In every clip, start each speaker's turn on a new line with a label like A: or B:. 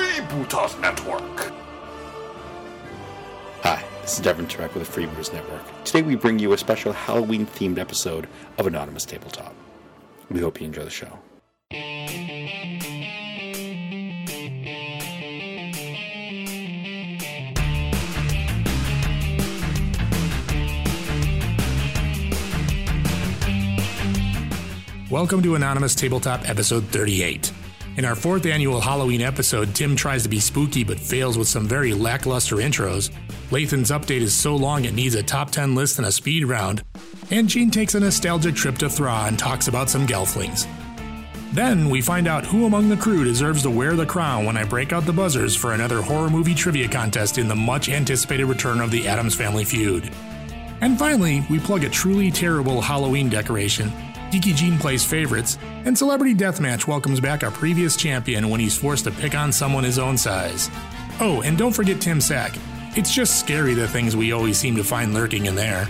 A: Podcast Network.
B: Hi, this is Devin Turek with the Freebooters Network. Today we bring you a special Halloween themed episode of Anonymous Tabletop. We hope you enjoy the show.
C: Welcome to Anonymous Tabletop episode 38. In our fourth annual Halloween episode, Tim tries to be spooky but fails with some very lackluster intros. Lathan's update is so long it needs a top 10 list and a speed round. And Gene takes a nostalgic trip to Thra and talks about some Gelflings. Then we find out who among the crew deserves to wear the crown when I break out the buzzers for another horror movie trivia contest in the much anticipated return of the Adams Family feud. And finally, we plug a truly terrible Halloween decoration. Geeky Gene plays favorites, and Celebrity Deathmatch welcomes back a previous champion when he's forced to pick on someone his own size. Oh, and don't forget Tim Sack. It's just scary the things we always seem to find lurking in there.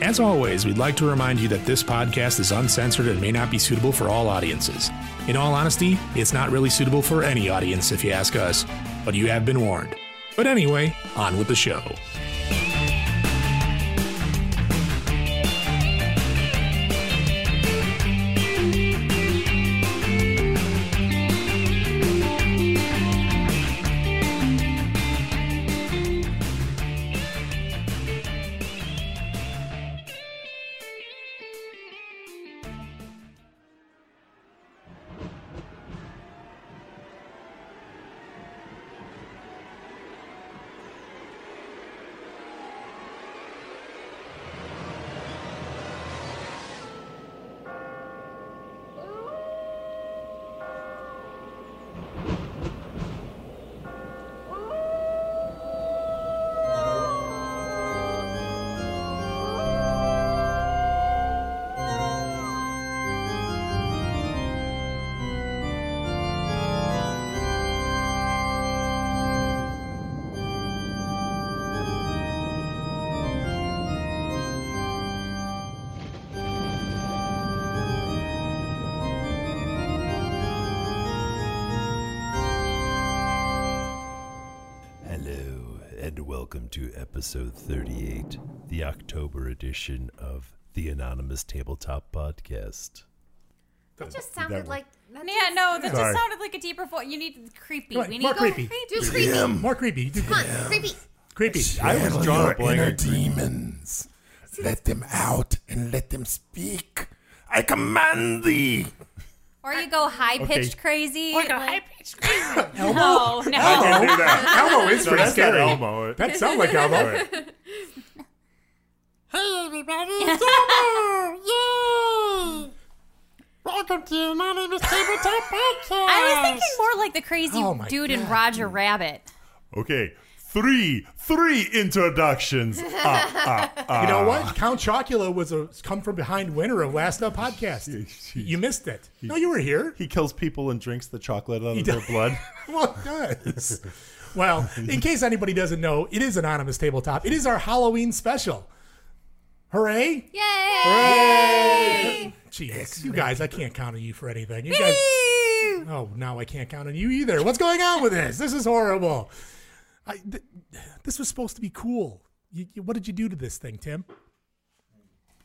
C: As always, we'd like to remind you that this podcast is uncensored and may not be suitable for all audiences. In all honesty, it's not really suitable for any audience if you ask us, but you have been warned. But anyway, on with the show.
D: Hello, and welcome to episode 38, the October edition of the Anonymous Tabletop Podcast.
E: just sounded like that
F: Yeah, no, that
C: Sorry.
F: just sounded like a deeper voice. You need creepy.
C: Right,
F: we need
C: more
F: to
C: creepy.
E: do creepy.
C: More creepy. Do
E: Come on, creepy.
C: creepy.
G: I was drawn your inner demons. Let them out and let them speak. I command thee.
F: Or you go high pitched crazy. Like,
E: pitch.
F: no, no.
G: do that. Elmo is pretty
C: scary.
G: Elmo.
C: That sounds like Elmo.
H: Hey everybody, it's Elmo! Yay! Welcome to Anonymous Tabletop Podcast!
F: I was thinking more like the crazy
C: Oh my
F: dude in Roger Rabbit.
G: Okay, three, three introductions.
C: You know what? Count Chocula was a come from behind winner of last night podcast. you missed it. no, you were here.
D: He kills people and drinks the chocolate out of
C: does.
D: their blood.
C: Well, it does. well, in case anybody doesn't know, it is anonymous tabletop. It is our Halloween special. Hooray!
F: Yay!
C: Jeez, you guys, I can't count on you for anything. You guys. Oh, now I can't count on you either. What's going on with this? This is horrible. I, th- this was supposed to be cool. You, you, what did you do to this thing, Tim?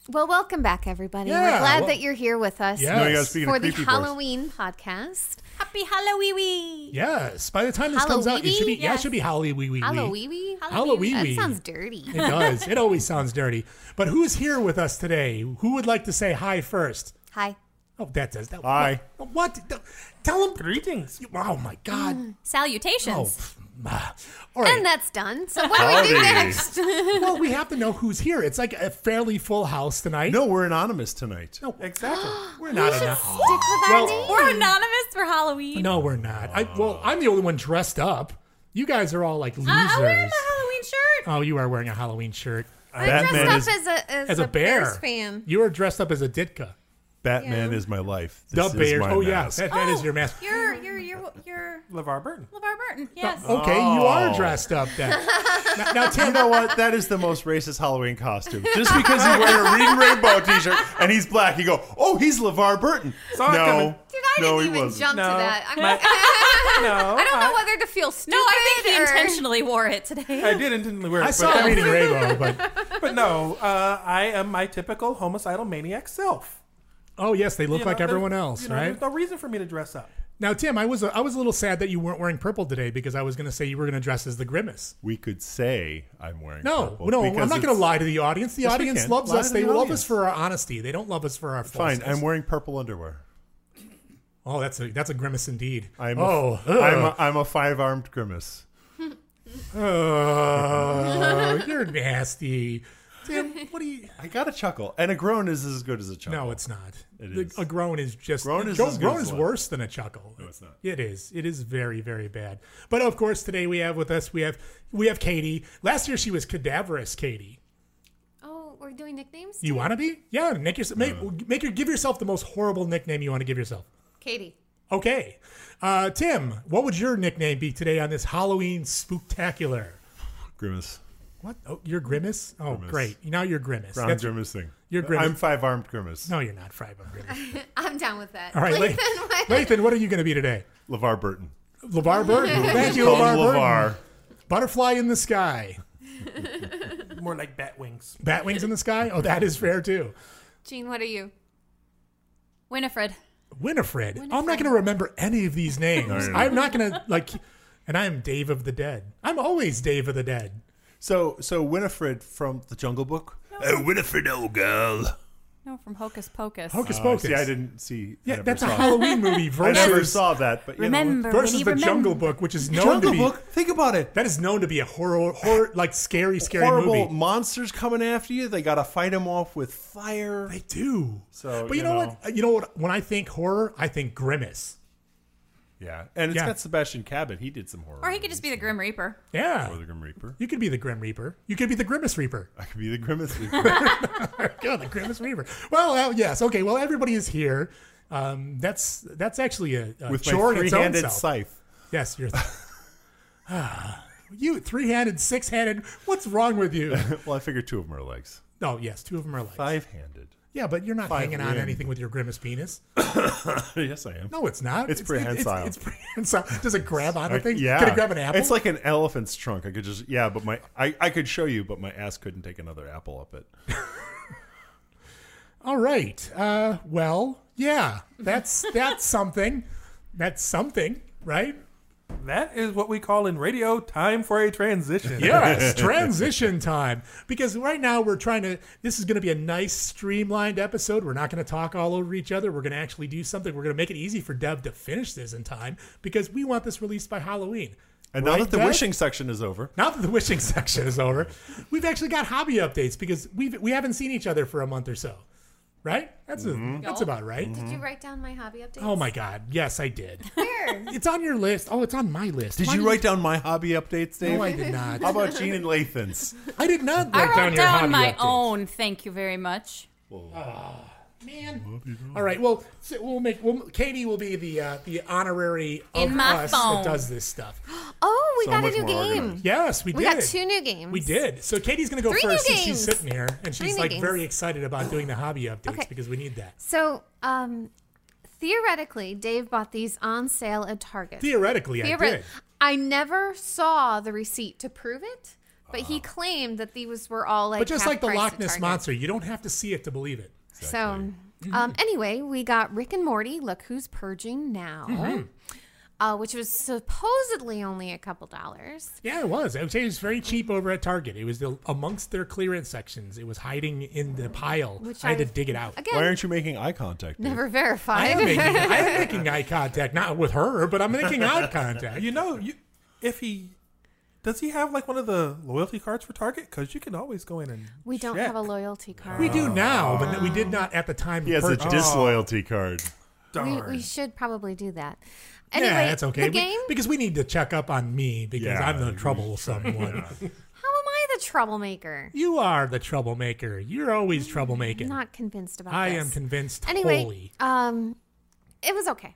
E: Well, welcome back, everybody.
C: Yeah,
E: We're glad
C: well-
E: that you're here with us
C: Yes. No, you gotta
G: speak in a
E: for the
G: creepy voice.
E: Halloween podcast.
F: Happy Halloween!
C: Yes. By the time this comes out, you should be. Yeah, it should be Halloween. Wee wee.
E: Halloween.
C: Halloween.
E: That sounds dirty.
C: It does. It always sounds dirty. But who's here with us today? Who would like to say hi first?
E: Hi.
C: Oh, that does that.
G: Hi.
C: What? what? Tell them greetings. Wow, my God. Oh,
F: Salutations.
C: pff, ah. all right.
E: Mm, And that's done. So what do we do next?
C: well, we have to know who's here. It's like a fairly full house tonight.
D: No, we're anonymous
E: Oh,
D: tonick
C: no, exactly. We're not
E: we should
C: enough.
E: stick with our name.
F: We're anonymous for Halloween.
C: Oh. No, we're not. I, well, I'm the only one dressed up. You guys are all like losers.
F: Uh, I'm wearing the Halloween shirt.
C: oh, you are wearing a Halloween shirt
E: I'm
D: Batman
E: dressed
D: is,
E: up as a as,
C: as a, bear.
E: Bears fan.
C: You are dressed up as a Ditka.
D: Batman
E: Yeah.
D: is my life.
C: The
D: This is
C: bear.
D: my
C: Oh yeah,
D: mask.
C: that, that is
F: Oh,
C: your mask.
I: Oh.
C: Uh,
F: You're you're you're you're
J: LeVar Burton.
F: LeVar Burton. Yes.
G: Oh.
C: Okay, you are dressed up then.
I: Now, now, Tim,
G: You know what? That is the most racist Halloween costume. Just because he's wearing a Reading Rainbow T-shirt and he's black, you go, "Oh, he's LeVar Burton."
K: Saw it coming.
G: No,
E: Dude, I
G: no,
E: didn't
G: he
E: even
G: wasn't.
E: jump to
I: No.
E: that. I'm
I: My-
E: like, I
I: no,
E: don't know whether to feel stupid.
F: No, I think he
E: or...
F: intentionally wore it today.
I: I did intentionally wear it.
G: I
I: but-
G: saw a Reading Rainbow, but
I: But no, uh, I am my typical homicidal maniac self.
C: Oh yes, they look
I: You know,
C: like
I: there-
C: everyone else,
I: you know,
C: right?
I: There's no reason for me to dress up.
C: Now, Tim, I was I was a little sad that you weren't wearing purple today because I was going to say you were going to dress as the grimace.
G: we could say I'm wearing.
C: No,
G: purple
C: no,
G: because
C: I'm not going
G: it's-
C: to lie to the audience. The
G: Yes, we
C: audience
G: can.
C: loves
G: Lie
C: us.
G: to
C: They
G: the
C: love
G: audience.
C: us for our honesty. They don't love us for our
G: Fine,
C: falseness.
G: I'm wearing purple underwear.
C: oh, that's a that's a grimace indeed.
G: I'm
C: oh,
G: a, I'm a, I'm a five-armed grimace.
C: oh, you're nasty, Tim. What do you?
G: I got a chuckle, and a groan is as good as a chuckle.
C: No, it's not.
G: It
C: The-
G: is.
C: A groan is just
G: Groan
C: groan
G: is
C: is,
G: as good
C: groan
G: as
C: is
G: one.
C: worse than a chuckle. No,
G: it's not.
C: It is. It is very very bad. But of course, today we have with us we have we have Katie. Last year she was cadaverous Katie.
E: Oh, we're doing nicknames?
C: You want to be? Yeah. Make yourself make,
G: Uh.
C: make your give yourself the most horrible nickname you want to give yourself.
E: Katie.
C: Okay, uh, Tim, what would your nickname be today on this Halloween spooktacular?
G: grimace.
C: What? Oh, you're grimace. Oh,
G: Grimace.
C: great. Now you're grimace.
G: Brown
C: That's-
G: grimacing.
C: you're grimace.
G: I'm five-armed grimace.
C: No, you're not Freiburg. Grimace.
E: I'm down with that.
C: All right, Lathan,
E: Lathan, what-
C: Lathan, what are you going to be today?
G: LeVar Burton.
C: LeVar Burton. Thank you,
G: Call
C: LeVar,
G: him
C: Burton.
G: LeVar.
C: Butterfly in the sky.
I: More like bat wings.
C: Bat wings in the sky. Oh, that is fair too.
E: Gene, what are you?
F: Winifred.
C: Winifred. I'm not going to remember any of these names. I'm not going to like. And I'm Dave of the Dead. I'm always Dave of the Dead.
G: So, so Winifred from the Jungle Book. Uh,
K: Oh, Winifred, old girl.
F: No, from Hocus Pocus.
C: Hocus
G: Oh,
C: Pocus.
G: see, I didn't see. I
C: Yeah,
G: never
C: that's a
G: saw it.
C: Halloween movie
G: I
C: versus
G: never saw that, but you
F: Remember,
C: versus
F: Winnie,
C: the
F: remember.
C: Jungle Book, which is
G: know,
C: known
G: Jungle
C: to be
G: Book. Think about it.
C: that is known to be a horror, horror like scary, scary
G: Horrible
C: movie.
G: monsters coming after you. They gotta fight them off with fire.
C: They do.
G: So,
C: but you,
G: you
C: know,
G: know.
C: what? You know what? When I think horror, I think grimace.
G: Yeah, and it's
C: Yeah.
G: got Sebastian Cabot. He did some horror.
F: Or he could just be the Grim Reaper.
C: Yeah,
G: the Grim Reaper.
C: you could be the Grim Reaper. You could be the Grimace Reaper.
G: I could be the Grimace Reaper.
C: God, the Grimace Reaper. Well, uh, yes, okay. Well, everybody is here. Um, that's that's actually a, a
G: with
C: chore
G: my
C: in its own
G: three-handed
C: self.
G: scythe.
C: Yes, you're. Ah, you three-handed, six-handed. What's wrong with you?
G: Well, I figure two of them are legs.
C: No, yes, two of them are legs.
G: Five-handed.
C: Yeah, but you're not
G: Five
C: hanging on
G: limb.
C: anything with your grimace penis.
G: yes, I am.
C: No, it's not.
G: It's prehensile.
C: It's, it's prehensile. Does it grab onto
G: I-
C: things?
G: yeah.
C: Can it grab an apple?
G: It's like an elephant's trunk. I could just yeah, but my I, I could show you, but my ass couldn't take another apple up it.
C: All right. Uh, well, yeah. That's that's something. That's something, right?
I: That is what we call in radio time for a transition.
C: Yes, transition time. Because right now we're trying to, this is going to be a nice streamlined episode. We're not going to talk all over each other. We're going to actually do something. We're going to make it easy for Deb to finish this in time because we want this released by Halloween.
G: And now
C: Right,
G: that the
C: Deb?
G: wishing section is over,
C: Now that the wishing section is over, we've actually got hobby updates because we've we haven't seen each other for a month or so, right? That's
G: Mm-hmm.
C: a, that's about right.
E: Did you write down my hobby updates?
C: Oh my god, yes, I did.
E: Where?
C: It's on your list. Oh, it's on my list.
G: did
C: Why
G: you write down my hobby updates, Dave?
C: No, I did not.
G: How about Gene and Lathan's?
C: I did not
F: I
C: write
F: wrote
C: down
F: down,
C: your hobby
F: my
C: updates.
F: own. Thank you very much.
C: Man. All right. Well, so we'll make. We'll, Katie will be the uh, the honorary of
F: In my
C: us
F: phone.
C: that does this stuff.
E: Oh, we
G: So
E: got a
G: much
E: new
G: more
E: game.
G: organized.
C: Yes, we
E: We
C: did.
E: got two new games.
C: We did. So Katie's gonna go
E: Three new
C: first since she's
E: games.
C: sitting here and
E: Three
C: she's
E: new
C: like
E: games.
C: very excited about doing the hobby updates
E: Okay.
C: because we need that.
E: So, um, theoretically, Dave bought these on sale at Target.
C: Theoretically, I
E: Theoret-
C: did.
E: I never saw the receipt to prove it, but he claimed that these were all like.
C: Ah. but just
E: half
C: like the
E: price
C: Loch
E: at
C: Ness
E: Target.
C: monster, Mm-hmm. you don't have to see it to believe it.
E: So, um, anyway, we got Rick and Morty. Look who's purging now.
C: Mm-hmm.
E: Uh, which was supposedly only a couple dollars.
C: Yeah, it was. I would say it was very cheap over at Target. It was the, amongst their clearance sections. It was hiding in the pile.
E: Which
C: I had to
E: I've-
C: dig it out.
E: Again,
G: Why aren't you making eye contact? Dave?
E: never
C: I
E: verified.
C: am, making, I am making eye contact, not with her, but I'm making eye contact.
I: You know, you, if he does, he have like one of the loyalty cards for Target because you can always go in and
E: we don't
I: check.
E: have a loyalty card.
C: we do now, but we did not at the time. of
G: Oh, He has a
C: purchase. Oh,
G: disloyalty card.
E: We,
I: Darn.
E: we should probably do that.
C: Yeah,
E: Anyway,
C: that's okay.
E: The
C: We-
E: game.
C: because we need to check up on me because
G: Yeah,
C: I'm the
G: you-
C: troublesome one.
E: How am I the troublemaker?
C: You are the troublemaker. You're always troublemaking.
E: I'm not convinced about
C: I
E: this.
C: am convinced
E: Anyway,
C: wholly.
E: um, it was okay.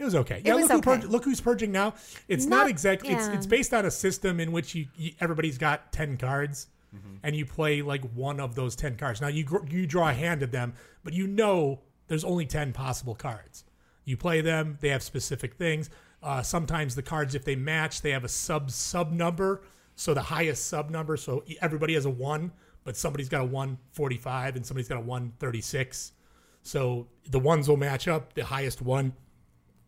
C: It was okay.
E: It
C: Yeah,
E: was
C: look, Who
E: okay.
C: purg- look who's purging now. It's not,
E: Not-
C: exact. It's
E: yeah.
C: it's based on a system in which you, you everybody's got ten cards, and you play like one of those ten cards. Now you gr- you draw a hand of them, but you know there's only ten possible cards. You play them. They have specific things. Uh, sometimes the cards, if they match, they have a sub sub number. So the highest sub number. So everybody has a one, but somebody's got a one forty five and somebody's got a one thirty six. So the ones will match up. The highest one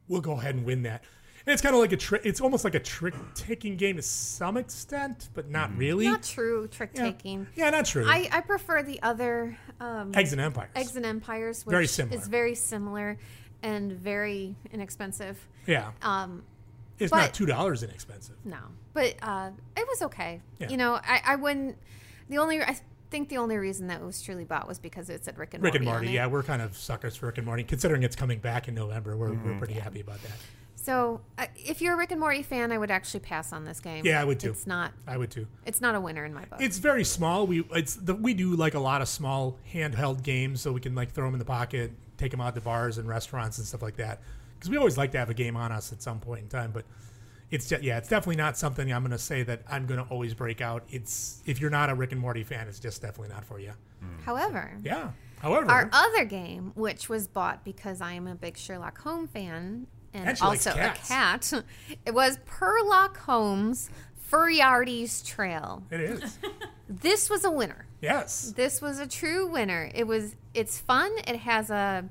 C: we'll go ahead and win that. And it's kind of like a trick. It's almost like a trick taking game to some extent, but not really.
E: Not true trick taking.
C: Yeah, not true.
E: I, I prefer the other um,
C: Eggs and Empires.
E: Eggs and Empires, which
C: Very similar.
E: is very similar and very inexpensive.
C: Yeah.
E: Um,
C: it's
E: but-
C: not two dollars inexpensive.
E: No, but uh, it was okay.
C: Yeah.
E: You know, I, I wouldn't. The only I think the only reason that it was truly bought was because it said Rick and
C: Rick
E: Morty.
C: and Marty.
E: on it.
C: Yeah, we're kind of suckers for Rick and Marty, considering it's coming back in November. We're, we're pretty happy about that.
E: So uh, if you're a Rick and Morty fan, I would actually pass on this game.
C: Yeah, I would too.
E: It's not.
C: I would too.
E: It's not a winner in my book.
C: It's very small. We it's the, we do like a lot of small handheld games, so we can like throw them in the pocket, take them out to bars and restaurants and stuff like that. Because we always like to have a game on us at some point in time. But it's just, yeah, it's definitely not something I'm going to say that I'm going to always break out. It's if you're not a Rick and Morty fan, it's just definitely not for you.
E: However,
C: Yeah. However,
E: our other game, which was bought because I am a big Sherlock Holmes fan and
C: And she likes
E: also a cat, it was Perlock Holmes Furiarty's Trail.
C: it is
E: This was a winner.
C: yes.
E: This was a true winner. It was it's fun. It has a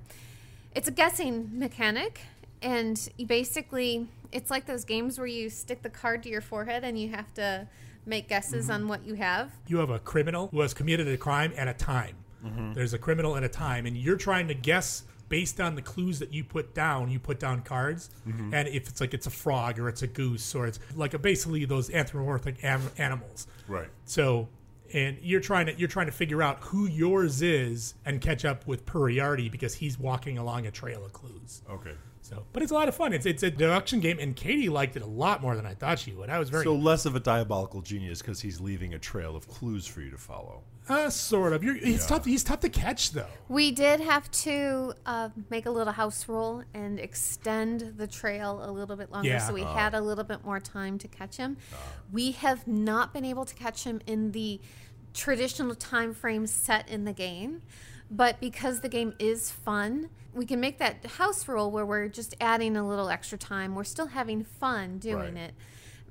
E: it's a guessing mechanic and you basically it's like those games where you stick the card to your forehead and you have to make guesses on what you have.
C: you have a criminal who has committed a crime at a time.
J: Mm-hmm.
C: There's a criminal at a time, and you're trying to guess based on the clues that you put down. You put down cards,
J: Mm-hmm.
C: and if it's like it's a frog or it's a goose or it's like a, basically those anthropomorphic am- animals.
J: Right.
C: So, and you're trying to you're trying to figure out who yours is and catch up with Puriarty because he's walking along a trail of clues.
G: Oh.
J: Okay.
C: So, but it's a lot of fun. It's it's a deduction game, and Katie liked it a lot more than I thought she would. I was very
J: So less of a diabolical genius because he's leaving a trail of clues for you to follow.
C: uh, sort of. You're, he's tough. He's tough to catch though.
E: We did have to uh, make a little house rule and extend the trail a little bit longer,
C: Yeah.
E: so we had a little bit more time to catch him. we have not been able to catch him in the traditional time frame set in the game, but because the game is fun, we can make that house rule where we're just adding a little extra time. We're still having fun doing
J: Right.
E: it,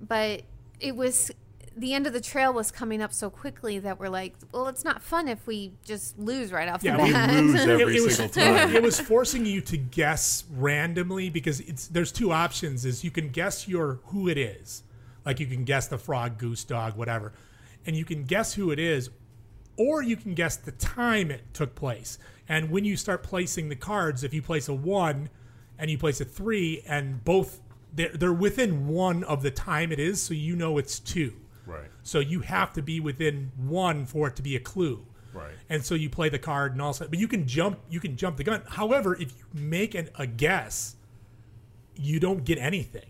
E: but it was the end of the trail was coming up so quickly that we're like, well, it's not fun if we just lose right off the bat.
C: It- it was- It was forcing you to guess randomly because it's there's two options: is you can guess your who it is, like you can guess the frog, goose, dog, whatever, and you can guess who it is, or you can guess the time it took place. And when you start placing the cards, if you place a one and you place a three, and both they're, they're within one of the time it is, so you know it's two.
J: Right.
C: So you have to be within one for it to be a clue.
J: Right.
C: And so you play the card and all that. But you can jump. You can jump the gun. However, if you make an, a guess, you don't get anything.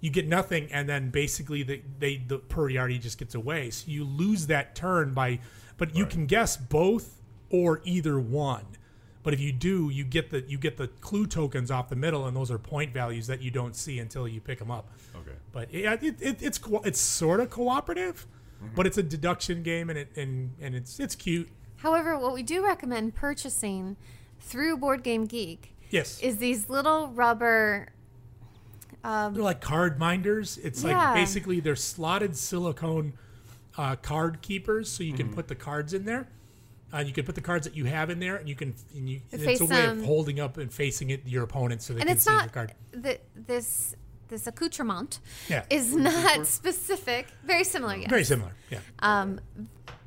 C: You get nothing, and then basically the they the priority just gets away. So you lose that turn by. But you can guess both or either one. But if you do, you get the you get the clue tokens off the middle, and those are point values that you don't see until you pick them up.
J: Okay.
C: But yeah, it, it, it's co- it's sort of cooperative, but it's a deduction game, and it and and it's it's cute.
E: However, what we do recommend purchasing through Board Game Geek
C: Yes,
E: is these little rubber.
C: they're like card minders. It's
E: Yeah.
C: like basically they're slotted silicone uh, card keepers, so you can put the cards in there. Uh, you can put the cards that you have in there, and you can. And you, it's
E: And
C: a
E: face
C: way
E: them.
C: of holding up and facing it your opponent, so they
E: and
C: can
E: it's
C: see your
E: not
C: card.
E: the, this this accoutrement
C: Yeah.
E: is not specific. Very similar, yes.
C: Very similar. Yeah.
E: Um,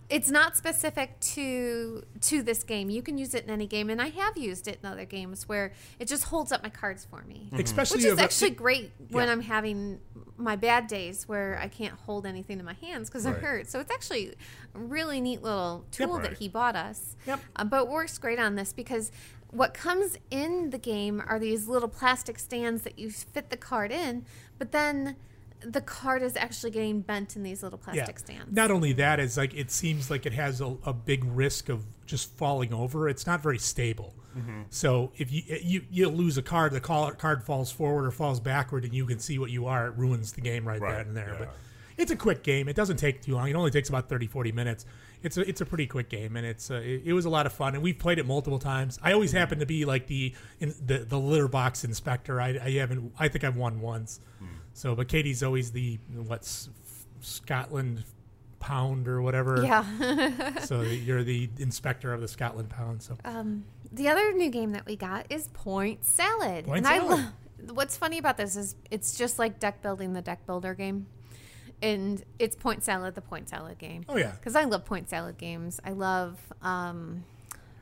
E: it's not specific to to this game. You can use it in any game, and I have used it in other games where it just holds up my cards for me.
C: Especially
E: Which is
C: if-
E: actually great when
C: Yeah.
E: I'm having my bad days where I can't hold anything in my hands because I'm
J: Right.
E: hurt. So it's actually a really neat little tool
J: Right.
E: that he bought us.
C: Yep.
E: Uh, but works great on this because what comes in the game are these little plastic stands that you fit the card in, but then the card is actually getting bent in these little plastic stands.
C: Not only that, it's like it seems like it has a, a big risk of just falling over. It's not very stable.
J: Mm-hmm.
E: Mhm.
C: So if you eh, you you lose a card, the call, card falls forward or falls backward, and you can see what you are. It ruins the game right,
J: Right,
C: then and there.
J: yeah.
C: But it's a quick game. It doesn't take too long. It only takes about 30, 40 minutes. It's a it's a pretty quick game, and it's uh it, it was a lot of fun. And we've played it multiple times. I
J: Mm-hmm.
C: always happen to be like the in, the the litter box inspector. I, I haven't. I think I've won once.
J: Hmm.
C: So, but Katie's always the what's Scotland Pound or whatever.
E: Yeah.
C: so you're the inspector of the Scotland Pound. So
E: Um, the other new game that we got is Point Salad.
C: Point
E: and I
C: Salad.
E: lo- what's funny about this is it's just like deck building the deck builder game. And it's Point Salad, the Point Salad game.
C: Oh, yeah.
E: Because I love Point Salad games. I love um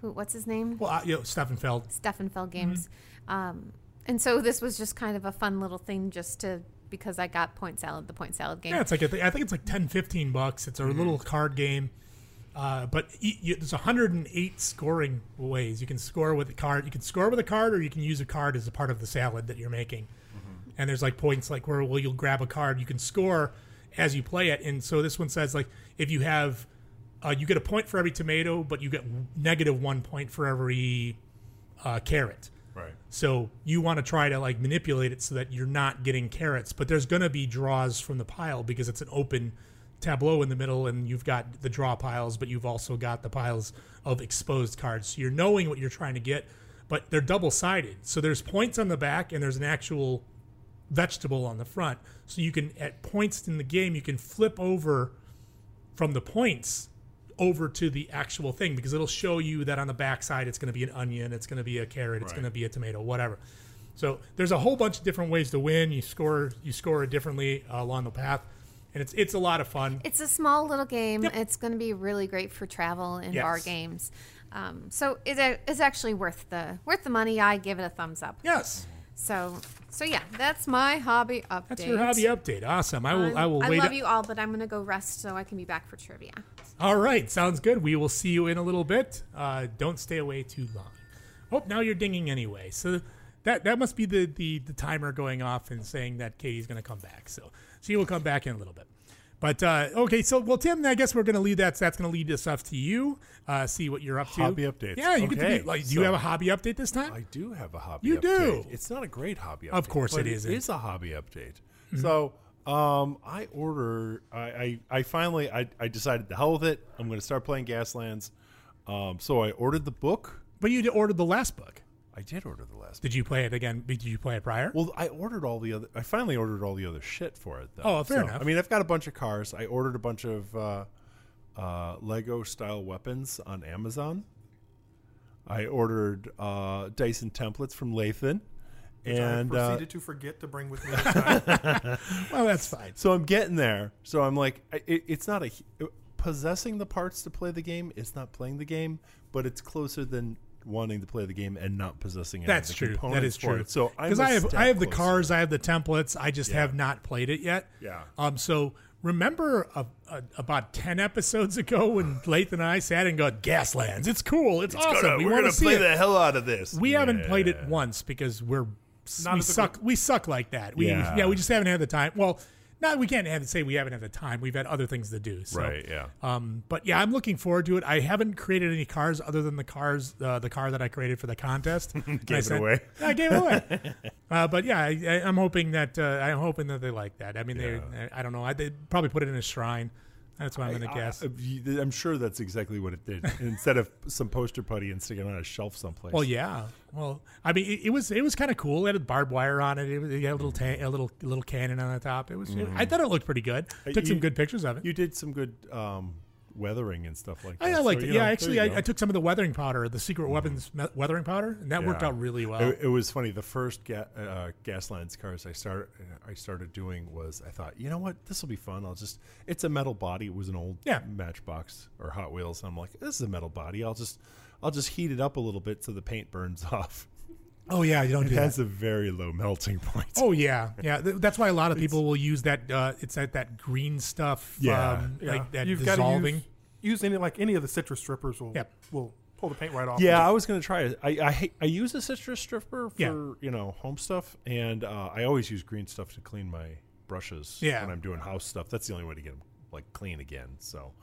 E: who what's his name?
C: Well, uh, you know, Steffenfeld.
E: Steffenfeld games.
C: Mm-hmm.
E: Um and so this was just kind of a fun little thing just to because I got Point Salad, the Point Salad game.
C: Yeah, it's like a th- I think it's like 10, 15 bucks. It's a little card game, uh, but y you, there's 108 scoring ways you can score with a card. You can score with a card, or you can use a card as a part of the salad that you're making. And there's like points like where well you'll grab a card, you can score as you play it. And so this one says like if you have uh, you get a point for every tomato, but you get negative one point for every uh, carrot.
J: Right.
C: So you want to try to like manipulate it so that you're not getting carrots, but there's going to be draws from the pile because it's an open tableau in the middle and you've got the draw piles, but you've also got the piles of exposed cards. So you're knowing what you're trying to get, but they're double sided. So there's points on the back and there's an actual vegetable on the front. So you can at points in the game you can flip over from the points over to the actual thing because it'll show you that on the backside it's going to be an onion, it's going to be a carrot, it's
J: Right.
C: going to be a tomato, whatever. So there's a whole bunch of different ways to win. You score you score differently uh, along the path, and it's it's a lot of fun.
E: It's a small little game. It's going to be really great for travel and bar
C: Yes.
E: games. Um, so it a- it's actually worth the worth the money. I give it a thumbs up.
C: Yes.
E: So so yeah, that's my hobby update.
C: That's your hobby update. Awesome. I will
E: I'm-
C: I will wait.
E: love you all, but I'm going to go rest so I can be back for trivia.
C: All right, sounds good. We will see you in a little bit. Uh, don't stay away too long. Oh, now you're dinging anyway. So that that must be the the, the timer going off and saying that Katie's going to come back. So she will come back in a little bit. But uh, okay, so well, Tim, I guess we're going to leave that. So that's going to lead us off to you. Uh, see what you're up to.
G: Hobby updates.
C: Yeah, you
G: Okay,
C: can. Do, like, do you
G: so-
C: have a hobby update this time? I
G: do have a hobby
C: You
G: update.
C: do.
G: It's not a great hobby update.
C: Of course
G: but
C: it isn't. Mm-hmm.
G: It is a hobby update. So um, I order. I, I, I finally I, I decided to hell with it. I'm going to start playing Gaslands. Um, so I ordered the book.
C: But you ordered the last book.
G: I did order the last.
C: Did you play it again? Did you play it prior?
G: Well, I ordered all the other. I finally ordered all the other shit for it. though.
C: Oh, fair
G: So,
C: enough.
G: I mean, I've got a bunch of cars. I ordered a bunch of uh, uh, Lego style weapons on Amazon. I ordered uh, Dyson templates from Lathan,
I: Which
G: and
I: I
G: uh,
I: proceeded to forget to bring with me. this time.
C: well, that's fine.
G: So I'm getting there. So I'm like, I- it, it's not a hu- possessing the parts to play the game. It's not playing the game, but it's closer than wanting to play the game and not possessing any of
C: That's
G: the
C: true. That
G: components
C: is
G: for
C: true.
G: it. So I'm
C: because
G: a
C: I have
G: step
C: I have the
G: closer.
C: cars, I have the templates. I just
G: Yeah.
C: have not played it yet.
G: Yeah.
C: Um. So remember uh, uh, about ten episodes ago when Lathan and I sat and got Gaslands. It's cool. It's,
G: It's
C: awesome.
G: gonna-
C: we
G: we're
C: want to
G: gonna
C: see
G: play
C: it."
G: the hell out of this.
C: We haven't played it once because we're
G: Not
C: we
G: as a
C: suck. We suck like that. We
G: Yeah.
C: yeah. We just haven't had the time. Well. Not, we can't have say we haven't had the time. We've had other things to do. So.
G: Right, yeah.
C: Um, but yeah, I'm looking forward to it. I haven't created any cars other than the cars, uh, the car that I created for the contest. And I
G: Gave it
C: sent-
G: away.
C: I gave it away. uh, but yeah, I, I, I'm hoping that uh, I'm hoping that they like that. I mean, they I, I don't know. I, they probably put it in a shrine. That's what I'm
G: Uh,
C: going to guess.
G: I, am sure that's exactly what it did. Instead of some poster putty and sticking it on a shelf someplace.
C: Well, yeah. Well, I mean, it, it was it was kind of cool. It had barbed wire on it. It, was, it had a little tan a little little cannon on the top. It was. it- I thought it looked pretty good.
G: Mm-hmm. Uh,
C: Took some
G: you-
C: good pictures of it.
G: You did some good um, weathering and stuff like that.
C: I, I
G: So,
C: liked
G: you
C: it.
G: know,
C: Yeah,
G: there
C: actually,
G: you
C: I,
G: go. Mm-hmm.
C: I took some of the weathering powder, the secret weapons me- weathering powder, and that worked
G: Yeah.
C: out really well.
G: It, it was funny. The first ga- uh, Gaslands cars I started I started doing was I thought, you know what, this will be fun. I'll just it's a metal body. It was an old
C: Yeah.
G: Matchbox or Hot Wheels. And I'm like, this is a metal body. I'll just I'll just heat it up a little bit so the paint burns off.
C: Oh, yeah, you don't
G: It
C: do that.
G: has a very low melting point.
C: Oh yeah, yeah. Th- that's why a lot of people will use that. Uh, it's that that green stuff. um, like that
I: gotta
C: dissolving.
I: Use, use any like any of the citrus strippers will
C: Yep.
I: will pull the paint right off.
G: Yeah, I was gonna try it. I I, hate, I use a citrus stripper for
I: Yeah.
G: you know home stuff, and uh, I always use green stuff to clean my brushes
C: Yeah.
G: when I'm doing house stuff. That's the only way to get them like clean again. So,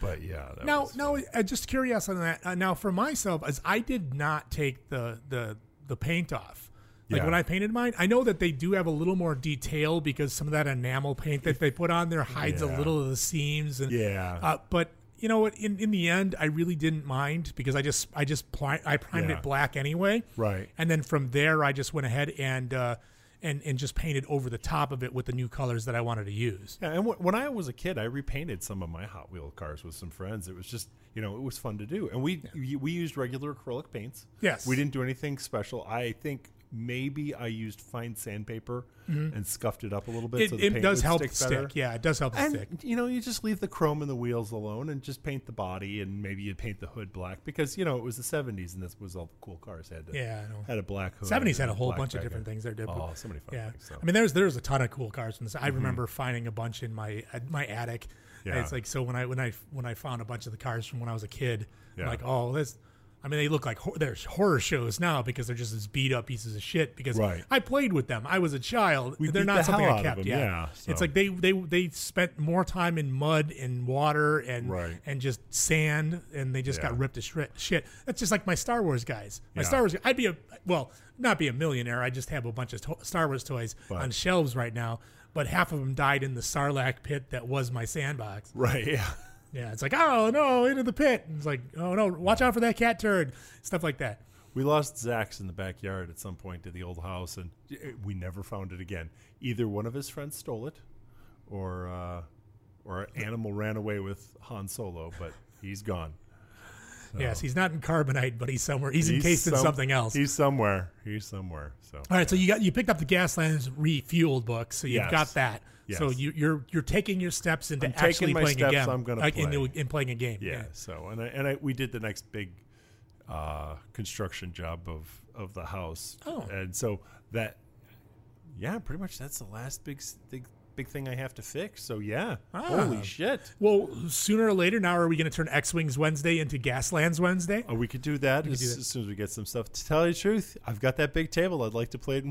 G: but yeah, that
C: Now,
G: was-
C: no, uh, just curious on that. Uh, now, for myself, as I did not take the the the paint off. Like
G: Yeah.
C: when I painted mine, I know that they do have a little more detail because some of that enamel paint that they put on there hides a
G: Yeah.
C: little of the seams and
G: Yeah.
C: Uh, but you know what? In in the end, I really didn't mind because I just I just pli- I primed
G: Yeah.
C: it black anyway.
G: Right.
C: And then from there, I just went ahead and uh, and and just painted over the top of it with the new colors that I wanted to use.
G: Yeah, and wh- when I was a kid, I repainted some of my Hot Wheel cars with some friends. It was just, you know, it was fun to do, and we y- we used regular acrylic paints.
C: Yes.
G: we didn't do anything special. I think maybe I used fine sandpaper
C: Mhm.
G: and scuffed it up a little bit.
C: It,
G: so the
C: it
G: paint
C: does
G: would
C: help
G: stick,
C: stick.
G: better.
C: Yeah, it does help
G: and,
C: stick.
G: You know, you just leave the chrome and the wheels alone, and just paint the body, and maybe you paint the hood black because you know it was the '70s, and this was all the cool cars had. To,
C: Yeah, I know.
G: had a black hood.
C: Seventies had
G: and
C: a whole
G: black
C: bunch of
G: back
C: different
G: end.
C: things they did.
G: Oh, so many fun
C: yeah.
G: things. So.
C: I mean, there's there's a ton of cool cars from this. I
G: Mhm.
C: remember finding a bunch in my at my attic. And It's
G: Yeah.
C: like so when I when I when I found a bunch of the cars from when I was a kid. I'm
G: Yeah.
C: like oh that's. I mean, they look like hor- there's horror shows now because they're just these beat up pieces of shit. Because
G: Right.
C: I played with them. I was a child.
G: We
C: they're
G: beat
C: not
G: the
C: something
G: hell out
C: I
G: of
C: kept.
G: them,
C: yeah,
G: yeah,
C: it's
G: so.
C: like they they they spent more time in mud and water and
G: Right.
C: and just sand, and they just
G: Yeah.
C: got ripped to shri- shit. That's just like my Star Wars guys. My
G: Yeah.
C: Star Wars. I'd be a well, not be a millionaire. I just have a bunch of to- Star Wars toys
G: But-
C: on shelves right now. But half of them died in the Sarlacc pit that was my sandbox.
G: Right. Yeah.
C: Yeah. It's like, oh no, into the pit. And it's like, oh no, watch out for that cat turd. Stuff like that.
G: We lost Zach's in the backyard at some point to the old house, and eh, we never found it again. Either one of his friends stole it, or uh, or an animal ran away with Han Solo, but he's gone.
C: Yes, he's not in carbonite, but he's somewhere. He's, encased in
G: Oh. some-
C: something else.
G: He's somewhere. He's somewhere. So
C: All right, so you got you picked up the Gaslands refueled book, so you've
G: Yes.
C: got that. So
G: Yes.
C: you, you're you're taking your steps into
G: I'm taking
C: actually
G: my
C: playing
G: steps,
C: a game.
G: I'm gonna
C: like,
G: play.
C: Into, in playing a game.
G: yeah, So and I, and I, we did the next big uh, construction job of of the house.
C: Oh.
G: and so that yeah, pretty much that's the last big s- big big thing I have to fix. So yeah,
C: Ah.
G: holy shit.
C: Well, sooner or later, now are we going to turn X Wings Wednesday into Gaslands Wednesday?
G: Oh, we could do that,
C: We could
G: as,
C: do that.
G: as soon as we get some stuff. To tell you the truth, I've got that big table. I'd like to play it in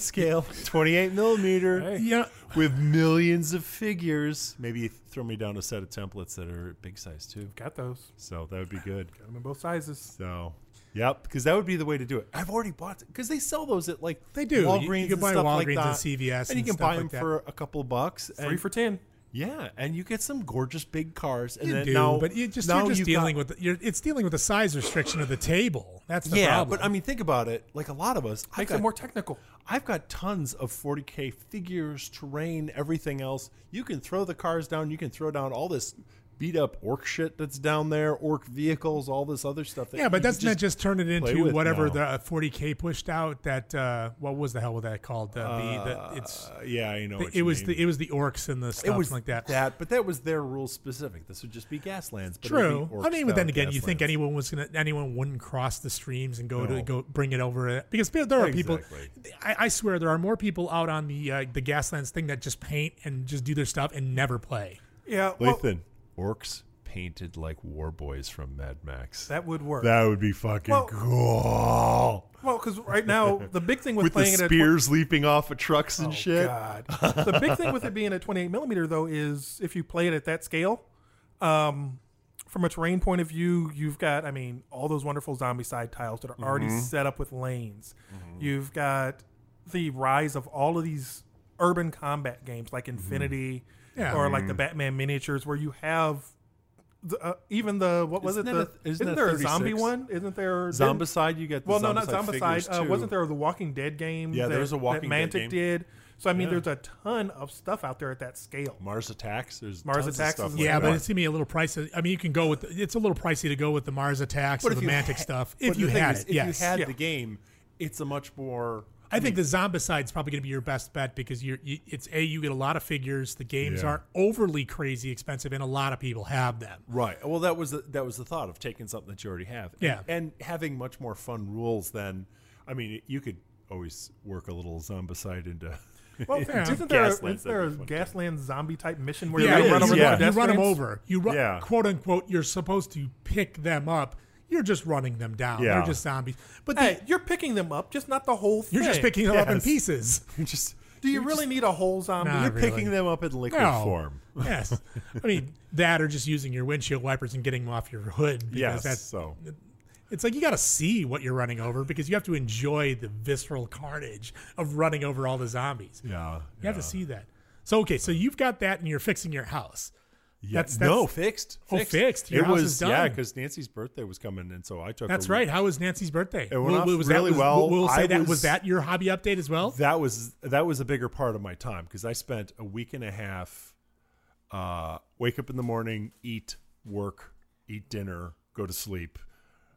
G: scale, 28 millimeter,
C: Yeah.
G: with millions of figures. Maybe throw me down a set of templates that are big size too.
I: Got those.
G: So that would be good.
I: Got them in both sizes.
G: So, yep, because that would be the way to do it. I've already bought because they sell those at like
C: They do. You-
G: Walgreens
C: you can
G: and
C: buy
G: stuff like
C: Walgreens and
G: that.
C: CVS
G: and you
C: and
G: can
C: stuff
G: buy them
C: like that.
G: for a couple bucks.
I: Three
G: and-
I: for ten.
G: yeah, and you get some gorgeous big cars. And
C: You
G: then
C: do,
G: now,
C: but you just
G: now
C: you're just
G: you've
C: dealing
G: got-
C: with the, you're, it's dealing with the size restriction of the table. That's the
G: yeah,
C: problem.
G: but I mean, think about it. Like a lot of us, I've
I: Makes it
G: got-
I: more technical.
G: I've got tons of 40k figures, terrain, everything else. You can throw the cars down. You can throw down all this beat up orc shit that's down there, orc vehicles, all this other stuff. That
C: yeah,
G: you
C: but doesn't
G: could
C: that just turn it
G: play
C: into
G: with
C: whatever
G: now.
C: the uh, 40k pushed out? That uh, what was the hell was that called? The, the, the it's
G: Uh, yeah, I know.
C: the-
G: what
C: it
G: you
C: was
G: mean.
C: the it was the orcs and the stuff like that.
G: That, but that was their rule specific. This would just be Gaslands. But
C: True. I mean, but then again, you think
G: any.
C: anyone was gonna anyone wouldn't cross the streams and go to
G: No.
C: go bring it over because there are
G: Exactly.
C: people. I, I swear there are more people out on the uh, the Gaslands thing that just paint and just do their stuff and never play.
I: Yeah. Well,
G: Lathan, orcs painted like war boys from Mad Max.
I: that would work.
G: That would be fucking
I: Well-
G: cool.
I: well, because right now the big thing with,
G: With the
I: playing it at
G: spears leaping off of trucks
C: Oh,
G: and shit.
I: God. the big thing with it being a 28 millimeter though is if you play it at that scale, um, from a terrain point of view, you've got I mean all those wonderful zombie side tiles that are already
G: Mm-hmm.
I: set up with lanes. You've got the rise of all of these urban combat games
G: Mm-hmm.
I: like Infinity
C: Yeah.
I: or like the Batman miniatures where you have. The, uh, even the what was
G: Isn't
I: it?
G: that
I: the,
G: a- isn't that
I: there a zombie
G: 36?
I: one? Isn't there
G: Zombicide, you get the
I: well, no, not
G: Zombicide figures,
I: Zombicide. Uh,
G: too.
I: wasn't there the Walking Dead game?
G: Yeah,
I: that,
G: there's a Walking
I: that
G: Dead
I: Mantic
G: game.
I: did. So I mean,
G: Yeah.
I: there's a ton of stuff out there at that scale.
G: Mars attacks. There's
I: Mars
G: tons of
I: Attacks
G: stuff
I: is
G: like
C: yeah,
G: that.
C: but it's gonna be a little pricey. I mean, you can go with it's a little pricey to go with the Mars attacks or the Mantic stuff if
G: but
C: you
G: the thing
C: had
G: is,
C: it. yes,
G: if you had
I: Yeah.
G: the game, it's a much more.
C: I think the Zombicide's probably going to be your best bet because you're you, it's a you get a lot of figures. The games
G: Yeah.
C: aren't overly crazy expensive, and a lot of people have them.
G: Right. Well, that was the, that was the thought of taking something that you already have. And-
C: Yeah.
G: And, having much more fun rules than, I mean, you could always work a little zombicide into.
I: Well,
G: into
I: isn't there,
G: Gaslands,
I: isn't
G: that'd
I: there a
G: be fun too.
I: Gasland zombie type mission where
G: Yeah,
I: you
G: it
I: run
G: is,
I: over
G: yeah.
I: the
C: You run them
I: pedestrians?
C: over. You run,
G: Yeah.
C: quote unquote. You're supposed to pick them up. You're just running them down.
G: Yeah.
C: They're just zombies. But the-
I: Hey, you're picking them up, just not the whole thing.
C: you're just picking them up in
G: Yes.
C: pieces.
G: You just
I: Do you really need a whole zombie?
C: Not
I: You're
C: really.
I: picking
G: them up in liquid
C: No.
G: form.
C: yes. I mean, that or just using your windshield wipers and getting them off your hood. Because
G: Yes,
C: That's,
G: so.
C: It's like you got to see what you're running over because you have to enjoy the visceral carnage of running over all the zombies.
G: Yeah. You
C: have to see that. So, okay, so you've got that and you're fixing your house.
G: Yeah. no, fixed.
C: Oh, fixed. Your
G: it
C: house
G: was
C: is done.
G: yeah, because Nancy's birthday was coming, and so I took.
C: That's
G: a-
C: right. How was Nancy's birthday?
G: It went
C: We'll-
G: off
C: we'll- was that-
G: really
C: was-
G: well.
C: We'll say
G: I
C: that was that your hobby update as well.
G: That was that was a bigger part of my time because I spent a week and a half. Uh, wake up in the morning, eat, work, eat dinner, go to sleep.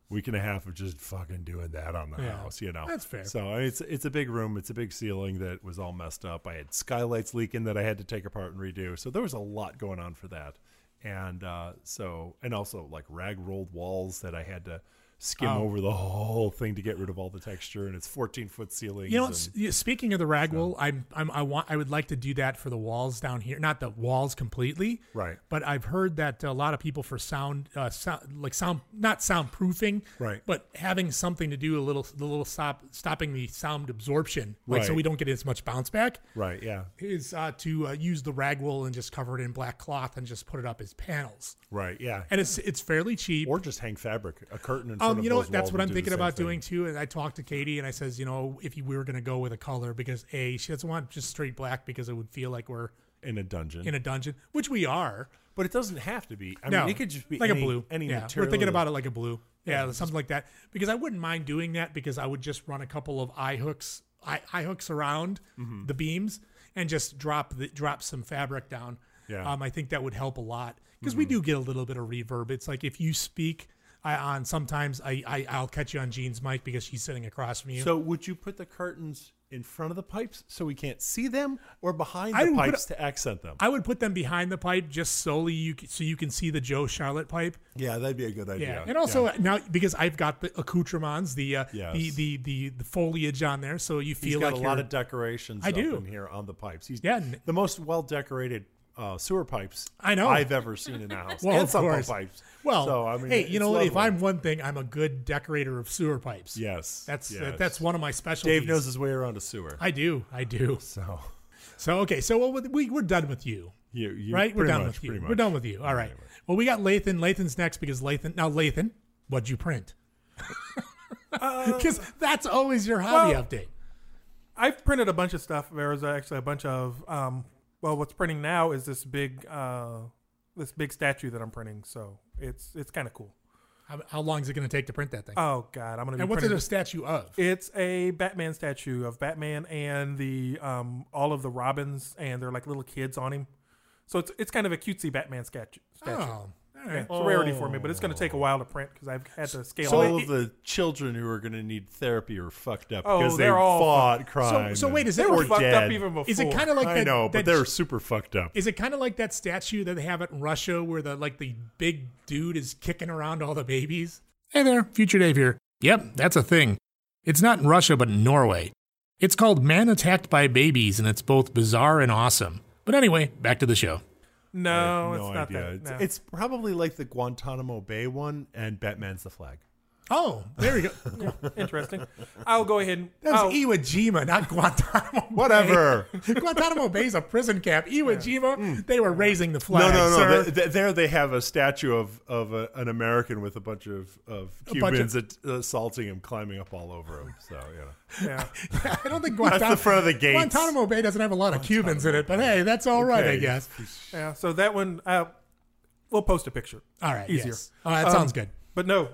G: Week and a half of just fucking doing that on the
C: Yeah.
G: house, you know.
C: That's fair.
G: So it's it's a big room, it's a big ceiling that was all messed up. I had skylights leaking that I had to take apart and redo. So there was a lot going on for that, and uh, so and also like rag rolled walls that I had to skim
C: Oh.
G: over the whole thing to get rid of all the texture. And it's fourteen foot ceilings.
C: You know,
G: and-
C: s- yeah, speaking of the ragwool, I'm, I'm I want I would like to do that for the walls down here, not the walls completely,
G: Right.
C: But I've heard that a lot of people for sound, uh, sound like sound not soundproofing,
G: Right.
C: But having something to do a little the little stop stopping the sound absorption, like so
G: Right.
C: we don't get as much bounce back,
G: right? Yeah.
C: is uh, to uh, use the ragwool and just cover it in black cloth and just put it up as panels.
G: Right. Yeah.
C: And it's it's fairly cheap.
G: Or just hang fabric, a curtain in front
C: Um,
G: of
C: you know
G: those
C: what? That's
G: walls
C: what
G: would
C: I'm
G: do the
C: thinking
G: same
C: about
G: thing.
C: doing too. And I talked to Katie and I says, you know, if you, we were going to go with a color because a she doesn't want just straight black because it would feel like we're
G: in a dungeon.
C: in a dungeon, which we are.
G: But it doesn't have to be. I
C: no,
G: mean, it could just be
C: like
G: any-
C: a blue.
G: Any
C: yeah,
G: material.
C: we're thinking
G: that-
C: about it like a blue. Yeah,
G: Yeah,
C: something like that. Because I wouldn't mind doing that because I would just run a couple of eye hooks, eye, eye hooks around
G: Mhm.
C: the beams and just drop the drop some fabric down.
G: Yeah. Mm-hmm.
C: Um, I think that would help a lot because we do get a little bit of reverb. It's like if you speak. I, on sometimes I, I I'll catch you on Jean's mic because she's sitting across from you.
G: So would you put the curtains in front of the pipes so we can't see them, or behind
C: I
G: the
C: would put
G: pipes
C: a-
G: to accent them?
C: I would put them behind the pipe just solely you c- so you can see the Joe Charlotte pipe.
G: yeah, that'd be a good
C: Yeah, and also uh, now because I've got the accoutrements, the uh, the,
G: Yes.
C: the the the foliage on there, so you
G: He's
C: feel
G: got
C: like
G: a lot
C: you're-
G: of decorations.
C: I
G: up
C: do.
G: in here on the pipes. He's
C: Yeah,
G: the most well decorated uh, sewer pipes
C: I know.
G: I've ever seen in a house.
C: Well,
G: and
C: of
G: some pump
C: course.
G: pipes.
C: Well,
G: so I mean,
C: hey, you
G: it's
C: know what? If
G: lovely.
C: I'm one thing, I'm a good decorator of sewer pipes.
G: Yes,
C: that's
G: yes.
C: that's one of my specialties.
G: Dave knows his way around a sewer.
C: I do, I do.
G: So,
C: so okay, so well, we we're done with you.
G: You- you-
C: right? We're
G: pretty
C: done
G: much,
C: with you.
G: pretty
C: We're
G: much.
C: done with you. All right. Well, we got Lathan. Lathan's next because Lathan. Now, Lathan, what'd you print?
G: Uh,
C: Because that's always your hobby
I: Well,
C: update.
I: I've printed a bunch of stuff. There was actually a bunch of um, well, what's printing now is this big uh, this big statue that I'm printing. So it's it's kind of cool.
C: How, how long is it going to take to print that thing?
I: Oh God, I'm gonna. Be
C: And what's it
I: printing-
C: a statue of?
I: It's a Batman statue of Batman and the um, all of the Robins, and they're like little kids on him. So it's it's kind of a cutesy Batman statue. statue.
C: Oh, all right.
I: Yeah, it's a rarity for me, but it's going to take a while to print because I've had to scale.
G: So
I: it.
G: all of the children who are going to need therapy are fucked up
I: Oh,
G: because they
I: they're all
G: fought
I: fucked-
G: crime.
C: So, so wait,
G: and-
C: is it
G: or
C: or
G: dead.
C: Is it kind of like
G: I
C: that,
G: know,
C: that
G: but they're super fucked up.
C: Is it kind of like that statue that they have in Russia where the like the big dude is kicking around all the babies? Hey there, future Dave here. Yep, that's a thing. It's not in Russia, but in Norway. It's called Man Attacked by Babies, and it's both bizarre and awesome. But anyway, back to the show.
I: no,
G: I have
I: it's not
G: idea.
I: that.
G: It's,
I: no.
G: it's probably like the Guantanamo Bay one, and Batman's the flag.
C: Oh, there we go.
I: Interesting. I'll go ahead and.
C: That was
I: I'll-
C: Iwo Jima, not Guantanamo. Bay.
G: Whatever.
C: Guantanamo Bay is a prison camp. Iwo Jima,
I: Mm.
C: they were raising the
G: No,
C: flag.
G: no, no.
C: sir.
G: th- th- there they have a statue of of a, an American with a bunch of of
C: A bunch of-
G: Cubans at- uh, assaulting him, climbing up all over him. So you
I: yeah.
C: I don't think
G: know,
C: Guantanamo.
G: that's the front of the gates.
C: Guantanamo Bay doesn't have a lot of Cubans in it, but hey, that's all right, I
G: Okay.
C: guess.
I: Yeah, so that one, uh, we'll post a picture.
C: All right,
I: easier. Um,
C: yes. All right, that sounds good.
I: But no,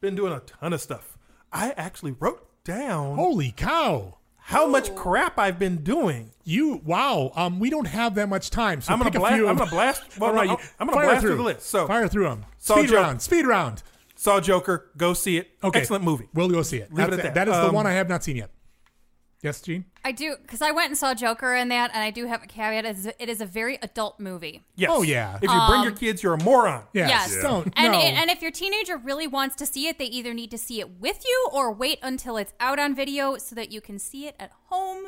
I: been doing a ton of stuff. I actually wrote down
G: Oh.
C: Holy cow!
I: how much crap I've been doing.
C: You wow. Um, we don't have that much time, so
I: I'm gonna
C: pick
I: blast.
C: a few.
I: I'm gonna blast. Well,
C: All right,
I: no,
C: you-
I: I'm gonna
C: fire
I: blast through.
C: through.
I: the list. So
C: fire through them.
I: Saw
C: Speed
I: Joe-
C: round. Speed round.
I: Saw Joker. Go see it.
C: Okay,
I: Excellent movie.
C: We'll go see it.
I: Leave it
C: That's-
I: at that.
C: That is the
I: Um,
C: one I have not seen yet. Yes, Gene.
F: I do because I went and saw Joker in that, and I do have a caveat: is it is a very adult movie.
I: Yes.
C: Oh, yeah.
I: If you bring
G: Um,
I: your kids, you're a moron.
C: Yes.
F: Yes.
C: Don't.
F: And,
C: no.
F: and if your teenager really wants to see it, they either need to see it with you or wait until it's out on video so that you can see it at home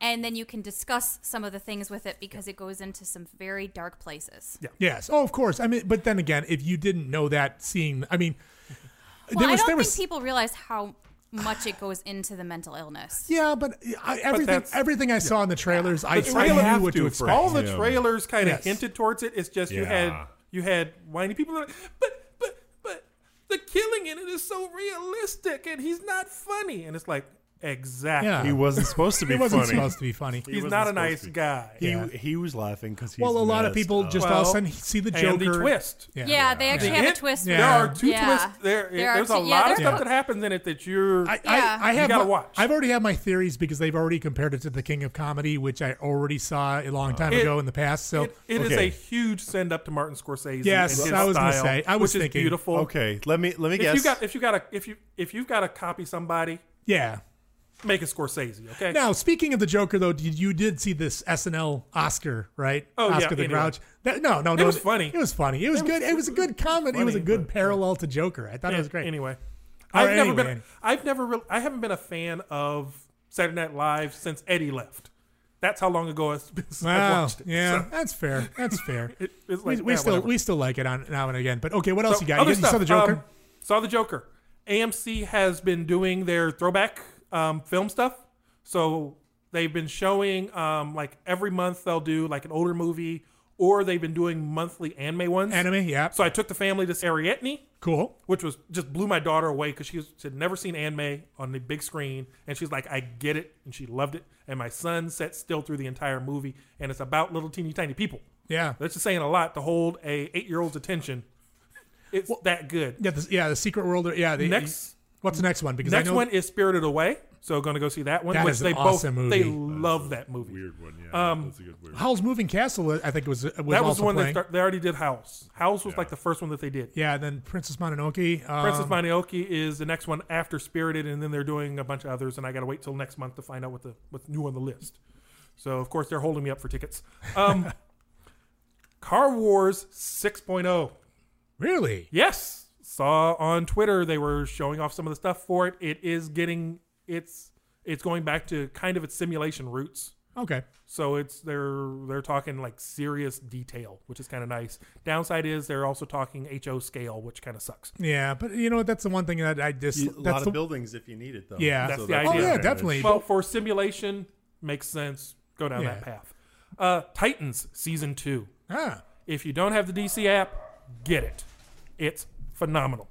F: and then you can discuss some of the things with it because it goes into some very dark places.
C: yes. Oh, of course. I mean, but then again, if you didn't know that, seeing. I mean,
F: Well, I don't think people realize how much it goes into the mental illness.
C: Yeah, but uh, I, everything
I: that's-
C: everything I saw in the trailers, I,
I: The
C: I
I: trailer-
C: knew what to,
G: to for
C: expect.
I: All the
G: Yeah.
I: trailers kind of
C: Yes.
I: hinted towards it. It's just you
G: Yeah.
I: had you had whiny people that, but but but the killing in it is so realistic and he's not funny. And it's like exactly.
C: Yeah.
G: He wasn't supposed to be
C: It wasn't
G: funny.
C: supposed to be funny.
I: He's
G: wasn't
I: not a
G: supposed
I: nice
G: to be.
I: guy.
G: He,
C: Yeah.
G: he was laughing because he's
C: Well, a lot of
G: messed
C: people
G: up.
C: just all of a
I: Well,
C: sudden see the
I: and
C: Joker.
I: the twist.
C: Yeah.
F: Yeah, they actually have a
I: It-
F: twist.
I: There
C: Yeah.
I: are two
F: Yeah.
I: twists. There,
F: There are
I: there's a
F: two- yeah,
I: lot of
F: there's
I: stuff
F: a-
I: that happens in it that you're.
C: I,
F: Yeah.
C: I, I
F: You
C: have
I: gotta
C: my-
I: watch.
C: I've already had my theories because they've already compared it to the King of Comedy, which I already saw a long time
I: Uh, It-
C: ago in the past. So
I: it it is
G: okay.
I: a huge send up to Martin Scorsese.
C: Yes,
I: and his
C: I was gonna
I: style,
C: say, I was
I: which
C: thinking,
I: is beautiful.
G: Okay, let me let me
I: If
G: guess.
I: you got if you got a if you if you've got to copy somebody,
C: yeah.
I: make it Scorsese. Okay.
C: Now speaking of the Joker, though, did- you did see this SNL Oscar, right?
I: Oh, yeah,
C: Oscar the
I: anyway.
C: Grouch. That, no, no, no.
I: was funny.
C: It was funny. It was good. It was a good comment. It was a good parallel to Joker. I thought it was great.
I: Anyway,
C: Or
I: I've never
C: anyway,
I: been.
C: any-
I: I've never really. I haven't been a fan of Saturday Night Live since Eddie left. That's how long ago it's been since I
C: Wow.
I: watched it.
C: Yeah,
I: So,
C: that's fair. That's fair.
I: it- it's
C: we
I: like,
C: we
I: yeah,
C: still
I: whatever.
C: we still like it on now and again. But okay, what else
I: So,
C: you got?
I: other
C: You, you saw
I: stuff.
C: the Joker.
I: Um, saw the Joker. AMC has been doing their throwback um, film stuff. So they've been showing um, like every month they'll do like an older movie, or they've been doing monthly anime ones.
C: Anime. Yeah.
I: So I took the family to see Arietne,
C: cool.
I: which was just blew my daughter away because she, was- she had never seen anime on the big screen, and she's like, "I get it," and she loved it. And my son sat still through the entire movie, and it's about little teeny tiny people.
C: Yeah.
I: That's just saying a lot to hold a eight year old's attention. It's that good.
C: Yeah. The, yeah. The Secret World. Yeah. The,
I: Next-
C: What's the next one? Because
I: Next
C: I know
I: one is Spirited Away, so going to go see that one.
C: That
I: which
C: is an
I: they
C: awesome
I: both
C: movie.
I: they love that movie.
G: weird one. Yeah, that's a good weird.
C: Howl's Moving Castle. I think was was
I: That was
C: also
I: the one
C: playing.
I: they start, they already did. House House was like the first one that they did.
C: Yeah. Then Princess Mononoke. Um,
I: Princess Mononoke is the next one after Spirited, and then they're doing a bunch of others, and I got to wait till next month to find out what the what's new on the list. So of course they're holding me up for tickets. Um, Car Wars 6.0.
C: Really?
I: Yes, saw on Twitter they were showing off some of the stuff for it. It is getting it's it's going back to kind of its simulation roots.
C: Okay.
I: So it's they're they're talking like serious detail, which is kind of nice. Downside is they're also talking HO scale, which kind of sucks.
C: Yeah, but you know what? That's the one thing that I just.
G: You- a
C: that's
G: lot
C: the,
G: of buildings if you need it though.
C: Yeah.
I: That's the
C: oh
I: idea.
C: yeah, definitely.
I: Well, for simulation, makes sense. Go down
C: Yeah.
I: that path. Uh, Titans season two.
C: ah,
I: If you don't have the DC app, get it. It's phenomenal.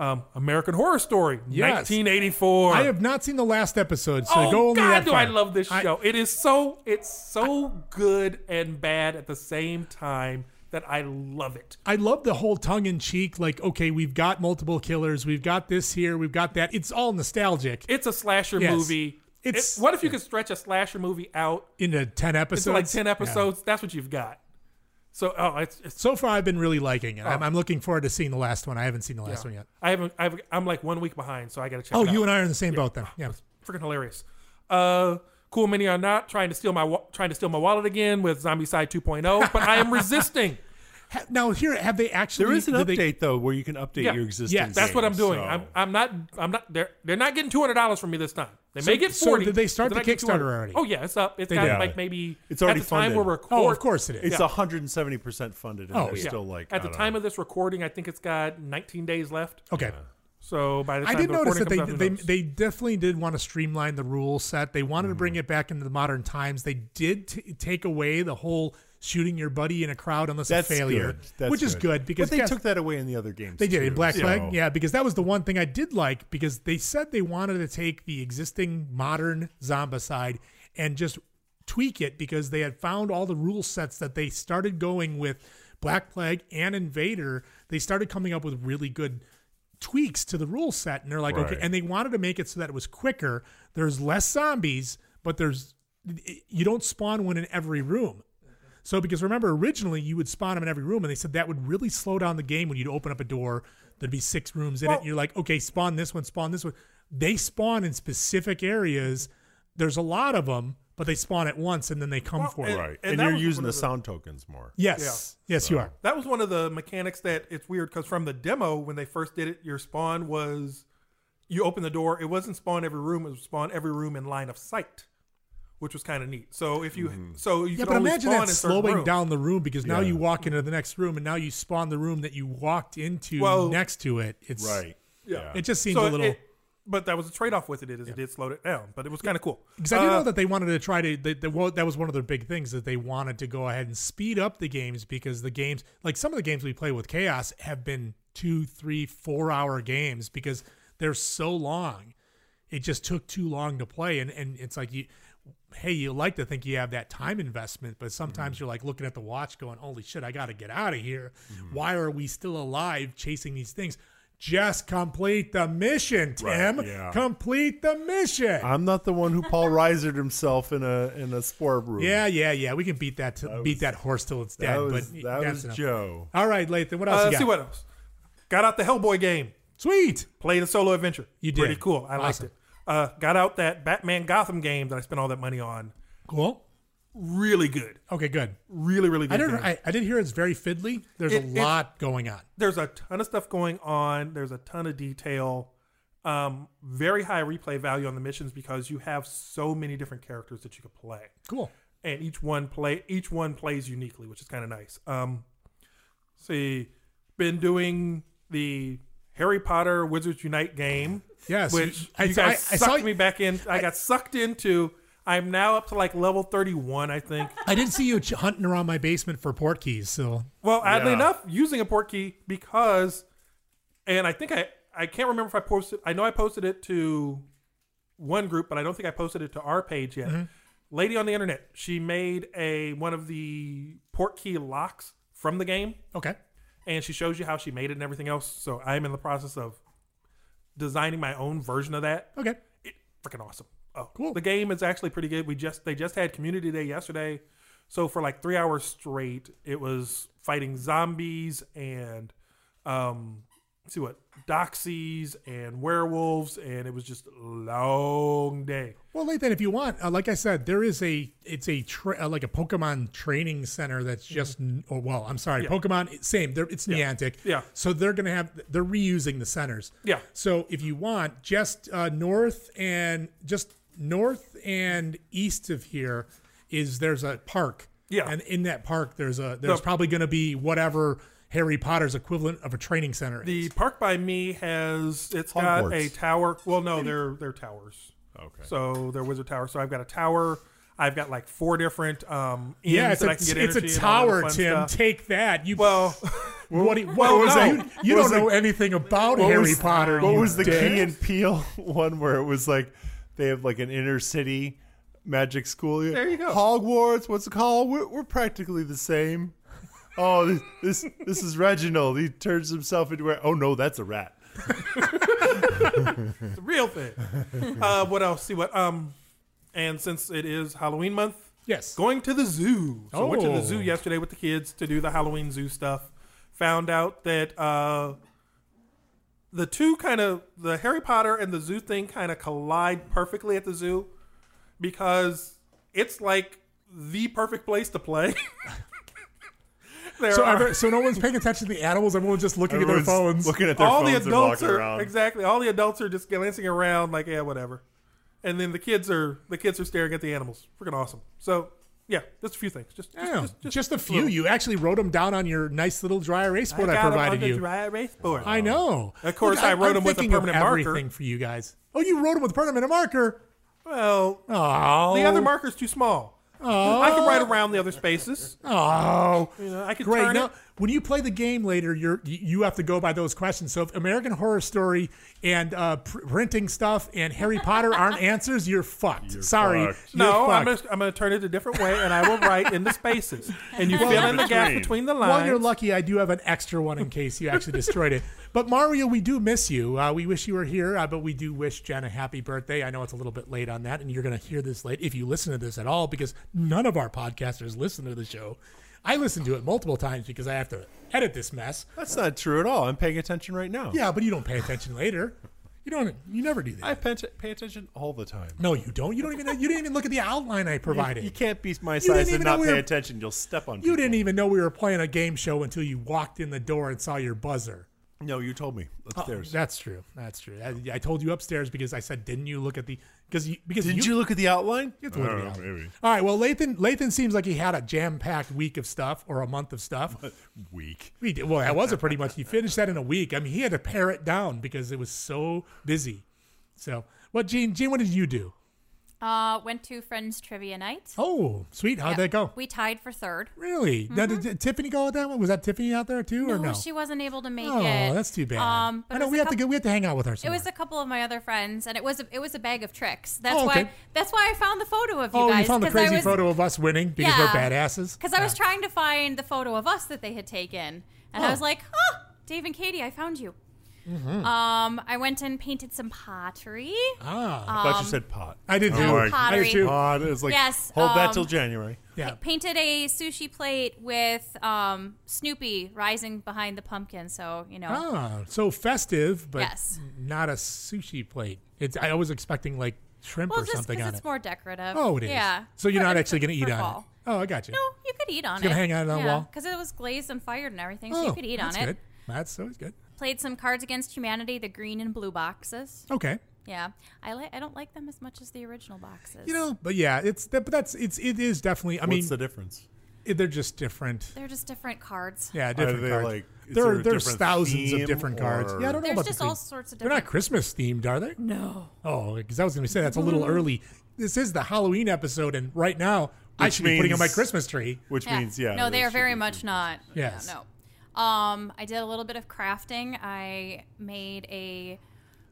I: Um, American Horror Story,
C: Yes.
I: 1984.
C: I have not seen the last episode, so
I: oh
C: go only
I: God,
C: that
I: do
C: far.
I: I love this
C: I-
I: show? It is so it's so good and bad at the same time that I love it.
C: I love the whole tongue in cheek, like, okay, we've got multiple killers, we've got this here, we've got that. It's all nostalgic
I: It's a slasher
C: Yes.
I: movie.
C: It's-
I: It- what if you could stretch a slasher movie out
C: into 10 episodes.
I: into like ten
C: Yeah.
I: episodes? That's what you've got. So oh, it's, it's
C: So far, I've been really liking it.
I: Oh.
C: I'm, I'm looking forward to seeing the last one. I haven't seen the last one yet.
I: I haven't. I've, I'm like one week behind, so I got to check.
C: Oh,
I: it out.
C: you and I are in the same boat then. Yeah.
I: freaking hilarious. Uh, cool mini are not trying to steal my wa- trying to steal my wallet again with Zombie Side 2.0, but I am resisting.
C: Ha- now, here, have they actually.
G: There is an
C: did they-
G: update though where you can update
I: Yeah.
G: your existing.
C: Yes.
I: That's what I'm
G: games,
I: doing.
G: so-
I: I'm, I'm not. I'm not. They're they're not getting two hundred dollars from me this time. They
C: So-
I: may get
C: so
I: forty.
C: did they start the
I: but they're not getting
C: Kickstarter
I: 200.
C: already?
I: Oh yeah, it's up. It's
C: They
I: got
C: did.
I: like maybe.
G: It's already
I: at the time
G: funded.
I: we're
G: Oh,
I: recording.
C: oh, of course it is.
G: It's
I: Yeah.
G: 170% funded, and
C: Oh,
G: they're
C: yeah.
G: still like
I: at
G: I
I: the
G: don't
I: time
G: know.
I: of this recording, I think it's got 19 days left.
C: okay.
I: So by the
C: I
I: time
C: did
I: the
C: notice
I: recording
C: that they
I: comes out, who
C: they,
I: knows?
C: they definitely did want to streamline the rule set. They wanted to bring
G: Mm-hmm.
C: it back into the modern times. They did t- take away the whole shooting your buddy in a crowd unless
G: That's
C: a failure,
G: good. That's
C: which is good because
G: but they
C: guess-
G: took that away in the other games.
C: they did in
G: too,
C: Black Flag,
G: so-
C: yeah, because that was the one thing I did like because they said they wanted to take the existing modern zombicide and just tweak it because they had found all the rule sets that they started going with Black Plague and Invader. They started coming up with really good tweaks to the rule set, and they're like, okay,
G: Right.
C: and they wanted to make it so that it was quicker. There's less zombies, but there's you don't spawn one in every room. So, because remember, originally you would spawn them in every room, and they said that would really slow down the game when you'd open up a door. There'd be six rooms in it, and you're like, okay, spawn this one, spawn this one. They spawn in specific areas. There's a lot of them, but they spawn at once and then they come for it.
G: Right.
I: and
G: And,
I: that
G: you're
I: was
G: using
I: one
G: the
I: of the-
G: sound tokens more.
C: Yes. Yes, you are.
I: That was one of the mechanics that it's weird because from the demo when they first did it, your spawn was you open the door. It wasn't spawn every room; it was spawn every room in line of sight, which was kind of neat. So if you so you
C: Yeah,
I: could
C: but
I: only
C: imagine
I: spawn
C: that
I: in certain
C: slowing
I: rooms.
C: down the room because now you walk into the next room and now you spawn the room that you walked into
I: Well-
C: next to it. It's
G: Right.
I: Yeah.
C: It just seems
I: So
C: a little.
I: it- but that was a trade off with it. Is it did slow it down, but it was kind of cool.
C: Because I do
I: Uh,
C: know that they wanted to try to. They, they, well, that was one of their big things that they wanted to go ahead and speed up the games because the games, like some of the games we play with Chaos, have been two, three, four hour games because they're so long. It just took too long to play, and and it's like you. Hey, you like to think you have that time investment, but sometimes you're like looking at the watch going, Holy shit, I got to get out of here. Why are we still alive chasing these things? Just complete the mission, Tim.
G: yeah.
C: Complete the mission.
J: I'm not the one who Paul Reisered himself in a in a sport room.
C: Yeah, yeah, yeah. We can beat that to, beat that horse till it's
J: that
C: dead.
J: was-
C: but
J: that
C: that's
J: was
C: enough.
J: Joe.
C: All right, Lathan. What else? you
I: Uh, let's
C: got?
I: see what else. Got out the Hellboy game.
C: Sweet.
I: Played a solo adventure.
C: You did.
I: Pretty cool. I
C: Awesome.
I: liked it. Uh, got out that Batman Gotham game that I spent all that money on.
C: Cool.
I: Really good.
C: Okay, good.
I: Really, really good.
C: I don't.
I: game.
C: I, I did hear it's very fiddly. There's
I: It-
C: a
I: it-
C: lot going on.
I: there's a ton of stuff going on. There's a ton of detail. Um, very high replay value on the missions because you have so many different characters that you could play,
C: Cool.
I: and each one play each one plays uniquely, which is kind of nice. Um, see, been doing the Harry Potter Wizards Unite game,
C: Yes.
I: which
C: I,
I: you
C: I, I
I: guys
C: saw.
I: sucked me back in. I, got sucked into. I'm now up to like level 31, I think.
C: I did see you ch- hunting around my basement for port keys. So
I: Well, oddly
J: Yeah.
I: enough, using a port key because, and I think I I can't remember if I posted. I know I posted it to one group, but I don't think I posted it to our page yet. Lady on the internet, she made a one of the port key locks from the game,
C: okay.
I: and she shows you how she made it and everything else. So I'm in the process of designing my own version of that
C: Okay.
I: it freaking awesome. Oh,
C: Cool.
I: The game is actually pretty good. We just they just had community day yesterday, so for like three hours straight, it was fighting zombies and um, let's see what doxies and werewolves, and it was just a long day.
C: Well, Lathan, if you want, uh, like I said, there is a it's a tra- uh, like a Pokemon training center that's just n- or well, I'm sorry, Pokemon same. They're, it's Niantic.
I: Mm-hmm. Yeah.
C: So they're gonna have they're reusing the centers.
I: Yeah.
C: So if you want, just uh, north and just north and east of here is there's a park.
I: Yeah.
C: And in that park, there's a there's
I: The-
C: probably gonna be whatever Harry Potter's equivalent of a training center.
I: The
C: is.
I: park by me has it's got a
J: Hogwarts.
I: tower. Well, no, they're they're towers.
G: Okay.
I: So they're wizard towers. So I've got a tower. I've got like four different um.
C: yeah,
I: inns
C: it's
I: that
C: a,
I: I can get
C: it's a
I: energy and all that
C: tower,
I: fun
C: Tim.
I: stuff.
C: Take that. You
I: Well,
C: What, do you,
I: Well,
C: what was
I: no.
C: You, you
J: What was
C: don't know anything about
J: What
C: Harry
J: was-
C: Potter.
J: What
C: you
J: was the
C: dick.
J: Key and Peel one where it was like they have like an inner city magic school? There
I: you go.
J: Hogwarts. What's it called? We're, we're practically the same. Oh, this, this this is Reginald. He turns himself into a. Oh no, that's a rat.
I: the real thing. uh, what else? See what? Um, and since it is Halloween month,
C: Yes.
I: going to the zoo. So I went to the zoo
C: Oh.
I: yesterday with the kids to do the Halloween zoo stuff. Found out that uh, the two kind of the Harry Potter and the zoo thing kind of collide perfectly at the zoo because it's like the perfect place to play. There
C: So,
I: are-
C: ever, so no one's paying attention to the animals. Everyone's just looking
J: Everyone's
C: at their phones.
J: looking at their
I: all
J: phones
I: the adults
J: and walking
I: are
J: around.
I: exactly all the adults are just glancing around like yeah whatever and then the kids are the kids are staring at the animals freaking awesome so yeah just a few things just just,
C: Yeah,
I: just,
C: just,
I: just,
C: a few. You actually wrote them down on your nice little dry erase
I: I
C: board I,
I: got 'em
C: provided
I: on the
C: you.
I: dry erase board.
C: I know.
I: Of course, I wrote
C: I'm
I: 'em with a
C: thinking of
I: permanent marker.
C: Everything for you guys. Oh, you wrote them with a permanent marker.
I: well
C: Oh,
I: the other marker's too small i can write around the other spaces
C: Oh,
I: you know i can
C: Great.
I: turn
C: Now,
I: it
C: when you play the game later, you're you- you have to go by those questions. So if American Horror Story and uh, pr- renting stuff and Harry Potter aren't answers, you're fucked. Sorry.
G: fucked.
C: You're
I: no, I'm
C: fucked.
I: just, I'm going to turn it a different way, and I will write in the spaces, and you fill in the gap
G: between.
I: between the
C: Well, you're
I: lines.
C: lucky. I do have an extra one in case you actually destroyed it. But Mario, we do miss you. Uh, we wish you were here, uh, but we do wish Jen a happy birthday. I know it's a little bit late on that, and you're going to hear this late if you listen to this at all, because none of our podcasters listen to the show. I listen to it multiple times because I have to edit this mess.
J: That's not true at all. I'm paying attention right now.
C: Yeah, but you don't pay attention later. You don't. You never do that.
J: I pay, pay attention all the time.
C: no, you don't. You don't even. You didn't even look at the outline I provided.
J: You can't be my
C: didn't
J: size
C: even
J: and
C: know
J: not
C: we
J: pay
C: were-
J: attention. You'll step on.
C: You didn't even know we were playing a game show until you walked in the door and saw your buzzer.
J: No, you told me
C: Oh,
J: upstairs.
C: That's true. That's true. I, I told you upstairs because I said, didn't you look at the because you, because
J: Didn't you, look at the outline?
C: you have to look at the
G: Oh,
C: outline.
G: maybe.
C: All right. Well, Lathan Lathan seems like he had a jam packed week of stuff or a month of stuff.
G: Weak.
C: We did, well, that was a pretty much. He finished that in a week. I mean, he had to pare it down because it was so busy. So, what, Gene? Gene, what did you do?
F: Uh, went to friends trivia night.
C: Oh, sweet. How'd
F: Yeah.
C: that go?
F: We tied for third.
C: Really? Now, did, did Tiffany go with that one? Was that Tiffany out there too, or no?
F: Mm-hmm. she wasn't able to make
C: oh,
F: it.
C: that's too bad.
F: Um, but
C: I
F: it
C: know
F: was
C: we
F: a
C: have to
F: couple-
C: get, we have to hang out with her.
F: It
C: Somewhere.
F: was a couple of my other friends, and it was a, it was a bag of tricks. That's
C: Oh,
F: why
C: okay.
F: that's why I found the photo of you
C: oh,
F: guys.
C: you found the
F: 'cause I
C: crazy
F: was-
C: photo of us winning because we're badasses.
F: Because I was trying to find the photo of us that they had taken, and I
C: Oh.
F: was like, "Oh, Dave and Katie, I found you." Um, I went and painted some pottery.
C: Mm-hmm. ah,
G: I thought
F: Um,
G: you said pot.
C: I did
G: I'm
C: too.
G: like,
F: Pottery.
C: I did too.
G: Pot. It's like
F: Yes,
G: hold that
F: um,
G: till January.
C: Yeah.
F: I painted a sushi plate with um, Snoopy rising behind the pumpkin. So you know,
C: Ah, so festive, but
F: Yes.
C: not a sushi plate. It's I was expecting like shrimp
F: well,
C: or
F: just
C: something
F: because
C: on
F: it's
C: it.
F: more decorative.
C: oh, it is.
F: Yeah.
C: So you're
F: For-
C: not
F: for-
C: actually going to eat
F: for
C: on
F: fall.
C: it. Oh, I got you.
F: No, you could eat on
C: It's
F: it.
C: gonna hang out on the wall?
F: because it was glazed and fired and everything, so
C: Oh,
F: you could eat on
C: that's
F: it.
C: Good. That's always good.
F: Played some Cards Against Humanity, the green and blue boxes.
C: Okay.
F: Yeah, I like. I don't like them as much as the original boxes.
C: You know, but yeah, it's that, but that's it's it is definitely. I mean,
G: What's the difference?
C: it- they're just different.
F: they're just different cards.
C: Yeah, different
G: they
C: cards.
G: like- is
C: there,
G: there
C: are-
G: a
C: there's
G: different
C: thousands of
G: theme
C: different cards.
G: or-
C: Yeah, I don't know
F: There's
C: about
F: just
C: the theme.
F: all sorts of
C: They're not
F: different.
C: Christmas themed, are they?
F: no.
C: Oh, because I was going to say that's a little early. This is the Halloween episode, and right now I
G: Which
C: should be putting up my
G: means-
C: Christmas tree.
G: Which means yeah.
F: No, they
G: those
F: are very
G: should be
F: much
G: three.
F: not.
C: Yes.
F: No. no. Um, I did a little bit of crafting. I made a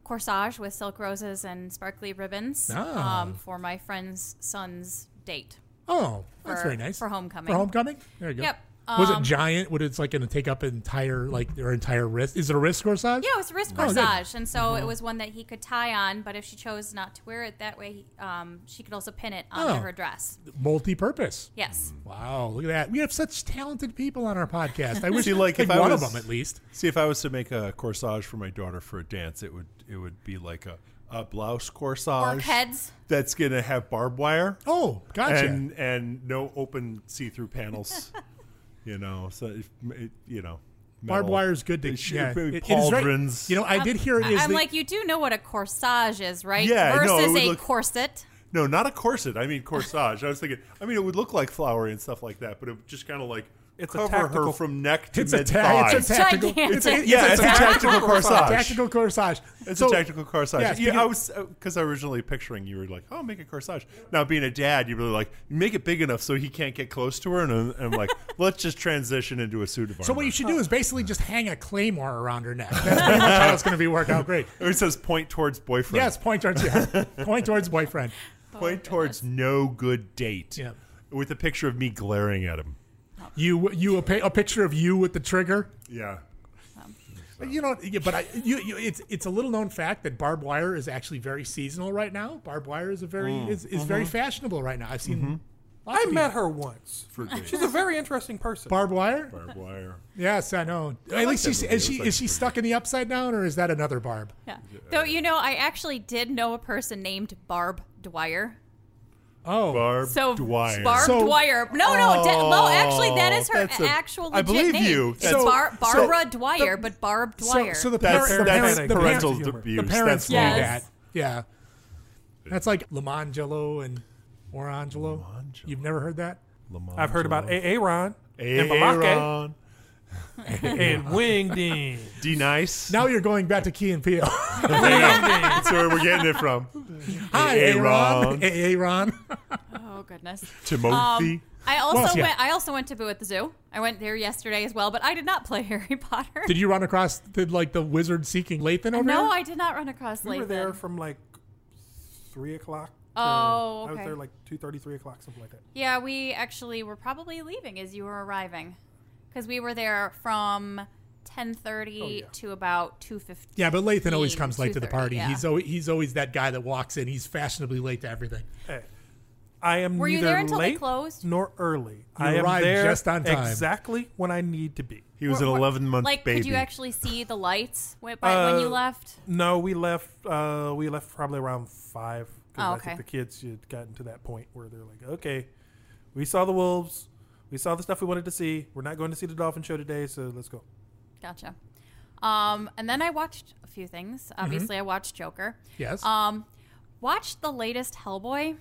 F: corsage with silk roses and sparkly ribbons
C: Ah.
F: um, for my friend's son's date.
C: Oh, that's
F: For-
C: very nice
F: for homecoming.
C: For homecoming, there you go.
F: Yep.
C: was it
F: Um,
C: giant? Would it's like going to take up entire like their entire wrist? Is it a wrist corsage?
F: Yeah, it was a wrist
C: Oh, good.
F: corsage, and so
G: Mm-hmm.
F: it was one that he could tie on. But if she chose not to wear it that way, um, she could also pin it onto
C: Oh.
F: her dress.
C: Multi-purpose.
F: Yes.
C: Wow, look at that. We have such talented people on our podcast. I wish
G: See, like, if I
C: one of
G: was-
C: them at least.
G: See, if I was to make a corsage for my daughter for a dance, it would it would be like a, a blouse corsage
F: Orc heads.
G: that's gonna have barbed wire
C: Oh, gotcha.
G: and and no open see through panels. you know, so it, it, you know,
C: Barbed
G: metal.
C: wire is good to
G: It should
C: yeah,
G: be
C: it- it is very-
G: pauldrons.
C: You know, I did hear it is
F: I'm
C: the-
F: like, you do know what a corsage is, right?
G: Yeah, I
F: Versus
G: know, it would
F: a
G: look-
F: corset.
G: No, not a corset. I mean corsage. I was thinking. I mean, it would look like flowery and stuff like that, but it would just kind of like
I: It's a
G: cover her
I: tactical-
G: from neck to
C: it's a,
G: mid
C: ta-
G: thigh.
C: it's a tactical.
F: Gigantic.
C: It's a, it's
G: yeah, it's, a tactical, corsage.
C: tactical corsage.
G: It's
C: So-
G: a tactical corsage.
C: yes,
G: yeah,
C: because-
G: I was because I was originally picturing you were like, oh, make a corsage. Now being a dad, you're really like, make it big enough so he can't get close to her, and I'm, I'm like, let's just transition into a suit of armor.
C: So what you should do is basically just hang a claymore around her neck. That's pretty much how it's going to be worked out great.
G: Or it says point towards boyfriend.
C: Yes, point towards yeah. point towards boyfriend.
F: Oh,
G: point towards no good date.
C: Yeah.
G: With a picture of me glaring at him.
C: You you a, pi- a picture of you with the trigger.
G: Yeah.
C: But You know, yeah, but I, you, you, it's it's a little known fact that barbed wire is actually very seasonal right now. Barbed wire is a very is, is very fashionable right now. I've seen lots
I: I
C: of
I: met
C: people-
I: her once.
G: For dates.
I: She's a very interesting person.
C: barbed wire.
G: Barbed wire.
C: Yes, I know. At least she's
G: movie.
C: is
G: It
C: she
G: was like
C: is she stuck in the upside down or is that another barb?
F: Yeah. Though you know, I actually did know a person named Barb Dwyer.
C: Oh,
G: Barb
F: So
G: Dwyer. Oh,
F: Barb
C: So-
F: Dwyer. No, no. De- well, actually, that is her
G: that's a-
F: actual.
G: I
F: legit
G: believe
F: name.
G: you.
F: It's
G: That's-
F: Bar-
G: so-
F: Barbara Dwyer, but Barb
C: so,
F: Dwyer.
C: so the
G: That's,
C: parents, the
G: that's
C: parents, the parents,
G: parental
I: humor.
G: abuse.
C: the parents
G: That's
C: knew
G: law.
F: Yes.
C: that. Yeah, that's like Lamangelo and Orangelo. You've never heard that?
I: I've heard about Aaron and Balake
G: Aaron.
I: and Wing Ding.
G: D nice.
C: Now you're going back to Key and Peele.
G: That's where we're getting it from.
C: Hi, Aaron.
G: Aaron.
C: Aaron.
F: oh goodness.
G: Timothy.
F: Um, I also
C: Well, yeah.
F: went. I also went to Boo at the Zoo. I went there yesterday as well, but I did not play Harry Potter.
C: Did you run across the, like the wizard seeking Lathan over
F: no,
C: here?
F: I did not run across
I: We were
F: Lathan.
I: there from like three o'clock. to-
F: Oh,
I: I was
F: okay.
I: there like two thirty, three o'clock, something like that.
F: Yeah, we actually were probably leaving as you were arriving, because we were there from ten thirty to about two fifty.
C: Oh, Yeah, but Lathan always comes late to the party.
F: Yeah.
C: He's always he's always that guy that walks in. He's fashionably late to everything.
I: Hey, I am
F: Were you
I: neither
F: there until they
I: late
F: closed?
I: nor early. I am
C: arrived
I: there
C: just on time.
I: exactly when I need to be.
G: He was an 11 month
F: like,
G: baby.
F: could you actually see the lights when, by, when you
I: Uh,
F: left?
I: No, we left. Uh, we left probably around five. 'cause
F: Oh,
I: I think
F: okay.
I: the kids had gotten to that point where they're like, okay, we saw the wolves, we saw the stuff we wanted to see. We're not going to see the dolphin show today, so let's go.
F: Gotcha. Um, and then I watched a few things.
C: Mm-hmm.
F: Obviously, I watched Joker.
C: Yes.
F: Um, watched the latest Hellboy.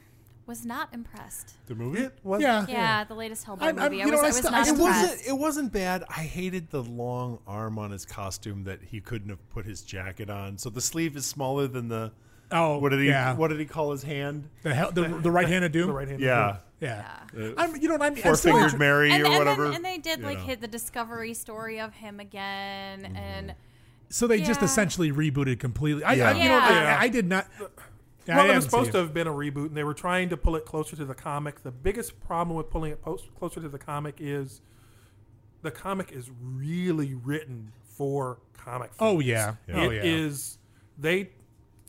F: Was not impressed.
G: the movie?
I: Was-
C: yeah.
F: Yeah, the latest Hellboy
C: I'm- I'm-
F: movie.
C: you know,
F: I
C: I
F: was,
C: still-
F: I was not
C: I
G: It
C: still-
F: impressed.
G: wasn't. It wasn't bad. I hated the long arm on his costume that he couldn't have put his jacket on. So the sleeve is smaller than the
C: Oh,
J: what did he?
C: yeah.
J: What did he call his hand?
C: The hell, the, the right hand of doom. The right
J: of
C: hand.
J: Yeah. doom.
C: yeah. Uh,
J: Yeah.
C: I'm, you know what I mean. I'm still
J: Four-fingered
C: intri-
J: Mary
F: and,
J: or
F: and
J: whatever.
F: Then, and they did
C: You
F: like
C: know.
F: hit the discovery story of him again,
J: Mm-hmm.
F: and
C: So they just
F: Yeah.
C: essentially rebooted completely. I, I,
I: Yeah.
C: you know, I,
I: Yeah.
C: I did not. Yeah, I
I: well, it
C: am
I: was supposed
C: seeing-
I: to have been a reboot, and they were trying to pull it closer to the comic. The biggest problem with pulling it post- closer to the comic is the comic is really written for comic.
C: Oh,
I: fans.
C: yeah. Yeah. Oh,
I: It
C: yeah.
I: is- They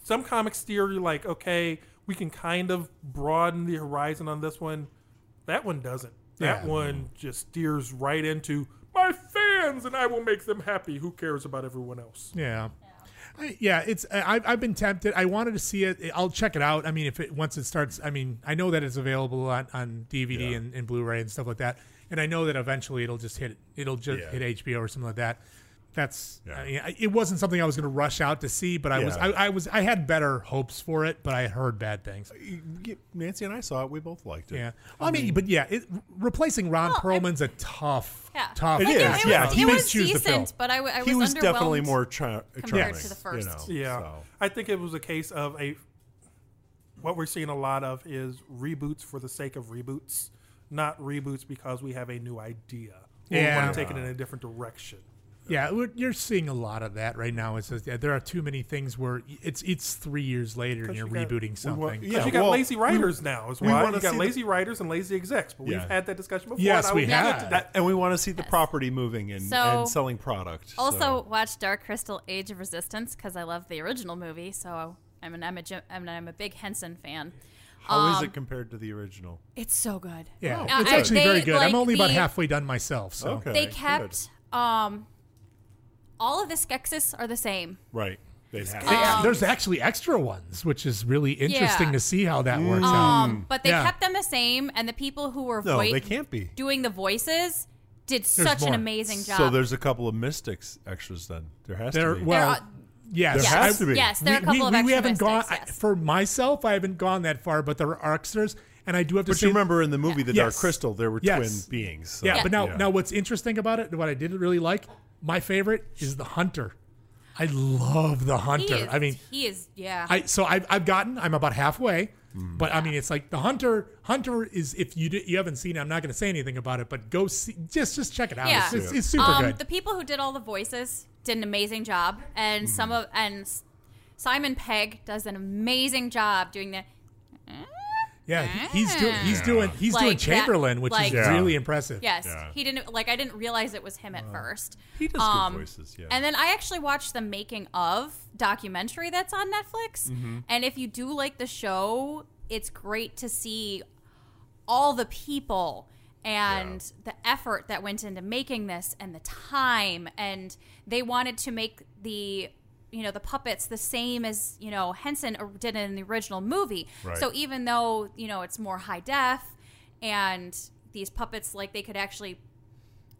I: some comics theory like okay, we can kind of broaden the horizon on this one. That one doesn't. That
C: Yeah.
I: one just steers right into my fans, and I will make them happy. Who cares about everyone else?
C: Yeah. I, yeah, it's I, I've been tempted. I wanted to see it. I'll check it out. I mean, if it once it starts, I mean, I know that it's available on, on DVD and, and Blu-ray and stuff like that, and I know that eventually it'll just hit it'll just
J: Yeah.
C: hit HBO or something like that. That's I- I- it wasn't something I was going to rush out to see, but I was I,
J: Yeah.
C: I was I had better hopes for it, but I had heard bad things.
J: Nancy and I saw it. We both liked it.
C: Yeah, I mean, but yeah, it, replacing Ron Perlman's a tough,
F: yeah,
C: tough.
J: It
F: Like,
J: is,
F: was-
J: yeah.
F: It
J: He
F: was,
J: must choose the film.
F: decent, but I, w- I
J: He was definitely
F: underwhelmed
J: more char-
F: compared
J: charming,
F: to the first.
J: you know.
I: Yeah,
J: So-
I: I think it was a case of a. What we're seeing a lot of is reboots for the sake of reboots, not reboots because we have a new idea or we
C: Yeah.
I: want to take it in a different direction.
C: Yeah, we're, you're seing a lot of that right now. It's just, yeah, there are too many things where it's it's three years later and
I: 'Cause
C: you're
I: you got-
C: rebooting
I: we
C: something.
I: want- 'Cause you got lazy writers now, is
J: we
I: why
J: wanna
I: you got
J: see the-
I: lazy writers and lazy execs. But
J: Yeah.
I: we've had that discussion before.
C: Yes,
I: and I
C: we
I: will get
C: have.
I: to that.
J: That- and we want to see the property moving and,
F: So-
J: and selling product.
F: Also,
J: so.
F: watch Dark Crystal: Age of Resistance because I love the original movie. So I'm an I'm a Jim- I'm, I'm a big Henson fan.
J: how is
F: Um,
J: it compared to the original?
F: It's so good.
C: yeah,
F: Uh,
C: it's
F: I-
C: actually
F: they,
C: very good.
F: like,
C: I'm only about
F: the-
C: halfway done myself. So
J: Okay.
F: They
J: good.
F: kept um, all of the Skeksis are the same.
J: Right. They have.
C: They- there's actually extra ones, which is really interesting
F: Um, Yeah.
C: to see how that works out.
F: Um, but they
C: Yeah.
F: kept them the same, and the people who were
J: No,
F: voi-
J: they can't be.
F: doing the voices did such an
C: more.
F: amazing job.
J: So there's a couple of mystics extras then. There has
C: There,
J: to be.
C: well,
F: are-
C: yes,
J: There has to be.
F: Yes, there are a
C: we-
F: couple
C: we,
F: of
C: we,
F: extra
C: haven't gone
F: mistakes, yes.
C: I, for myself. I haven't gone that far, but there are extras, and I do have to.
J: but
C: say,
J: you remember in the movie The Dark
C: Yes.
J: Crystal, there were
C: Yes.
J: twin beings. so-
C: yeah, but now, now what's interesting about it, what I didn't really like, my favorite is the hunter. I love the
F: he
C: hunter.
F: is,
C: I mean,
F: he is yeah.
C: I so I've, I've gotten I'm about halfway,
I: Mm.
C: but I mean it's like the hunter hunter is if you do, you haven't seen it, I'm not going to say anything about it, but go see just just check it out.
F: Yeah.
C: It's, it's, it's super
F: um,
C: good.
F: The people who did all the voices did an amazing job, and some
C: Mm-hmm.
F: of and S- Simon Pegg does an amazing job doing the
C: yeah, he- he's doing he's
J: Yeah.
C: doing he's
F: Like
C: doing
F: that-
C: Chamberlain, which is
F: like-
J: Yeah.
C: really impressive.
F: Yes,
J: Yeah.
F: he didn't like. I didn't realize it was him at first.
J: He does good
F: um,
J: voices, yeah.
F: And then I actually watched the making of documentary that's on Netflix.
J: Mm-hmm.
F: And if you do like the show, it's great to see all the people and the effort that went into making this and the time and they wanted to make the you know the puppets the same as you know Henson or- did in the original movie
J: Right.
F: so even though you know it's more high def and these puppets like they could actually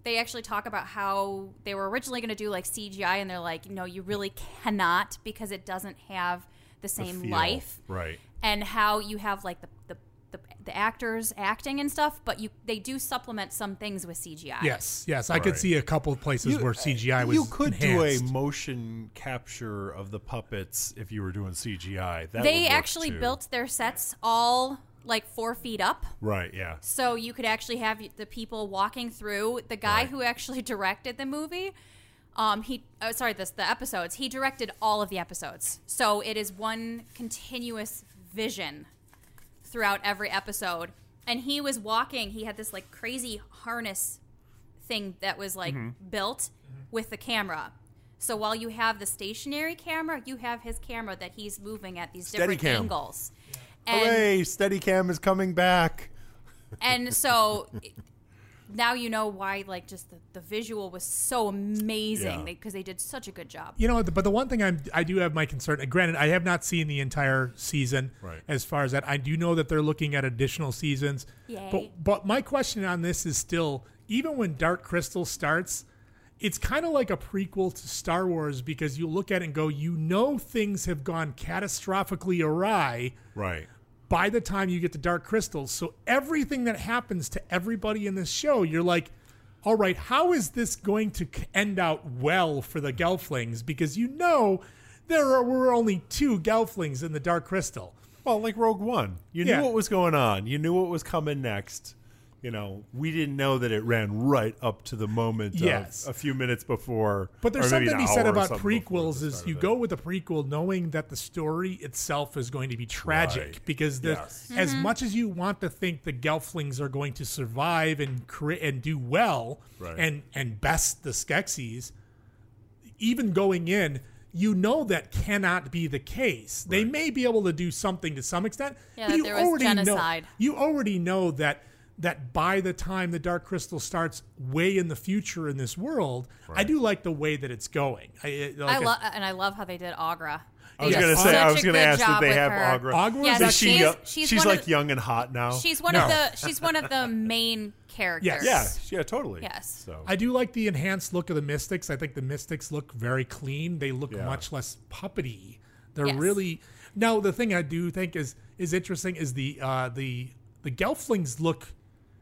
F: they actually talk about how they were originally going to do like CGI and they're like no you really cannot because it doesn't have the
J: The
F: same
J: feel.
F: life
J: Right.
F: and how you have like the the, the, the actors acting and stuff, but you they do supplement some things with CGI.
C: Yes, yes, I could
J: Right.
C: see a couple of places where CGI was
J: You could
C: enhanced.
J: do a motion capture of the puppets if you were doing CGI. That would
F: they
J: work,
F: actually
J: too.
F: built their sets all like four feet up,
J: Right, yeah.
F: so you could actually have the people walking through. The guy
J: Right.
F: who actually directed the movie. Um, he oh, sorry this the episodes he directed all of the episodes so it is one continuous vision throughout every episode and he was walking he had this like crazy harness thing that was like
J: Mm-hmm.
F: built with the camera. So while you have the stationary camera, you have his camera that he's moving at these different
J: Steadicam.
F: angles. And,
J: Hooray, Steadicam is coming back.
F: and so it- now you know why like just the, the visual was so amazing
J: Yeah.
F: because they did such a good job.
C: You know, but the one thing I'm, I do have my concern. And granted, I have not seen the entire season.
J: Right.
C: As far as that, I do know that they're looking at additional seasons.
F: Yay.
C: But but my question on this is still, even when Dark Crystal starts, it's kind of like a prequel to Star Wars because you look at it and go, you know, things have gone catastrophically awry
J: Right.
C: by the time you get to Dark Crystals. So everything that happens to everybody in this show, you're like, all right, how is this going to c- end out well for the Gelflings? Because you know there are, were only two Gelflings in the Dark Crystal.
G: Well, like Rogue One, you
C: Yeah.
G: knew what was going on. You knew what was coming next. You know, we didn't know that it ran right up to the moment.
C: Yes.
G: of a few minutes before.
C: But there's
G: or maybe
C: something to be
G: an
C: said
G: hour or
C: about
G: something before
C: prequels
G: the
C: is
G: start
C: you
G: of it.
C: go with a prequel knowing that the story itself is going to be tragic because the,
G: Yes.
C: as
F: Mm-hmm.
C: much as you want to think the Gelflings are going to survive and cre- and do well
G: Right.
C: and and best the Skeksis, even going in, you know that cannot be the case. They may be able to do something to some extent,
F: Yeah,
C: but
F: that
C: you
F: there was
C: already know
F: genocide.
C: you already know that that by the time the Dark Crystal starts way in the future in this world, I do like the way that it's going. I, it- like a-
F: I love and I love how they did Agra.
G: I was
C: Yes.
G: gonna say, I
F: Such
G: was
F: a
G: gonna
F: good
G: ask
F: job
G: if they
F: with
G: have
F: her.
G: Agra.
C: Agra
F: Yeah,
C: is
F: so
G: Is she
F: she's,
G: yo-
F: she's,
G: she's,
F: one
G: like uh,
F: of the,
G: young and hot now.
F: She's one of the she's one of the main characters.
G: yeah, yeah, totally.
F: Yes.
G: So
C: I do like the enhanced look of the Mystics. I think the Mystics look very clean. They look
G: Yeah.
C: much less puppety. They're
F: Yes.
C: really now. The thing I do think is is interesting is the uh, the the Gelflings look.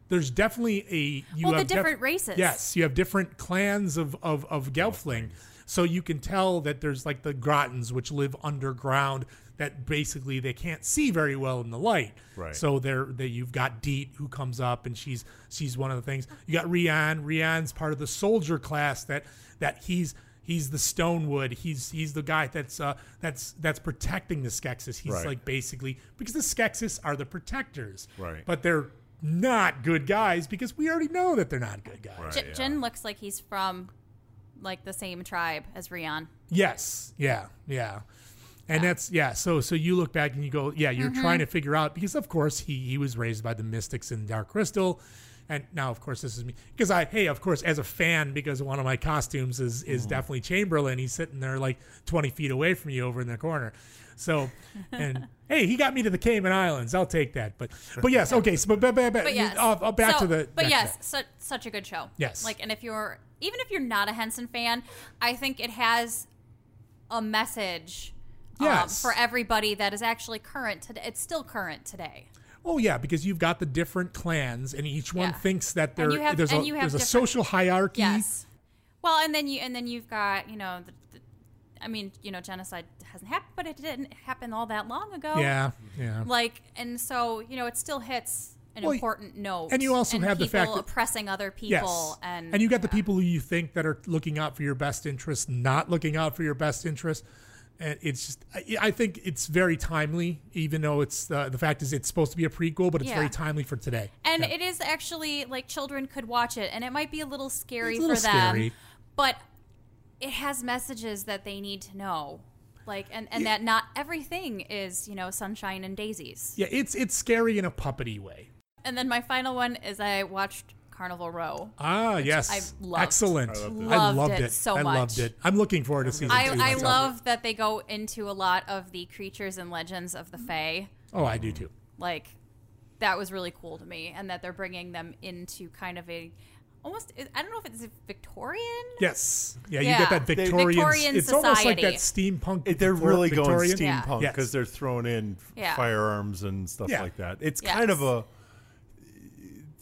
C: There's definitely a you
F: Well, the
C: have def-
F: different races.
C: Yes, you have different clans of of of Gelfling, so you can tell that there's like the Grottons which live underground that basically they can't see very well in the light.
G: Right.
C: So there that you've got Deet who comes up and she's she's one of the things. You got Rian. Rian's part of the soldier class that that he's he's the Stonewood. He's he's the guy that's uh that's that's protecting the Skeksis. He's
G: Right.
C: like basically because the Skeksis are the protectors.
G: Right.
C: But they're not good guys because we already know that they're not good guys.
G: Right.
F: J- Jin looks like he's from like the same tribe as Rion.
C: Yes. Yeah. Yeah. And that's yeah. So so you look back and you go, yeah,
F: Mm-hmm.
C: you're trying to figure out because of course he he was raised by the mystics in Dark Crystal, and now of course this is me because I hey of course as a fan because one of my costumes is is definitely Chamberlain. He's sitting there like 20 feet away from you over in the corner, so and hey he got me to the Cayman Islands. I'll take that. But but yes okay. So but, but, but,
F: But yes,
C: off- off oh, back
F: So-
C: to the
F: But
C: back to
F: yes,
C: that.
F: such such a good show.
C: Yes.
F: Like, and if you're even if you're not a Henson fan, I think it has a message. um,
C: Yes.
F: for everybody that is actually current today, it's still current today.
C: Oh yeah, because you've got the different clans, and each one
F: Yeah.
C: thinks that
F: And
C: there,
F: you have-
C: there's, a,
F: and you have
C: there's a
F: different-
C: social hierarchy.
F: Yes. Well, and then you and then you've got you know, the, the, I mean, you know, genocide hasn't happened, but it didn't happen all that long ago.
C: Yeah, yeah.
F: Like, and so you know, it still hits an
C: Well,
F: important note.
C: and you also have the
F: people
C: fact that-
F: oppressing other people,
C: Yes.
F: and
C: you got the people who you think that are looking out for your best interest, not looking out for your best interest. And it's just, I, I think it's very timely, even though it's uh, the fact is it's supposed to be a prequel, but it's
F: Yeah.
C: very timely for today.
F: and
C: Yeah.
F: it is actually like children could watch it, and it might be a little scary
C: It's a little
F: for them,
C: scary.
F: but it has messages that they need to know. Like and, and that not everything is, you know, sunshine and daisies.
C: yeah, it's it's scary in a puppety way.
F: And then my final one is I watched Carnival Row.
C: Ah, yes,
F: I loved.
C: excellent.
G: I loved
F: it.
C: I loved
F: Loved
C: it.
F: it so
C: I loved
F: much.
C: it. I'm looking forward to season two.
F: I, I
C: myself.
F: love that they go into a lot of the creatures and legends of the Fae.
C: Oh, I do too.
F: Like, that was really cool to me, and that they're bringing them into kind of a almost I don't know if it's Victorian.
C: Yes. Yeah, you
F: Yeah.
C: get that
F: They-
C: Victorian.
F: Victorian
C: it's almost like that
F: society.
C: steampunk.
G: It- they're
C: Victor-
G: really going
C: Victorian.
F: Yeah.
G: steampunk
C: Yes.
G: because they're thrown in f-
F: Yeah.
G: firearms and stuff
C: Yeah.
G: like that. It's
F: Yes.
G: kind of a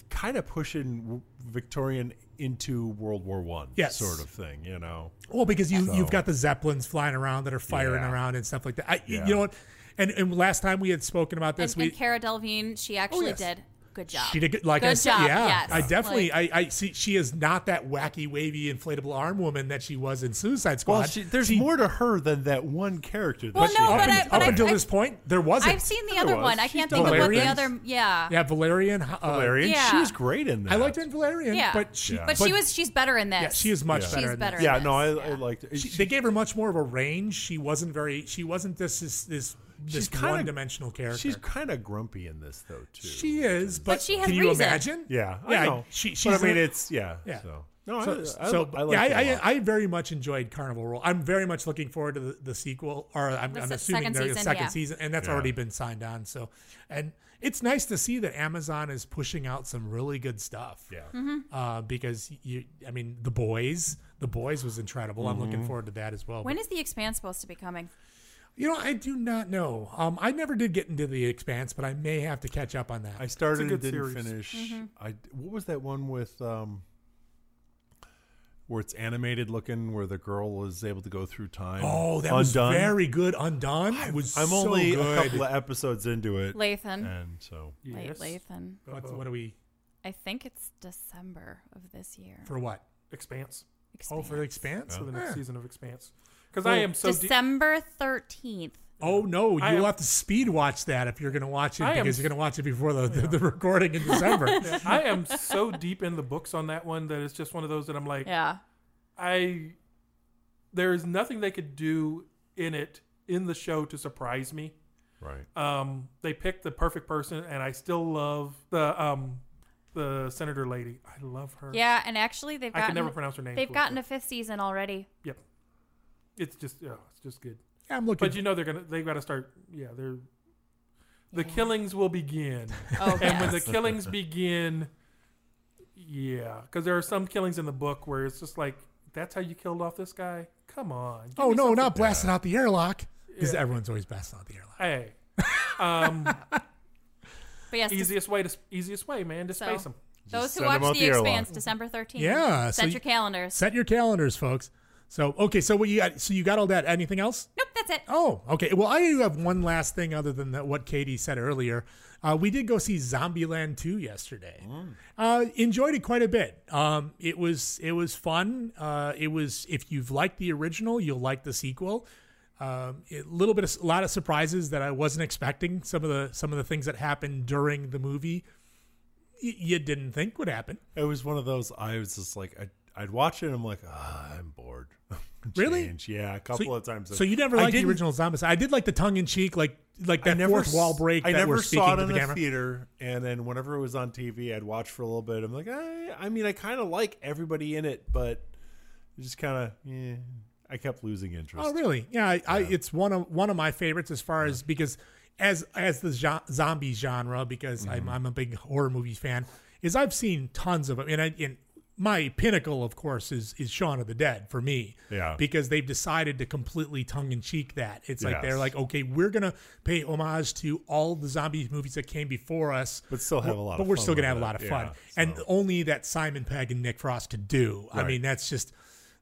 G: kind of pushing w- Victorian into World War One
C: Yes.
G: sort of thing. You know,
C: Well, because you
G: So-
C: you've got the zeppelins flying around that are firing
G: Oh. Yeah.
C: around and stuff like that. I,
G: Yeah.
C: You know what? And and last time we had spoken about
F: And,
C: this, we
F: and Cara Delevingne, she actually
C: yes.
F: did good job.
C: she did good- like
F: good
C: I said,
F: job.
C: yeah.
F: yes.
C: I definitely
F: Like,
C: I, I see she is not that wacky wavy inflatable arm woman that she was in Suicide Squad.
G: there's more to her than that one character. That
F: Well,
G: she
F: no,
C: up un-
F: but I-
C: up
F: I-
C: until
F: I-
C: this point, there wasn't.
F: I've seen the
G: There
F: other
G: was.
F: one. I
G: She's
F: can't think of what the
C: Valerian.
F: other. Yeah.
C: yeah, Valerian. uh,
G: Oh, Valerian, she
F: Yeah.
G: was great in that.
C: I liked her in Valerian,
F: Yeah.
C: but she
F: But, she was. She's better in this.
C: yeah, she is much
G: Yeah.
C: better.
F: She's
C: in that.
F: better.
G: Yeah,
F: in
G: no, I,
F: this.
G: I liked it.
C: She, they gave her much more of a range. She wasn't very. She wasn't this this this, this
G: She's kinda-
C: one dimensional character.
G: She's kind of grumpy in this though too.
C: she is, but,
F: she has
C: can you
F: reason.
C: imagine?
G: yeah,
C: yeah.
G: I know.
C: She, she's
G: but I mean,
C: a-
G: it's yeah.
C: Yeah.
G: So no,
C: so,
G: I, I,
C: so-
G: I
C: yeah,
G: liked it a
C: I,
G: lot.
C: I, I very much enjoyed Carnival Row. I'm very much looking forward to the, the sequel, or I'm,
F: The
C: I'm
F: se-
C: assuming
F: second
C: they're the
F: season,
C: second
F: yeah.
C: season, and that's already been signed on. So, and it's nice to see that Amazon is pushing out some really good stuff.
G: Yeah.
C: Uh, because you, I mean, The Boys, The Boys was incredible. I'm
G: Mm-hmm.
C: looking forward to that as well.
F: When is the Expanse supposed to be coming?
C: you know, I do not know. Um, I never did get into The Expanse, but I may have to catch up on that.
G: I started and
I: good
G: didn't
I: series.
G: finish. I what was that one with um where it's animated looking, where the girl is able to go through time.
C: Oh, that
G: Undone.
C: was very good. Undone. It was
G: I'm
C: so
G: only
C: good.
G: a couple of episodes into
C: Uh,
G: it.
F: Lathan.
G: And so
F: Late
C: Yes.
F: Lathan.
C: What's, what are we
F: I think it's December of this year.
C: for? What?
I: Expanse.
C: Oh, for the
F: Expanse.
C: expanse.
I: So the next
C: Yeah.
I: season of Expanse. Because I
C: Well,
I: am so deep.
F: December 13th.
C: Oh no,
I: I
C: you'll
I: am-
C: have to speed watch that if you're going to watch it
I: I am-
C: because you're going to watch it before the, the, the recording in December.
I: I am so deep in the books on that one that it's just one of those that I'm like,
F: Yeah.
I: I there is nothing they could do in it in the show to surprise me.
G: right.
I: Um, they picked the perfect person, and I still love the um the senator lady. I love her.
F: Yeah, and actually they've
I: I
F: gotten
I: can never pronounce her name.
F: they've
I: correctly.
F: gotten a fifth season already.
I: Yep. It's just yeah, it's just good.
C: Yeah, I'm looking.
I: But you know they're gonna they've got to start. Yeah, they're the killings will begin,
F: Oh,
I: and when the
F: yes.
I: killings begin, yeah, because there are some killings in the book where it's just like that's how you killed off this guy. Come on. give
C: oh
I: me
C: no,
I: something
C: not blasting out the airlock because
I: Yeah.
C: everyone's always blasting out the airlock.
I: Hey, um,
F: But yes,
I: easiest way to easiest way, man, to
F: So-
I: space them.
F: those who
J: send 'em
F: watch
J: out
F: The,
J: the airlock.
F: Expanse, December 13th.
C: Yeah, so
F: Set
C: you-
F: your calendars.
C: Set your calendars, folks. So okay, so what you got? So you got all that? Anything else?
F: nope, that's it.
C: Oh, okay. Well, I do have one last thing other than that, what Katie said earlier. Uh, we did go see Zombieland 2 yesterday. Uh, enjoyed it quite a bit. Um, it was it was fun. Uh, it was if you've liked the original, you'll like the sequel. Um, a little bit, of, a lot of surprises that I wasn't expecting. Some of the some of the things that happened during the movie, y- you didn't think would happen.
G: It was one of those. I was just like, I'd, I'd watch it. and I'm like, ah, I'm bored.
C: Really?
G: Change. Yeah, a couple of times.
C: So you never
G: I
C: liked the
G: didn't-
C: original Zombicide. I did like the tongue in cheek, like like that fourth
G: s-
C: wall break.
G: I
C: that
G: never
C: we're speaking
G: saw it
C: to
G: in
C: the
G: the
C: camera.
G: theater, and then whenever it was on TV, I'd watch for a little bit. I'm like, "Eh, I, I mean, I kind of like everybody in it, but it just kind of, yeah, I kept losing interest.
C: Oh, really? Yeah, I, I, it's one of one of my favorites as far as because as as the jo- zombie genre because
G: Mm-hmm.
C: I'm I'm a big horror movie fan is I've seen tons of them and I and my pinnacle of course is is Shaun of the Dead for me
G: Yeah.
C: because they've decided to completely tongue in cheek that it's like they're
G: Yes.
C: like okay we're gonna pay homage to all the zombie movies that came before us
G: But still have a lot
C: but
G: of
C: we're
G: fun
C: still gonna
G: with
C: have a
G: it.
C: lot of
G: Yeah,
C: fun and
G: so.
C: only that Simon Pegg and Nick Frost could do I
G: Right. Mm-hmm.
C: mean that's just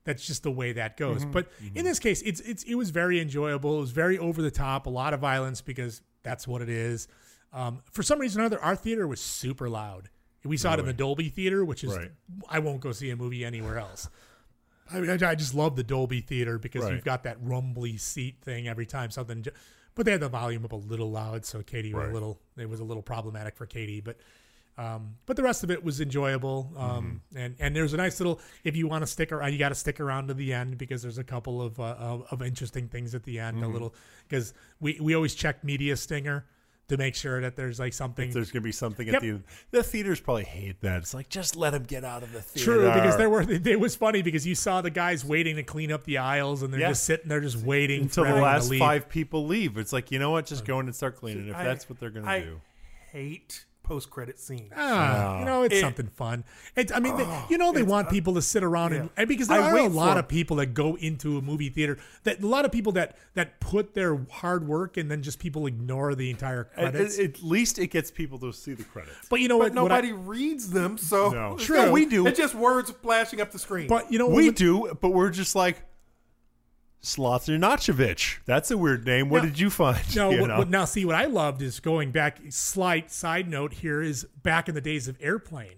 C: that's just the way that goes. But in this case, it's it's it was very enjoyable. It was very over the top, a lot of violence because that's what it is. Um, for some reason or other, our theater was super loud. We saw it in the Dolby theater, which is
G: Right.
C: I won't go see a movie anywhere else. I mean, I I just love the Dolby theater because
G: Right.
C: you've got that rumbly seat thing every time something. ju- But they had the volume up a little loud, so Katie was a
G: Right.
C: little. It was a little problematic for Katie, but um, but the rest of it was enjoyable. Um, and and there's a nice little. If you want to stick around, you got to stick around to the end because there's a couple of uh, of, of interesting things at the end. A little because we we always check media stinger to make sure that there's like something.
G: There's gonna be something
C: Oh. Yep.
G: at the end. The theaters probably hate that. It's like just let them get out of the theater.
C: True, because there were it was funny because you saw the guys waiting to clean up the aisles, and they're
G: Yeah.
C: just sitting there, just waiting
G: until
C: for
G: the
C: everyone to
G: last
C: leave.
G: five people leave. It's like you know what,
C: Uh,
G: just go in and start cleaning if
I: I-
G: that's what they're gonna
I: I
G: do.
I: hate post credit scenes.
C: Ah, you know, it's
I: It-
C: something fun. It's, I mean, they,
G: Oh,
C: you know, they
G: uh,
C: want people to sit around and,
I: yeah.
C: and because there
I: I
C: are a
I: wait
C: lot
I: for-
C: of people that go into a movie theater that a lot of people that that put their hard work and then just people ignore the entire
G: At,
C: credits.
G: at- at least it gets people to see the credits.
C: but you know
I: but
C: what? what I-
I: nobody reads them, so
G: No.
I: It's
C: True.
I: not-
G: We do.
I: It's just words flashing up the screen.
C: but you know,
G: we
C: what-
G: do, but we're just like Slothnernachevich. That's a weird name. What
C: No.
G: did you find?
C: No,
G: You
C: what,
G: know?
C: what- now see what I loved is going back. Slight side note here is back in the days of airplane,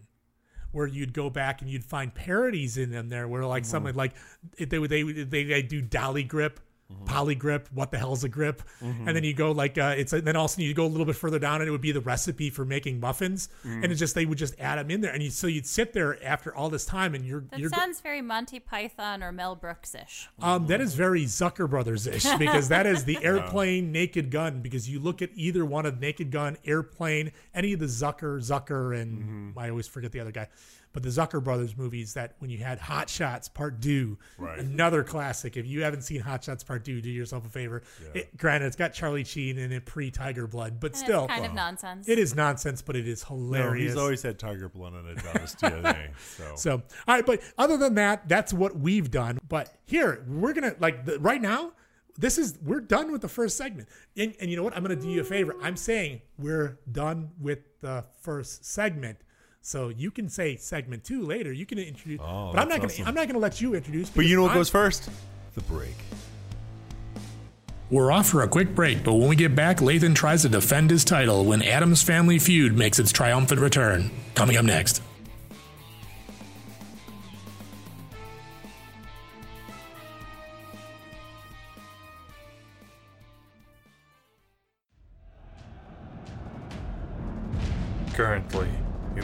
C: where you'd go back and you'd find parodies in them there, where like
G: Mm-hmm.
C: someone like if they would they would- they they do dolly grip.
G: Mm-hmm.
C: Poly grip, what the hell's a grip? And then you go like uh, it's then all of a sudden you go a little bit further down and it would be the recipe for making muffins, and
G: Mm.
C: it's just they would just add them in there, and you so you'd sit there after all this time and you're
F: That
C: you're
F: sounds very Monty Python or Mel Brooks ish.
C: um, that is very Zucker Brothers ish because that is the airplane Naked Gun. Because you look at either one of Naked Gun, airplane, any of the Zucker, Zucker, and
G: Mm-hmm.
C: I always forget the other guy, but the Zucker Brothers movies that when you had Hot Shots Part Two, another classic. If you haven't seen Hot Shots Part Two, do yourself a favor. It, granted, it's got Charlie Sheen in it pre Tiger Blood, but
F: And
C: still,
F: it's kind of nonsense.
C: it is nonsense, but it is hilarious.
G: No, he's always had Tiger Blood on it on his DNA. So,
C: So, all right, but other than that, that's what we've done. But here, we're gonna like the, right now. This is we're done with the first segment, and, and you know what? I'm gonna do you a favor. I'm saying we're done with the first segment. So you can say segment two later. You can introduce,
G: Oh,
C: but I'm not
G: that's
C: gonna.
G: awesome.
C: I'm not gonna let you introduce.
G: But you know what
C: because
G: goes first? The break.
L: We're off for a quick break, but when we get back, Lathan tries to defend his title when Adam's family feud makes its triumphant return. Coming up next.
I: Currently,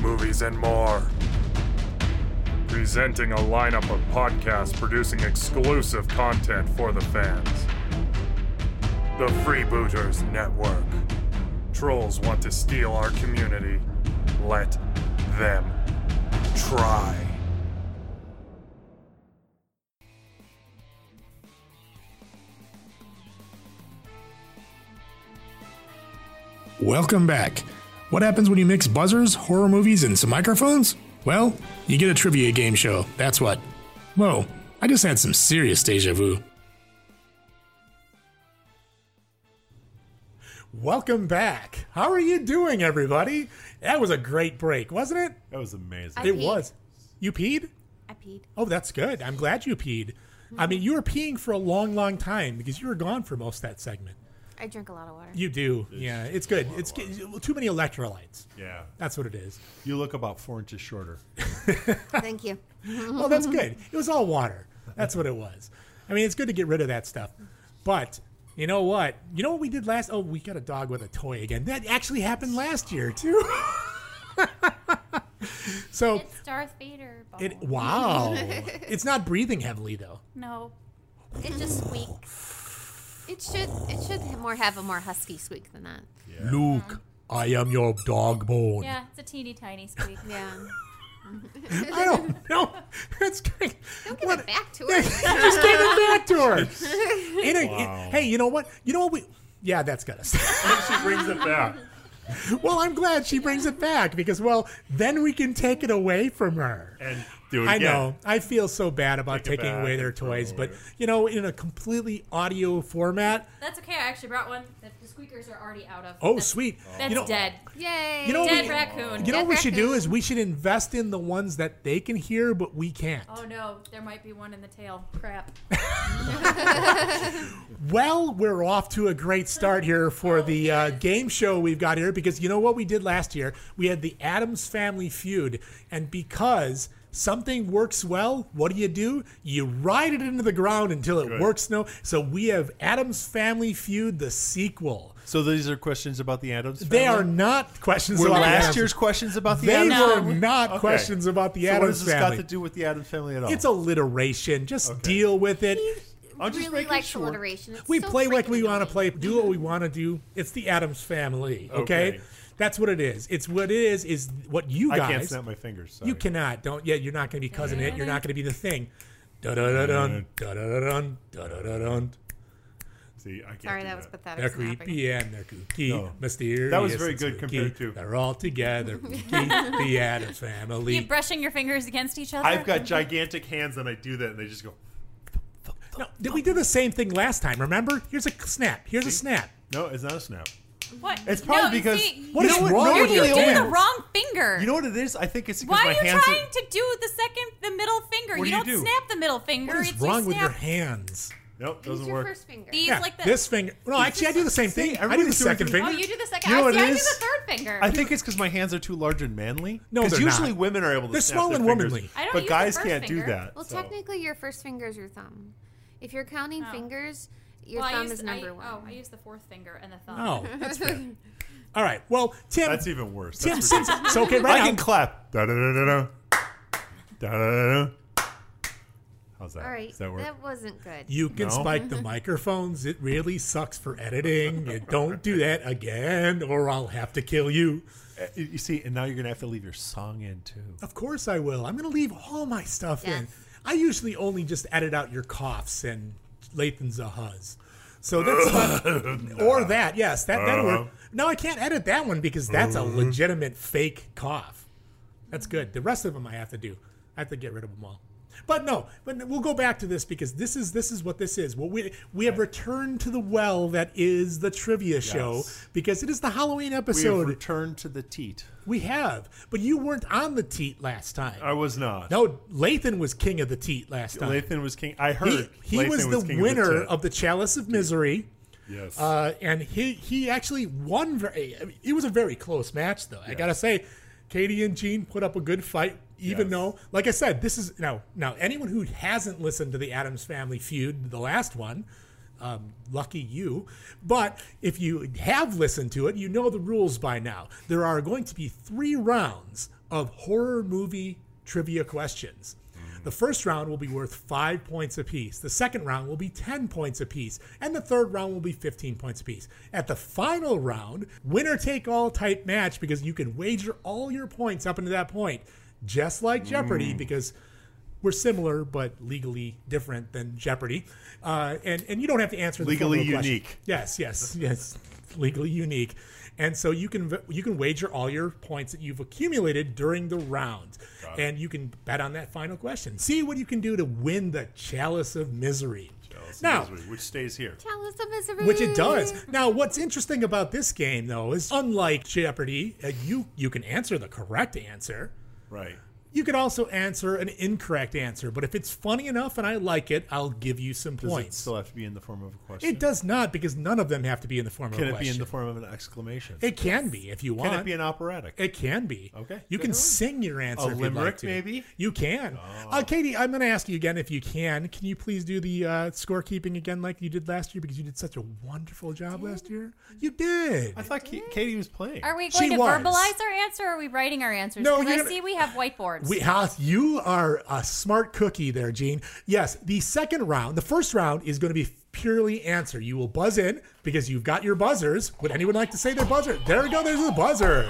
I: movies, and more. Presenting a lineup of podcasts producing exclusive content for the fans. The Freebooters Network. Trolls want to steal our community. Let them try.
L: Welcome back. What happens when you mix buzzers, horror movies, and some microphones? Well, you get a trivia game show, that's what. Whoa, I just had some serious deja vu.
C: Welcome back. How are you doing, everybody? That was a great break, wasn't it?
G: That was amazing.
F: I
C: it
F: peed.
C: was. You peed?
F: I peed.
C: Oh, that's good. I'm glad you peed. I mean, you were peeing for a long, long time because you were gone for most of that segment.
E: I drink a lot of water.
C: You do. yeah, it's good. It's good. too many electrolytes.
G: Yeah.
C: That's what it is.
G: You look about four inches shorter.
E: Thank you.
C: well, Oh, that's good. It was all water. That's what it was. I mean, it's good to get rid of that stuff. But you know what? You know what we did last? Oh, we got a dog with a toy again. That actually happened last year too. so
F: It's Darth Vader. Ball.
C: it wow, it's not breathing heavily though.
F: No.
E: It just squeaks. It should it should more have a more husky squeak than that. Uh-huh.
C: Luke, I am your dog bone.
F: Yeah, it's a teeny tiny squeak.
E: Yeah.
C: I don't know. It's great.
E: Don't give it back to
C: I
E: her.
C: just gave it back to her. In a- in- hey, you know what? You know what we? Yeah, that's got us.
G: she brings it back.
C: Well, I'm glad she brings it back because, well, then we can take it away from her.
G: And do it
C: I
G: again.
C: know. I feel so bad about
G: Take it
C: taking
G: back Oh,
C: away their
G: and throw it
C: toys, but
G: away.
C: you know, in a completely audio format.
F: That's okay. I actually brought one that the squeakers are already out of.
C: Oh,
F: that's,
C: sweet!
F: That's
C: you know,
F: dead.
E: Yay.
C: You know what
F: dead
C: we-
F: raccoon.
C: You know what we should do
E: Raccoon.
C: is we should invest in the ones that they can hear but we can't.
F: oh no, there might be one in the tail. Crap.
C: Well, we're off to a great start here
G: Oh,
C: for the uh, game show we've got here because you know what we did last year? We had the Adams Family feud. And because something works well, what do you do? You ride it into the ground until it works no. So we have Adams Family feud, the sequel.
G: So these are questions about the Adams family?
C: They are not questions
G: Were
C: about
G: last
C: Addams-
G: year's questions about the
C: They
G: Adams
C: were
G: family?
C: not
G: Okay.
C: questions about the
G: so
C: Adams
G: what does this
C: family.
G: got to do Oh. with the Adams family at all?
C: It's alliteration. Just deal with it.
G: I'm just
E: really
G: making
E: likes
G: sure.
E: alliteration. It's
C: we
E: so
C: play like
E: freaking
C: we want to play,
E: annoying.
C: do what we want to do. It's the Adams family, okay?
G: Okay.
C: That's what it is. It's what it is. Is what you
G: I
C: guys.
G: can't snap my fingers. Sorry.
C: You cannot. Don't. Yeah, you're not going to be cousin it. You're not going to be the thing. Da da da
G: Mm.
C: dun da da da dun da da da dun.
G: See, I can't
E: Sorry,
G: do
E: that was pathetic.
C: They're
E: snapping.
C: creepy and they're kooky,
G: No.
C: mysterious.
G: That was very
C: and
G: good
C: spooky.
G: compared to-
C: They're all together. Kooky, the Adams family.
F: Keep brushing your fingers against each other.
G: I've got gigantic hands and I do that and they just go.
C: No, did- we did the same thing last time. Remember? Here's a snap. Here's a snap.
G: No, it's not a snap.
F: What?
G: It's probably
F: no,
G: because
F: See,
C: What
G: you
C: is
G: know
C: wrong
G: no,
C: with
F: you're,
C: you your
F: you did
C: hands?
F: the wrong finger.
G: You know what it is? I think it's because
F: Why
G: my
F: are you
G: hands.
F: trying to do the second, the middle finger?
G: What do
F: you
G: you
F: don't
G: do?
F: snap the middle finger.
C: What is
F: it's
C: wrong
F: you
C: with
F: snap
C: your hands?
G: Nope,
E: Use
G: doesn't
E: your
G: work.
E: first finger.
F: These
C: Yeah,
F: like this.
C: this finger. No, actually, I do the same
G: See,
C: thing. I do the
G: everybody's doing
C: second
G: it.
C: finger.
F: Oh, you do the second.
G: You know
F: I
G: what
F: see.
G: it
F: I do
G: is?
F: the third finger.
G: I think it's because my hands are too large and manly.
C: No,
G: because
C: they're
G: usually
C: not.
G: women are able to.
C: They're
G: snap
C: small
G: their
C: and
G: fingers,
C: womanly.
F: I don't
G: but
F: use the
G: guys
F: first
G: can't do
F: finger.
G: that.
E: Well,
G: so.
E: technically, your first finger is your thumb. If you're counting fingers, your
F: Well, I
E: thumb
F: used-
E: is number
F: I,
E: one.
F: Oh, I use the fourth finger and the thumb.
C: Oh, that's fair. All right. Well, Tim.
G: that's even worse.
C: Tim,
G: That's
C: since so okay, right
G: I
C: now,
G: can clap. Da da da da da. Da da da. How's that?
E: All right.
G: Does that work?
E: wasn't good.
C: You can spike the microphones. It really sucks for editing. You don't do that again, or I'll have to kill you.
G: Uh, You see, and now you're gonna have to leave your song in too.
C: Of course I will. I'm going to leave all my stuff in. I usually only just edit out your coughs and Lathan's a huzz. So that's about, or that. Yes, that that
G: Uh-huh.
C: work. No, I can't edit that one because that's a
G: Uh-huh.
C: legitimate fake cough. That's good. The rest of them I have to do. I have to get rid of them all. But no, but we'll go back to this because this is this is what this is. Well, we we have returned to the well that is the trivia show because it is the Halloween episode.
G: returned to the teat.
C: We have, but you weren't on the teat last time.
G: I was not.
C: No, Lathan was king of the teat last time.
G: Lathan was king. I heard
C: he,
G: Lathan
C: was the
G: was king of the
C: winner of the,
G: tit.
C: Chalice of Misery.
G: Yes.
C: uh, and he he actually won. Very, I mean, it was a very close match, though. I gotta say, Katie and Gene put up a good fight, even though, like I said, this is now now anyone who hasn't listened to the Adams Family feud, the last one. Um, lucky you. But if you have listened to it, you know the rules by now. There are going to be three rounds of horror movie trivia questions. Mm-hmm. The first round will be worth five points apiece. The second round will be 10 points apiece. And the third round will be 15 points apiece. At the final round, winner take all type match because you can wager all your points up into that point, just like Jeopardy,
D: Mm.
C: because we're similar but legally different than Jeopardy. Uh, and, and you don't have to answer the
G: Legally
C: formula question.
G: unique.
C: Yes, yes, yes. Legally unique. And so you can v- you can wager all your points that you've accumulated during the round,
G: Got it.
C: and you can bet on that final question. See what you can do to win the chalice of misery.
G: Alice in
C: now,
G: Misery, which stays here.
E: Chalice of Misery.
C: which it does. Now, what's interesting about this game though is unlike Jeopardy, uh, you you can answer the correct answer.
G: Right.
C: You could also answer an incorrect answer, but if it's funny enough and I like it, I'll give you some
G: Does it
C: points.
G: still have to be in the form of a question?
C: It does not because none of them have to be in the form of
G: Can
C: a
G: it be
C: question.
G: in the form of an exclamation?
C: It can be if you
G: Can it
C: want.
G: be an operatic?
C: It can be. Okay. You
G: good.
C: can sing your answer.
G: A
C: if you'd like
G: limerick,
C: to.
G: maybe? Oh.
C: You can. Uh, Katie, I'm going to ask you again if you can. Can you please do the uh, scorekeeping again like you did last year because you did such a wonderful job last year? You did.
G: I thought Ka- Katie was playing.
F: Are we
C: She
F: going to
C: was.
F: verbalize our answer or are we writing our answers?
C: No,
F: 'Cause
C: you're
F: I
C: gonna-
F: see we have whiteboards.
C: We have, you are a smart cookie there, Gene. Yes, the second round, the first round is going to be purely answer. You will buzz in because you've got your buzzers. Would anyone like to say their buzzer? There we go. There's the buzzers.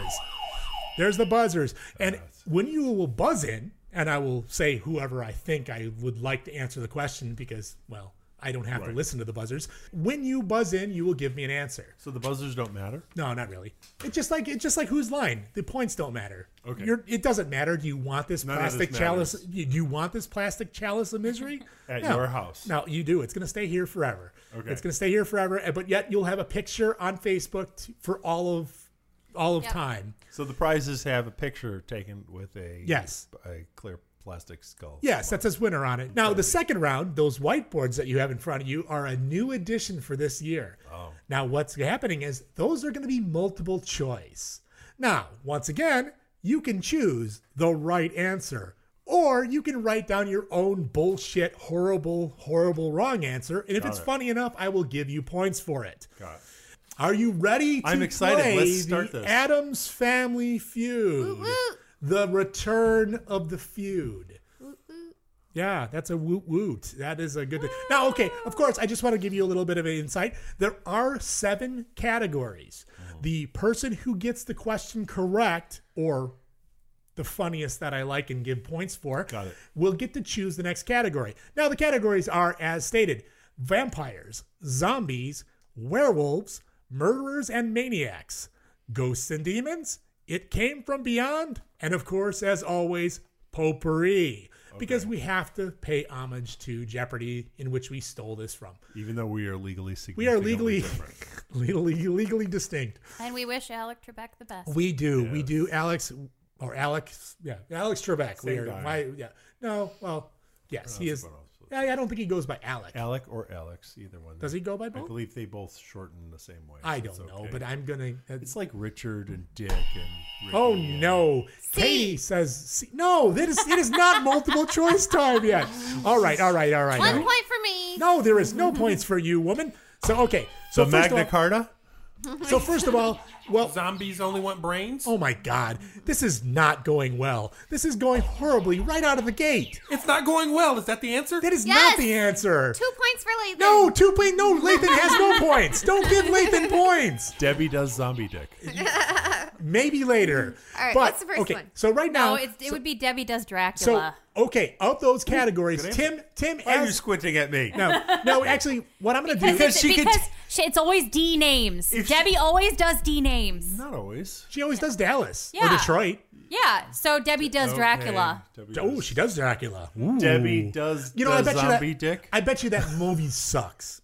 C: There's the buzzers. And when you will buzz in, and I will say whoever I think I would like to answer the question because, well, I don't have to listen to the buzzers. When you buzz in, you will give me an answer.
G: So the buzzers don't matter.
C: No, not really. It's just like it's just like who's lying. The points don't matter. Okay. You're, it doesn't matter. Do you want this
G: None of this
C: plastic chalice? Do you want this plastic chalice of misery
G: At
C: No.
G: your house.
C: No, you do. It's going to stay here forever.
G: Okay.
C: It's going to stay here forever. and- But yet you'll have a picture on Facebook t- for all of all of time.
G: So the prizes have a picture taken with a
C: Yes.
G: a clear plastic skull.
C: Yes, that says winner on it. Now the second round, those whiteboards that you have in front of you are a new addition for this year.
G: Oh.
C: Now, what's happening is those are going to be multiple choice. Now, once again, you can choose the right answer, or you can write down your own bullshit, horrible, horrible wrong answer. And if
G: Got
C: it's
G: it.
C: funny enough, I will give you points for it.
G: Got it.
C: Are you ready to
G: I'm excited.
C: play
G: Let's start
C: the
G: this.
C: Adams Family Feud? The return of the feud. Yeah, that's a woot woot. That is a good thing. Now, okay, of course, I just want to give you a little bit of an insight. There are seven categories.
G: Oh.
C: The person who gets the question correct, or the funniest that I like and give points for, Got it. will get to choose the next category. Now, the categories are as stated vampires, zombies, werewolves, murderers and maniacs, ghosts and demons, it came from beyond, and of course, as always, potpourri. Because we have to pay homage to Jeopardy, in which we stole this from.
G: Even though we are legally
C: We are
G: significantly
C: legally,
G: different.
C: legally, legally distinct.
F: and we wish Alec Trebek the best.
C: We do, we do, Alex or Alex, yeah, Alex Trebek. we
G: Same
C: are,
G: guy.
C: my, yeah, no, well, yes, he is. I, I don't think he goes by Alec.
G: Alec or Alex, either one.
C: Does he go by
G: I
C: both?
G: believe they both shorten the same way.
C: I
G: so
C: don't
G: it's
C: know,
G: okay.
C: but I'm gonna.
G: It's like Richard and Dick and. Ricky
C: Oh
G: and-
C: no! Katie says C. no. That is it is not multiple choice time yet. All right, all right, all right.
E: One
C: all right.
E: point for me.
C: No, there is no points for you, woman. So okay. So
G: The
C: first of
G: Magna
C: all-
G: Carta?
C: So first of all, well,
I: zombies only want brains.
C: Oh my God, this is not going well. This is going horribly right out of the gate.
I: It's not going well. Is that the answer?
C: That is
E: Yes.
C: not the answer.
E: Two points for Lathan.
C: No, two point. No, Lathan has no points. Don't give Lathan points.
G: Debbie does zombie dick.
C: Maybe later.
F: All right,
C: but,
F: what's the first
C: okay,
F: one?
C: So right now,
F: no, it's, it would be Debbie does
C: so
F: Dracula.
C: okay, of those categories, Tim, Tim,
F: Why are you
C: squinting at me? No, no, actually, what I'm going to do
F: because it's, because she, it's always D names. Debbie always does D names.
C: not always. She always does Dallas or
F: Yeah.
C: Detroit.
F: Yeah, so Debbie does Dracula.
C: Oh, she does Dracula.
J: Debbie does-
C: You know,
J: does
C: I bet
J: zombie
C: you that, dick. I bet you that movie sucks.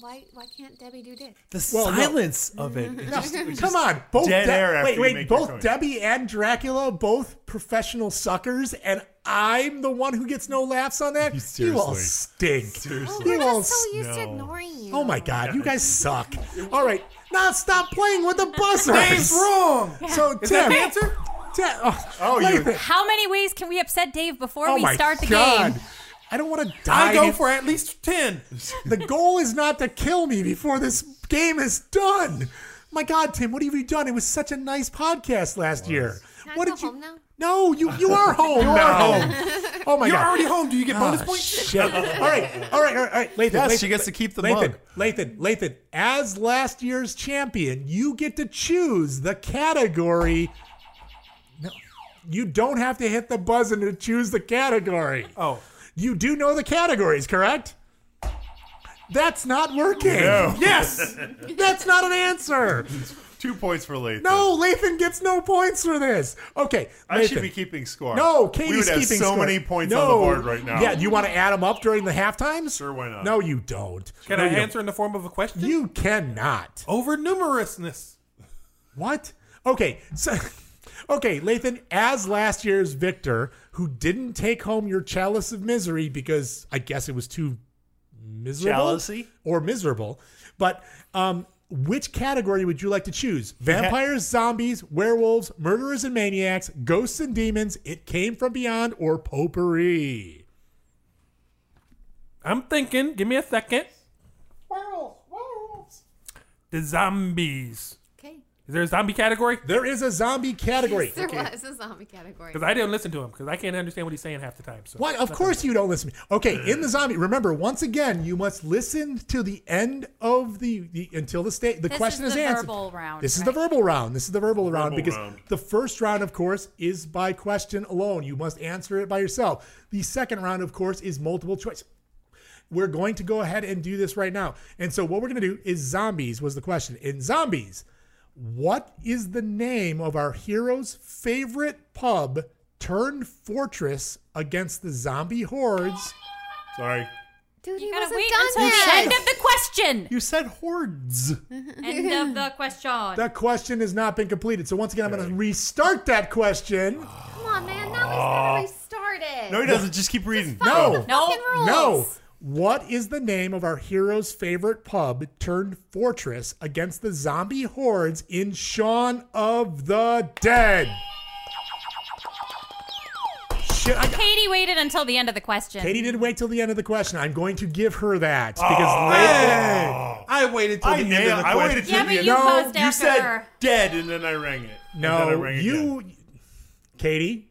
E: Why, why can't Debbie do dick?
J: The
C: Well, no.
J: silence of it.
C: No,
J: It just- it
C: come
J: just-
C: on, both
J: dead
C: De-
J: air after
C: wait,
J: you
C: wait,
J: make your
C: both
J: choice.
C: Debbie and Dracula, both professional suckers, and I'm the one who gets no laughs on that. You,
J: seriously.
C: all stink.
E: Oh,
J: Seriously.
C: You
J: We're
C: all
J: just so
C: s-
J: used to
C: no.
E: ignoring you.
C: Oh my god, you guys suck. All right, now stop playing with the buzzer.
F: Dave's
I: wrong.
C: So
F: Is
C: Tim,
F: that the answer?
C: Tim, oh, Lathan.
F: How many ways can we upset Dave before
C: Oh
F: we
C: my
F: start the
C: God.
F: game?
C: I don't want to die.
I: I go
C: for
I: at least 10.
C: the goal is not to kill me before this game is done. My God, Tim, what have you done? It was such a nice podcast last year. what did you? No, you you are home.
I: You are
C: now.
I: home.
C: Oh my
I: You're
C: God!
I: already home. Do you get bonus
C: Ah,
I: points?
C: shit. all right, all right, all right, all right. Lathan,
I: Yes,
C: Lathan,
I: she gets to keep the
C: Lathan,
I: mug.
C: Lathan, Lathan. As last year's champion, you get to choose the category. No, you don't have to hit the buzzer to choose the category.
I: Oh,
C: you do know the categories, correct? That's not working.
J: No.
C: Yes, that's not an answer.
J: Two points for Lathan.
C: No, Lathan gets no points for this. Okay,
J: I should
C: Lathan.
J: be keeping score.
C: No, Katie's
J: we would have
C: keeping
J: so
C: score.
J: many points
C: No.
J: on the board right now.
C: Yeah, do you want to add them up during the half times? Sure,
J: why not?
C: No, you don't.
I: Can
C: No,
I: I
C: you
I: answer Oh. in the form of a question?
C: Don't. You cannot.
I: Over numerousness.
C: What? Okay, so okay, Lathan, as last year's victor, who didn't take home your chalice of misery because I guess it was too miserable
J: Jealousy?
C: or miserable. But um, which category would you like to choose?
J: ha-
C: Vampires, zombies, werewolves, murderers and maniacs, ghosts and demons, it came from beyond, or potpourri?
I: I'm thinking. Give me a second. The zombies.
E: Okay.
I: Is there a zombie category?
C: There is a zombie category.
E: There was a zombie category.
I: Because I didn't listen to him because I can't understand what he's saying half the time. So
C: Why? Of course you don't listen. to me. Okay, in the zombie. Remember, once again, you must listen to the end of the, the until the state the
F: This
C: question
F: is
C: is,
F: the
C: answered.
F: verbal round,
C: This is
F: right?
C: the verbal round. This is the verbal round
J: Verbal
C: because
J: round.
C: the first round, of course, is by question alone. You must answer it by yourself. The second round, of course, is multiple choice. We're going to go ahead and do this right now. And so, what we're going to do is zombies was the question. In zombies, what is the name of our hero's favorite pub turned fortress against the zombie hordes?
J: Sorry.
E: Dude,
F: you
E: he
F: gotta
E: wasn't
F: wait
E: done
F: until the
E: yet.
F: end of the question.
C: You said hordes.
F: End of the question.
C: That question has not been completed. So once again, I'm going to restart that question.
E: Come on, man. Now he's gotta restart it.
C: Just keep reading.
E: follow
C: No.
E: the fucking rules.
C: No. What is the name of our hero's favorite pub turned fortress against the zombie hordes in Shaun of the Dead? Shit, I,
F: Katie waited until the end of the question.
C: Katie didn't wait till the end of the question. I'm going to give her that because
J: Oh.
C: Lathan-
I: I waited
J: I nailed. I waited till
F: Yeah,
J: the
F: but
J: end.
F: you
J: No,
F: buzzed
J: you
F: after
J: said
F: her.
J: dead, and then I rang it. And then I
C: No,
J: rang
C: you, Katie,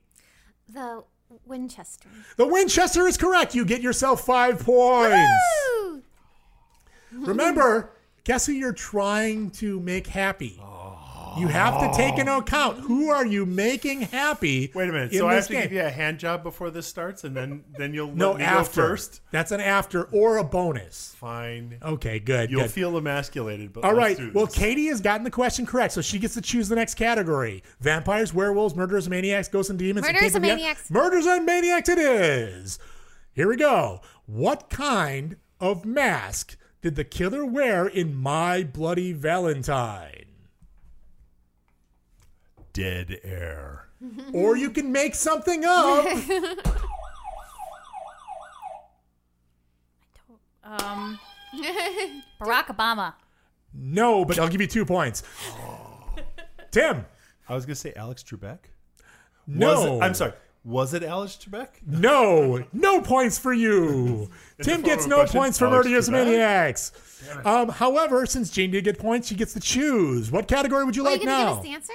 E: The Winchester.
C: The Winchester is correct. You get yourself five points.
E: Woo!
C: Remember, guess who you're trying to make happy? You have to take into account who are you making happy. Wait a
J: again. So I have to give you a hand job before this starts, and then then you'll
C: no
J: let me
C: after.
J: go first.
C: That's an after or a bonus.
J: Fine.
C: Okay, good.
J: You'll
C: good.
J: feel emasculated, but
C: All
J: let's
C: right.
J: do this.
C: Well, Katie has gotten the question correct, so she gets to choose the next category: vampires, werewolves, murderers, maniacs, ghosts, and demons. It came
E: Murderers and
C: from the-
E: maniacs.
C: Murders and maniacs. It is. Here we go. What kind of mask did the killer wear in My Bloody Valentine?
J: dead air.
C: or you can make something up.
F: Um, Barack Obama.
C: No, but I'll give you two points. Tim.
J: I was gonna say Alex Trebek.
C: No.
J: Was it- I'm sorry.
G: Was it Alex Trebek?
C: No, no points for you. Tim gets no
G: question,
C: points for
G: Alex
C: Murderous
G: Trebek.
C: Maniacs. Um, however, since Jane did get points, she gets to choose. What category would you
E: Are
C: like
E: you gonna
C: now?
E: give us the answer?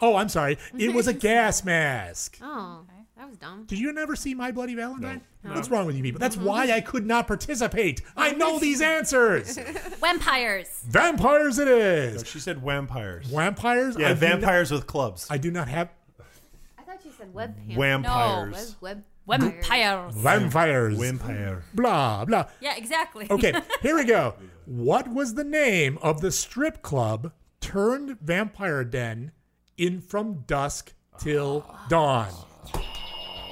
C: oh, I'm sorry. It was a gas mask.
E: Oh, that was dumb.
C: Did you never see My Bloody Valentine?
E: No.
C: What's wrong with you people? That's
E: Mhm.
C: why I could not participate. I know these answers.
F: Vampires.
C: Vampires it is.
G: she said vampires.
C: Vampires?
G: Yeah,
C: I do not-
G: vampires with clubs.
C: I do not have
E: I thought you said web pants.
C: Oh,
G: Vampires.
E: No, web, web,
F: Vampires.
C: vampires.
G: Vampire.
C: Blah, blah.
F: Yeah, exactly.
C: Okay, here we go. What was the name of the strip club turned vampire den in From Dusk Till Dawn?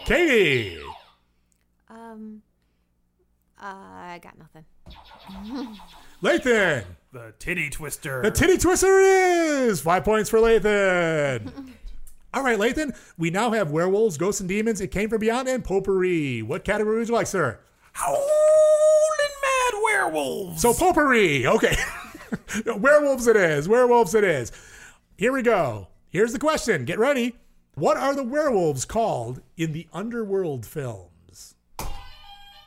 C: Katie.
E: Um, uh, I got nothing.
C: Lathan.
I: The titty twister.
C: The titty twister is five points for Lathan. All right, Lathan, we now have werewolves, ghosts, and demons. It came from beyond and potpourri. What category would you like, sir? Howling mad werewolves. So potpourri. Okay. werewolves it is. Werewolves it is. Here we go. Here's the question. Get ready. What are the werewolves called in the underworld films?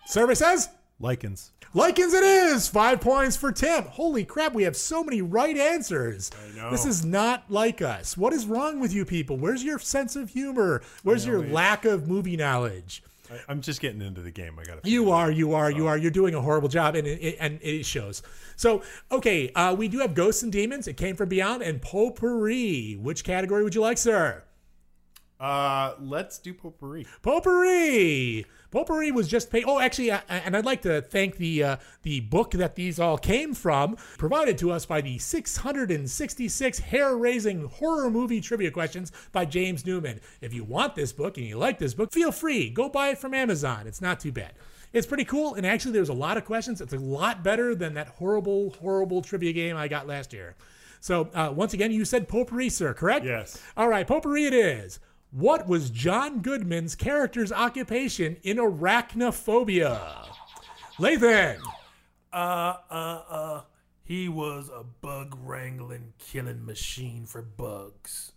C: Survey says
G: Lycans.
C: Lycans it is. Five points for Tim. Holy crap, we have so many right answers. I know. This is not like us. What is wrong with you people? Where's your sense of humor? Where's your lack of movie knowledge?
G: I, I'm just getting into the game. I got to.
C: You are, you are, you are. You're doing a horrible job, and it, it- and it shows. So, okay, uh, we do have ghosts and demons. It came from beyond and potpourri. Which category would you like, sir?
G: Uh, let's do potpourri.
C: Potpourri. Potpourri was just paid. Oh, actually, I, I- and I'd like to thank the uh, the book that these all came from, provided to us by the 666 hair-raising horror movie trivia questions by James Newman. If you want this book and you like this book, feel free go buy it from Amazon. It's not too bad. It's pretty cool, and actually, there's a lot of questions. It's a lot better than that horrible, horrible trivia game I got last year. So, uh, once again, you said potpourri, sir, correct? Yes. All right, potpourri it is. What was John Goodman's character's occupation in Arachnophobia? Lathan.
I: Uh, uh, uh. He was a bug wrangling killing machine for bugs.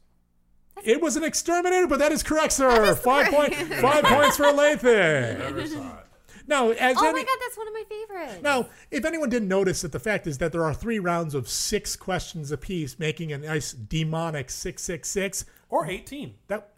C: It was an exterminator, but that is correct, sir. Five, point,
E: correct.
C: five points for Lathan.
E: Never saw
C: it. Now, as
E: oh
C: any-
E: my god, that's one of my favorites.
C: Now, if anyone didn't notice that the fact is that there are three rounds of six questions apiece, making a nice demonic 666.
I: Or 18.
C: That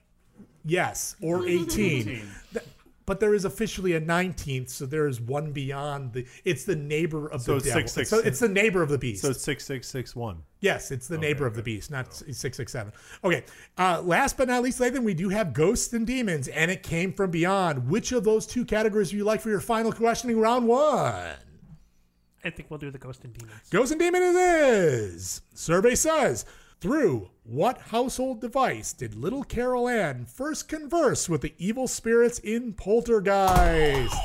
C: Yes, or 18.
I: 18.
C: That- but there is officially a 19th, so there is one beyond the. It's the neighbor of
G: So
C: the
G: it's
C: devil.
G: six, six,
C: so it's the neighbor of the beast.
G: So six six six one.
C: Yes, it's the neighbor of the beast, not s- 667. Okay. Uh, last but not least, Lathan, we do have ghosts and demons, and it came from beyond. Which of those two categories would you like for your final questioning round one?
D: I think we'll do the ghost and demons.
C: Ghost and demon it is. Survey says, through what household device did little Carol Ann first converse with the evil spirits in Poltergeist?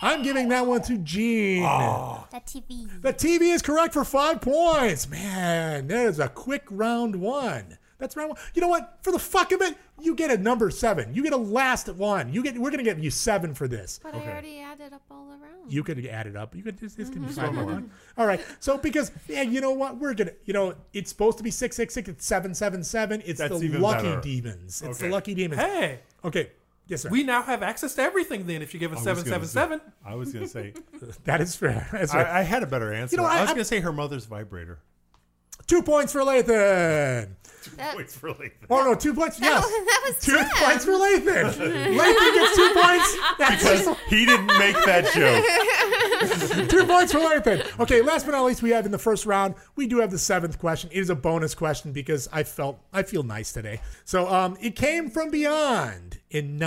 C: I'm giving that one to Gene.
H: The TV.
C: The TV is correct for five points. Man, there's a quick round one. That's round one. You know what? For the fuck of it, you get a number seven. You get a last one. You get. We're gonna give you seven for this.
E: but I already added up all around.
C: You could add it up. You could. This, this can be
E: Mhm.
C: so
E: Slow
C: much.
E: mo.
C: All right. So because yeah, you know what? We're gonna. You know, it's supposed to be six six six. It's seven seven seven. It's
G: That's
C: the
G: even
C: lucky
G: better.
C: demons. It's the
I: Okay.
C: lucky demons.
I: Hey.
C: Okay. Yes, sir.
I: We now have access to everything then if you give us 777.
G: I was gonna say.
C: That is fair. That's
G: I-
C: right.
G: I, had a better answer.
C: You know,
G: I,
C: I-
G: was
C: I-
G: gonna say her mother's vibrator.
C: Two points for Lathan.
G: Points really.
C: Oh no, two points. Yes,
E: that was
C: two points for Lathan. Lathan gets two points. That's
G: Because he didn't make that joke.
C: Two points for Larpin. Okay, last but not least, we have in the first round, we do have the seventh question. It is a bonus question because I felt I feel nice today. So um it came from beyond. In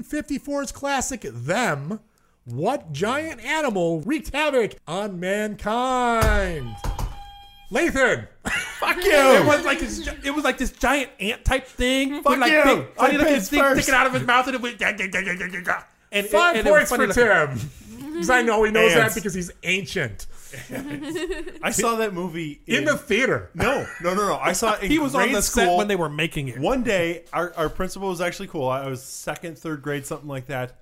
C: 1954's classic Them, what giant animal wreaked havoc on mankind? Lathan!
I: Fuck
C: you!
I: It was like this, gi- it was like this giant ant type thing. Fuck like
C: you!
I: Big,
C: I
I: funny looking
C: pissed
I: thing
C: first.
I: sticking out of his mouth and it went. And,
C: Five
I: and it
C: points
I: was funny
C: for
I: looking.
C: Tim. Because I know he knows that
G: Ants.
C: because he's ancient.
G: I saw that movie
C: In the theater.
G: No, no, no, no. I saw it in
I: He was on
G: grade
I: the set
G: school.
I: when they were making it.
G: One day, our, our principal was actually cool. I was second, third grade, something like that.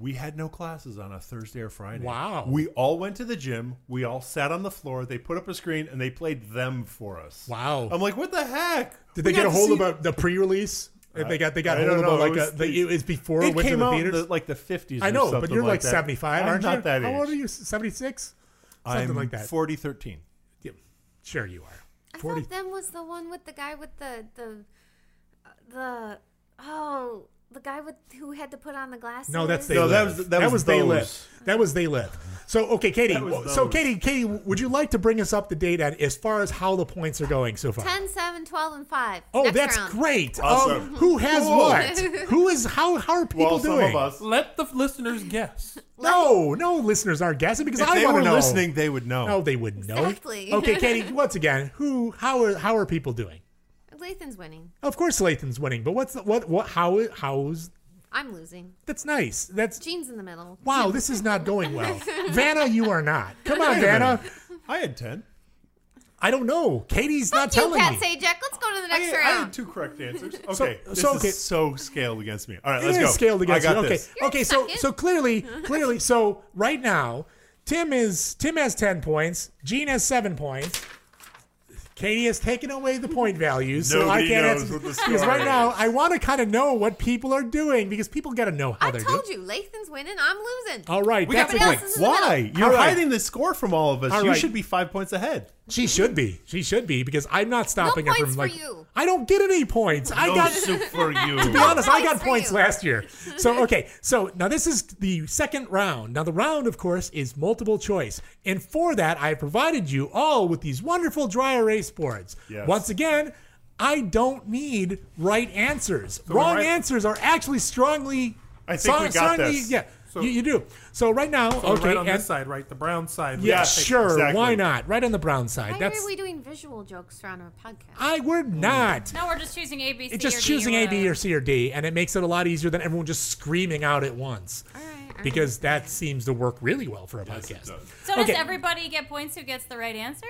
G: We had no classes on a Thursday or Friday.
C: Wow.
G: We all went to the gym. We all sat on the floor. They put up a screen and they played them for us.
C: Wow.
G: I'm like, what the heck?
C: Did
G: We
C: they get
G: got
C: a
G: to
C: hold
G: see-
C: of a, the pre-release? And they got they got
G: I don't
C: hold
G: know,
C: of like
G: it was-
C: a, the, it was before it,
G: it
C: went
G: came
C: to the
G: out in
C: theaters.
G: the- like the 50s
C: I
G: or
C: know, but
G: something
C: you're
G: like
C: like
G: that.
C: 75,
G: I'm
C: aren't
G: not
C: you?
G: that
C: How
G: age.
C: old are you? 76? Something
G: I'm
C: like that.
G: 40, 13.
C: Yeah, sure you are.
E: I thought them was the one with the guy with the the the oh the guy with who had to put on the glasses.
C: No, that's they
G: No,
C: live.
G: that was- that was
C: they
G: those.
C: live. That was they live. So okay, Katie.
G: That was
C: So
G: those.
C: Katie, Katie, would you like to bring us up to date on as far as how the points are going so far?
E: 10, 7, 12, and five.
C: Oh,
E: Next
C: that's
E: round.
C: great.
E: Awesome.
C: Um, who has
E: Cool.
C: what? Who is how? How are people
I: Well, some
C: doing?
I: of us. Let the listeners guess.
C: No, no listeners aren't guessing because
I: If
C: I
I: they
C: want
I: were
C: to know.
I: listening,
C: they would
G: Oh.
C: know. No, they would know.
E: Exactly.
C: Okay, Katie. Once again, who? How are how are people doing?
E: Lathan's winning.
C: Of course, Lathan's winning, but what's the, what what how how's
E: I'm losing.
C: that's nice. That's
E: Jeans in the middle.
C: wow. This is not going well. Vanna, you are not. Come on,
E: Wait a minute.
C: Vanna. I had ten. I don't know. Katie's not
E: You
C: telling
E: Pat
C: me.
E: Sajak. Let's go to the next
C: I- I
E: round.
C: had
G: two correct answers.
C: So-
G: Okay, this
C: so,
G: is
C: okay.
G: so scaled against me. All right,
C: It
G: let's
C: is
G: go.
C: scaled against
G: I got
C: you. Okay.
G: this.
C: okay. So so clearly, clearly, so right now, Tim is Tim has ten points. Gene has seven points. Katie has taken away the point values, so
G: Nobody
C: I can't
G: knows
C: answer
G: what the
C: because
G: score
C: right now
G: is.
C: I want to kind of know what people are doing because people got to know how
E: I
C: they're
E: told
C: doing.
E: you, Lathan's winning. I'm losing.
C: All right,
E: We
C: that's
E: got
C: a
E: else
C: point.
E: is in the
C: Why?
E: middle.
C: You're hiding
G: the score from all of us.
C: All
G: you
C: right.
G: should be five points ahead.
C: She should be. She should be because I'm not stopping her
G: points
C: from
G: for
C: like.
G: you.
C: I don't get any points. I
G: No
C: got
G: soup for you.
C: To be honest, I got
G: Points
C: points
G: for you.
C: last year. So okay. So now this is the second round. Now the round, of course, is multiple choice, and for that, I provided you all with these wonderful dry erase boards.
G: Yes.
C: Once again. I don't need right answers.
G: So
C: Wrong
G: right-
C: answers are actually strongly.
G: I think we got this.
C: Yeah,
I: So-
C: you, you do. So right now,
I: So
C: okay,
I: right on
C: and-
I: this side, right? The brown side.
C: yeah,
I: Take-
C: sure. Why not? Right on the brown side.
E: Why
C: That's
E: are we doing visual jokes around our podcast?
C: I we're not.
F: No, we're just choosing A, B, C,
C: It's just
F: or D,
C: choosing
F: or
C: A, B, or C, or D, and it makes it a lot easier than everyone just screaming out at once. because that seems to work really well for a podcast.
F: So
C: okay.
F: does everybody get points who gets the right answer?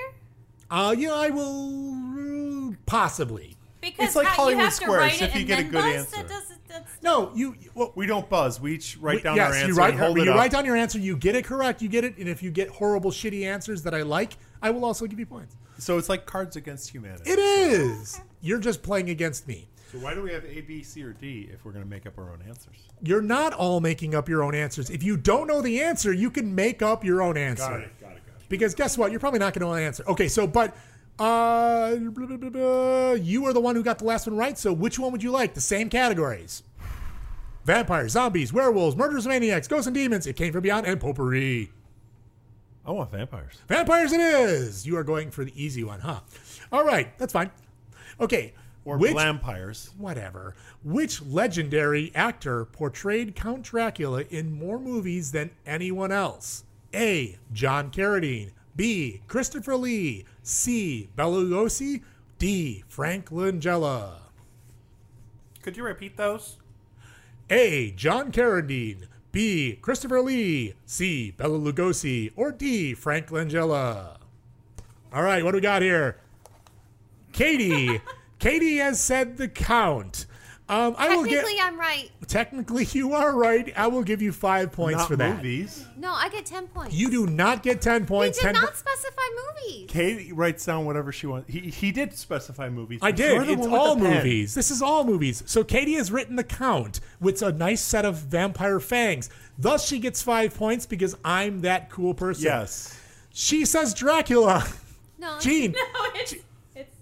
C: uh, yeah, I will possibly.
F: Because
C: It's like
F: how-
C: Hollywood
F: you have
C: Squares,
F: to write it
C: if you
F: and
C: get a
F: then
C: good
F: buzz,
C: answer.
F: That doesn't, that's
C: No, you.
G: we don't buzz. We each write
C: Wait,
G: down
C: yes,
G: our answer.
C: you write
G: and hold
C: you
G: it up.
C: write down your answer. You get it correct. You get it, and if you get horrible, shitty answers that I like, I will also give you points.
G: So it's like Cards Against Humanity.
C: It is. You're just playing against me.
G: So why do we have A, B, C, or D if we're going to make up our own answers?
C: You're not all making up your own answers. If you don't know the answer, you can make up your own answer.
G: Got it. Got it. Got it.
C: Because guess what? You're probably not going to know the answer. Okay, so but uh, blah, blah, blah, blah. you are the one who got the last one right. So which one would you like? The same categories: vampires, zombies, werewolves, murderers, and maniacs, ghosts and demons. It came from beyond and potpourri.
G: I want vampires.
C: Vampires, it is. You are going for the easy one, huh? All right, that's fine. Okay,
G: Or vampires.
C: Whatever. Which legendary actor portrayed Count Dracula in more movies than anyone else? A. John Carradine. B. Christopher Lee. C. Bela Lugosi. D. Frank Langella.
I: Could you repeat those?
C: A. John Carradine. B. Christopher Lee. C. Bela Lugosi. Or D. Frank Langella. All right, what do we got here? Katie. Katie has said the count. Um, I will get.
E: Technically, I'm right.
C: Technically, you are right. I will give you five points
G: Not
C: for that.
G: movies.
E: No, I get ten points.
C: You do not get ten
E: He
C: points.
E: did
C: ten
E: not specify movies.
G: Katie writes down whatever she wants. He, he did specify movies.
C: I
G: but
C: did.
G: you're the
C: It's
G: one with
C: all
G: the pen.
C: movies. This is all movies. So Katie has written the count with a nice set of vampire fangs. Thus, she gets five points because I'm that cool person.
G: Yes.
C: She says Dracula.
E: No, it's-
C: Gene.
F: No, it's, it's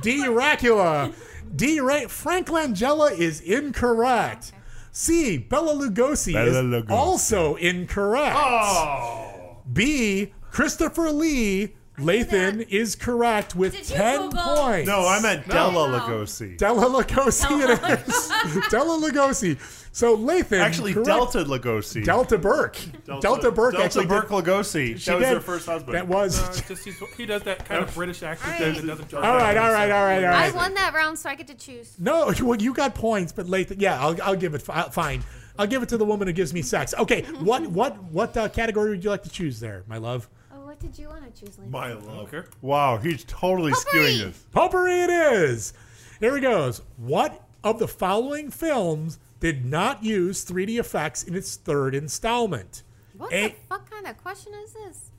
C: D. Dracula. D. Ra- Frank Langella is incorrect. C. Bella Lugosi
G: Bela
C: is
G: Lugosi.
C: also incorrect.
G: Oh.
C: B. Christopher Lee Lathan is correct with ten points.
G: No, I meant Della Lugosi.
C: Della Lugosi it is. Della Lugosi. So Lathan
G: Actually,
C: correct.
G: Delta Lugosi.
C: Delta Burke. Delta, Burke.
G: Delta
C: actually did-
G: Burke Lugosi.
C: She
G: That was
C: did.
G: her first husband.
C: That was.
I: No, it's just Uh, he's, he does that kind of British accent
E: Alright.
I: that doesn't.
C: all right, all right, all right, all
E: I
C: right.
E: won that round, so I get to choose.
C: No, well, you got points, but Lathan. Yeah, I'll, I'll give it. fi- Fine, I'll give it to the woman who gives me sex. Okay, what what what uh, category would you like to choose there, my love?
E: Oh, what did you want to choose, Lee?
G: My love.
I: Okay.
G: Wow, he's totally skewing this.
C: Potpourri it is. Here he goes. What of the following films did not use 3D effects in its third installment?
E: What
C: A,
E: the fuck kind of question is this?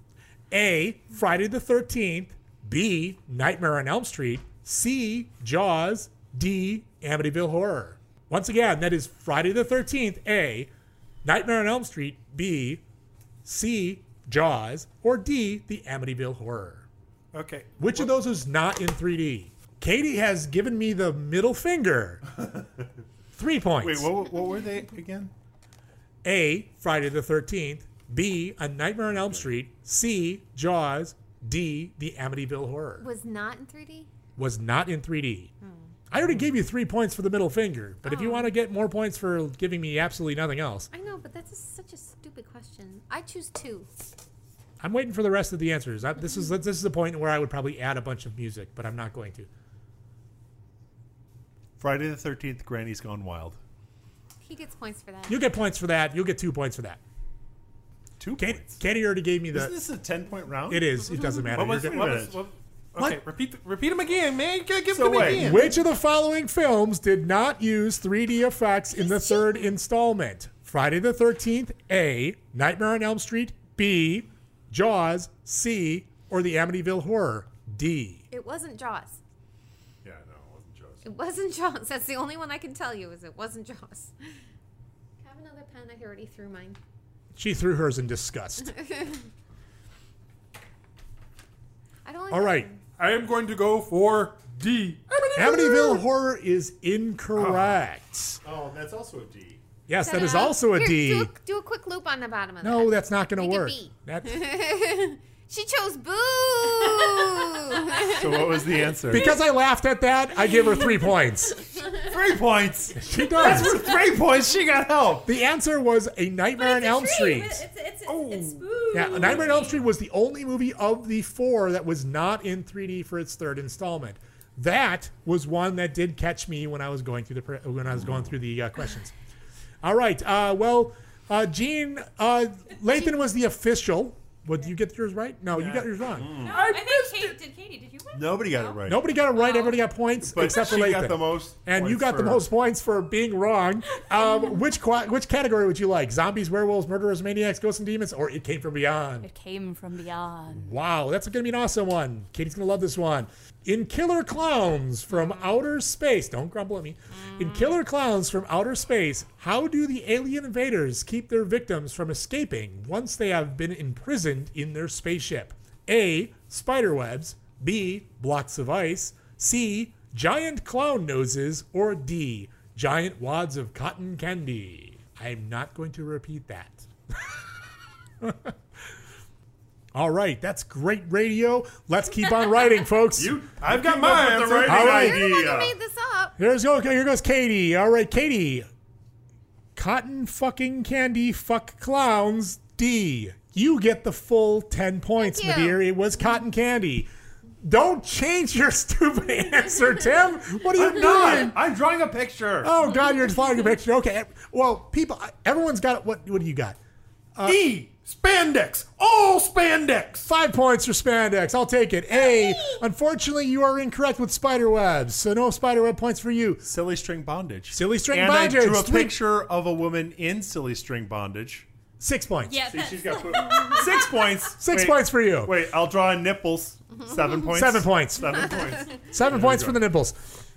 C: A. Friday the 13th. B. Nightmare on Elm Street. C. Jaws. D, Amityville Horror. Once again, that is Friday the 13th, A, Nightmare on Elm Street, B, C, Jaws, or D, The Amityville Horror.
I: Okay.
C: Which of those is not in 3D? Katie has given me the middle finger. Three points.
G: Wait, what, what were they again?
C: A. Friday the 13th. B. A Nightmare on Elm Street. C. Jaws. D. The Amityville Horror.
E: Was not in 3D?
C: Was not in 3D. I already gave you three points for the middle finger, but if you
E: Oh.
C: want to get more points for giving me absolutely nothing else,
E: I know, but that's a, such a stupid question. I choose two.
C: I'm waiting for the rest of the answers. I, this is this is the point where I would probably add a bunch of music, but I'm not going to.
G: Friday the 13th, Granny's Gone Wild.
E: He gets points for that.
C: You get points for that. You'll get two points for that.
G: Two
C: Katie, points. Katie already gave me the.
G: Isn't this a 10 point round?
C: It is. It doesn't matter.
I: What was,
C: You're
I: what
C: good.
I: was, what, okay, repeat th- repeat them again, man. Give, give
C: So
I: them
C: wait,
I: again.
C: Which of the following films did not use 3D effects in the third installment? Friday the 13th, A, Nightmare on Elm Street, B, Jaws, C, or The Amityville Horror, D.
E: It wasn't Jaws.
G: Yeah, no, it wasn't Jaws.
E: It wasn't Jaws. That's the only one I can tell you is it wasn't Jaws. Have another pen. I already threw mine.
C: She threw hers in disgust.
E: I don't like
C: All right.
I: I am going to go for D.
C: Amityville Horror is incorrect.
G: Oh, that's also a D.
C: Yes, that
E: Ta-da.
C: is also a
E: Here,
C: D.
E: Do a, do a quick loop on the bottom of
C: No,
E: that.
C: that's not going to
E: Make it
C: work.
E: B.
C: That's
E: she chose boo.
G: So what was the answer?
C: because I laughed at that, I give her three points.
G: Three points.
C: She does.
G: That's for three points. She got help.
C: The answer was A Nightmare on Elm Street.
F: oh.
C: Yeah, A Nightmare on Elm Street was the only movie of the four that was not in 3D for its third installment. That was one that did catch me when I was going through the pre- when I was going through the uh, questions. All right. Uh, well, uh, Gene uh, Lathan was the official. Would you get yours right? No, you got yours
G: Hmm.
C: wrong.
F: No, I, think Kate, did Katie, did you win?
G: Nobody got it right.
C: Nobody got it right. Everybody got points
G: But
C: except for
G: she
C: Lathan.
G: got the most
C: and you
G: points
C: got the
G: for-
C: most points for being wrong. Um, which qua- which category would you like? Zombies, werewolves, murderers, maniacs, ghosts, and demons, or it came from beyond?
F: It came from beyond.
C: Wow, that's going to be an awesome one. Katie's going to love this one. In Killer Clowns from Outer Space, don't grumble at me. In Killer Clowns from Outer Space, how do the alien invaders keep their victims from escaping once they have been imprisoned in their spaceship? A. Spider webs. B. Blocks of ice. C. Giant clown noses. Or D. Giant wads of cotton candy. I'm not going to repeat that. All right, that's great radio. Let's keep on writing, folks.
G: You- I've got my answer.
C: All right.
E: You're the one who made this up.
C: Here's go. oh, Here goes Katie. All right, Katie. Cotton fucking candy. Fuck clowns. D. You get the full ten points, my
E: you.
C: dear. It was cotton candy. Don't change your stupid answer, Tim. What are you
G: I'm
C: doing?
G: not. I'm drawing a picture.
C: Oh God, you're drawing a picture. Okay. e, Well, people, everyone's got what? What do you got? Uh,
I: e spandex, all spandex.
C: Five points for spandex. I'll take it. A. Unfortunately, you are incorrect with spider webs, so no spider web points for you.
G: Silly string bondage.
C: Silly string
G: and
C: bondage.
G: I drew a
C: Three-
G: picture of a woman in silly string bondage.
C: Six points.
F: Yeah,
G: See, she's got six points.
C: Six
G: Wait,
C: points for you. Mm-hmm.
G: Wait, I'll draw on nipples. Seven points.
C: Seven points.
G: Seven points.
C: Seven
G: There we
C: points
G: go.
C: for the nipples.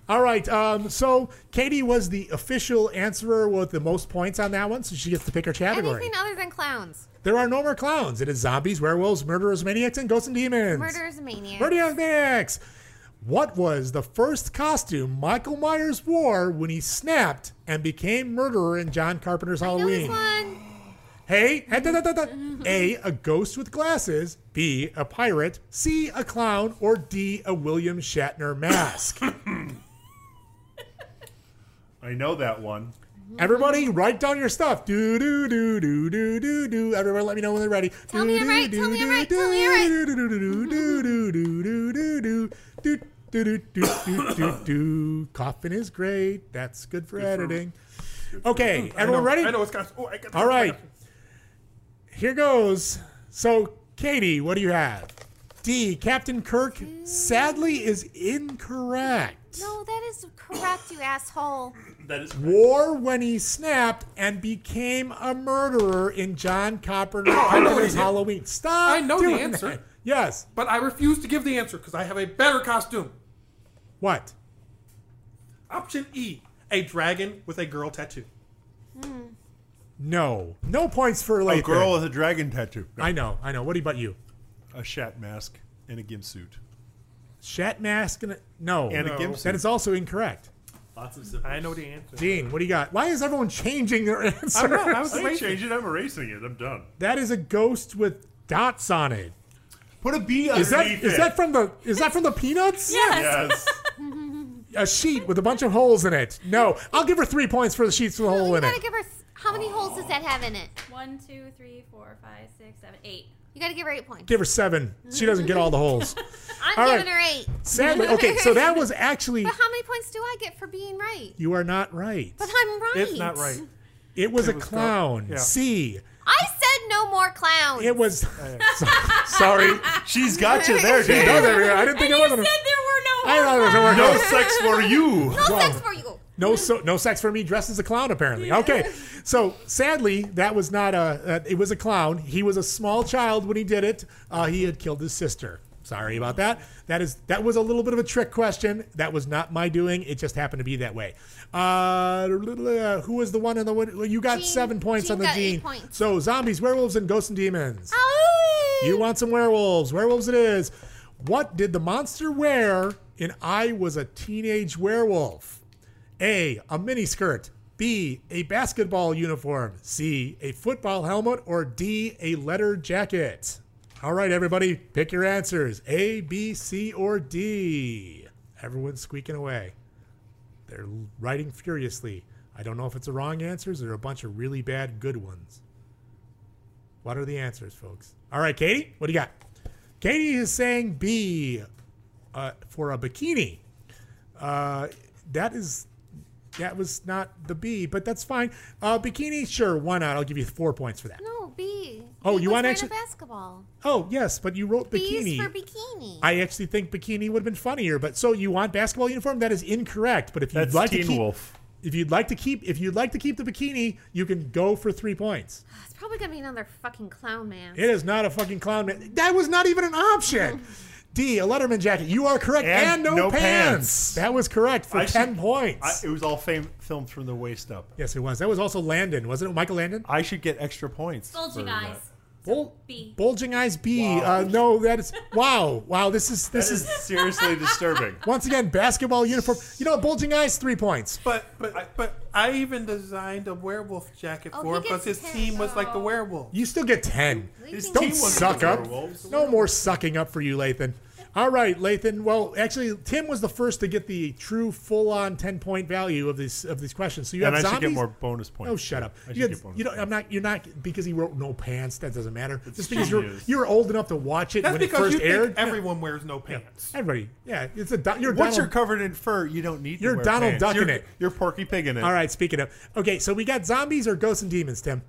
C: All right. Um, so Katie was the official answerer with the most points on that one, so she gets to pick her category.
E: Anything other than clowns.
C: There are no more clowns. It is zombies, werewolves, murderers, maniacs, and ghosts and demons.
E: Murderers and maniacs.
C: Murderers, maniacs. What was the first costume Michael Myers wore when he snapped and became murderer in John Carpenter's Halloween?
E: One.
C: Hey, da, da, da, da. A, a ghost with glasses. B, a pirate. C, a clown. Or D, a William Shatner mask.
G: I know that one.
C: Everybody, write down your stuff. Do, do, do, do, do, do, do. Everyone, let me know when they're ready.
E: Tell me I'm right, tell me I'm right, tell me I'm right.
C: Do, do, do, do, do, do, do, do, do, do. Do, do, do, do, do, do, do. Coffin is great. That's good for editing. Okay, everyone
I: I know,
C: ready?
I: I know it's got. Oh, I got
C: All right. Here goes. So, Katie, what do you have? D. Captain Kirk sadly is incorrect.
E: No, that is correct, you asshole.
G: That is
C: War when he snapped and became a murderer in John Carpenter's Carpenter's Halloween. Stop.
I: I know the
C: doing
I: answer.
C: that. Yes.
I: But I refuse to give the answer because I have a better costume.
C: What?
I: Option E: a dragon with a girl tattoo.
C: Hmm. No, no points for Lathan.
G: A girl with a dragon tattoo.
C: I know, I know. What about you?
G: A shat mask and a gimp suit.
C: Shat mask and a, no,
G: And a gimp
C: That
G: suit.
C: is also incorrect.
G: Lots of
I: I know the answer.
C: Dean, what do you got? Why is everyone changing their answer?
I: I don't know, I was
J: I ain't changing. I'm erasing it. I'm done.
C: That is a ghost with dots on it.
J: Put a B
C: Is that
J: underneath
C: is
J: it.
C: that from the is that from the Peanuts?
J: Yes.
C: a sheet with a bunch of holes in it. No, I'll give her three points for the sheets with a hole
E: You
C: in
E: gotta
C: it.
E: give her. s- How many holes does that have in it?
F: One, two, three, four, five, six, seven, eight.
E: You gotta give her eight points.
C: Give her seven. She doesn't get all the holes.
E: I'm
C: All
E: giving
C: right.
E: her eight.
C: Sadly, okay. So that was actually
E: But how many points do I get for being right?
C: you are not right.
E: But I'm right.
C: It was
I: It
C: a
I: was called-
C: clown.
I: yeah.
C: C.
E: I said no more clowns.
C: It was. sorry,
J: she's got you there,
C: She
J: Dan.
C: knows everything. I didn't think it was.
F: Said there
C: I
F: were no.
C: thought it was over.
J: No sex for you.
E: No sex for you.
C: No, so, no sex for me dressed as a clown, apparently. Okay. So, sadly, that was not a, uh, it was a clown. He was a small child when he did it. Uh, he had killed his sister. Sorry about that. That is that was a little bit of a trick question. That was not my doing. It just happened to be that way. Uh, who was the one in the win? well, You got seven points
E: Gene
C: on the
E: got eight
C: gene.
E: points.
C: So zombies, werewolves, and ghosts and demons.
E: Oh.
C: You want some werewolves? Werewolves it is. What did the monster wear in I Was a Teenage Werewolf? A. A miniskirt. B. A basketball uniform. C. A football helmet. Or D. A leather jacket. All right, everybody, pick your answers A, B, C, or D. Everyone's squeaking away. They're writing furiously. I don't know if it's the wrong answers or a bunch of really bad good ones. What are the answers, folks? All right, Katie, what do you got? Katie is saying B uh, for a bikini. Uh, that is that was not the B, but that's fine. Uh, bikini, sure, why not? I'll give you four points for that.
E: No, B.
C: Oh,
E: B
C: you want
E: was wearing
C: actually-
E: a basketball?
C: Oh yes, but you wrote
E: B
C: bikini.
E: is for bikini.
C: I actually think bikini would have been funnier, but so you want basketball uniform? That is incorrect. But if you'd
J: That's
C: like to
J: Teen
C: keep,
J: Wolf.
C: if you'd like to keep, if you'd like to keep the bikini, you can go for three points.
E: It's probably gonna be another fucking clown man.
C: It is not a fucking clown man. That was not even an option. D, a Letterman jacket. You are correct. And, no, pants. That was correct for
J: I
C: 10
J: should-
C: points.
J: I, it was all fam- filmed from the waist up.
C: yes, it was. That was also Landon, wasn't it? Michael Landon?
J: I should get extra points.
F: Bulging
J: for
F: eyes.
C: Bul-
F: B.
C: Bulging eyes B. Uh, no, that is. Wow. Wow. This is. This
J: That is
C: is
J: seriously disturbing.
C: Once again, basketball uniform. You know, bulging eyes, three points.
I: But but but I even designed a werewolf jacket
E: Oh,
I: for
E: he
I: him because
E: gets Oh. ten.
I: his team was like the werewolf.
C: You still get 10.
E: His
C: Don't
E: team was
C: suck
E: the
C: up.
E: werewolves.
C: No more sucking up for you, Lathan. All right, Lathan. Well, actually, Tim was the first to get the true full-on ten-point value of these of these questions. So you
J: and I
C: have
J: should
C: zombies.
J: get more bonus points.
C: Oh, shut up!
J: I should
C: you
J: get bonus
C: you know, I'm not. You're not because he wrote no pants. That doesn't matter. Just because you're
J: genius.
C: you're old enough to watch it
I: That's
C: when it
I: because
C: first
I: you think
C: aired.
I: everyone wears no pants.
C: Everybody, yeah, it's a do- you're
J: Once
C: Donald-
J: you're covered in fur, you don't need.
C: You're
J: to wear
C: Donald
J: pants.
C: Duck in
J: you're,
C: it.
J: You're Porky Pig in it.
C: All right, speaking of. Okay, so we got zombies or ghosts and demons, Tim.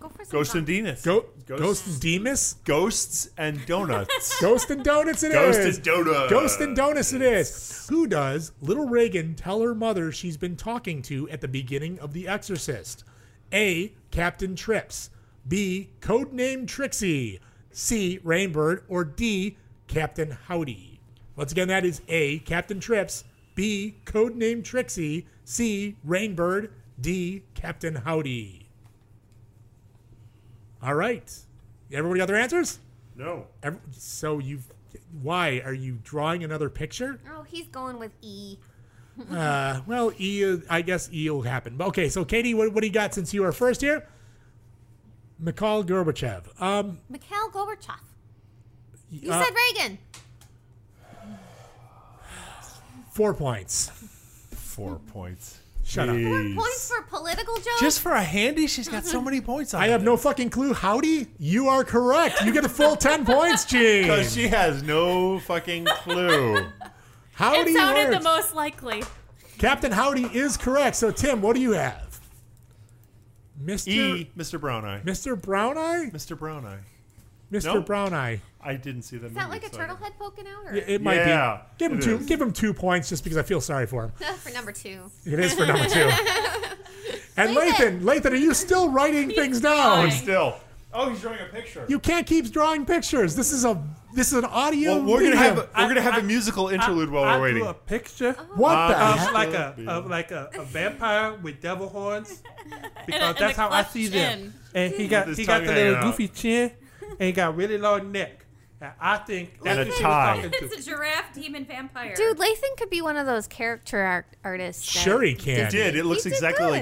E: Go for some
J: Ghosts and
E: fun.
J: Demus.
C: Go, ghosts. and demons.
J: Ghosts and donuts.
C: Ghost and donuts it is.
J: Ghost and donuts.
C: Ghost and donuts it is. Who does little Reagan tell her mother she's been talking to at the beginning of The Exorcist? A. Captain Trips. B. Codename Trixie. C. Rainbird. Or D. Captain Howdy. Once again, that is A. Captain Trips. B. Codename Trixie. C. Rainbird. D. Captain Howdy. All right. Everybody got their answers?
J: no.
C: Every, so you, why are you drawing another picture?
E: Oh, he's going with E.
C: Uh, well, E, is- I guess E will happen. But okay, so Katie, what, what do you got since you are first here? Mikhail Gorbachev. Um,
E: Mikhail Gorbachev. You
C: uh,
E: said Reagan.
C: four points.
J: Four points.
C: Shut up.
J: Jeez.
E: Points for political jokes.
J: Just for a handy, she's got so many points on
C: I have
J: it.
C: no fucking clue. Howdy, you are correct. You get a full ten points, Gene.
J: Because she has no fucking clue. E,
C: Howdy
F: It sounded the
C: works.
F: most likely.
C: Captain Howdy is correct. So Tim, what do you have? Mister
J: e, Mr. Brown Eye.
C: Mister Brown Eye.
J: Mr. Brown Eye.
C: Mister
J: No.
C: Brown Eye.
J: I didn't see that.
E: Is that like a turtle head poking out? Or?
C: It, it might
J: Yeah,
C: be. Give him
J: it
C: two.
J: is.
C: Give him two points just because I feel sorry for him.
E: for number two.
C: It is for number two. And Lathan,
E: Lathan.
C: Lathan, are you still writing things down?
J: Still.
I: Oh, he's drawing a picture.
C: You can't keep drawing pictures. This is a this is an audio.
J: Well, we're gonna have
C: medium.
J: a- we're gonna have a musical interlude while
I: I
J: we're
I: drew
J: waiting.
I: a picture.
D: Oh.
C: What
I: Uh, of
C: the heck?
I: like a of like a, a vampire with devil horns, because
D: and a
I: that's how I
D: cleft
I: see them.
D: chin.
I: And he
D: With
I: got
D: his
I: he got
D: tongue
I: the
D: hanging
I: little
D: out.
I: goofy chin, and he got really long neck. And I think that's
J: And a
I: who he was
J: tie.
I: talking to.
F: It's a giraffe demon vampire.
E: Dude, Lathan could be one of those character art- artists. that-
C: Sure, he can.
E: Disney- He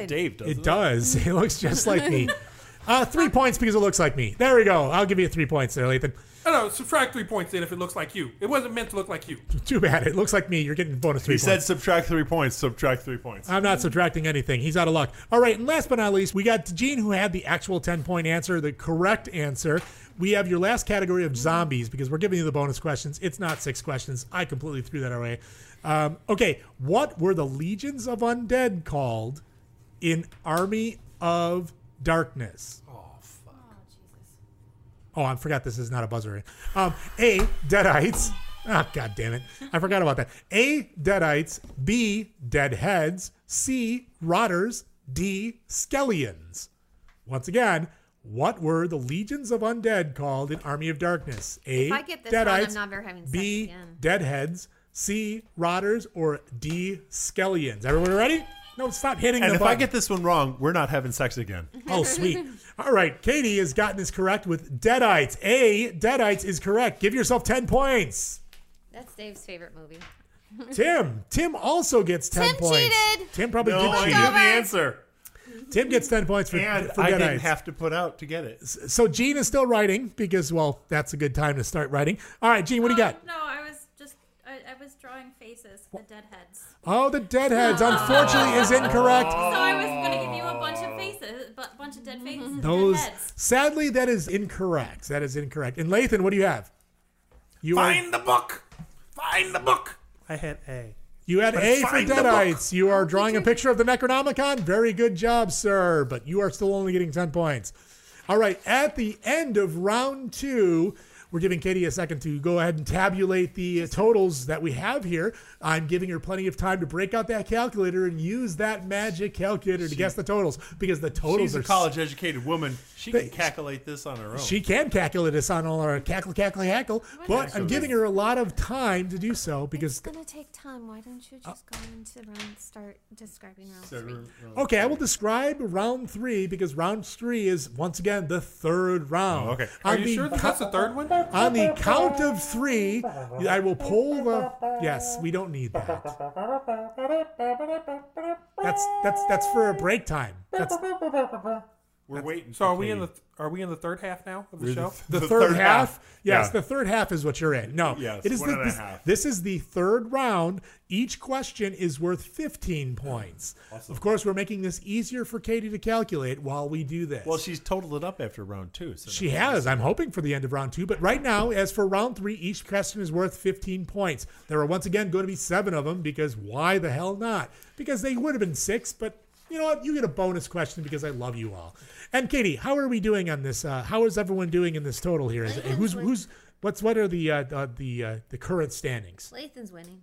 E: did good.
C: It does. It looks just like me. Uh, three points because it looks like me. There we go. I'll give you three points there, Lathan.
I: Oh no, subtract three points then if it looks like you. It wasn't meant to look like you.
C: Too bad. It looks like me. You're getting bonus
J: He
C: three
J: said
C: points.
J: subtract three points. Subtract three points.
C: I'm not subtracting anything. He's out of luck. All right, and last but not least, we got Gene who had the actual 10 point answer, the correct answer. We have your last category of zombies because we're giving you the bonus questions. It's not six questions. I completely threw that away. Um, okay, what were the legions of undead called in Army of Darkness? Oh, I forgot this is not a buzzer. Um, a. Deadites. Oh, God damn it. I forgot about that. A. Deadites. B. Deadheads. C. Rotters. D. Skellions. Once again, what were the legions of undead called in Army of Darkness? A.
E: If I get this
C: Deadites.
E: wrong, I'm never having sex
C: B.
E: again.
C: Deadheads. C. Rotters. Or D. Skellions. Everyone ready? No, stop hitting
J: and
C: the
J: if
C: button.
J: I get this one wrong, we're not having sex again.
C: Oh, sweet. All right. Katie has gotten this correct with Deadites. A, Deadites is correct. Give yourself 10 points.
E: That's Dave's favorite movie.
C: Tim. Tim also gets 10
E: Tim
C: points.
E: cheated.
C: Tim probably
J: No,
C: did
J: I
C: cheat.
J: knew the answer.
C: Tim gets 10 points for,
J: And
C: for
J: I
C: Deadites.
J: didn't have to put out to get it.
C: so Gene is still writing because, well, that's a good time to start writing. All right, Gene, what do you
E: Um,
C: got?
F: No, I was just I, I was drawing faces, the deadheads.
C: Oh, the Deadheads, unfortunately, is incorrect.
F: So I was gonna give you a bunch of faces, a bu- bunch of dead faces.
C: Those,
F: dead heads.
C: sadly, that is incorrect. That is incorrect. And Lathan, what do you have? You are-
I: Find the book. Find the book. I had A.
C: You had
I: But
C: A for
I: find the book.
C: Deadites. You are drawing a picture of the Necronomicon. Very good job, sir. But you are still only getting 10 points. All right. At the end of round two, we're giving Katie a second to go ahead and tabulate the totals that we have here. I'm giving her plenty of time to break out that calculator and use that magic calculator to guess the totals because the totals
J: She's
C: are
J: a
C: s-
J: college-educated woman. She
C: They-
J: can calculate this on her own.
C: she can calculate us on all our cackle, cackle, cackle, but I'm giving her a lot of time to do so because
E: It's gonna take time. Why don't you just go into round start describing round
J: So,
E: three?
C: Okay, I will describe round three because round three is once again the third round. okay,
I: Are you sure that that's the third one?
C: On the count of three, I will pull the. Yes, we don't need that. That's that's that's for a break time. That's
I: We're waiting. So are we in the are we in the third half now of the
C: We're
I: show?
C: The, third, half. Yes,
I: Yeah.
C: the third half is what you're in. No,
I: Yes,
C: it is
I: one
C: the,
I: and a
C: this,
I: half.
C: this is the third round. Each question is worth 15 points. Of course, we're making this easier for Katie to calculate while we do this.
J: well, she's totaled it up after round two. So
C: She has. I'm hoping for the end of round two. But right now, as for round three, each question is worth 15 points. There are once again going to be seven of them because why the hell not? Because they would have been six, but you know what? You get a bonus question because I love you all. And Katie, how are we doing on this? Uh, how is everyone doing in this total here? Is, who's who's what's what are the uh, uh, the uh, the current standings?
E: Lathan's winning.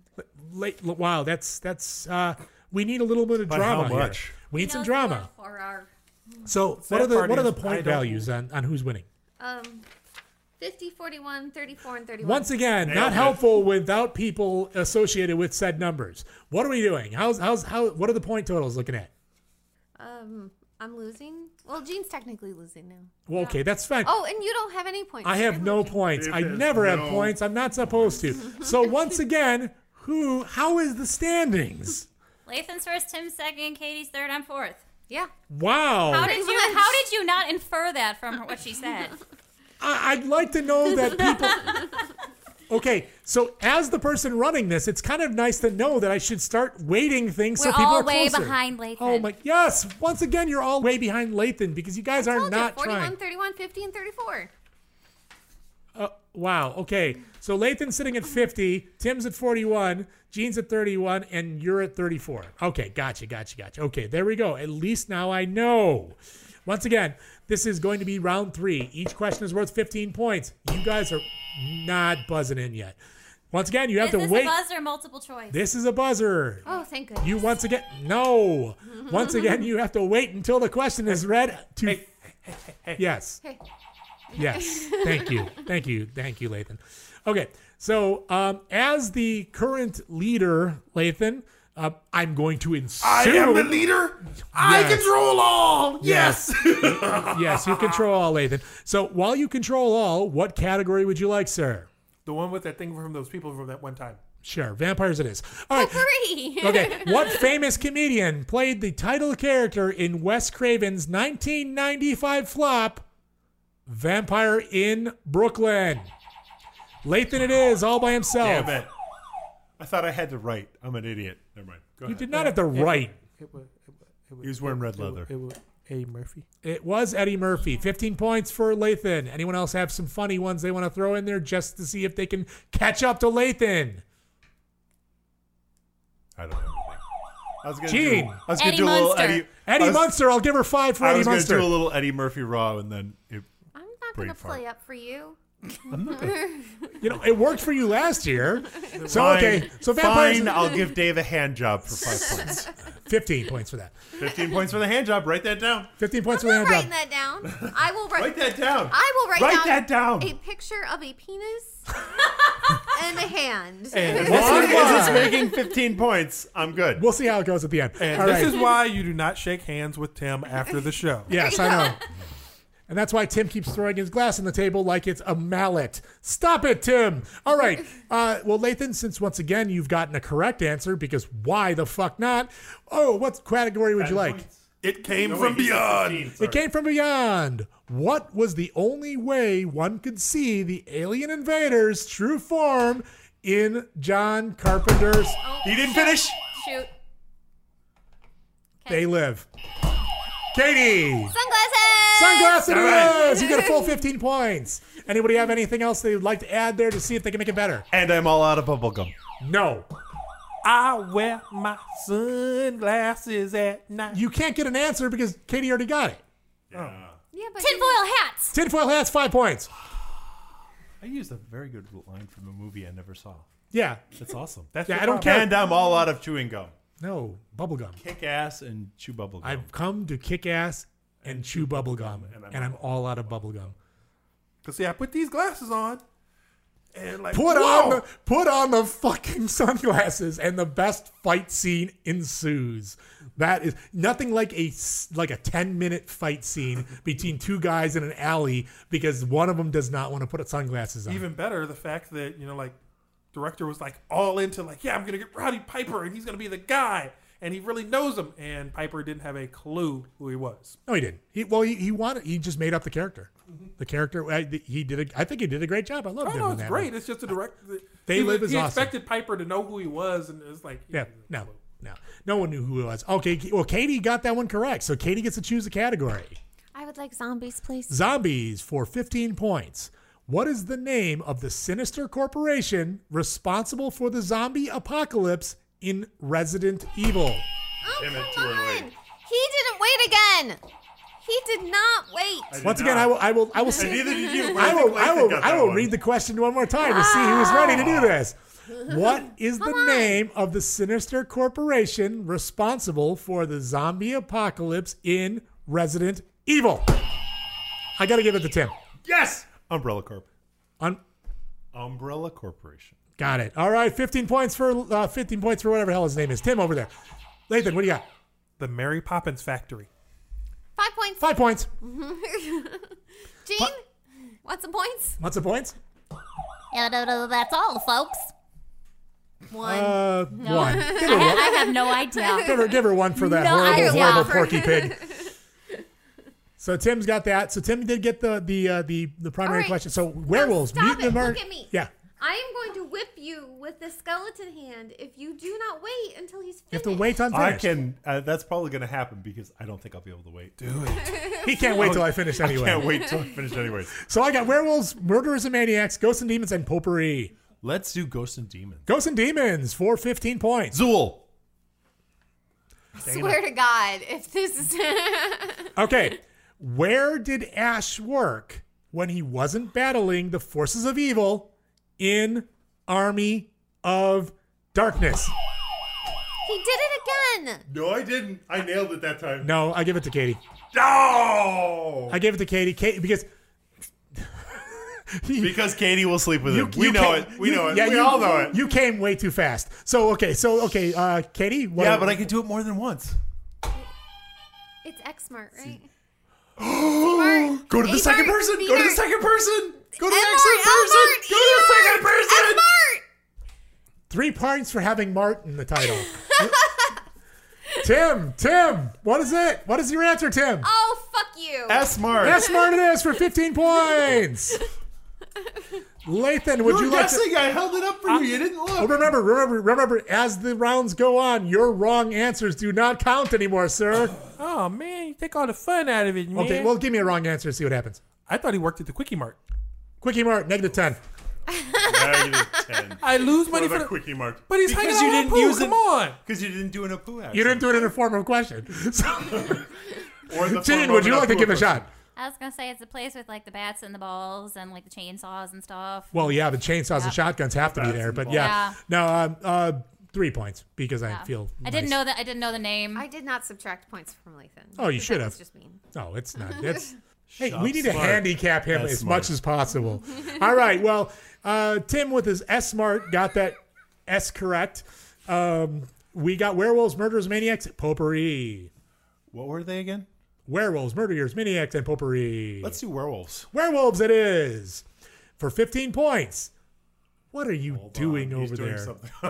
C: Late, wow, that's that's uh, we need a little bit of
J: By how
C: drama here.
J: much?
C: We need some drama.
E: Horror.
C: So
I: That
C: what are the
I: part
C: what are
I: is-
C: the
I: I
C: point
I: don't-
C: values on, on who's winning?
E: Um, 50, 41, 34, and 31.
C: Once again, not helpful without people associated with said numbers. What are we doing? How's how's how? What are the point totals looking at?
E: Um, I'm losing. Well, Gene's technically losing now.
C: Well, okay, that's fine.
E: Oh, and you don't have any points.
C: I have no points. I never have points. I'm not supposed to. So once again, who? How is the standings?
F: Lathan's first, Tim's second, Katie's third, I'm fourth.
E: Yeah.
C: Wow.
F: How did you How did you not infer that from what she said?
C: I, I'd like to know that people. Okay, so as the person running this, it's kind of nice to know that I should start weighting things
F: We're
C: so people
F: all
C: are
F: way
C: closer.
F: behind Lathan.
C: Oh my! Yes, once again, you're all way behind Lathan because you guys are
E: Told you,
C: not
E: 41,
C: trying.
E: 31, 50, and 34.
C: Uh, wow. Okay. So Lathan's sitting at 50, Tim's at 41, Gene's at 31, and you're at 34. Okay. Gotcha. Gotcha. Gotcha. Okay. There we go. At least now I know. Once again, this is going to be round three. Each question is worth 15 points. You guys are not buzzing in yet. Once again, you have
F: Is
C: to
F: this
C: wait.
F: a buzz or multiple choice?
C: This is a buzzer.
E: Oh, thank goodness.
C: You once again, no. Once again, you have to wait until the question is read to. Yes.
E: Hey.
C: Yes. Thank you. Thank you. Thank you, Lathan. Okay. So, um, as the current leader, Lathan, uh, I'm going to insert.
A: I am the leader. I control all. Yes.
C: yes, you control all, Lathan. So, while you control all, what category would you like, sir?
I: The one with that thing from those people from that one time.
C: Sure, vampires it is. All right. Okay, what famous comedian played the title character in Wes Craven's 1995 flop, Vampire in Brooklyn? Lathan it is, all by himself.
G: Damn it. Oh. I thought I had to write. I'm an idiot. Never mind. Go
C: You
G: ahead.
C: did not have to
G: It-
C: write.
I: It was, it was, it was,
G: He was wearing red leather.
I: It was, a Murphy.
C: It was Eddie Murphy. 15 points for Lathan. Anyone else have some funny ones they want to throw in there just to see if they can catch up to Lathan?
G: I don't know. I was gonna
C: Gene.
G: Do, I was gonna do a little Eddie.
C: Eddie
G: I was,
C: Munster. I'll give her five for
G: I
C: Eddie
G: was
C: Munster.
G: gonna do a little Eddie Murphy raw, and then it.
E: I'm not
G: Brain
E: gonna
G: fart.
E: play up for you.
C: You know, it worked for you last year. So
G: Fine.
C: okay, so vampires.
G: fine. I'll give Dave a hand job for five points.
C: Fifteen points for that.
G: Fifteen points for the hand job. Write that down.
C: Fifteen points
E: I'm
C: for the
E: not
C: hand
E: writing
C: job.
E: that down. I will write,
G: Write that down.
E: I will write,
G: Write
E: down
G: that down.
E: a picture of a penis and a hand.
G: As long as it's making fifteen points, I'm good.
C: We'll see how it goes at the end.
I: And
C: All
I: this
C: right.
I: is why you do not shake hands with Tim after the show.
C: Yes, I know. And that's why Tim keeps throwing his glass on the table like it's a mallet. Stop it, Tim. All right. Uh, well, Lathan, since once again you've gotten a correct answer, because why the fuck not? Oh, what category would you like?
A: It came
C: No,
A: from
C: wait, he said
A: beyond.
C: It came from beyond. What was the only way one could see the alien invader's true form in John Carpenter's?
I: Oh,
F: Oh,
G: He didn't finish.
E: Shoot.
C: They live. Katie.
E: Sunglasses!
C: Sunglasses it is. You get a full 15 points. Anybody have anything else they would like to add there to see if they can make it better?
G: And I'm all out of bubblegum.
C: No.
I: I wear my sunglasses at night.
C: You can't get an answer because Katie already got it.
E: Yeah, but
F: Tinfoil hats.
C: Tinfoil hats, five points.
G: I used a very good line from a movie I never saw.
C: Yeah.
G: That's awesome.
C: That's Yeah, the I don't problem. care.
G: And I'm all out of chewing gum.
C: No, bubblegum.
G: Kick ass and chew bubblegum.
C: I've come to kick ass and chew bubblegum, and I'm all out of bubblegum.
I: Cause see, I put these glasses on, and like
C: Put
I: whoa!
C: on the, put on the fucking sunglasses, and the best fight scene ensues. That is nothing like a s- like a ten minute fight scene between two guys in an alley because one of them does not want to put sunglasses on.
I: even better the fact that you know like director was like all into like yeah i'm gonna get rowdy piper and he's gonna be the guy and he really knows him and piper didn't have a clue who he was
C: No, he didn't. He well, he, he wanted. He just made up the character. The character. I, he did. A, I think he did a great job. I love
I: oh
C: him.
I: no
C: in
I: it's
C: that
I: great
C: one.
I: it's just a direct
C: They
I: he,
C: Live
I: was-
C: is
I: he
C: awesome.
I: expected piper to know who he was and it's like
C: Yeah. No. No. No one knew who it was. Okay. Well, Katie got that one correct. So Katie gets to choose a category.
E: I would like zombies, please.
C: Zombies for 15 points. What is the name of the sinister corporation responsible for the zombie apocalypse in Resident Evil?
H: oh,
G: Damn it, too early.
E: He didn't wait again. He did not wait.
C: Once again, I will, I will, I will.
G: And neither did you, but I
C: I will,
G: think
C: I
G: Lathan
C: will,
G: got
C: I
G: that
C: will
G: one.
C: read the question one more time to see who's ready to do this. What is the name of the sinister corporation responsible for the zombie apocalypse in Resident Evil? I got to give it to Tim.
G: Yes. Umbrella Corp.
C: Un-
G: Umbrella Corporation.
C: Got it. All right, 15 points for uh, 15 points for whatever the hell his name is. Tim over there. Lathan, what do you got?
I: the mary poppins factory
E: Five points.
C: Five points.
E: Gene, what's the points?
C: What's the points?
H: Yeah, no, no, that's all, folks.
E: One.
C: Uh,
F: No.
C: one.
F: I,
C: Give her one.
F: I have no idea.
C: Give her, give her one for that
F: No
C: horrible,
F: idea.
C: horrible Porky Pig. So Tim's got that. So Tim did get the the uh, the the primary
E: right.
C: question. So werewolves,
E: stop
C: mutant
E: it.
C: emer-
E: Look at me.
C: Yeah,
E: I am going to whip you with the skeleton hand if you do not wait until he's finished.
C: you have to wait on
G: I
C: finish.
G: can. Uh, that's probably going to happen because I don't think I'll be able to wait. Do it.
C: He can't wait till I finish anyway.
G: I can't wait till I finish anyways.
C: So I got werewolves, murderers and maniacs, ghosts and demons, and potpourri.
G: Let's do Ghosts and Demons.
C: Ghosts and demons for 15 points.
G: Zool.
E: I swear to God, if this is.
C: Okay. Where did Ash work when he wasn't battling the forces of evil in Army of Darkness?
E: he did it again.
G: No, I didn't. I nailed it that time.
C: No, I give it to Katie.
G: No.
C: I give it to Katie. Katie because
G: because Katie will sleep with him. we
C: You
G: know
C: came-
G: it. We
C: you-
G: know it.
C: yeah,
G: we
C: you-
G: all know it.
C: You came way too fast. So okay, so okay, uh, Katie. What
G: yeah, but I could do it more than once.
E: It's X Mart, right?
G: Go to the second
E: Mart,
G: person.
E: B
G: Go to the
E: Mart.
G: second person. Go to the
E: M
G: next
E: Mart, L
G: person.
E: Mart,
G: Go to the
E: E
G: second
E: Mart,
G: person.
E: F Mart.
C: Three points for having Mart in the title. Tim, Tim, what is it? What is your answer, Tim?
E: Oh, fuck you.
C: S Mart. S Mart it is for 15 points. Lathan, would
G: You
C: you
G: were
C: like
G: guessing.
C: to...
G: I held it up for you. You didn't look.
C: Oh, remember, remember, remember, as the rounds go on, your wrong answers do not count anymore, sir.
I: Oh man, you take all the fun out of it, man.
C: Okay, well, give me a wrong answer and see what happens.
I: I thought he worked at the Quickie Mart.
C: Quickie Mart, negative 10.
I: I lose money
C: What
I: for
C: about
I: the
C: Quickie Mart?
I: But he's
C: Because
I: hanging
C: you
I: out
C: didn't
I: with Apu,
C: use
I: Come
C: it-
I: on.
G: Because you didn't do an Apu accent.
C: You didn't do it in a form of question. So,
G: Or in the
C: Gene,
G: form
C: would
G: of
C: you
G: an
C: like to
G: Apu
C: give it a
G: accent.
C: shot?
M: I was gonna say it's a place with like the bats and the balls and like the chainsaws and stuff.
C: Well, yeah, the chainsaws
M: Yeah.
C: and shotguns have to be there, but yeah.
M: Yeah.
C: No, um, uh, three points because I
E: Yeah.
C: feel.
M: I didn't
C: nice.
M: know that. I didn't know the name.
E: I did not subtract points from Lathan.
C: Oh, you
E: That
C: should
E: was
C: have.
E: Just mean.
C: No, it's not. It's hey,
E: Shop
C: we need to
E: smart.
C: handicap him
G: That's
C: as
G: smart.
C: much as possible. All right. Well, uh, Tim with his S smart got that S correct. Um, we got werewolves, murderers, maniacs, potpourri.
G: What were they again?
C: Werewolves, murderers, maniacs, and potpourri.
G: Let's do werewolves.
C: Werewolves, it is for fifteen points. What are you doing over
G: doing
C: there?
G: something. Oh.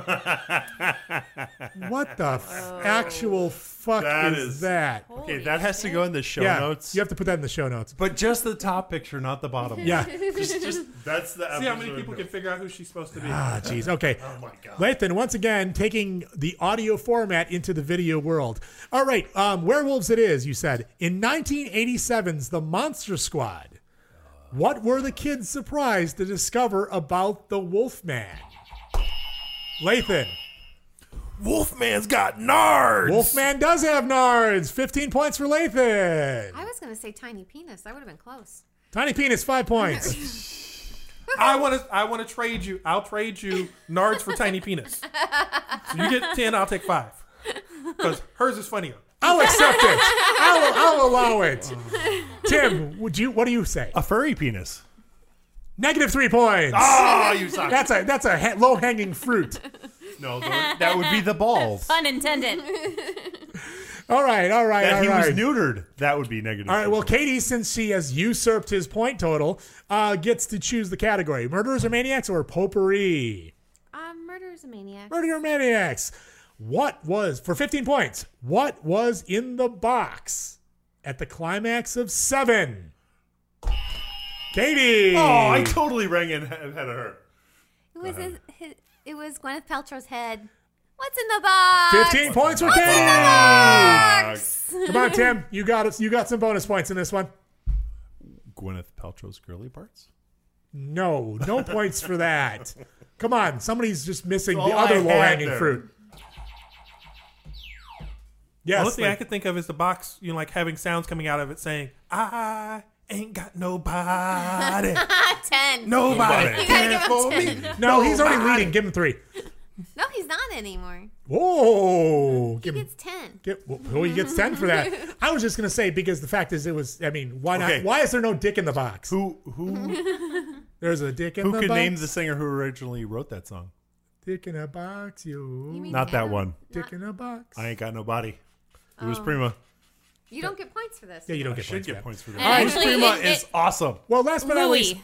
C: What the f- actual fuck
G: That
C: is
G: is-
C: that?
G: Okay, that has to go in the show
C: Yeah,
G: notes.
C: You have to put that in the show notes.
G: But just the top picture, not the bottom. one.
C: Yeah.
G: just, just that's the.
I: See how many
G: episode
I: people can
G: note.
I: figure out who she's supposed to be.
C: Ah, jeez. Okay.
G: Oh my god.
C: Lathan, once again, taking the audio format into the video world. All right, um, werewolves it is, you said. In 1987's The Monster Squad, what were the kids surprised to discover about the Wolfman? Lathan.
N: Wolfman's got nards.
C: Wolfman does have nards. 15 points for Lathan.
E: I was going to say tiny penis. I would have been close.
C: Tiny Penis, five points.
I: I want to. I want to trade you. I'll trade you nards for tiny penis. So you get ten. I'll take five. Because hers is funnier.
C: I'll accept it. I'll, I'll allow it. Tim, would you? What do you say?
G: A furry penis.
C: Negative three points.
G: Oh, you suck.
C: That's a that's a ha- low hanging fruit.
G: No, tho- that would be the balls.
M: Fun intended.
C: All right, all right,
G: that
C: all
G: he
C: right.
G: was neutered. That would be negative.
C: all right. Well, Katie, since she has usurped his point total, uh, gets to choose the category: murderers or maniacs or potpourri.
E: Um, murder is a maniac.
C: Murder or maniacs. What was for fifteen points? What was in the box at the climax of seven? Katie.
G: Oh, I totally rang in ahead of her.
E: It was his, his, it was Gwyneth Paltrow's head. What's in the box?
C: 15
I: Oh,
C: points for Katie.
E: box?
C: Come on, Tim. You got us. You got some bonus points in this one.
G: Gwyneth Paltrow's girly parts.
C: No, no points for that. Come on, somebody's just missing
G: That's
C: the
G: all I
C: other
G: had
C: low hanging
G: there.
C: fruit. Yes,
I: Only thing I
C: like-
I: could think of is the box. You know, like having sounds coming out of it saying, "I ain't got nobody."
E: Ah, ten.
I: Nobody.
E: You gotta give
I: For
E: him ten.
I: me.
C: No, he's already
I: Nobody.
C: leading. Give him three.
E: No, he's not anymore.
C: Whoa!
E: He
C: Give him.
E: gets ten.
C: Get, well, oh, he gets ten for that. I was just gonna say because the fact is, it was. I mean, why
G: Okay.
C: not? Why is there no dick in the box?
G: Who who
C: There's a dick in
G: who
C: the
G: could
C: box.
G: name the singer who originally wrote that song?
C: dick in a box? You.
E: mean
G: Not that
E: Adam?
G: one.
C: dick in a box.
G: I ain't got no body. It was
E: Oh.
G: Prima.
E: You don't get points for this.
C: Yeah, you don't
G: I
C: get
G: should
C: points. for
G: get
C: that.
G: points for that.
F: And
G: Louis
F: actually,
G: Prima
F: it-
G: is
F: it-
G: awesome.
C: Well, last but not least,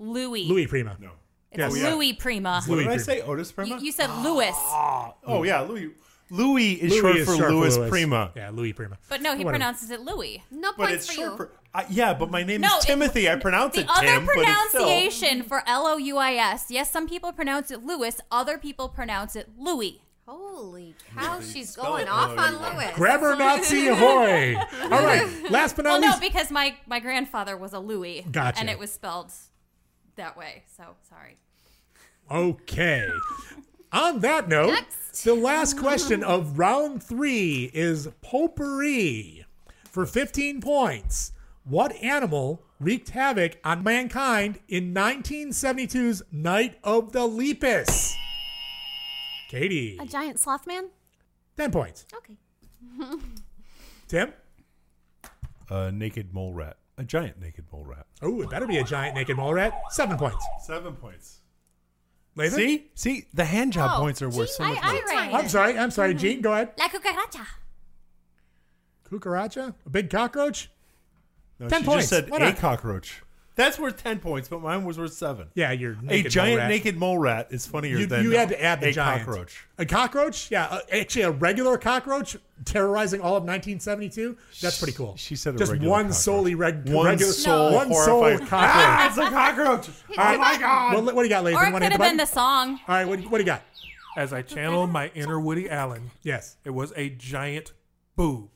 F: Louis. Louis.
C: Louis Prima.
G: No.
F: It's
C: Yes.
F: Louis Prima.
G: What
C: Louis
G: did I
C: Prima.
G: say? Otis Prima?
F: You, you said Louis,
G: oh yeah, Louis. Louis
C: Hmm.
G: is
C: Louis
G: short
C: is
G: for
C: short for
G: Louis,
C: Louis.
G: Prima.
C: Yeah, Louis Prima.
F: but no, he
C: Whatever.
F: pronounces it Louis.
E: No
G: But
E: points
G: it's
E: for
G: short
E: you.
G: for I yeah, but my name
F: No,
G: is
F: it-
G: Timothy. I pronounce
F: The
G: it
F: other
G: Tim, but it's still
F: pronunciation for L O U I S. Yes, some people pronounce it Louis. Other people pronounce it Louis.
E: Holy cow, she's
G: spell
E: going
G: it
E: off on
G: wrong.
E: Lewis.
C: Grabber Nazi ahoy! All right, last but
F: Well,
C: not
F: no,
C: least,
F: because my my grandfather was a Louis,
C: Gotcha.
F: and it was spelled that way. So sorry.
C: Okay. On that note,
E: Next.
C: the last question of round three is potpourri. For 15 points, what animal wreaked havoc on mankind in 1972's Night of the Lepus? Katie,
E: A giant sloth man?
C: 10 points.
E: Okay.
C: Tim,
G: a naked mole rat. I A giant naked mole rat.
C: Oh, it better be a giant naked mole rat. Seven points.
G: Seven points.
C: Lathan?
G: See? See, the
F: Oh,
G: hand job points are worth so much more.
C: I'm sorry. I'm
F: Mm-hmm.
C: sorry, Gene. Go ahead.
H: La cucaracha.
C: Cucaracha? A big cockroach?
G: No,
C: Ten
G: she
C: points.
G: just said
C: Why
G: a
C: not?
G: cockroach. That's worth 10 points, but mine was worth 7.
C: Yeah, you're
G: A
C: naked
G: giant
C: mole rat.
G: naked mole rat is funnier
C: You,
G: than
C: you had to add the
G: a
C: giant.
G: cockroach.
C: A cockroach? Yeah. uh, actually, a regular cockroach terrorizing all of 1972. That's pretty cool. She
G: said a
C: just
G: regular
C: one solely reg-
G: One
C: regular
G: sole
C: one sole
G: horrified-
C: cockroach.
G: Ah, it's a cockroach.
C: All
F: Oh
C: right.
F: my God.
C: What, what do you got, Lathan?
F: Or
C: Wanna
F: it could
C: hit
F: have
C: button?
F: been the song.
C: All right, what do, you- what do you got?
I: As I channel my inner Woody Allen,
C: yes,
I: it was a giant boob.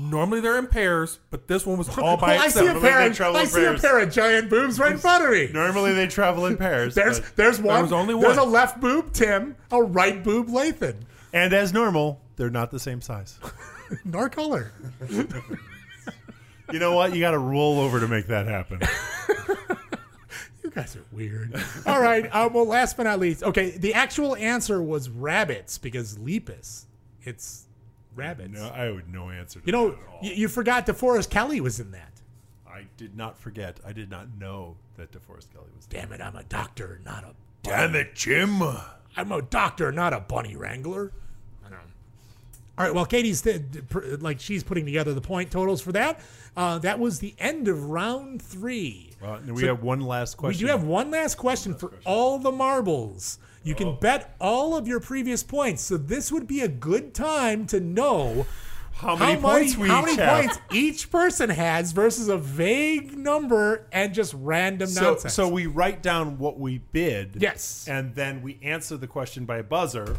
I: Normally they're in pairs, but this one was all by
C: I
I: itself.
C: see a pair. Of, I see a pair of giant boobs right in front of me.
J: Normally they travel in pairs.
C: There's
J: but-
C: there's one.
J: There was only
C: There's a
J: one.
C: left boob, Tim. A right boob, Lathan.
G: And as normal, they're not the same size.
C: Nor color.
G: you know what? You got to roll over to make that happen.
C: You guys are weird. All right. Uh, well, last but not least. Okay, the actual answer was rabbits because lepus. It's rabbits.
G: No, I would no answer. To
C: You know, you, you forgot DeForest Kelly was in that.
G: that. I did not forget. I did not know that DeForest Kelly was.
C: Damn it! I'm a doctor, not a.
G: Damn it, Jim!
C: I'm a doctor, not a bunny wrangler. All right. Well, Katie's th- th- pr- like she's putting together the point totals for that. Uh, that was the end of round three.
G: Well, we
C: So-
G: have one last question.
C: We do have one last question for all the marbles. You
G: Oh.
C: can bet all of your previous points, so this would be a good time to know
G: How many points we
C: how
G: each
C: many
G: have.
C: points each person has versus a vague number and just random
G: So,
C: nonsense.
G: so we write down what we bid.
C: Yes.
G: And then we answer the question by buzzer.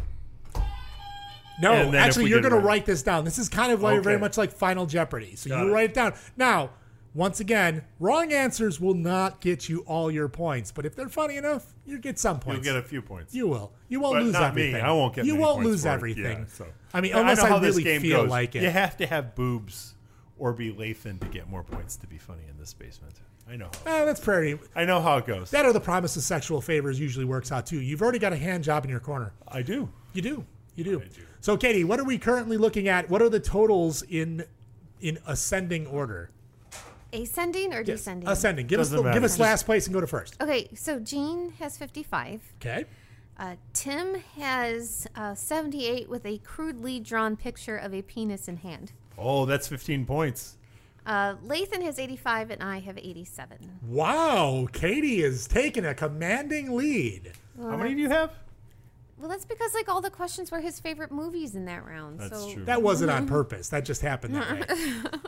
C: No,
G: And then if
C: actually,
G: we
C: you're
G: get it
C: going to
G: right-
C: write this down. This is kind of like very
G: Okay.
C: much like Final Jeopardy. So
G: Got
C: you
G: it.
C: write it down. Now, once again, wrong answers will not get you all your points, but if they're funny enough, you get some
G: You'll
C: points.
G: get a few points.
C: You will. You won't
G: But
C: lose
G: not
C: everything.
G: Me. I won't get.
C: You
G: many
C: won't
G: points
C: lose
G: for it.
C: everything.
G: Yeah, so.
C: I mean,
G: know
C: unless I
G: how this
C: really
G: game
C: feel
G: goes.
C: like it.
G: You have to have boobs or be Lathan to get more points to be funny in this basement. I know.
C: Ah, that's pretty.
G: I know how it goes.
C: That or the promise of sexual favors usually works out too. You've already got a hand job in your corner.
G: I do.
C: You do. You do. So, Katie, what are we currently looking at? What are the totals in in ascending order?
E: Ascending or
C: Yes,
E: descending?
C: Ascending. Give us
G: Doesn't
C: the- give
G: matter.
C: us last place and go to first.
E: Okay, so Gene has 55.
C: Okay.
E: Uh, Tim has uh, 78 with a crudely drawn picture of a penis in hand.
G: Oh, that's 15 points.
E: Uh, Lathan has 85 and I have 87.
C: Wow, Katie is taking a commanding lead.
E: Well, How many that-
G: do you have?
E: Well, that's because like all the questions were his favorite movies in that round. so.
C: That wasn't on purpose. That just happened that way.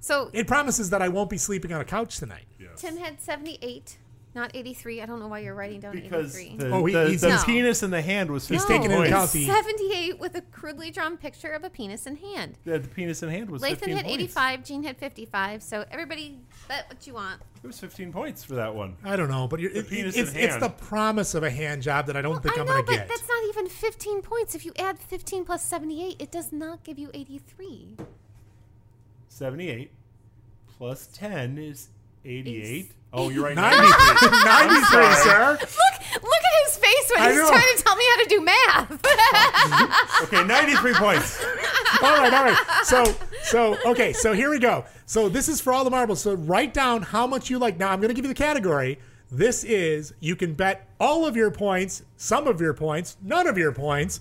E: so
C: It promises that I won't be sleeping on a couch tonight.
E: Tim had 78, not 83. I don't know why you're writing down
G: Because
E: 83.
G: the,
C: Oh, he-
G: the,
C: he's-
G: the
C: No.
G: penis in the hand was 15
C: He's taking into
G: points.
C: account the-
E: 78 with a crudely drawn picture of a penis in hand.
G: Yeah, the penis in hand was
E: Lathan
G: 15
E: had
G: points.
E: 85, Gene had 55. So everybody bet what you want.
G: It was 15 points for that one.
C: I don't know, but you're,
G: The
C: it-
G: penis
C: it's,
G: in
C: it's
G: hand.
C: the promise of a hand job that I don't think
E: I
C: I'm
E: know,
C: going to
E: but
C: get.
E: that's not even 15 points. If you add 15 plus 78, it does not give you 83.
G: 78 plus 10 is 88. Oh, you're right.
C: 90.
G: 93.
C: 93,
G: I'm sorry.
C: sir.
E: Look, look at his face when
G: I
E: he's
G: know.
E: trying to tell me how to do math.
G: Okay, 93 points.
C: all right, all right. So, so okay, so here we go. So this is for all the marbles. So write down how much you like. Now I'm going to give you the category. This is you can bet all of your points, some of your points, none of your points.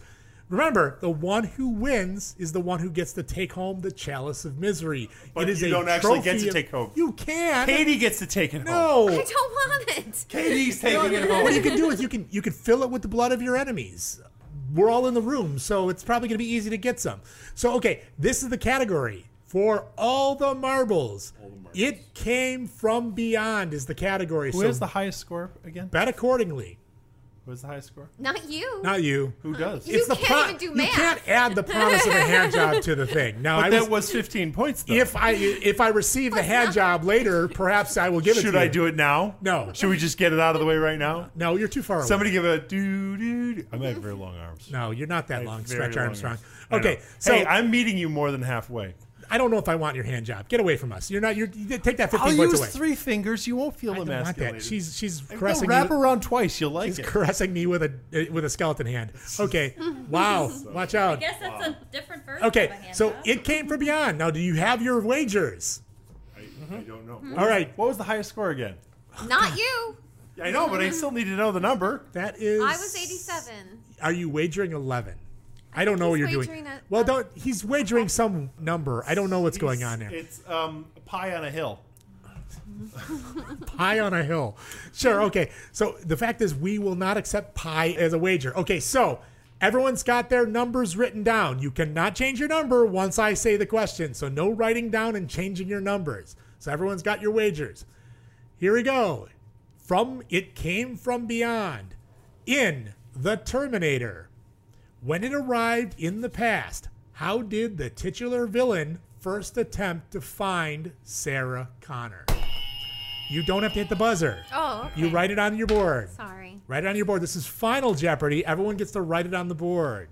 C: Remember, the one who wins is the one who gets to take home the chalice of misery.
G: But
C: it is a
G: you don't actually get
C: trophy
G: to
C: of-
G: take home.
C: You can.
G: Katie gets to take it
C: No.
G: home.
E: I don't want it.
G: Katie's taking it home.
C: What you can do is you can you can fill it with the blood of your enemies. We're all in the room, so it's probably going to be easy to get some. So okay, this is the category for all the marbles. It came from beyond is the category.
G: Who
C: so
G: has the highest score again?
C: bet accordingly.
G: Who has the highest score?
E: Not you.
C: Not you.
G: Who
E: Uh,
G: does?
E: You can't even do
C: You
E: math.
C: can't add the promise of a hand job to the thing. Now
G: but
C: I
G: that
C: was-
G: was 15 points, though.
C: if I if I receive the hand job later, perhaps I will give it.
G: Should
C: to
G: I
C: you.
G: do it now?
C: No.
G: Should we just get it out of the way right now?
C: No, you're too far away.
G: Somebody give a doo doo. doo. I might have very long arms.
C: No, you're not that
G: I have
C: long,
G: very
C: Stretch
G: long
C: Armstrong.
G: arms. I
C: Okay,
G: know.
C: so
G: hey, I'm meeting you more than halfway.
C: I don't know if I want your hand job. Get away from us. You're not. You're you take that 15
G: I'll
C: points
G: use
C: away.
G: three fingers. You won't feel
C: I don't want that.
G: emasculated.
C: She's she's
G: They'll
C: caressing
G: wrap
C: me.
G: around twice. You'll like
C: She's
G: it.
C: caressing me with a uh, with a skeleton hand. Okay. Wow. Watch
H: I
C: out.
H: guess that's a different version. Of a
C: Okay.
H: hand
C: So
H: job.
C: it came from beyond. Now, do you have your wagers?
G: I don't know.
E: Mhm.
G: All right. What was the highest score again?
E: Not you.
G: I know, but I still need to know the number.
C: That is.
E: I was 87.
C: Are you wagering eleven? I don't know
E: He's
C: what you're doing.
E: wagering a-
C: well, don't. He's wagering some number. I don't know what's going on there.
G: It's um, pie on a hill.
C: pie on a hill. Sure, okay. So the fact is, we will not accept pie as a wager. Okay, so everyone's got their numbers written down. You cannot change your number once I say the question. So no writing down and changing your numbers. So everyone's got your wagers. Here we go. From It Came From Beyond, in The Terminator. When it arrived in the past, how did the titular villain first attempt to find Sarah Connor? You don't have to hit the buzzer.
E: Oh, okay.
C: You write it on your board.
E: Sorry.
C: Write it on your board. This is Final Jeopardy. Everyone gets to write it on the board.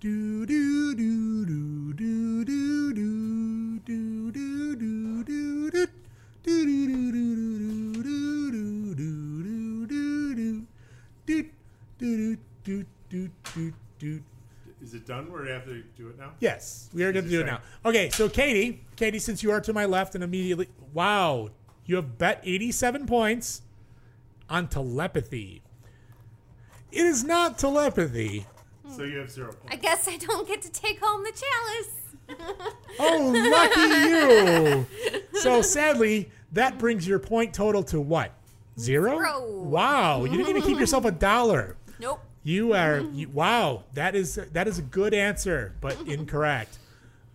C: Do do do do do do do do do do do do. Do, do, do, do, do, do, do, do, do, do, do. Do, do, do, do, do, do.
G: Is it done? We're gonna have to do it now.
C: Yes, we are going to do it now. Okay, so Katie, Katie, since you are to my left and immediately, wow, you have bet 87 points on telepathy. It is not telepathy.
G: So you have zero.
E: I guess I don't get to take home the chalice.
C: Oh, lucky you! So sadly, that brings your point total to what? Zero.
E: Zero.
C: Wow, you didn't even keep yourself a dollar.
E: Nope.
C: You are
E: Mm-hmm.
C: you, wow. That is that is a good answer, but incorrect.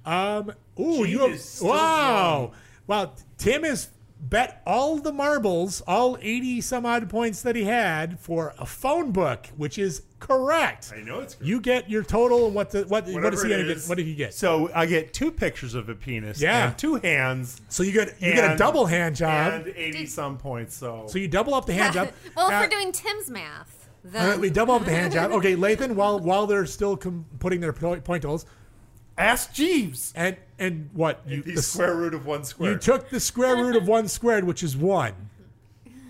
C: Um. Ooh, you have, wow. Wow. Tim has bet all the marbles, all eighty some odd points that he had for a phone book, which is correct. I
G: know it's.
C: Correct. You get your total and what the what what is
G: Whatever
C: he
G: it
C: gonna get?
G: is.
C: What did he get?
J: So I get two pictures of a penis.
C: Yeah.
J: and two hands.
C: So you get you get a double hand job.
G: And eighty some points. So
C: So you double up the hand job.
E: well, if
C: Now- Uh,
E: we're doing Tim's math,
C: All
E: then
C: right, we double up the hand job. Okay, Lathan, while while they're still com- putting their po- point totals, ask Jeeves. And and what you
G: the square root of one square.
C: You took the square root of one squared, which is one.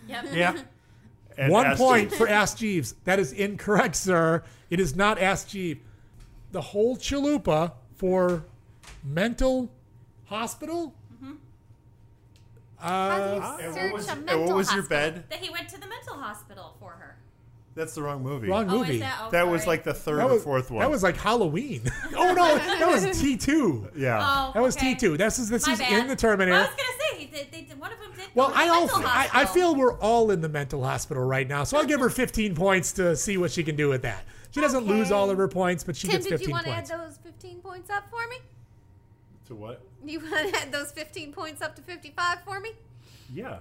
F: Yep.
G: And
C: one
G: ask
C: point
G: Jeeves.
C: for Ask Jeeves. That is incorrect, sir. It is not Ask Jeeves. The whole chalupa for mental hospital. Uh,
F: How do you
J: and
F: search
J: what was,
F: a
J: and
F: mental
J: what was your
F: hospital?
J: bed?
F: That he went to the mental hospital for her.
J: That's the wrong movie.
C: Wrong Oh, is movie. that-
J: that
C: oh,
J: was
F: sorry.
J: like the third
C: That
J: or
C: was-
J: fourth one.
C: That was like Halloween. oh no, that was T two.
J: Yeah.
F: Oh,
C: that was
F: okay.
C: T two. This is this
F: My
C: is
F: bad.
C: in the Terminator.
F: Well, I was gonna say they, they, did- one of them did. go
C: Well,
F: to the
C: I all
F: mental
C: I, I
F: hospital.
C: feel we're all in the mental hospital right now, so I'll give her 15 points to see what she can do with that. She doesn't lose all of her points, but she
E: Tim,
C: gets
E: did
C: 15
E: you want to add
C: points.
E: those 15 points up for me?
G: To what?
E: You want to add those 15 points up to 55 for me?
G: Yeah.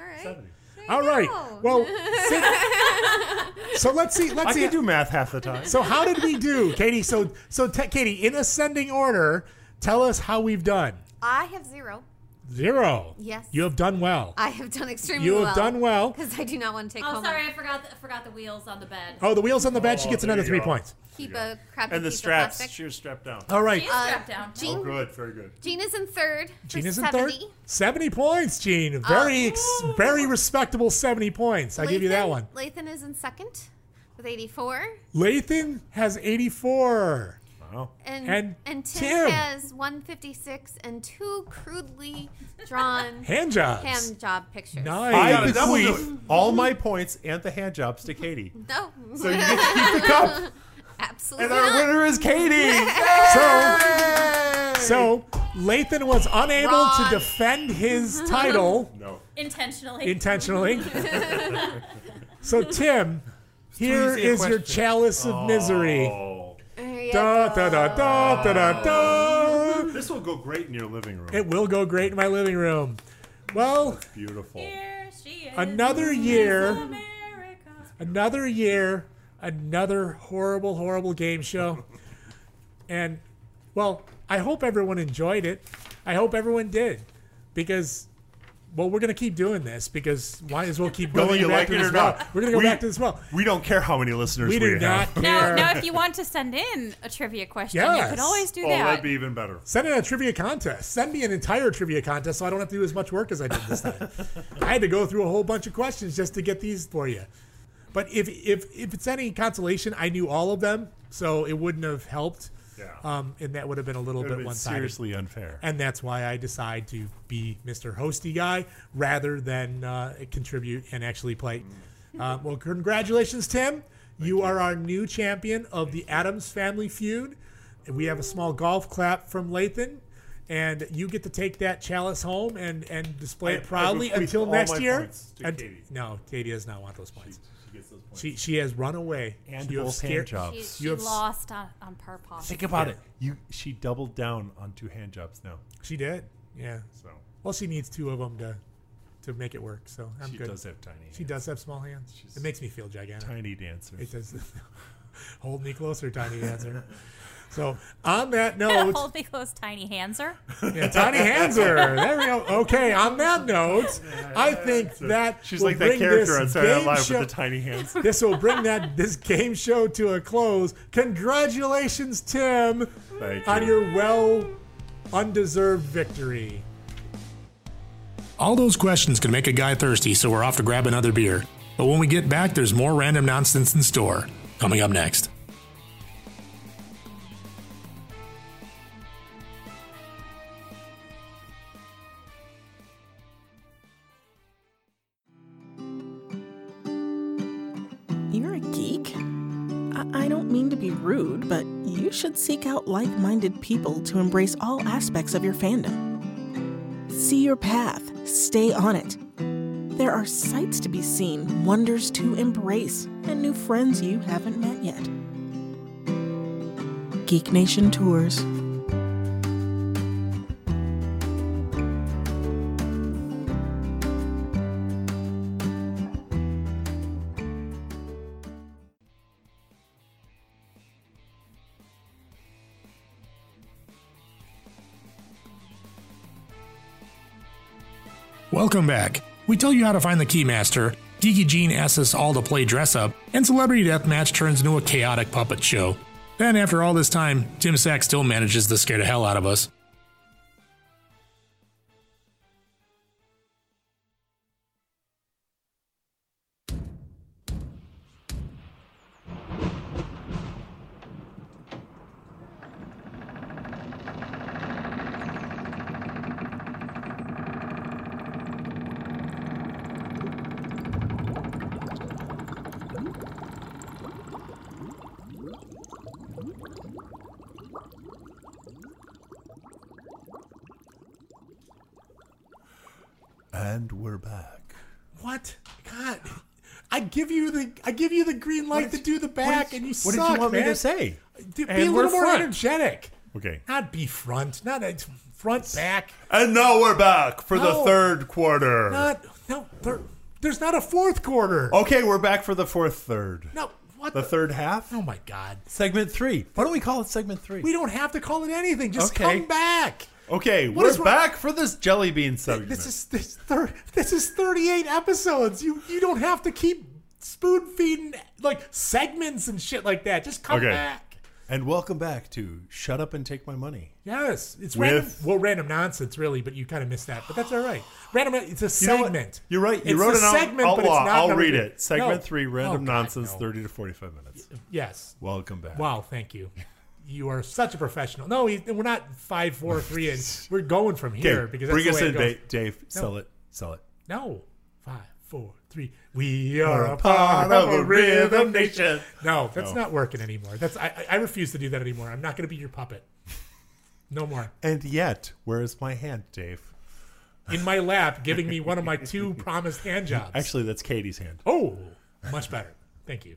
E: All right. There you
C: All right.
E: go.
C: Well, so let's see. Let's
J: I
C: see.
J: can do math half the time.
C: So how did we do, Katie? So so te- Katie, in ascending order, tell us how we've done.
E: I have zero.
C: Zero.
E: Yes.
C: You have done well.
E: I have done extremely
C: You
E: well.
C: have done well.
E: Because I do not want to take
F: Oh,
E: home.
F: sorry, I forgot. The, I forgot the wheels on the bed.
C: Oh, the wheels on the bed. she
J: Oh,
C: gets
J: there
C: another
J: you
C: three
J: go.
C: points.
E: Keep a crappy
J: and the
E: piece of
J: straps.
E: plastic.
J: She was strapped down.
C: All right.
E: She is strapped
F: down.
E: Jean,
J: Oh, good. Very good.
E: Jean is in third. for
C: Gene is in
E: 70.
C: third. 70 points, Gene. Very ex- very respectable 70 points. I give you that one.
E: Lathan is in second with 84.
C: Lathan has 84.
J: Wow.
E: And,
C: And,
E: Tim,
C: Tim.
E: has 156 and two crudely drawn
C: Hand jobs.
E: hand job pictures.
J: I
G: that was
J: bequeath all my points and the hand jobs to Katie.
E: No.
J: So you get to keep the cup.
E: Absolutely.
J: And our
E: not.
J: winner is Katie.
C: So, so Lathan was unable to
F: Wrong.
C: defend his title
J: No.
F: Intentionally.
C: intentionally. so, Tim, here
F: easy a
C: is your
F: question. Oh.
C: chalice of misery. Da, da, da, da, da, da, da.
J: This will go great in your living room.
C: It will go great in my living room. Well,
J: Beautiful.
C: another year another year another horrible horrible game show and well i hope everyone enjoyed it i hope everyone did because well we're gonna keep doing this because might as well keep
J: Whether
C: going
J: you
C: back
J: like
C: to
J: it
C: this
J: or
C: well.
J: not,
C: we're gonna go
J: we-
C: back to this well
J: We don't care how many listeners
C: We
J: we,
C: do
J: have.
C: not
F: Now, now, if you want to send in a trivia question, you
C: Yes.
F: could always do
J: oh,
F: that.
J: that'd be even better.
C: Send in a trivia contest. Send me an entire trivia contest so I don't have to do as much work as I did this time. I had to go through a whole bunch of questions just to get these for you. But if if if it's any consolation, I knew all of them, so it wouldn't have helped.
G: Yeah.
C: Um, and that would have been a little
G: It would've
C: bit
G: been
C: one sided.
G: seriously unfair.
C: And that's why I decide to be Mr. Hosty guy rather than uh, contribute and actually play.
G: Mm.
C: Uh, well, congratulations, Tim. You, are our new champion of the Adams Family Feud. We have a small golf clap from Lathan, and you get to take that chalice home and, and display
G: I-
C: it
G: I
C: proudly
G: bequeath
C: until
G: all
C: next
G: my
C: year.
G: points to
C: Unt-
G: Katie.
C: No, Katie does not want those points.
G: She gets those points.
C: She, she has run away.
G: And
C: you have
G: both
C: scared,
G: handjobs.
F: She,
C: you
F: she
C: have s-
F: lost on, on purpose.
G: Think about it. You she doubled down on two hand jobs now.
C: She did. Yeah.
G: So
C: Well, she needs two of them to to make it work. So I'm
G: She
C: good.
G: does have tiny
C: She does have small hands. it makes me feel gigantic.
G: tiny dancer.
C: It does. Hold me closer, tiny dancer. so on that note,
H: Hold me close, tiny Hanser.
C: yeah, Tiny Hanser. There we go. Okay, on that note, I think that
G: She's
C: will
G: like that
C: bring
G: character
C: this
G: on Saturday Night
C: game
G: Live with
C: show-
G: the tiny hands.
C: This will bring that this game show to a close. Congratulations, Tim,
G: Thank
C: on
G: you.
C: your well undeserved victory.
O: All those questions can make a guy thirsty, so we're off to grab another beer. But when we get back, there's more random nonsense in store. Coming up next.
P: You're a geek? I, I don't mean to be rude, but you should seek out like minded people to embrace all aspects of your fandom. See your path, stay on it. There are sights to be seen, wonders to embrace, and new friends you haven't met yet. Geek Nation Tours.
O: Welcome back. We tell you how to find the Keymaster. Geeky Gene asks us all to play dress up, and Celebrity Deathmatch turns into a chaotic puppet show. Then, after all this time, Tim Sack still manages to scare the hell out of us.
J: And we're back.
C: What? God. I give you the I give you the green light to do the back,
J: did-
C: and you
J: what
C: suck,
J: did you want me
C: man.
J: to say?
C: Dude, be
J: And
C: a
J: we're
C: little more
J: front.
C: energetic.
G: Okay.
C: Not be front. Not a front back.
J: And now we're back for the
C: No.
J: third quarter.
C: Not no. There, there's not a fourth quarter.
J: okay, we're back for the fourth third.
C: No. What?
J: Oh, The third half?
C: Oh my God.
J: Segment three. Why don't we call it segment three?
C: We don't have to call it anything. Just
J: Okay.
C: come back.
J: Okay,
C: What is
J: we're
C: wrong-
J: back for this jelly bean segment.
C: This is this thir- this is 38 episodes. You you don't have to keep spoon feeding like segments and shit like that. Just come
G: Okay.
C: back.
J: And welcome back to Shut Up and Take My Money.
C: Yes, it's
J: With-
C: random. Well, random nonsense, really, but you kind of missed that. But that's all right. Random. It's a
J: You know what?
C: segment.
J: You're right. You
C: It's
J: wrote
C: a
J: it out,
C: segment, but it's
J: outlaw.
C: not
J: I'll
C: numbered.
J: read it. Segment
C: No.
J: three,
C: Oh,
J: random
C: God,
J: nonsense,
C: no.
J: 30 to 45 minutes.
C: Yes.
J: Welcome back.
C: Wow. Thank you. You are such a professional. No, he, we're not five, four, three, and we're going from here because that's
J: bring
C: the
J: us
C: way it
J: in,
C: goes.
J: Dave. Dave
C: No.
J: Sell it. Sell it.
C: No. Five, four, three. We
J: Are
C: are
J: a
C: a part of a rhythm
J: nation.
C: nation. No, that's
J: No.
C: not working anymore. That's I, I- I refuse to do that anymore. I'm not going to be your puppet. No more.
J: And yet, where is my hand, Dave?
C: In my lap, giving me one of my two promised hand jobs.
J: Actually, that's Katie's hand.
C: Oh, much better. Thank you.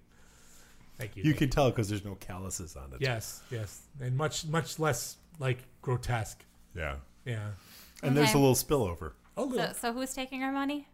C: Thank you.
J: You can tell because there's no calluses on it.
C: Yes, yes, and much much less like grotesque.
J: Yeah.
C: Yeah.
J: And there's a little spillover.
C: Oh,
H: So, so who's taking our money?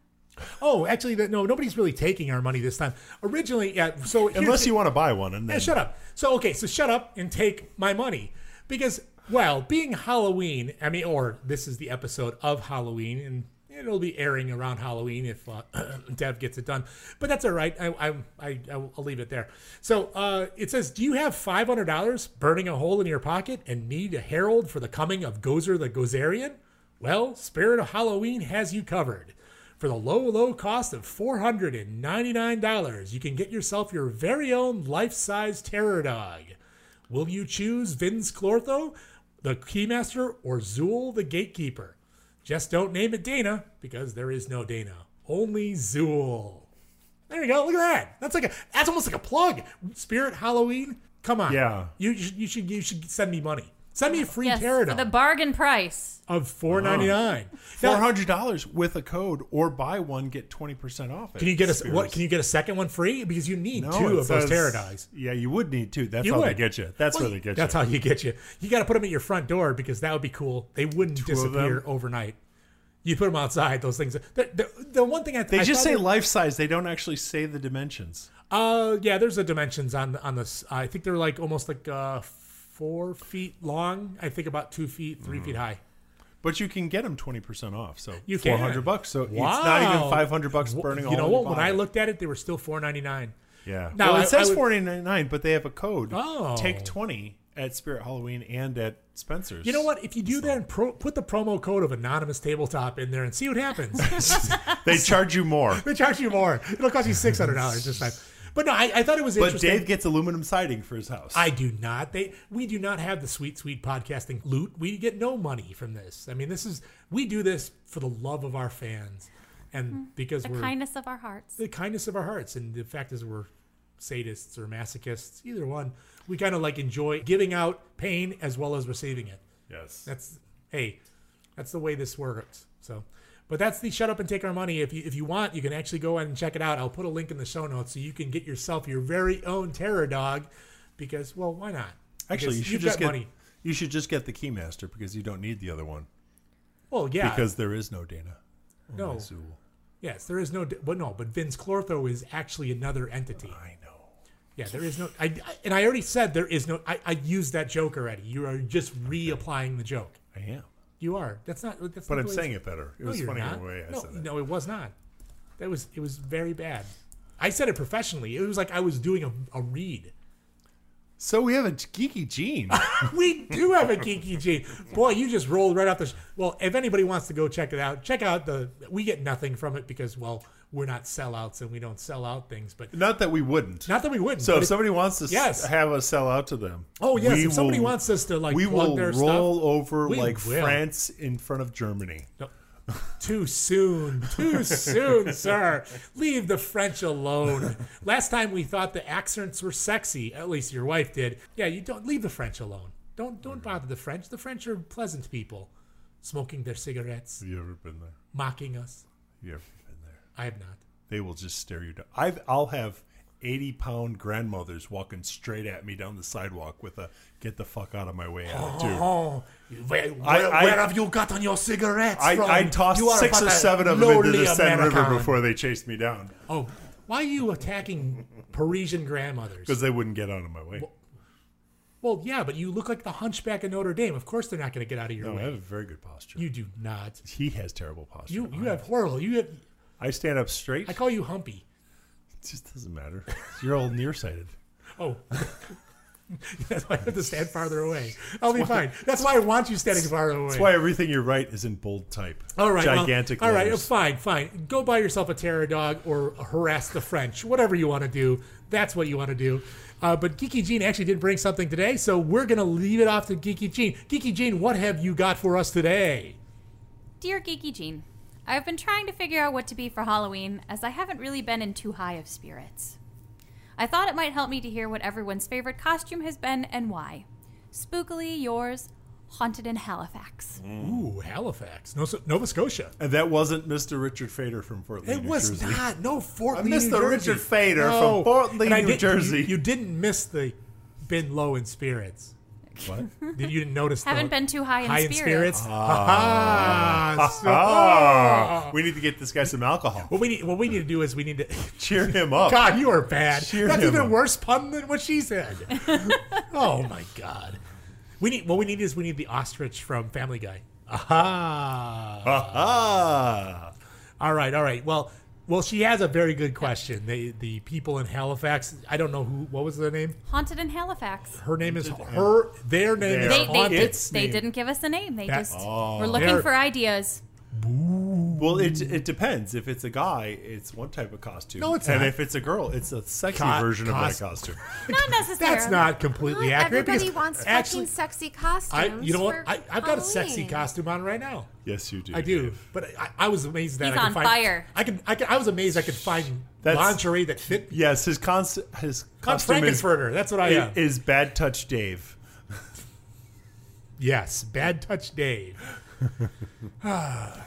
C: Oh, actually, that, no, nobody's really taking our money this time. Originally, yeah. So here's
J: Unless
C: the-
J: you want to buy one. And
C: Yeah,
J: then
C: shut up. So okay, so shut up and take my money because well, being Halloween, I mean, or this is the episode of Halloween, and it'll be airing around Halloween if uh, Dev gets it done. But that's all right. I I I I'll leave it there. So uh, it says, do you have five hundred dollars burning a hole in your pocket and need a herald for the coming of Gozer the Gozerian? Well, Spirit of Halloween has you covered. For the low, low cost of $499, you can get yourself your very own life size terror dog. Will you choose Vins Clortho, the Keymaster, or Zool, the Gatekeeper? Just don't name it Dana because there is no Dana, only Zool. There you go. Look at that. That's like a that's almost like a plug. Spirit Halloween. Come on.
G: Yeah.
C: You should you should you should send me money. Send me a free
F: Yes, for
C: Pterodon
F: the bargain price.
C: of four ninety nine.
G: Four hundred dollars with a code, or buy one get twenty percent off.
C: Can you get a what? Can you get a second one free? Because you need
G: No,
C: two
G: it
C: of those
G: says-
C: pterodons.
G: Yeah, you would need two. That's
C: You
G: how they
C: would.
G: get you. That's
C: Well,
G: where they get
C: That's
G: you.
C: how you get you. You got to put them at your front door because that would be cool. They wouldn't
G: of them?
C: disappear overnight. You put them outside. Those things. The, the, the one thing I
G: They
C: I
G: just
C: thought
G: say
C: they-
G: life size. They don't actually say the dimensions.
C: Uh, yeah. There's the dimensions on on this. I think they're like almost like uh four feet long. I think about two feet,
G: Mm.
C: three feet high.
G: But you can get them twenty percent off. So
C: You can
G: four hundred bucks. So it's not even five hundred bucks
C: Wha-
G: burning.
C: You know what? When I looked at it, they were still four ninety nine.
G: yeah.
C: Now
G: well,
C: I-
G: it says
C: I would-
G: four ninety nine, but they have a code.
C: Oh.
G: Take twenty at Spirit Halloween and at Spencer's.
C: You know what? If you do that, and pro- put the promo code of anonymous tabletop in there and see what happens.
G: They charge you more.
C: they charge you more. It'll cost you six hundred dollars this time. But no, I, I thought it was
G: But
C: interesting.
G: Dave gets aluminum siding for his house.
C: I do not. They we do not have the sweet sweet podcasting loot. We get no money from this. I mean, this is we do this for the love of our fans, and because
H: Hmm. the
C: we're
H: kindness of our hearts.
C: the kindness of our hearts. And the fact is, we're sadists or masochists, either one. We kind of like enjoy giving out pain as well as receiving it.
G: Yes.
C: That's hey, that's the way this works. So, but that's the shut up and take our money. If you if you want, you can actually go and check it out. I'll put a link in the show notes so you can get yourself your very own terror dog, because well, why not?
G: Actually,
C: Because
G: you should
C: you've
G: just
C: got
G: get
C: money.
G: you should just get the keymaster because you don't need the other one.
C: Well, yeah,
G: because there is no Dana. Only
C: No.
G: Zool.
C: Yes, there is no. But no, but Vince Clortho is actually another entity. I know. Yeah, there is no. I, I- and I already said there is no. I, I used that joke already. You are just reapplying the joke.
G: I am.
C: You are. That's not. That's
G: But
C: not
G: I'm
C: the way
G: saying
C: it's-
G: it better. It
C: No,
G: was
C: you're
G: funnier
C: not.
G: the way I
C: no,
G: said it.
C: No, it was not. That was. It was very bad. I said it professionally. It was like I was doing a, a read.
G: So we have a geeky gene.
C: we do have a geeky gene. Boy, you just rolled right off the. Sh- well, if anybody wants to go check it out, check out the. We get nothing from it because well, we're not sellouts and we don't sell out things. But
G: Not that we wouldn't.
C: Not that we wouldn't.
G: So
C: but
G: if
C: it-
G: somebody wants to s-
C: Yes.
G: have us sell out to them.
C: Oh, yes,
G: we
C: if somebody
G: will-
C: wants us to, like,
G: we
C: plug
G: will
C: their stuff,
G: roll over
C: we
G: like
C: will.
G: France in front of Germany.
C: Too soon. Too soon, sir. Leave the French alone. Last time we thought the accents were sexy. At least your wife did. Yeah, you don't leave the French alone. Don't don't bother the French. The French are pleasant people, smoking their cigarettes,
G: Have you ever been there?
C: mocking us.
G: You ever been there?
C: I have not.
G: They will just stare you down. I've, I'll have eighty pound grandmothers walking straight at me down the sidewalk with a "get the fuck out of my way" attitude.
C: Oh, where, where,
G: I- I-
C: where have you gotten your cigarettes
G: I,
C: from?
G: I tossed
C: You are
G: six
C: but
G: or
C: a
G: seven of them into
C: lowly
G: the Seine River
C: American.
G: before they chased me down
C: Oh, why are you attacking Parisian grandmothers?
G: because they wouldn't get out of my way.
C: Well, yeah, but you look like the hunchback of Notre Dame. Of course they're not going to get out of your
G: no, I
C: way.
G: have a very good posture.
C: You do not.
G: He has terrible posture.
C: You you have horrible. You have,
G: I stand up straight.
C: I call you Humpy.
G: It just doesn't matter. You're all nearsighted.
C: Oh. That's why I have to stand farther away. I'll be fine. That's why I want you standing farther away.
G: That's why everything you write is in bold type.
C: All right. well,
G: Gigantic
C: all right.
G: letters.
C: Fine. Fine. Go buy yourself a terror dog or harass the French. Whatever you want to do. That's what you want to do. Uh, but Geeky Jean actually did bring something today, so we're going to leave it off to Geeky Jean. Geeky Jean, what have you got for us today?
F: Dear Geeky Jean, I've been trying to figure out what to be for Halloween as I haven't really been in too high of spirits. I thought it might help me to hear what everyone's favorite costume has been and why. Spookily yours, Haunted in Halifax.
G: Mm.
C: Ooh, Halifax, Nova, Nova Scotia.
G: And that wasn't Mr. Richard Fader from Fort Lee,
C: It
G: New
C: was
G: Jersey.
C: not. No, Fort
G: I
C: Lee,
G: missed
C: New
G: the
C: Jersey.
G: Richard Fader
C: No.
G: from Fort Lee,
C: And I
G: New
C: didn't-
G: Jersey.
C: You, you didn't miss the been low in spirits.
G: What?
C: Did you didn't notice? the
F: Haven't been too high in
C: spirits.
F: spirits.
C: Ha ha. So-
G: Ah. we need to get this guy some alcohol.
C: What we need, what we need to do is we need to
G: Cheer him up.
C: God, you are bad.
G: Oh, Cheer
C: That's
G: him
C: even
G: up.
C: worse pun than what she said. oh my God. We need what we need is we need the ostrich from Family Guy. Aha.
G: Ah. Aha.
C: Ah. All right, all right. Well, well, she has a very good question. The the people in Halifax. I don't know who. What was their name?
F: Haunted in Halifax.
C: Her name is
E: uh,
C: her. Their name
F: They,
C: is
F: they,
C: haunted.
F: did, they didn't give us a name. They
C: That-
F: just
C: Oh.
F: were looking
C: They're-
F: for ideas.
G: Well, it it depends. If it's a guy, it's one type of costume.
C: No, it's
G: and
C: not.
G: if it's a girl, it's a sexy
C: Co-
G: version of my
C: cost-
G: costume.
E: Not necessarily.
C: That's not completely
E: Not
C: accurate.
E: Everybody
C: because
E: wants
C: actually,
E: fucking sexy costumes.
C: I, you know what?
E: for
C: I, I've got a sexy
E: Halloween.
C: costume on right now.
G: Yes, you do.
C: uh, I do, but I, I was amazed that
E: He's
C: I could
E: on
C: find,
E: fire.
C: I can, I can, I was amazed I could find lingerie that fit.
G: Yes, his constant his
C: I'm
G: costume is
C: Frankenfurter, that's what I
G: i-
C: am.
G: Is bad touch Dave?
C: yes, bad touch, Dave. Ah,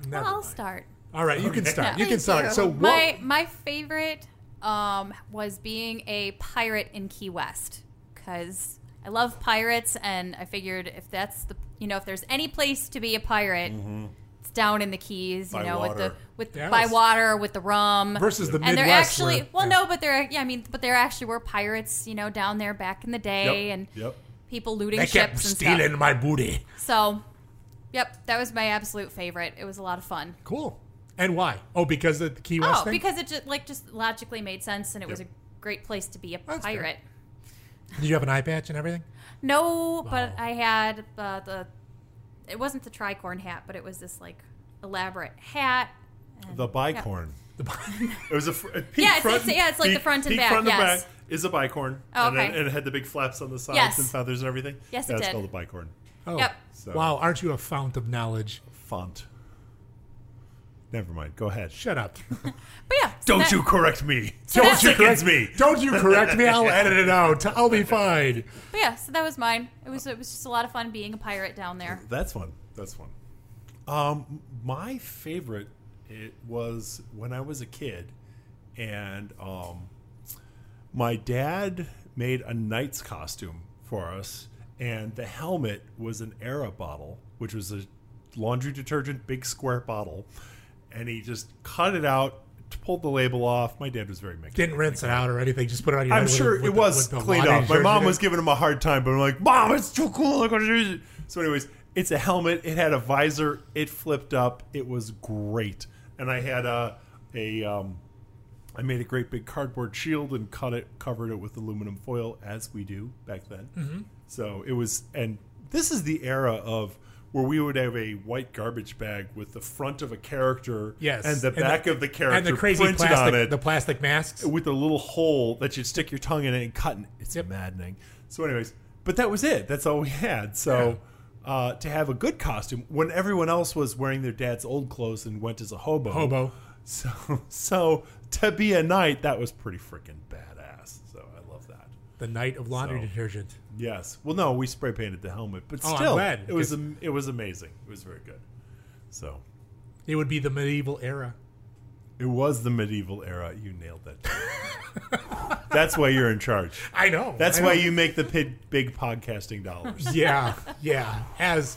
F: Well,
C: never
F: I'll
C: mind.
F: start.
C: All right, you can start. You
F: Thank
C: can start. So what?
F: my my favorite um, was being a pirate in Key West because I love pirates, and I figured if that's the you know if there's any place to be a pirate.
H: Mhm.
F: It's down in the Keys, you
H: By
F: know, with the
H: water.
F: with
H: Yes.
F: by water with the rum
H: Versus the
F: and they're
H: Midwest
F: actually
H: where-
F: well,
H: yeah.
F: no, but there yeah, I mean, but there actually were pirates, you know, down there back in the day, and
G: yep.
F: people looting
C: They
F: ships
C: kept
F: and
C: stealing
F: stuff.
C: my booty.
F: So, yep, that was my absolute favorite. It was a lot of fun.
C: Cool. And why? Oh, because of the Key West
F: Oh,
C: thing.
F: because it just like just logically made sense, and it was a
C: Yep.
F: great place to be a
C: That's fair.
F: pirate.
C: Did you have an eye patch and everything?
F: No, but I had uh, the. It wasn't the tricorn hat, but it was this like elaborate hat. and-
G: The bicorn. it was a fr- a peak
F: Yeah, it's-
G: front.
F: it's- yeah, it's like the
G: peak-
F: front and
G: peak
F: back,
G: Front and
F: yes.
G: back is a bicorn.
F: Oh,
G: and, it,
F: okay.
G: and it had the big flaps on the sides
F: Yes.
G: and feathers and everything.
F: Yes, it
G: That's
F: did.
G: called a bicorn.
C: Oh.
F: Yep.
C: Wow, aren't you a fount of knowledge?
G: Font. Never mind. Go ahead.
C: Shut up.
F: But yeah. so
G: Don't
F: that-
G: you correct me.
F: So
G: Don't
F: that-
G: you correct me.
C: Don't you correct me? I'll edit it out. I'll be fine.
F: But yeah, so that was mine. It was it was just a lot of fun being a pirate down there.
G: That's fun. That's fun. Um, my favorite it was when I was a kid, and um, my dad made a knight's costume for us, and the helmet was an Era bottle, which was a laundry detergent, big square bottle, and he just cut it out, pulled the label off. My dad was very mixed.
C: Didn't rinse it out or anything. Just put it on your
G: I'm
C: head with
G: sure
C: the- with
G: it
C: the-
G: was
C: with the
G: cleaned
C: laundry
G: up. My mom
C: detergent.
G: was giving him a hard time, but I'm like, Mom, it's too cool. I'm gonna use it." So, anyways, it's a helmet. It had a visor. It flipped up. It was great. And I had a a um, I made a great big cardboard shield and cut it, covered it with aluminum foil as we do back then.
C: Mhm.
G: So it was, and this is the era of. Where we would have a white garbage bag with the front of a character
C: Yes.
G: and the back of the character
C: And the crazy
G: printed
C: plastic,
G: on it
C: the plastic masks.
G: with a little hole that you'd stick your tongue in it and cut. And it's maddening. So, anyways, but that was it. That's all we had. So, uh, to have a good costume when everyone else was wearing their dad's old clothes and went as a hobo.
C: Hobo.
G: So, so to be a knight, that was pretty freaking badass. So I love that.
C: The knight of laundry
G: So-
C: detergent.
G: Yes. Well, no, we spray painted the helmet, but
C: Oh,
G: still,
C: I'm glad,
G: it was
C: because-
G: am- it was amazing. It was very good. So
C: It would be the medieval era.
G: it was the medieval era. You nailed that. That's why you're in charge.
C: I know.
G: That's
C: I
G: why
C: know.
G: you make the pig, big podcasting dollars.
C: Yeah, yeah. As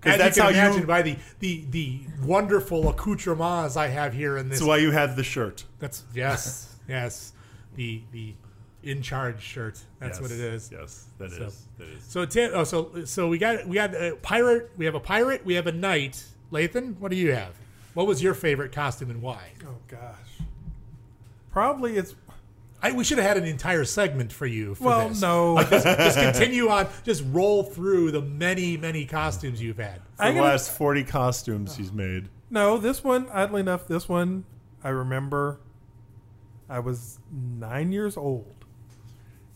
G: 'Cause
C: as
G: that's
C: you
G: how
C: can
G: you-
C: imagine by the the the wonderful accoutrements I have here in this.
G: That's why you have the shirt.
C: That's yes, yes. The the in charge shirt. That's what it
G: Yes,
C: is.
G: yes, that
C: that is.
G: is, that is.
C: So Tim. Oh, so so we got we got a pirate. We have a pirate. We have a knight. Lathan, what do you have? What was your favorite costume and why?
I: Oh gosh. Probably it's.
C: I, we should have had an entire segment for you. For
I: Well,
C: this.
I: no.
C: Like, just, just continue on. Just roll through the many, many costumes you've had.
G: For the last forty costumes he's made.
I: No, this one, oddly enough, this one, I remember I was nine years old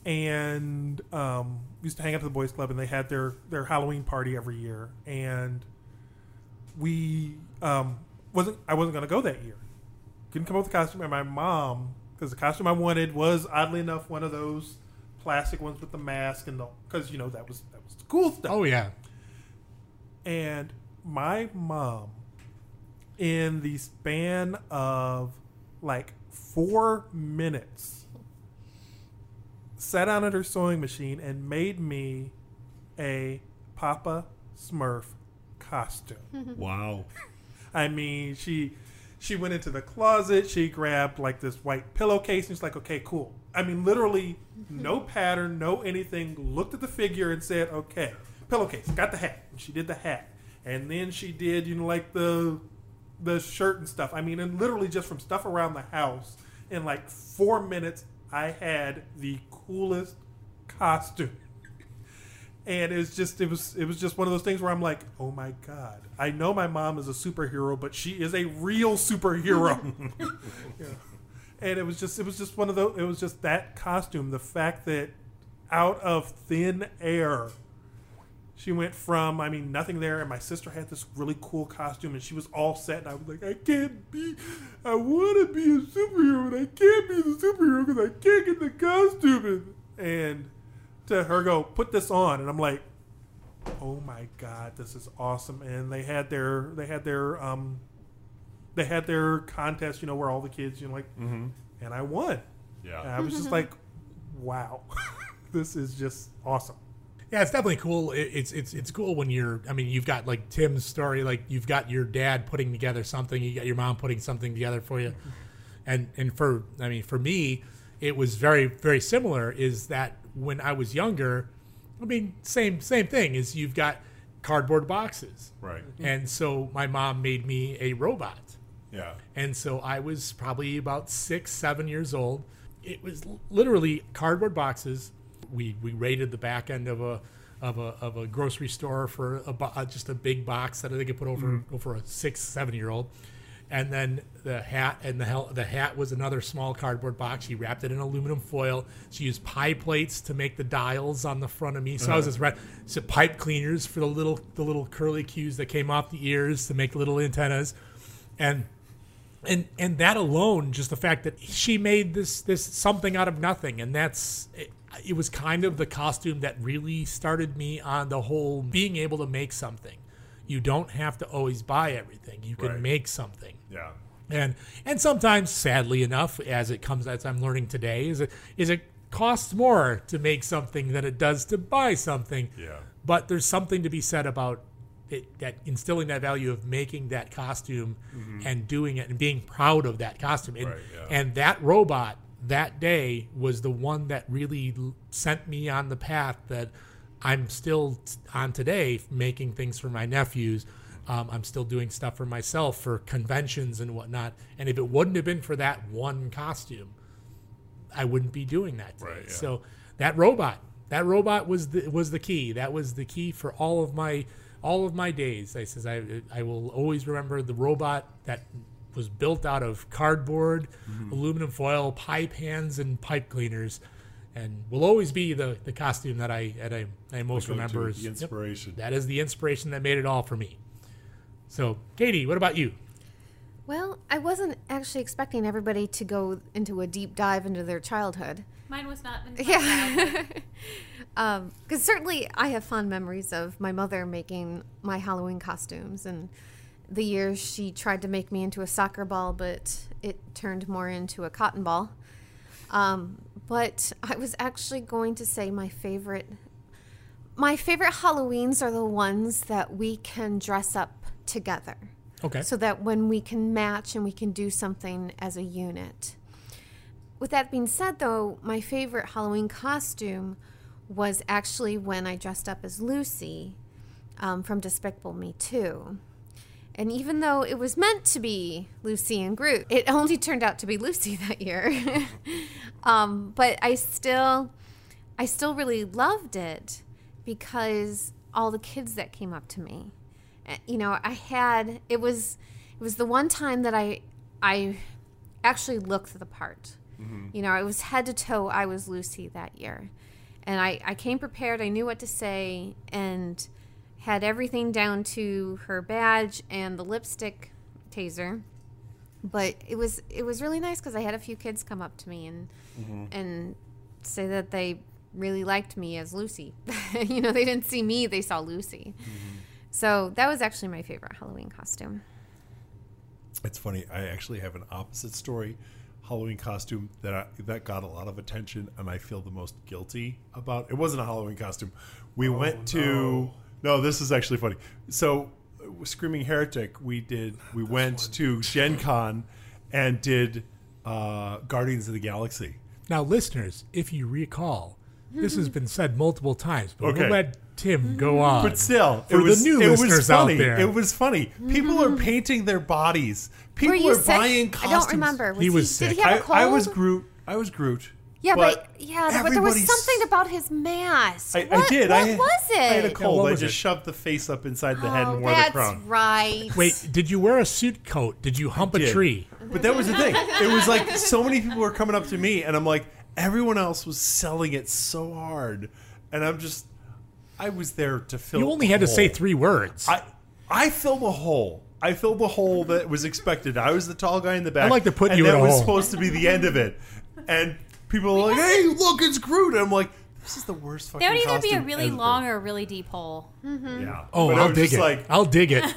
I: and um, used to hang out at the boys' club, and they had their, their Halloween party every year. And we um, wasn't I wasn't going to go that year. Couldn't come up with a costume, and my mom, because the costume I wanted was oddly enough one of those plastic ones with the mask and the because you know that was that was the cool stuff.
C: Oh yeah.
I: And my mom, in the span of like four minutes, sat down at her sewing machine and made me a Papa Smurf costume.
G: Wow.
I: I mean, she she went into the closet, she grabbed like this white pillowcase and she's like, "Okay, cool." I mean, literally no pattern, no anything. Looked at the figure and said, "Okay, pillowcase." Got the hat. And she did the hat. And then she did, you know, like the the shirt and stuff. I mean, and literally just from stuff around the house in like 4 minutes I had the coolest costume and it was just it was it was just one of those things where I'm like, oh my god, I know my mom is a superhero, but she is a real superhero. Yeah. And it was just it was just one of those it was just that costume, the fact that out of thin air, she went from I mean nothing there, and my sister had this really cool costume, and she was all set, and I was like, I can't be, I want to be a superhero, and I can't be the superhero because I can't get the costume. And, and to her go, put this on, and I'm like, oh my god, this is awesome. And they had their they had their um they had their contest, you know, where all the kids, you know, like,
G: Mhm.
I: and I won.
G: Yeah.
I: and I was just like, wow, this is just awesome.
C: Yeah, it's definitely cool. It, it's it's it's cool when you're. I mean, you've got like Tim's story. Like you've got your dad putting together something. You got your mom putting something together for you,
I: Mm-hmm.
C: and and for I mean for me, it was very very similar. Is that when I was younger, I mean same same thing. Is you've got cardboard boxes,
G: Right.
C: And so my mom made me a robot.
G: Yeah.
C: And so I was probably about six, seven years old. It was l- literally cardboard boxes. We we raided the back end of a of a, of a grocery store for a, bo- uh, just a big box that they could put over
G: Mhm.
C: over a six, seven year old. And then the hat and the hel- the hat was another small cardboard box. She wrapped it in aluminum foil. She used pie plates to make the dials on the front of me. So I was
G: Uh-huh.
C: just red. So pipe cleaners for the little the little curly cues that came off the ears to make little antennas, and and and that alone, just the fact that she made this this something out of nothing, and that's it, it was kind of the costume that really started me on the whole being able to make something. You don't have to always buy everything. You can
G: Right.
C: make something
G: Yeah.
C: and and sometimes sadly enough as it comes as i'm learning today is it is it costs more to make something than it does to buy something
G: Yeah.
C: but there's something to be said about it, that instilling that value of making that costume
G: Mhm.
C: and doing it and being proud of that costume and,
G: Right, yeah.
C: and that robot that day was the one that really l- sent me on the path that i'm still t- on today making things for my nephews um, i'm still doing stuff for myself for conventions and whatnot and if it wouldn't have been for that one costume I wouldn't be doing that today.
G: Right, yeah.
C: So that robot, that robot was the was the key. That was the key for all of my all of my days. I says I I will always remember the robot that was built out of cardboard,
G: Mhm.
C: aluminum foil, pipe hands, and pipe cleaners, and will always be the, the costume that I that I, I most
G: go-to,
C: remember.
G: the
C: is- yep,
G: inspiration.
C: that is the inspiration that made it all for me. So Katie, what about you?
E: Well, I wasn't actually expecting everybody to go into a deep dive into their childhood.
H: Mine was not. in my
E: Yeah.
H: childhood.
E: Because certainly I have fond memories of my mother making my Halloween costumes and the year she tried to make me into a soccer ball, but it turned more into a cotton ball. Um, but I was actually going to say my favorite. My favorite Halloweens are the ones that we can dress up together.
C: Okay.
E: So that when we can match and we can do something as a unit. With that being said, though, my favorite Halloween costume was actually when I dressed up as Lucy um, from Despicable Me 2. And even though it was meant to be Lucy and Groot, it only turned out to be Lucy that year. um, but I still, I still really loved it because all the kids that came up to me, Uh, you know, I had it was, it was the one time that I, I actually looked the part.
H: Mhm.
E: You know, I was head to toe. I was Lucy that year, and I, I came prepared. I knew what to say and had everything down to her badge and the lipstick taser. But it was it was really nice because I had a few kids come up to me and
H: Mhm.
E: and say that they really liked me as Lucy. you know, they didn't see me; they saw Lucy.
G: Mm-hmm.
E: So that was actually my favorite Halloween costume.
G: It's funny. I actually have an opposite story. Halloween costume that I, that got a lot of attention, and I feel the most guilty about. It wasn't a Halloween costume. We went to Oh, no. This is actually funny. So, uh, Screaming Heretic. We did. We went to Gen Con and did uh, Guardians of the Galaxy.
C: Now, listeners, if you recall, this has been said multiple times, but
G: Okay.
C: we'll let Tim go on.
G: But still,
C: for
G: it was,
C: the new
G: it was
C: listeners
G: funny.
C: out there,
G: It was funny. People are painting their bodies. People
E: Mm-hmm. Were you
G: are
E: sick?
G: buying
E: I don't
G: costumes.
E: remember. Was He was he- did he sick. have a
G: I, I was
E: cold?
G: Groot. I was Groot.
E: Yeah, but, yeah, but there was something about his mask.
G: I,
E: what,
G: I did.
E: What
G: I,
E: was it?
G: I had a cold.
C: what
G: I
C: was
G: just
C: it?
G: shoved the face up inside the head
E: Oh,
G: and wore the
E: that's
G: crown.
E: right.
C: Wait, did you wear a suit coat? Did you hump a
G: did.
C: tree?
G: But that was the thing. It was like so many people were coming up to me, and I'm like, everyone else was selling it so hard, and I'm just, I was there to fill.
C: You only
G: the
C: had to
G: hole.
C: say three words.
G: Oh. I, I filled a hole. I filled the hole that was expected. I was the tall guy in the back.
C: I like to put
G: and
C: you in
G: that
C: a
G: was
C: hole.
G: supposed to be the end of it, and people were like, "Hey, look, it's Groot." And I'm like, "This is the worst fucking."
F: That would either be a
G: costume
F: really
G: ever.
F: long or a really deep hole. Mm-hmm.
G: Yeah.
C: Oh,
G: But I
C: I'll
G: was
C: dig
G: just
C: it.
G: like-
C: I'll dig it.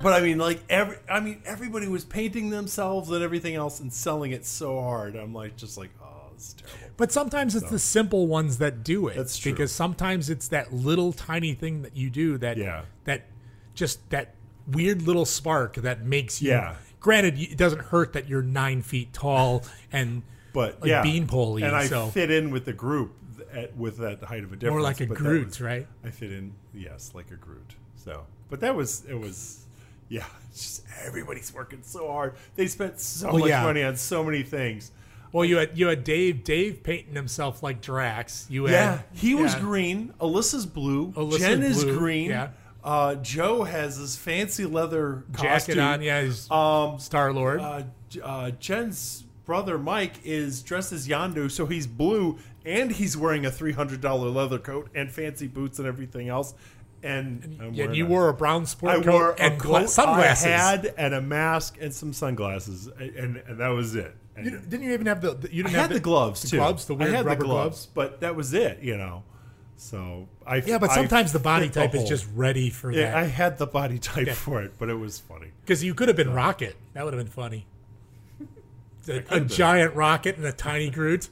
G: But I mean, like every, I mean, everybody was painting themselves and everything else and selling it so hard. I'm like, just like, oh, this is terrible.
C: But sometimes it's the simple ones that do it.
G: That's true.
C: Because sometimes it's that little tiny thing that you do that that just that weird little spark that makes you.
G: Yeah.
C: Granted, you- it doesn't hurt that you're nine feet tall and
G: But
C: like
G: yeah,
C: beanpole.
G: and I
C: so.
G: fit in with the group th- at, with that height of a difference.
C: like a
G: but that
C: Groot,
G: was-
C: right?
G: I fit in, yes, like a Groot. So, but that was it was, yeah. It's just everybody's working so hard. They spent so
C: Well,
G: much
C: yeah.
G: money on so many things.
C: Well, you had you had Dave Dave painting himself like Drax. You had
G: Yeah, he was
C: yeah.
G: green. Alyssa's blue.
C: Alyssa's
G: Jen is
C: blue,
G: green.
C: yeah.
G: Uh, Joe has this fancy leather
C: Jacket
G: costume.
C: on, yeah, he's
G: um,
C: Star Lord.
G: Uh, J- uh, Jen's brother Mike is dressed as Yandu, so he's blue and he's wearing a three hundred dollar leather coat and fancy boots and everything else. And I'm
C: yeah,
G: wearing
C: you wore a brown sport
G: I
C: coat
G: wore a
C: and gla-
G: coat
C: sunglasses.
G: I had and a mask and some sunglasses, and, and, and that was it. And
C: You- didn't you even have the, the- you didn't
G: I
C: have
G: had the, gloves
C: the
G: too.
C: gloves the weird
G: I had
C: rubber
G: the gloves, but that was it. You know, so I
C: Yeah, but
G: I
C: sometimes the body
G: fit
C: type is
G: hole.
C: just ready for
G: yeah,
C: that.
G: I had the body type
C: Yeah.
G: for it, but it was funny.
C: because you could have been Rocket. That would have been funny. A, a
G: been.
C: giant rocket and a tiny Groot.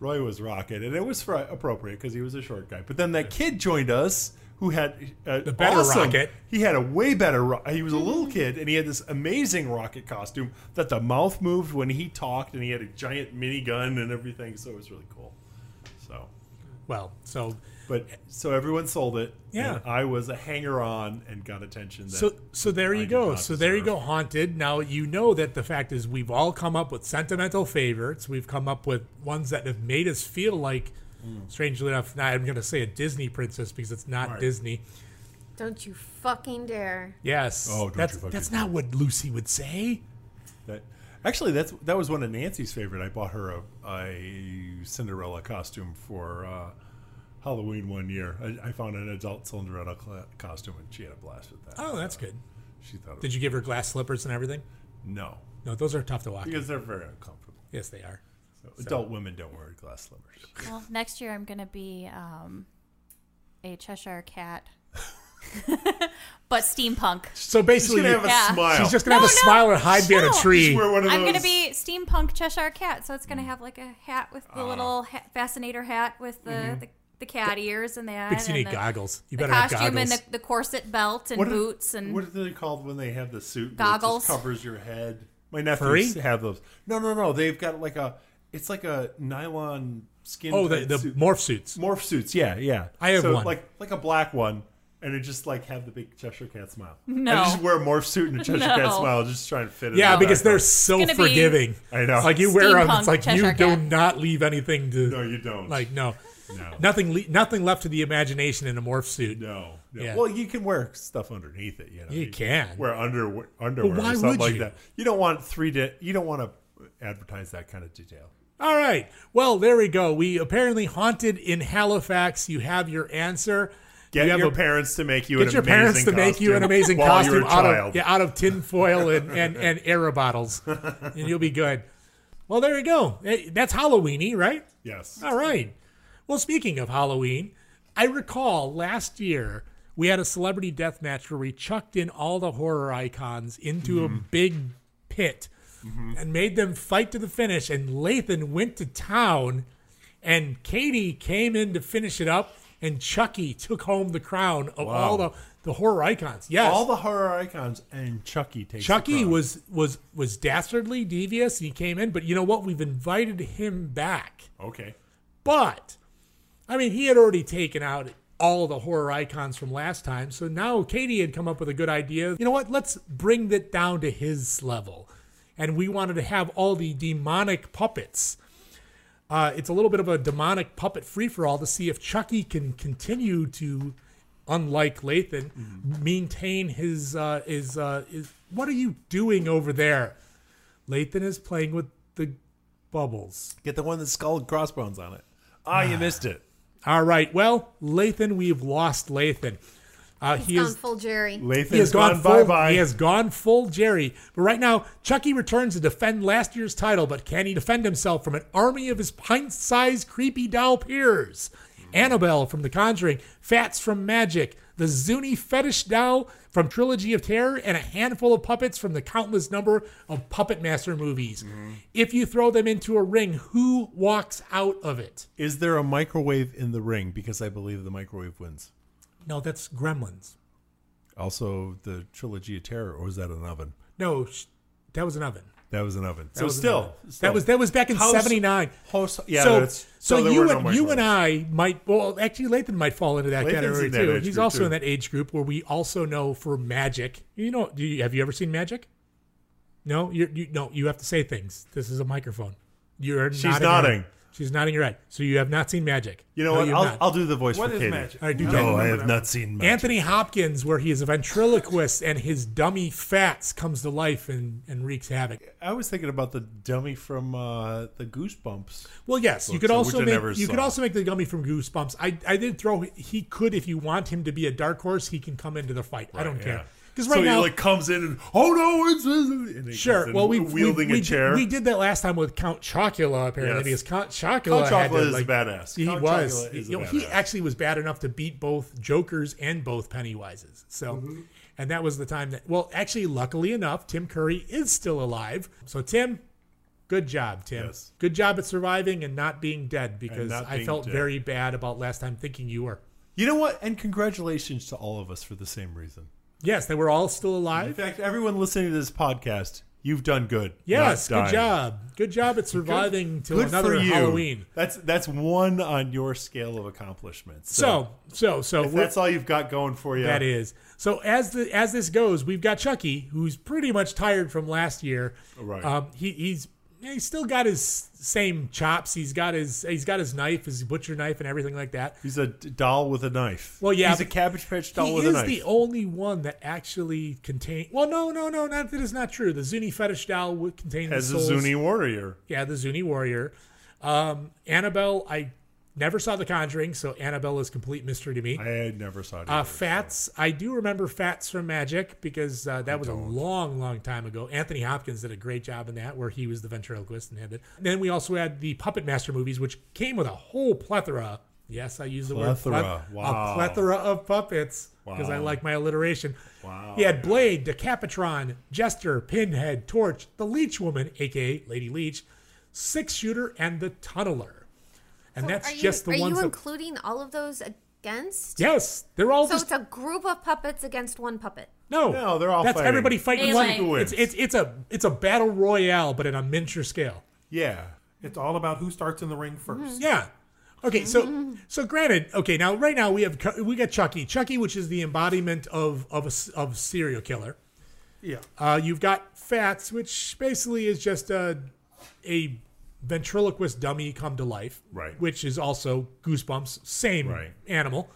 G: Roy was rocket, and it was fr- appropriate because he was a short guy. But then that kid joined us who had a the
C: better rocket.
G: He had a way better. Ro- he was a little kid, and he had this amazing rocket costume that the mouth moved when he talked, and he had a giant minigun and everything. So it was really cool. So,
C: well, so
G: but so everyone sold it.
C: Yeah.
G: and I was a hanger on and got attention. That
C: So so there you go. So there you go, haunted. Now you know that the fact is we've all come up with sentimental favorites. We've come up with ones that have made us feel like
G: Mm.
C: strangely enough, now I'm gonna say a Disney princess because it's not
E: Right.
C: Disney.
E: Don't you fucking dare.
C: Yes.
G: Oh, don't you
C: that's
G: fucking
C: that's not what Lucy would say.
G: That actually, that's that was one of Nancy's favorite. I bought her a, a Cinderella costume for uh, Halloween one year. I, I found an adult Cinderella cla costume, and she had a blast with that.
C: Oh, that's good.
G: She thought. It
C: Did
G: was,
C: you give her glass slippers and everything?
G: No,
C: No, those are tough to walk. in.
G: because they're very uncomfortable.
C: Yes, they are.
G: So, Adult women don't wear glass slippers.
F: Well, next year I'm going to be um, a Cheshire cat, but steampunk.
C: So basically,
F: gonna have a Yeah. smile.
C: She's just gonna have a smile and hide behind a tree.
F: I'm going to be steampunk Cheshire cat, so it's going to have like a hat with the
C: Ah.
F: little ha- fascinator hat with the,
C: Mhm.
F: the, the cat ears and that.
C: Because you
F: and
C: need
F: the,
C: goggles. You
F: the
C: better have
F: costume and
C: goggles.
F: the, the corset belt and
G: What are-
F: boots and
G: what are they called when they have the suit
F: Goggles.
G: that just covers your head? My nephews
C: Furry?
G: have those. No, no, no. They've got like a. It's like a nylon skin.
C: Oh, the-
G: tight
C: the
G: suit.
C: morph suits.
G: Morph suits. Yeah, yeah.
C: I have
G: so
C: one.
G: Like like a black one, and it just like have the big Cheshire Cat smile.
C: No.
G: And I just wear a morph suit and a Cheshire Cat
C: No.
G: smile, just trying to fit it.
C: Yeah,
G: in the
C: because they're
G: background.
C: so forgiving.
G: I know.
C: Like you wear them, it's like you
G: Cheshire
C: do not leave anything to. No,
G: you don't.
C: Like no,
G: No.
C: nothing, le- nothing left to the imagination in a morph suit.
G: No, Yeah.
C: yeah.
G: Well, you can wear stuff underneath it. You know,
C: You can.
G: wear under underwear
C: why
G: or something
C: would
G: like
C: you?
G: that. You don't want three. Di- you don't want to advertise that kind of detail.
C: All right. Well, there we go. We apparently haunted in Halifax. You have your answer.
G: Get
C: You have
G: your
C: a-
G: parents to make you
C: Get
G: an
C: your
G: amazing
C: parents to make you an
G: costume
C: amazing
G: while
C: costume
G: you're a
C: out of
G: child.
C: yeah, out of tin foil and and and air bottles, and you'll be good. Well, there you go. Hey, That's Halloweeny, right?
G: Yes.
C: All right. Well, speaking of Halloween, I recall last year we had a celebrity death match where we chucked in all the horror icons into
G: Mm-hmm.
C: a big pit and made them fight to the finish. And Lathan went to town, and Katie came in to finish it up, and Chucky took home the crown of all the,
G: Wow.
C: the horror icons. Yes,
G: All the horror icons and Chucky takes. the
C: Chucky
G: crown.
C: was was was dastardly, devious. He came in, but you know what? We've invited him back.
G: okay.
C: But I mean, he had already taken out all the horror icons from last time, so now Katie had come up with a good idea. You know what? Let's bring that down to his level. And we wanted to have all the demonic puppets. Uh, it's a little bit of a demonic puppet free for all to see if Chucky can continue to, unlike Lathan, maintain his uh, his, uh, his. What are you doing over there? Lathan is playing with the bubbles.
G: Get the one that's skull and crossbones on it. Ah, you missed it.
C: All right. Well, Lathan, we've lost Lathan. Uh,
E: He's
C: he
E: gone
C: is
E: full Jerry.
C: he has gone, full, He has gone full Jerry. But right now, Chucky returns to defend last year's title, but can he defend himself from an army of his pint-sized creepy doll peers? Annabelle from The Conjuring, Fats from Magic, the Zuni fetish doll from Trilogy of Terror, and a handful of puppets from the countless number of Puppet Master movies. If you throw them into a ring, who walks out of it?
G: Is there a microwave in the ring? Because I believe the microwave wins.
C: No, that's Gremlins.
G: Also, the trilogy of terror, or was that an oven?
C: No, sh- that was an oven.
G: That was an oven.
C: That
G: so
C: was an
G: still,
C: oven. that was that was back in '79.
G: yeah,
C: so,
G: that's-
C: so,
G: so there
C: you
G: were no
C: and you
G: microwaves.
C: and I might well actually Lathan might fall into that
G: Lathan's
C: category
G: in that
C: too.
G: age
C: He's
G: group,
C: also
G: too.
C: in that age group where we also know for magic. You know, do you, have you ever seen magic? No, you're, you no. You have to say things. This is a microphone. You're
G: She's
C: nodding. your head.
G: nodding.
C: She's nodding your head. So you have not seen magic.
G: You know
C: No,
G: what?
C: you have
G: I'll,
C: not.
G: I'll do the voice
C: What
G: for
C: is
G: Katie.
C: magic? All right, do
G: no,
C: that.
G: I have not seen magic.
C: Anthony Hopkins, where he is a ventriloquist and his dummy Fats comes to life and, and wreaks havoc.
G: I was thinking about the dummy from uh, the Goosebumps.
C: Well, yes, you
G: book,
C: could
G: so-
C: also
G: which I
C: make
G: never
C: you could
G: saw.
C: also make the gummy from Goosebumps. I I did throw he could if you want him to be a dark horse, he can come into the fight. I don't care because right
G: so
C: now
G: Oh, he like comes in and oh no, it's and he comes
C: sure.
G: in
C: Well, we
G: wielding
C: we, we,
G: a chair.
C: We did that last time with Count Chocula apparently
G: Yes.
C: because Count Chocula,
G: Count
C: had
G: Chocula
C: to,
G: is
C: like-
G: a badass.
C: He
G: Count
C: was.
G: Chocula is a
C: you know, he
G: badass.
C: actually was bad enough to beat both Jokers and both Pennywises. So.
G: Mhm.
C: And that was the time that, well, actually, luckily enough, Tim Curry is still alive. So, Tim, good job, Tim. Good job at surviving and not being dead because
G: not
C: I
G: being
C: felt
G: dead.
C: very bad about last time thinking you were.
G: you know what? And congratulations to all of us for the same reason.
C: Yes, they were all still
G: In
C: alive.
G: fact, everyone listening to this podcast, you've done good.
C: Yes,
G: not
C: good
G: dying.
C: job. Good job at surviving till
G: Good
C: another
G: for you.
C: Halloween.
G: That's that's one on your scale of accomplishments.
C: So, so, so
G: if
C: we're-
G: that's all you've got going for you.
C: That is. So as the as this goes, we've got Chucky, who's pretty much tired from last year.
G: Oh, Right.
C: Um, he, he's he's still got his same chops. He's got his he's got his knife, his butcher knife, and everything like that.
G: He's a d- doll with a knife.
C: Well, yeah,
G: He's a
C: but
G: cabbage patch doll
C: he
G: with
C: is
G: a knife.
C: the only one that actually contain. Well, no, no, no, not, that is not true. The Zuni fetish doll would contain
G: As
C: the
G: a
C: souls.
G: Zuni warrior.
C: Yeah, the Zuni warrior. Um, Annabelle, I never saw The Conjuring, so Annabelle is complete mystery to me.
G: I never saw it.
C: Uh, Fats, I do remember Fats from Magic because uh, that was a long, long time ago. Anthony Hopkins did a great job in that, where he was the ventriloquist and had it. Then we also had the Puppet Master movies, which came with a whole plethora. Yes, I use the word
G: Plethora.
C: pleth-
G: Wow.
C: a plethora of puppets because I
G: Wow.
C: like my alliteration.
G: Wow.
C: He had Blade, Decapitron, Jester, Pinhead, Torch, the Leech Woman, aka Lady Leech, Six Shooter, and the Tunneler. And
E: So
C: that's
E: are you,
C: just the
E: Are
C: ones.
E: you
C: that-
E: including all of those against?
C: yes, they're all
E: so
C: just
E: it's a group of puppets against one puppet.
C: No,
G: No, they're all
C: that's
G: fighting.
C: everybody fighting
E: They
C: one.
E: like-
C: It's, it's it's a it's a battle royale, but in a miniature scale.
G: Yeah.
I: It's all about who starts in the ring 1st
C: Yeah. Okay, so so granted, okay, now right now we have Cu- we got Chucky, Chucky, which is the embodiment of of a s of serial killer.
I: Yeah.
C: Uh, you've got Fats, which basically is just a a ventriloquist dummy come to life,
G: Right.
C: Which is also Goosebumps, same
G: Right.
C: animal.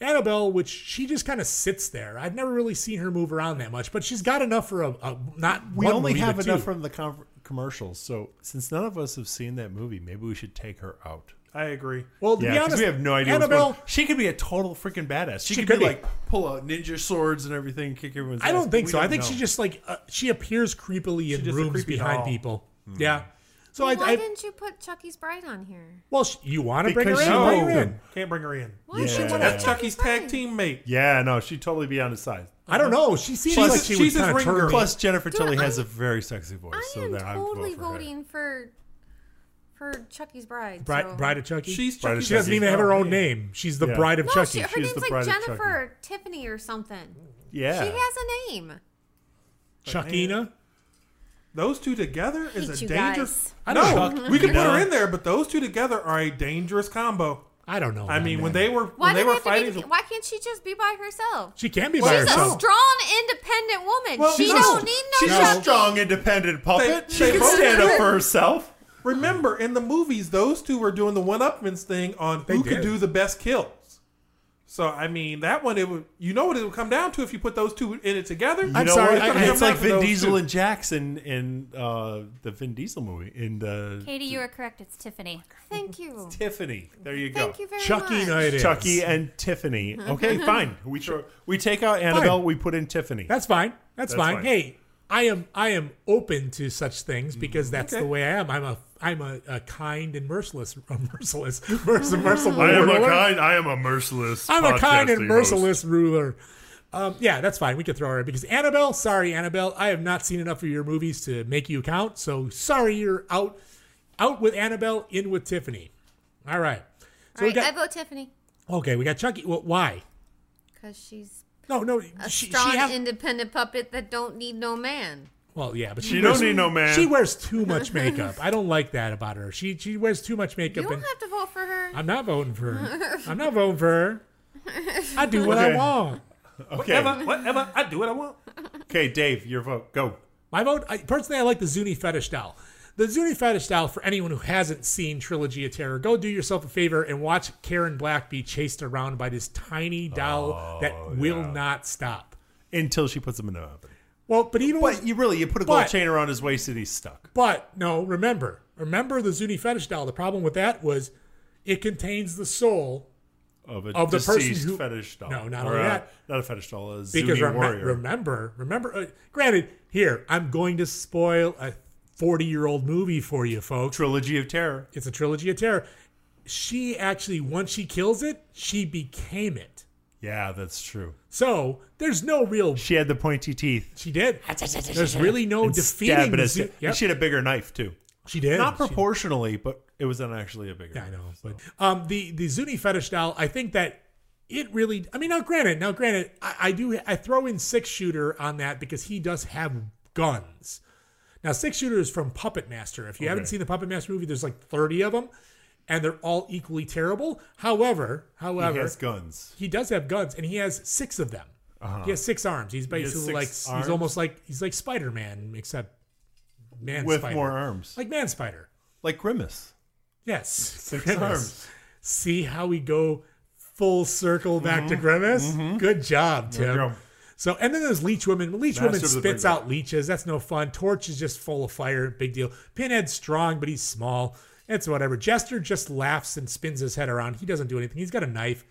C: Annabelle, which she just kind of sits there. I've never really seen her move around that much, but she's got enough for a, a not.
G: We
C: one
G: only
C: movie,
G: have
C: but
G: enough
C: two.
G: from the com- commercials. So since none of us have seen that movie, maybe we should take her out.
I: I agree.
C: Well, to
G: yeah,
C: be
G: 'cause
C: honest,
G: we have no idea. what's
C: Annabelle-
G: going on. she could be a total freaking badass. She,
C: She
G: could,
C: could
G: be,
C: be.
G: like pull out ninja swords and everything, and kick everyone's.
C: I
G: ass,
C: don't
G: but
C: think
G: we
C: so. I
G: don't
C: think she
G: know.
C: just like uh, she appears creepily in
G: just a
C: rooms
G: creepy
C: behind
G: doll.
C: people. Yeah. So
E: Well,
C: I,
E: why
C: I
E: didn't you put Chucky's bride on here?
C: well, sh- you want to bring her
G: Because
C: in?
G: she
C: Bring her
G: moved
C: in.
G: him.
I: Can't bring her in.
G: Why is she
I: She's
G: one of
I: That's
G: Chucky's
I: Chucky's tag team mate.
G: Yeah, no, she'd totally be on his side.
C: I don't know. She seems
G: Plus-
C: like she
G: she's
C: was
G: his
C: kind of
G: ring girl.
C: turning.
G: Plus, Jennifer Tilly
E: I-
G: has a very sexy voice.
E: I
G: so
E: am
G: that I would vote
E: totally
G: for her.
E: voting for for Chucky's bride. so-
C: Bride, bride of Chucky.
I: She's
C: Bride of
I: Chucky's
C: She doesn't even have her own name. She's the
G: Yeah.
C: bride of
E: no,
C: Chucky.
E: she, her name's like Jennifer or Tiffany or something.
G: Yeah.
E: She has a name.
C: Chuckina.
I: Those two together is
E: Hate
I: a
E: you
I: dangerous.
E: guys. I
I: no,
E: don't
C: know.
I: we can put her
C: No.
I: in there, but those two together are a dangerous combo.
C: I don't know.
I: I mean, when they were
E: Why
I: when they
E: do they
I: were
E: have to
I: fighting,
E: be, Why can't she just be by herself?
C: She can be
E: She's
C: by
E: a
C: herself.
E: strong, independent woman. she don't need no
G: She's
E: Chucky.
G: a strong, independent puppet.
I: They-
G: she
I: they
G: can
I: both
G: stand up
I: did.
G: for herself.
I: Remember, in the movies, those two were doing the one-upman's thing on who
C: did.
I: could do the best kills. So I mean, that one it would you know what it would come down to if you put those two in it together.
G: You know what?
I: gonna come
G: it's like
I: down to
G: Vin
I: those
G: Diesel
I: two.
G: and Jackson in uh, the Vin Diesel movie in the
H: Katie, you are correct. It's Tiffany.
E: Thank you.
G: Tiffany. There you go.
E: Thank you very
G: Chucky
E: much.
C: night is.
G: Chucky E. and Tiffany. Okay, fine. We throw, we take out
C: Fine.
G: Annabelle. We put in Tiffany.
C: That's fine. That's,
G: That's
C: fine.
G: fine.
C: Hey, I am I am open to such things
G: Mm-hmm.
C: because that's the way I am. I'm a I'm a, a kind and merciless a merciless merc- merciful
Q: I am a
C: ruler.
Q: kind. I am a merciless.
C: I'm a kind
Q: podcasting
C: and
Q: host.
C: merciless ruler. Um, yeah, that's fine. We can throw her in because Annabelle. Sorry, Annabelle. I have not seen enough of your movies to make you count. So sorry, you're out. Out with Annabelle, in with Tiffany. All right. So
E: All
C: we
E: right, I
C: got
E: vote Tiffany
C: okay. We got Chucky. Well, why?
E: because she's
C: No, no.
E: a
C: she, she
E: strong,
C: have-
E: independent puppet that don't need no man.
C: Well, yeah, but she,
Q: She don't
C: wears-
Q: need no man.
C: She wears too much makeup. I don't like that about her. She she wears too much
E: You
C: makeup,
E: don't
C: and
E: have to vote for her.
C: I'm not voting for her. I'm not voting for her. I do what I
G: Okay.
C: want.
G: Okay.
I: Whatever, whatever. I do what I want.
G: Okay, Dave, your vote. Go.
C: My vote. I, personally, I like the Zuni fetish doll. The Zuni fetish doll. For anyone who hasn't seen Trilogy of Terror, go do yourself a favor and watch Karen Black be chased around by this tiny doll
G: Oh,
C: that will not stop.
G: Until she puts him in the oven.
C: Well, but even
G: But
C: with-
G: you really you put a gold
C: But-
G: chain around his waist and he's stuck.
C: But no, remember, remember the Zuni fetish doll. The problem with that was it contains the soul
G: Of a
C: Of the person
G: deceased
C: who-
G: fetish doll.
C: No, not
G: Or
C: only
G: a-
C: that.
G: Not a fetish doll. A Zuni
C: because rem-
G: warrior.
C: remember, remember. Uh, granted, here I'm going to spoil a 40 year old movie for you, folks.
G: Trilogy of Terror.
C: It's a trilogy of terror. She actually, once she kills it, she became it.
G: Yeah, that's true.
C: So there's no real.
G: She had the pointy teeth.
C: She did. There's really no
G: And
C: Oh, defeating.
G: stab it
C: the
G: as-
C: Zu-
G: and
C: Yep.
G: she had a bigger knife too.
C: She did.
G: Not
C: She-
G: proportionally, but it was not actually a bigger.
C: Yeah, I
G: knife.
C: know. But um, the the Zuni fetish doll, I think that it really. I mean, now granted, now granted, I, I do I throw in six shooter on that because he does have guns. Now six shooter is from Puppet Master. If you haven't
G: Okay.
C: seen the Puppet Master movie, there's like thirty of them, and they're all equally terrible. However, however,
G: he has guns.
C: he does have guns, and he has six of them.
G: Uh-huh.
C: He has six arms. He's
G: He has
C: basically
G: six
C: like
G: arms?
C: he's almost like he's like Spider Man except man
G: With
C: spider.
G: more arms.
C: like man spider.
G: Like Grimace.
C: Yes,
G: Six
C: Grimace.
G: arms.
C: See how we go full circle back
G: Mm-hmm.
C: to Grimace. Good job, Tim.
G: go.
C: So, and then there's Leech Woman. Leech
G: Master
C: Woman
G: of the
C: spits
G: Big
C: out leeches. That's no fun. Torch is just full of fire. Big deal. Pinhead's strong, but he's small. It's whatever. Jester just laughs and spins his head around. He doesn't do anything. He's got a knife,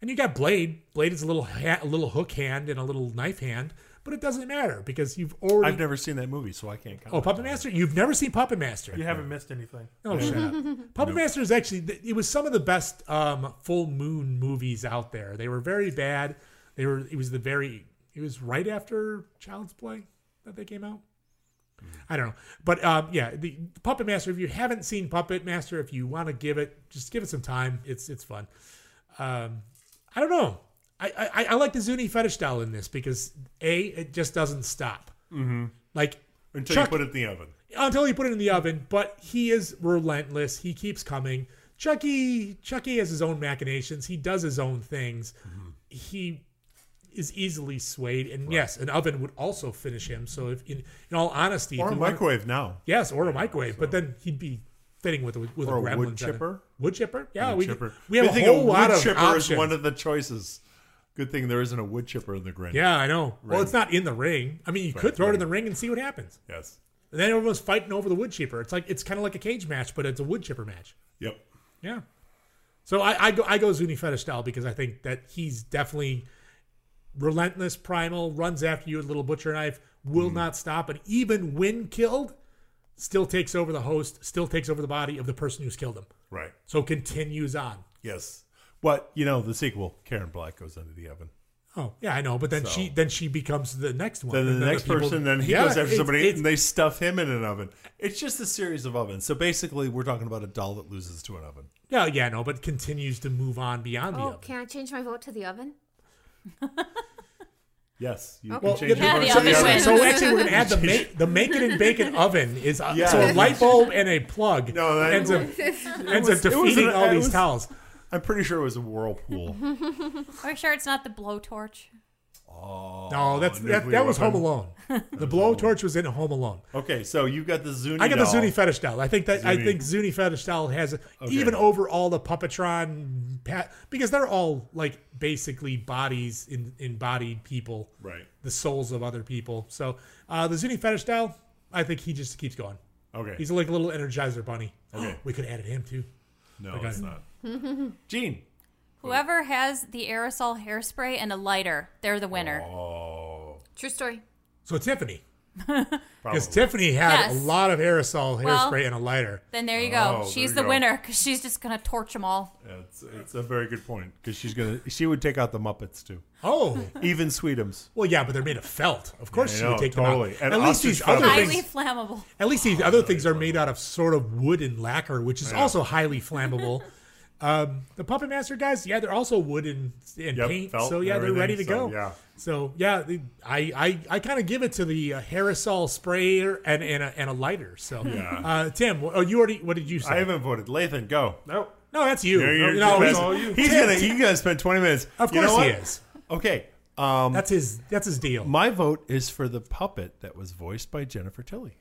C: and you got Blade. Blade is a little ha- a little hook hand and a little knife hand, but it doesn't matter because you've already.
G: I've never seen that movie, so I can't.
C: oh, Puppet Master! You've never seen Puppet Master.
I: You haven't missed anything.
C: Oh, shut up. Puppet Master is actually, th- it was some of the best um, full moon movies out there. They were very bad. They were, it was the very, it was right after Child's Play that they came out. I don't know. But um, yeah, the Puppet Master, if you haven't seen Puppet Master, if you want to give it, just give it some time. It's, it's fun. Um, I don't know. I, I, I like the Zuni fetish doll in this because A, it just doesn't stop.
G: Mm-hmm.
C: Like,
G: Until
C: Chuck-
G: you put it in the oven.
C: until you put it in the oven. But he is relentless. He keeps coming. Chucky, Chucky has his own machinations. He does his own things.
G: Mm-hmm.
C: He is easily swayed, and yes, an oven would also finish him. So, if in, in all honesty, if
G: Or a
C: you wanna-
G: microwave now.
C: yes, or a microwave. But then he'd be fitting with a, with
G: Or a
C: a gremlin
G: wood chipper?
C: Wood chipper, yeah,
G: Wood
C: we
G: chipper.
C: we have
G: Good
C: a
G: thing
C: whole lot
G: wood
C: of
G: chipper
C: options.
G: is one of the choices. Good thing there isn't a wood chipper in the Grinch.
C: yeah, I know. Well,
G: Right.
C: it's not in the ring. I mean, you could
G: Right,
C: throw it in
G: right.
C: the ring and see what happens.
G: Yes.
C: And then everyone's fighting over the wood chipper. It's like it's kind of like a cage match, but it's a wood chipper match.
G: Yep.
C: Yeah. So I, I go I go Zuni fetish style because I think that he's definitely relentless, primal, runs after you with a little butcher knife, will
G: Mm-hmm.
C: not stop, and even when killed, still takes over the host, still takes over the body of the person who's killed him.
G: Right.
C: So continues on.
G: Yes. But you know the sequel, Karen Black goes into the oven.
C: Oh yeah, I know. But then
G: So-
C: she then she becomes the next one.
G: Then
C: And
G: the next
C: people-
G: person, then he
C: Yeah,
G: goes after
C: it's-
G: somebody,
C: it's-
G: and they stuff him in an oven. It's just a series of ovens. So basically, we're talking about a doll that loses to an oven.
C: yeah, yeah, no, but continues to move on beyond the
E: Oh,
C: oven.
E: can I change my vote to the oven?
G: Yes, you
E: Okay. Well,
G: can change
E: yeah,
G: your
E: the
G: vote to
E: oven
G: the
E: wins.
C: So actually, we're gonna add the make the make it and bake it oven is uh,
G: Yeah.
C: so a light bulb and a plug
G: No, that-
C: ends up ends up
G: was- it was
C: defeating
G: an-
C: all
G: it
C: these
G: was-
C: towels.
G: I'm pretty sure it was a whirlpool.
H: Are we sure it's not the blowtorch?
G: Oh,
C: no, that's that, that
G: nuclear
C: was Home
G: weapon.
C: Alone. The blowtorch was in Home Alone.
G: Okay, so you got the Zuni.
C: I got the
G: doll.
C: Zuni fetish doll. I think that I
G: Zuni.
C: think Zuni fetish doll has a-
G: Okay.
C: even over all the puppetron pat because they're all like basically bodies in embodied people,
G: Right.
C: The souls of other people. So uh, the Zuni fetish doll, I think he just keeps going.
G: Okay.
C: he's like a little Energizer bunny.
G: Okay.
C: we could have added him too.
G: No,
C: Okay.
G: it's not. Gene.
F: Whoever has the aerosol hairspray and a lighter, they're the winner.
G: Oh.
E: True story.
C: So Tiffany, because Tiffany had
F: Yes.
C: a lot of aerosol hairspray
F: Well,
C: and a lighter.
F: Then there you go.
G: Oh,
F: she's
G: there you
F: the
G: go.
F: winner because she's just gonna torch them all.
G: Yeah, it's, it's a very good point because she's gonna she would take out the Muppets too.
C: Oh,
G: even Sweetums.
C: Well, yeah, but they're made of felt. Of course,
G: Yeah, I
C: she would
G: know,
C: take
G: totally.
C: them out.
G: And
C: at least
G: ostrich
C: these other
G: feathers.
C: things,
F: Highly flammable.
C: at least these other things are made out of sort of wood and lacquer, which is
G: Yeah.
C: also highly flammable. um, the puppet master guys, yeah, they're also wood and, and
G: Yep,
C: paint,
G: felt
C: so
G: and
C: yeah, they're
G: everything,
C: ready to
G: so,
C: go.
G: yeah.
C: So yeah, the- I I, I kind of give it to the uh, aerosol sprayer and and a, and a lighter. So
G: Yeah.
C: uh, Tim, wh- oh, you already what did you say?
G: I haven't voted. Lathan, go. Nope.
C: No, that's you.
G: No, you're-
C: No, he's-
G: that's all you.
C: he's
G: He's gonna
C: Tim-
G: he's gonna spend twenty minutes.
C: Of
G: You know
C: course he
G: what?
C: is.
G: Okay. Um,
C: that's his that's his deal.
G: My vote is for the puppet that was voiced by Jennifer Tilly.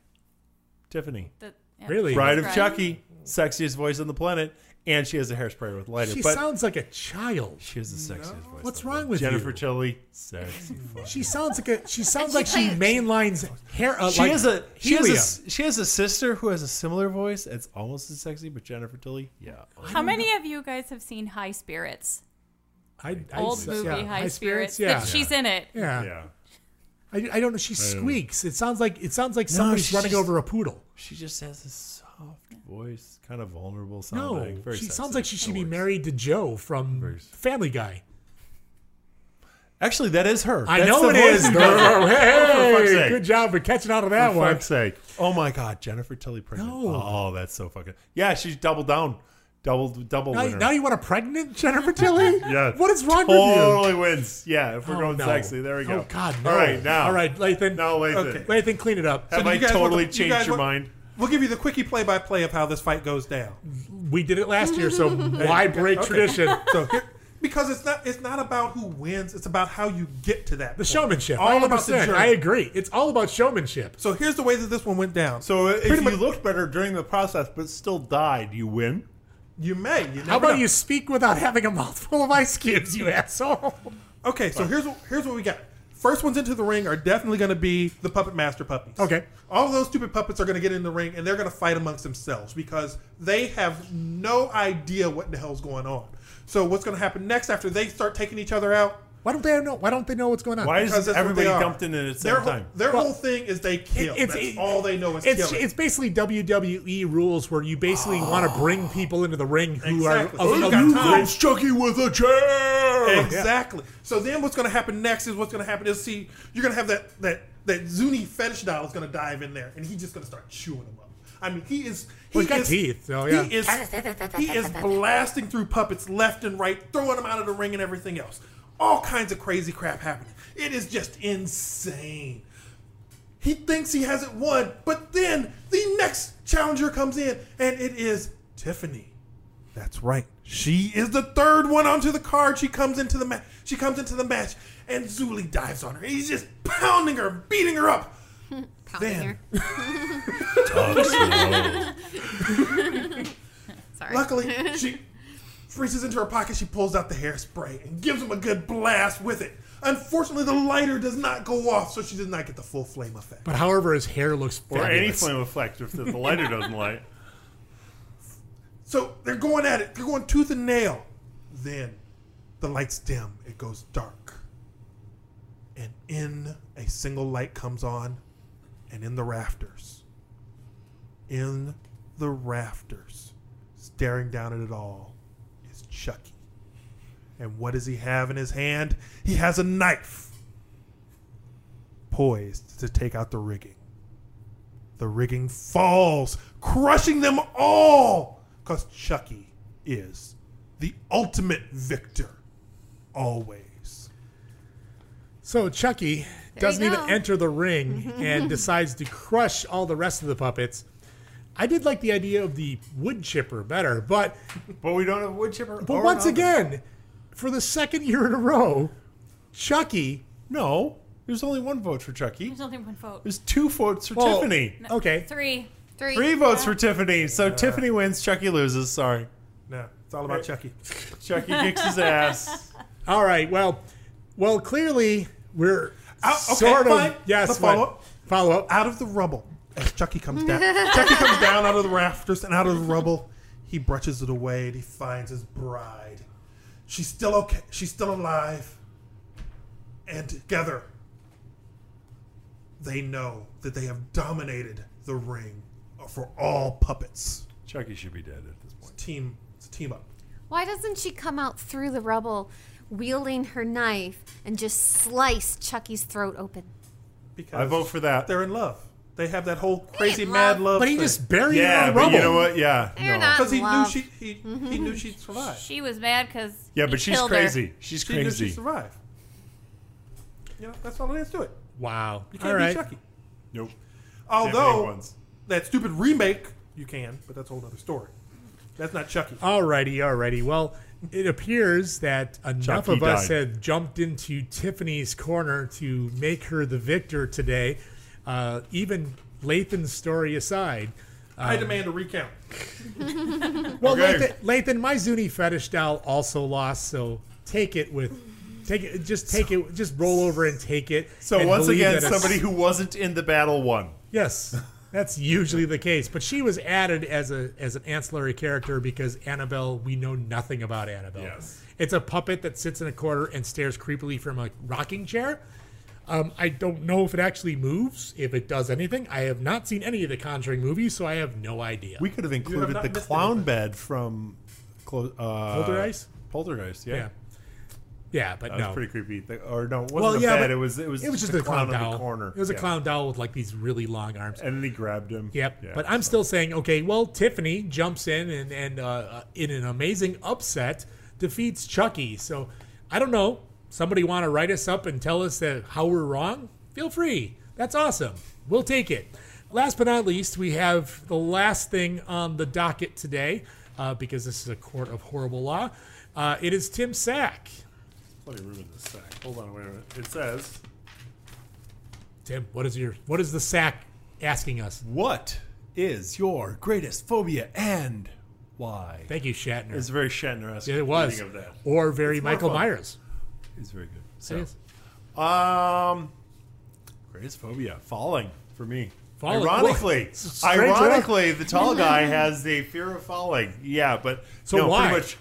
G: Tiffany.
F: The- yeah.
C: Really?
G: Bride of
F: Right.
G: Chucky, sexiest voice on the planet, and she has a hairspray with lighter.
C: She
G: but
C: sounds like a child.
G: she has the sexiest voice.
C: What's wrong with
G: Jennifer
C: you?
G: Tilly, sexy.
C: She sounds like a. She sounds
E: she
C: like she mainlines hair. Uh,
G: she
C: like
G: has a she has a,
C: helium.
G: s- she has a sister who has a similar voice. It's almost as sexy, but Jennifer Tilly, yeah.
F: How many of you guys have seen High Spirits?
C: I, I-
F: Old
C: yeah,
F: movie High, Spirits.
C: Yeah,
F: That She's in it.
C: Yeah. I, I don't know. She
G: I don't know.
C: squeaks. It sounds like it sounds like
G: No,
C: somebody's
G: she's
C: running
G: just-
C: over a poodle.
G: She just has a soft voice, kind of vulnerable
C: No,
G: sounding. very
C: she
G: sexy.
C: sounds like she should be married to Joe from Family Guy.
G: Actually, that is her.
C: I
G: That's
C: know
G: the
C: it is.
G: voice.
C: girl.
G: For fuck's
C: Hey,
G: sake.
C: good job for catching out of that
G: For
C: one.
G: fuck's sake. Oh my God, Jennifer Tilly pregnant.
C: No.
G: Oh, that's so fucking. Yeah, she's doubled down. Double, double
C: Now,
G: winner.
C: now you want a pregnant Jennifer Tilly?
G: yeah.
C: What is wrong with you?
G: Totally wins. Yeah, if we're
C: Oh,
G: going
C: no.
G: sexy, there we go.
C: Oh God! No.
G: All right, now.
C: All right, Lathan.
G: Now, Lathan.
C: Okay. Lathan, clean it up.
G: Have
D: do
G: I
D: you guys
G: totally
D: want the- you
G: changed
D: guys
G: your
D: want-
G: mind?
D: We'll give you the quickie play-by-play of how this fight goes down.
C: We did it last year, so why break
D: Okay.
C: tradition?
D: So here, because it's not it's not about who wins, it's about how you get to that.
C: The
D: point.
C: showmanship.
D: All
C: All
D: about the
C: percent.
D: journey.
C: I agree. It's all about showmanship.
D: So here's the way that this one went down.
G: So uh, if
D: Pretty
G: you
D: much-
G: looked better during the process but still died, you win.
D: you may. You
C: How about you speak without having a mouthful of ice cubes, you asshole?
D: Okay, so here's what, here's what we got. First ones into the ring are definitely going to be the puppet master puppies.
C: Okay.
D: All those stupid puppets are going to get in the ring and they're going to fight amongst themselves because they have no idea what the hell's going on. So what's going to happen next after they start taking each other out?
C: Why don't they know? Why don't they know what's going on?
G: Why is
D: Because that's what they
G: everybody
D: are.
G: dumped in at the same
D: their whole-
G: time?
D: Their
C: Well,
D: whole thing is they kill.
C: it's-
D: That's
C: it-
D: all they know is
C: it's,
D: killing.
C: it's basically WWE rules where you basically want to bring people into the ring who
D: Oh. Exactly.
C: are of-
D: Who's
C: of-
D: got
C: of-
D: time?
C: of-
G: Chucky with a chair.
D: Exactly. So then what's going to happen next is what's going to happen is see you're going to have that that that Zuni fetish doll is going to dive in there and he's just going to start chewing them up. I mean, he is he
C: Well, he's got
D: is,
C: teeth, so yeah.
D: He is he is blasting through puppets left and right, throwing them out of the ring and everything else. All kinds of crazy crap happening. It is just insane. He thinks he hasn't won, but then the next challenger comes in and it is Tiffany. That's right. She is the third one onto the card. She comes into the match. She comes into the match, and Zuli dives on her. He's just pounding her, beating her up.
E: Pounding
D: Then-
E: her. Sorry.
D: Luckily, she reaches into her pocket. She pulls out the hairspray and gives him a good blast with it. Unfortunately, the lighter does not go off, so she does not get the full flame effect.
C: But however, his hair looks
G: Or any
C: fabulous.
G: flame effect if the lighter doesn't light.
D: So they're going at it. They're going tooth and nail. Then the lights dim. It goes dark. And in a single light comes on, and in the rafters, in the rafters, staring down at it all, is Chucky. And what does he have in his hand? He has a knife poised to take out the rigging. The rigging falls, crushing them all because Chucky is the ultimate victor. Always.
C: So Chucky
E: you
C: doesn't even
E: go.
C: enter the ring and decides to crush all the rest of the puppets. I did like the idea of the wood chipper better, but
G: But we don't have wood chipper.
C: But once again, for the second year in a row, Chucky
G: No, there's only one vote for Chucky.
F: There's only one vote.
G: There's two votes for
F: Well,
G: Tiffany.
F: No, Three. Three.
G: Oh. Three votes for Tiffany.
C: Uh.
G: So Tiffany wins, Chucky loses. Sorry.
I: No, it's all about Chucky.
G: Chucky kicks his ass.
C: All right. Well, well, clearly we're
G: Uh,
I: Out- okay,
C: sort of
I: fine.
C: yes.
I: The follow-up.
C: Follow up.
I: Out of the rubble, as Chucky comes down. Chucky comes down out of the rafters and out of the rubble. He brushes it away and he finds his bride. She's still okay. She's still alive. And together, they know that they have dominated the ring for all puppets.
G: Chucky should be dead at this point.
I: team, it's a team up.
E: Why doesn't she come out through the rubble, wielding her knife, and just slice Chucky's throat open?
I: Because
G: I vote for that.
I: They're in love. They have that whole crazy
E: ain't
I: mad
E: love.
I: love.
C: But he
I: thing.
C: just buried
G: yeah,
C: her in
G: but
C: rubble.
G: you know what? Yeah,
E: They're
G: no.
E: not
I: Because he
E: in
I: knew
E: love.
I: she- he- he knew she'd survive.
H: She was mad because
G: Yeah, but she's crazy. She's
I: She knew she
G: crazy.
I: survived. You know, that's all it is to it.
C: Wow.
I: You can't
C: All
I: be
C: right.
I: Chucky.
G: Nope.
I: Although
G: make ones.
I: that stupid remake, you can, but that's a whole other story. That's not Chucky.
C: Alrighty, alrighty. Well, it appears that enough
I: Chucky
C: of us
I: died.
C: have jumped into Tiffany's corner to make her the victor today. Uh, even Lathan's story aside.
I: I
C: um,
I: demand a recount.
C: Well,
I: Okay.
C: Lathan, Lathan, my Zuni fetish doll also lost, so take it with, take it, just take it, just roll over and take it.
G: So
C: and
G: once
C: believe
G: again,
C: that it's-
G: somebody who wasn't in the battle won.
C: Yes, that's usually the case. But she was added as a as an ancillary character because Annabelle, we know nothing about Annabelle. Yes. It's a puppet that sits in a corner and stares creepily from a rocking chair. Um, I don't know if it actually moves, if it does anything. I have not seen any of the Conjuring movies, so I have no idea.
G: We could have included the clown bed from clo- uh,
C: Poltergeist?
G: Poltergeist, yeah.
C: Yeah. Yeah, but
G: that
C: no.
G: was pretty creepy. The- or no, it wasn't
C: well,
G: a
C: yeah,
G: bed.
C: but
G: It was it was
C: just a clown,
G: in
C: doll.
G: the corner.
C: It was a
G: Yeah.
C: clown doll with like these really long arms.
G: And then he grabbed him.
C: Yep.
G: Yeah.
C: But I'm still saying, okay, well, Tiffany jumps in and, and uh, uh, in an amazing upset defeats Chucky. So I don't know. Somebody want to write us up and tell us that how we're wrong? Feel free. That's awesome. We'll take it. Last but not least, we have the last thing on the docket today, uh, because this is a court of horrible law. Uh, it is Tim Sack.
G: Let me ruin this sack. Hold on, wait a minute. It says
C: Tim, what is your what is the sack asking us?
G: What is your greatest phobia and why?
C: Thank you, Shatner.
G: It's very Shatner-esque.
C: Yeah, it was.
G: reading Of that.
C: Or very
G: It's more
C: Michael
G: fun.
C: Myers.
G: It's very good.
C: It
G: So,
C: is.
G: um, greatest phobia falling for me.
C: Falling.
G: Ironically,
C: Well, it's strange
G: ironically,
C: enough.
G: the tall guy has the fear of falling. Yeah, but
C: So
G: no,
C: why?
G: Pretty much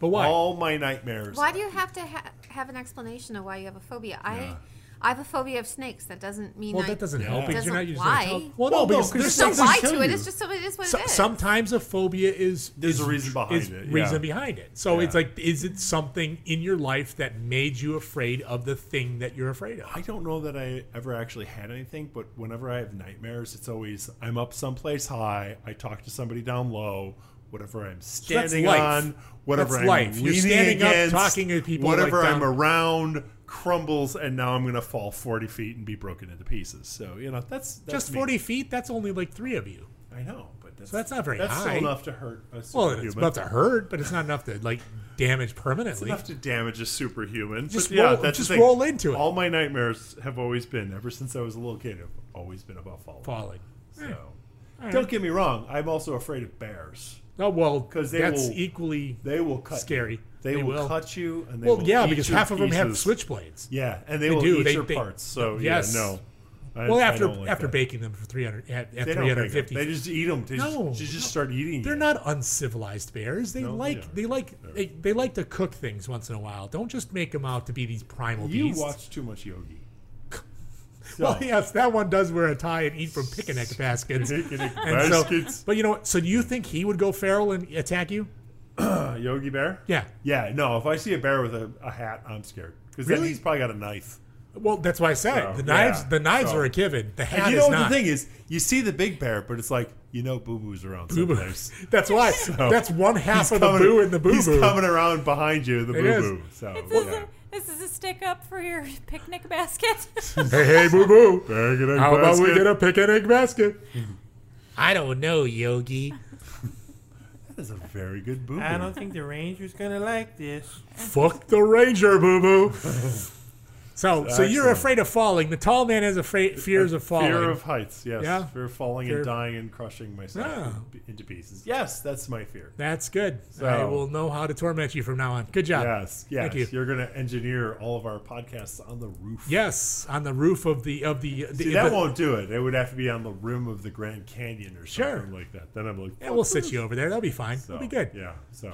C: but why?
G: All my nightmares.
E: Why do you have to ha- have an explanation of why you have a phobia? I, I have a phobia of snakes. That doesn't mean
C: Well,
E: I,
C: that doesn't help because you're
E: doesn't
C: not using
E: why.
C: Well, no, because
E: there's no why to it. It's just so it is what it is.
C: Sometimes a phobia is
G: There's
C: is-
G: a reason behind
C: is
G: it, yeah.
C: Reason behind it. So
G: Yeah.
C: it's like, is it something in your life that made you afraid of the thing that you're afraid of?
G: I don't know that I ever actually had anything, but whenever I have nightmares, it's always I'm up someplace high, I talk to somebody down low, whatever I'm
C: that's
G: standing
C: life.
G: on, whatever
C: That's
G: I'm
C: life. You're
G: leaning
C: standing up,
G: against,
C: talking to people, like,
G: whatever I'm
C: down-
G: around crumbles, and now I'm gonna fall 40 feet and be broken into pieces. So you know that's, that's
C: Just
G: me.
C: 40 feet? That's only like three of you.
G: I know, but that's
C: So that's not very
G: that's
C: high.
G: still enough to hurt. A
C: Well, it's
G: superhuman.
C: about to hurt, but it's not enough to like damage
G: It's
C: permanently.
G: enough to damage a superhuman.
C: Just
G: but yeah,
C: roll-
G: that's the
C: just
G: thing.
C: roll into it.
G: All my nightmares have always been, ever since I was a little kid, have always been about falling.
C: Falling.
G: So,
C: Hmm. right.
G: don't get me wrong. I'm also afraid of bears.
C: Oh well,
G: because they
C: that's
G: will
C: equally
G: they will cut you.
C: scary.
G: They, will, cut you, and they
C: well,
G: will
C: yeah,
G: eat
C: because
G: your
C: half of them have
G: pieces.
C: switchblades.
G: Yeah, and they, will eat your parts. So
C: yes.
G: yeah, no. I-
C: well,
G: I
C: after
G: don't like
C: after
G: that.
C: baking them for three hundred at, at three
G: They don't bake 'em.
C: hundred fifty,
G: They just eat 'em. They just-
C: no,
G: they just start eating
C: They're
G: you.
C: not uncivilized bears. They
G: No, they
C: like
G: aren't.
C: they, like they, they like to cook things once in a while. Don't just make them out to be these primal
G: you
C: beasts.
G: watch too much Yogi.
C: Well, yes, that one does wear a tie and eat from picnic baskets.
G: Picnic
C: And so-
G: baskets.
C: but you know what? So do you think he would go feral and attack you?
G: Uh, Yogi Bear.
C: Yeah.
G: yeah. No, if I see a bear with a, a hat, I'm scared because
C: Really?
G: he's probably got a knife.
C: Well, that's why I said
G: So,
C: the knives.
G: yeah,
C: The knives
G: so.
C: are a given. The
G: And
C: hat
G: you
C: is
G: know
C: not.
G: the thing is, you see the big bear, but it's like you know Boo Boo's around.
C: Boo Boo.
G: someplace.
C: That's why. That's one half
G: he's
C: of the
G: coming-
C: boo and the boo
G: He's
C: boo.
G: coming around behind you, the
C: It
G: Boo
C: is.
G: Boo. So yeah.
F: This is a stick up for your picnic basket.
C: hey, hey, boo boo.
G: Picnic
C: How about we
G: basket.
C: get a picnic basket? I don't know, Yogi.
G: that is a very good Boo Boo.
D: I don't think the ranger's gonna like this.
C: Fuck the ranger, boo boo. So, so you're
G: Excellent.
C: afraid of falling. The tall man has afraid fears of falling.
G: Fear of heights, yes.
C: Yeah.
G: Fear of falling
C: Fear-
G: and dying and crushing myself
C: Ah.
G: in- into pieces. Yes, that's my fear.
C: That's good.
G: So-
C: I will know how to torment you from now on. Good job.
G: Yes, yes.
C: Thank you.
G: You're going to engineer all of our podcasts on the roof.
C: Yes, on the roof of the of the. the
G: See, that
C: the-
G: won't do it. It would have to be on the rim of the Grand Canyon or
C: Sure.
G: something like that. Then I'm like,
C: Yeah, we'll sit you over there. That'll be fine.
G: So,
C: It'll be good.
G: Yeah. So
C: All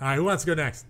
C: right, who wants to go next?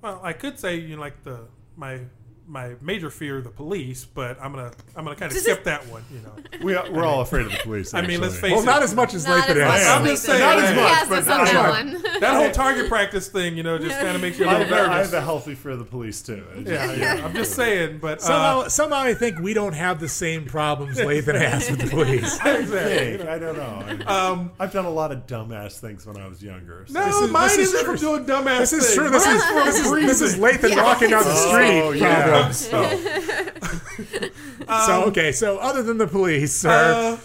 D: Well, I could say you know, like the my my major fear of the police, but I'm gonna I'm gonna kind of skip that one. You know,
G: We are, we're all afraid of the police.
D: I mean, let's
G: actually.
D: face it.
C: Not Lathan as much is. as
D: I'm
E: Uh,
D: just
C: Lathan
D: saying,
C: is. Not as
D: hey,
C: much, Yes, but that's
D: you know,
C: another one.
D: that whole target practice thing, you know, just kind of makes you a
G: I
D: little
G: have a- I
D: nervous.
G: have a healthy fear of the police too. I just-
D: Yeah, yeah, I'm just saying, but uh,
C: somehow, somehow, I think we don't have the same problems Lathan has with the police.
G: Hey, I don't know. Um, I've done a lot of dumbass things when I was younger. so-
D: No, This is- mine this is isn't true. from doing dumbass
C: This is
D: things.
C: true. This is
D: Mine's
C: this is
D: from
C: this is Lathan
D: breathing.
C: walking down the
D: Yeah.
C: street.
D: Oh, yeah.
C: problem. so
D: Um,
C: okay, so other than the police, sir,
D: Uh,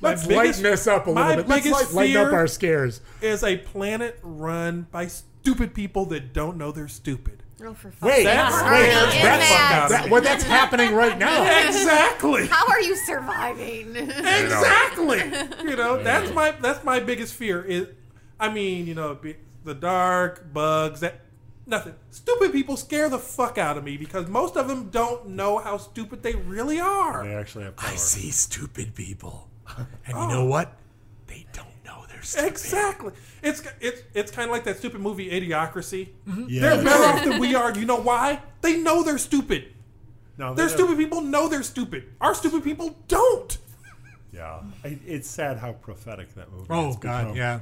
D: my
C: let's
D: biggest-
C: lighten this up a
D: my
C: little bit. Let's
D: biggest
C: light, lighten up
D: fear-
C: our scares.
D: is a planet run by stupid people that don't know they're stupid.
E: Oh, for fuck's
C: Wait,
E: sake.
C: that's,
E: How
C: wait,
E: are you
C: that's,
E: in
C: that's,
E: that?
C: that- well, that's happening right now.
D: Exactly.
E: How are you surviving?
D: exactly. You know, that's my that's my biggest fear. Is I mean, you know, be, the dark bugs that nothing. Stupid people scare the fuck out of me because most of them don't know how stupid they really are.
G: They actually have.
C: I see stupid people, and
D: Oh.
C: you know what?
D: Exactly. It's it's it's kind of like that stupid movie Idiocracy.
G: Yes.
D: They're better off than we are. You know why? They know they're stupid.
G: No, they
D: Their
G: don't.
D: stupid people know they're stupid. Our stupid people don't.
G: Yeah, I, it's sad how prophetic that movie.
C: Oh,
G: has
C: God,
G: become.
C: yeah.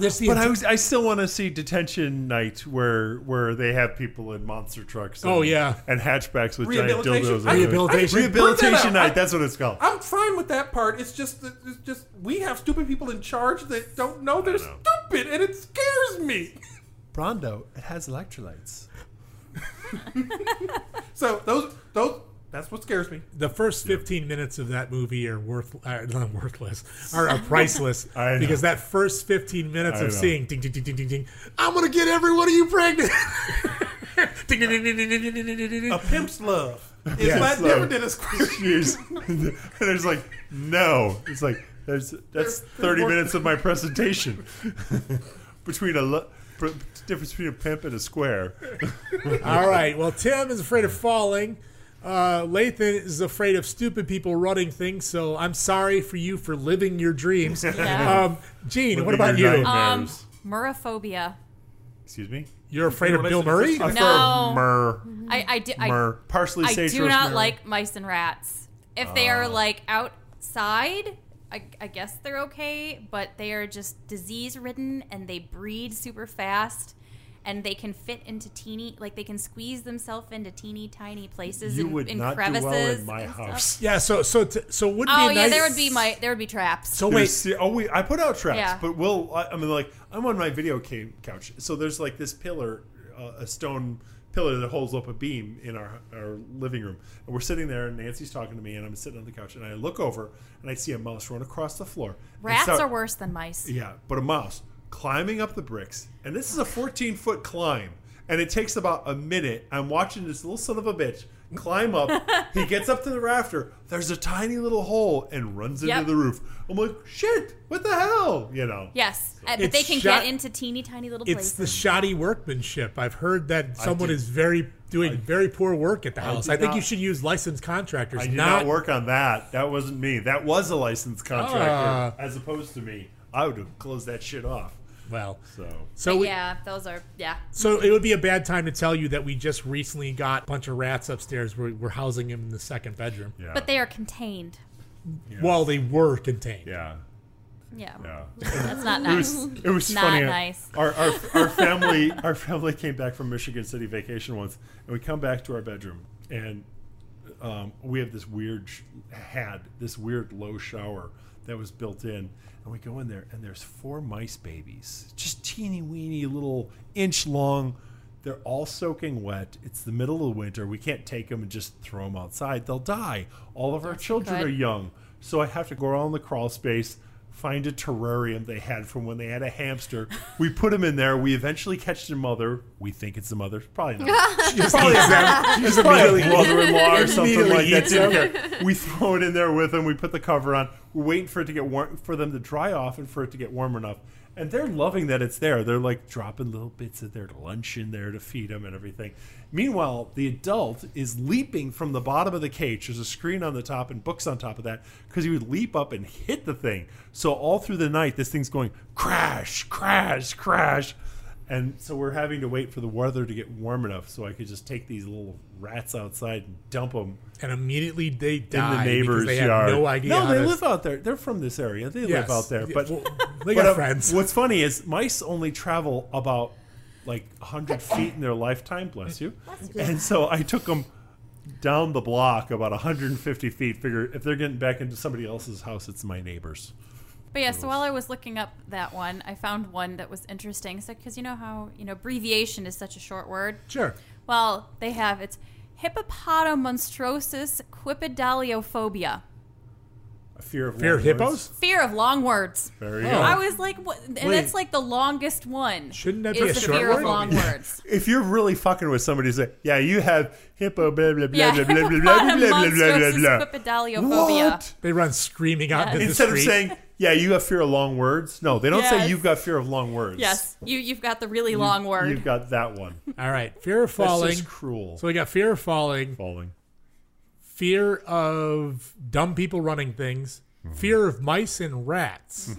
C: There's the
G: but
C: int-
G: I, was, I still want to see detention night where where they have people in monster trucks. And,
C: Oh, yeah.
G: and hatchbacks with giant
D: Rehabilitation.
G: dildos.
D: I-
G: and-
D: Rehabilitation. I- I- bring that
G: rehabilitation
D: up.
G: night.
D: I-
G: that's what it's called.
D: I'm fine with that part. It's just that it's just we have stupid people in charge that don't know they're stupid, and it scares me.
G: Brondo, it has electrolytes.
D: So those those that's what scares me.
C: The first 15 minutes of that movie are worth uh, not worthless, are, are priceless
G: I know.
C: because that first 15 minutes
G: I
C: of
G: know.
C: seeing ding ding ding ding ding ding, I'm gonna get every one of you pregnant. ding, ding, ding, ding, ding, ding, ding, ding, ding, ding.
D: A pimp's love. It's
G: Yeah.
D: not
G: So-
D: different than a square.
G: Jeez. and there's like, no. It's like, there's that's
D: There's- there's
G: 30
D: more-
G: minutes of my presentation. between a lo- pr- difference between a pimp and a square.
C: All right. Well, Tim is afraid of falling. Uh, Lathan is afraid of stupid people running things. So I'm sorry for you for living your dreams.
F: Yeah.
C: Um, Gene, what
G: Living
C: about
G: your
C: you?
F: Um, Muraphobia.
G: Excuse me?
C: You're afraid of Bill Murray?
F: No.
G: I throw myrrh.
F: I, I, do, oh, I,
G: Myrrh. Parsley,
F: I
G: sagebrush,
F: do not
G: myrrh.
F: like mice and rats. If they are
G: Ah.
F: like outside, I, I guess they're okay, but they are just disease ridden and they breed super fast. And they can fit into teeny, like they can squeeze themselves into teeny tiny places
G: You
F: in,
G: would
F: in
G: not do well in
F: crevices.
G: my
F: and stuff.
G: house.
C: Yeah. So so t- so wouldn't
F: Oh
C: be
F: yeah,
C: nice.
F: there would be my there would be traps.
C: So
G: There's
C: wait.
G: se- oh wait, I put out traps,
F: Yeah.
G: but Will, I, I mean, like I'm on my video game couch, so there's like this pillar, uh, a stone pillar that holds up a beam in our our living room, and we're sitting there, and Nancy's talking to me, and I'm sitting on the couch, and I look over, and I see a mouse run across the floor. and
F: Rats
G: start-
F: are worse than mice.
G: Yeah, but a mouse climbing up the bricks, and this is a 14 foot climb, and it takes about a minute. I'm watching this little son of a bitch climb up. he gets up to the rafter. There's a tiny little hole and runs into
F: Yep.
G: the roof. I'm like, shit, what the hell? You know.
F: Yes, uh, but
C: It's
F: they can
C: shot-
F: get into teeny tiny little
C: It's
F: places.
C: the shoddy workmanship. I've heard that
G: I
C: someone
G: did-
C: is very doing very poor work at the
G: I
C: house.
G: did
C: I, think
G: not-
C: you should use licensed contractors.
G: I did
C: not
G: not work on that. That wasn't me. That was a licensed
C: Ah.
G: contractor, as opposed to me. I would have closed that shit off.
C: Well,
G: so
C: so
F: But
C: we,
F: yeah, those are yeah.
C: So it would be a bad time to tell you that we just recently got a bunch of rats upstairs. We're, we're housing them in the second bedroom.
G: Yeah.
F: But they are contained.
C: While they were contained.
G: Yeah.
F: Yeah.
G: Yeah.
F: That's not
G: It was,
F: nice.
G: it was
F: not
G: funny.
F: nice.
G: Our, our, our family our family came back from Michigan City vacation once, and we come back to our bedroom, and um, we have this weird sh- had this weird low shower that was built in, and we go in there, and there's four mice babies, just teeny weeny little inch long. They're all soaking wet. It's the middle of winter. We can't take them and just throw them outside. They'll die. All of our children
F: good.
G: are young, so I have to go around the crawl space find a terrarium they had from when they had a hamster. We put him in there. We eventually catch the mother. We think it's the mother. Probably not. She's probably,
J: Eats
G: a,
J: him.
G: she's probably a
J: Immediately-
G: mother-in-law or something
J: Immediately
G: like that.
J: eats
G: Don't
J: him.
G: care. We throw it in there with them. We put the cover on. We're waiting for it to get warm, for them to dry off and for it to get warm enough. And they're loving that it's there. They're like dropping little bits of their lunch in there to feed them and everything. Meanwhile, the adult is leaping from the bottom of the cage. There's a screen on the top and books on top of that because he would leap up and hit the thing. So all through the night, this thing's going crash, crash, crash. And so we're having to wait for the weather to get warm enough so I could just take these little rats outside and dump them.
C: And immediately they
G: in
C: die
G: the
C: because
G: neighbor's
C: they have
G: yard.
C: no idea
G: No,
C: how
G: they
C: to-
G: live out there. They're from this area. They
C: Yes.
G: live out there.
C: Yeah,
G: But
C: well, they
G: but,
C: got
G: um,
C: friends.
G: What's funny is mice only travel about like 100 feet in their lifetime. Bless you.
J: you.
G: And so I took them down the block about 150 feet. Figure if they're getting back into somebody else's house, it's my neighbor's.
F: But yeah, so while I was looking up that one, I found one that was interesting. So because you know how you know abbreviation is such a short word.
C: Sure.
F: Well, they have it's hippopotamonstrosis quipedaliophobia.
G: A fear of
C: Fear of
G: long
C: hippos?
G: words.
F: Fear of long words.
G: There you
F: Oh.
G: go.
F: I was like, what? and
G: Wait.
F: that's like the longest one.
C: Shouldn't
F: that
C: be a
F: the
C: short
F: fear
C: word?
F: of long
C: Yeah.
F: words?
J: If you're really fucking with somebody, say, "Yeah, you have hippo blah blah blah
F: Yeah,
J: blah blah blah blah blah blah blah."
F: quipedaliophobia.
J: What?
C: They run screaming out into the
J: Instead of
C: street.
J: saying, "Yeah, you have fear of long words," no, they don't say
F: Yes.
J: you've got fear of long words.
F: Yes, you you've got the really long word.
J: You've got that one.
C: All right, fear of
J: That's just
C: falling.
J: cruel.
C: So we got fear of falling.
G: Falling.
C: Fear of dumb people running things. Fear of mice and rats.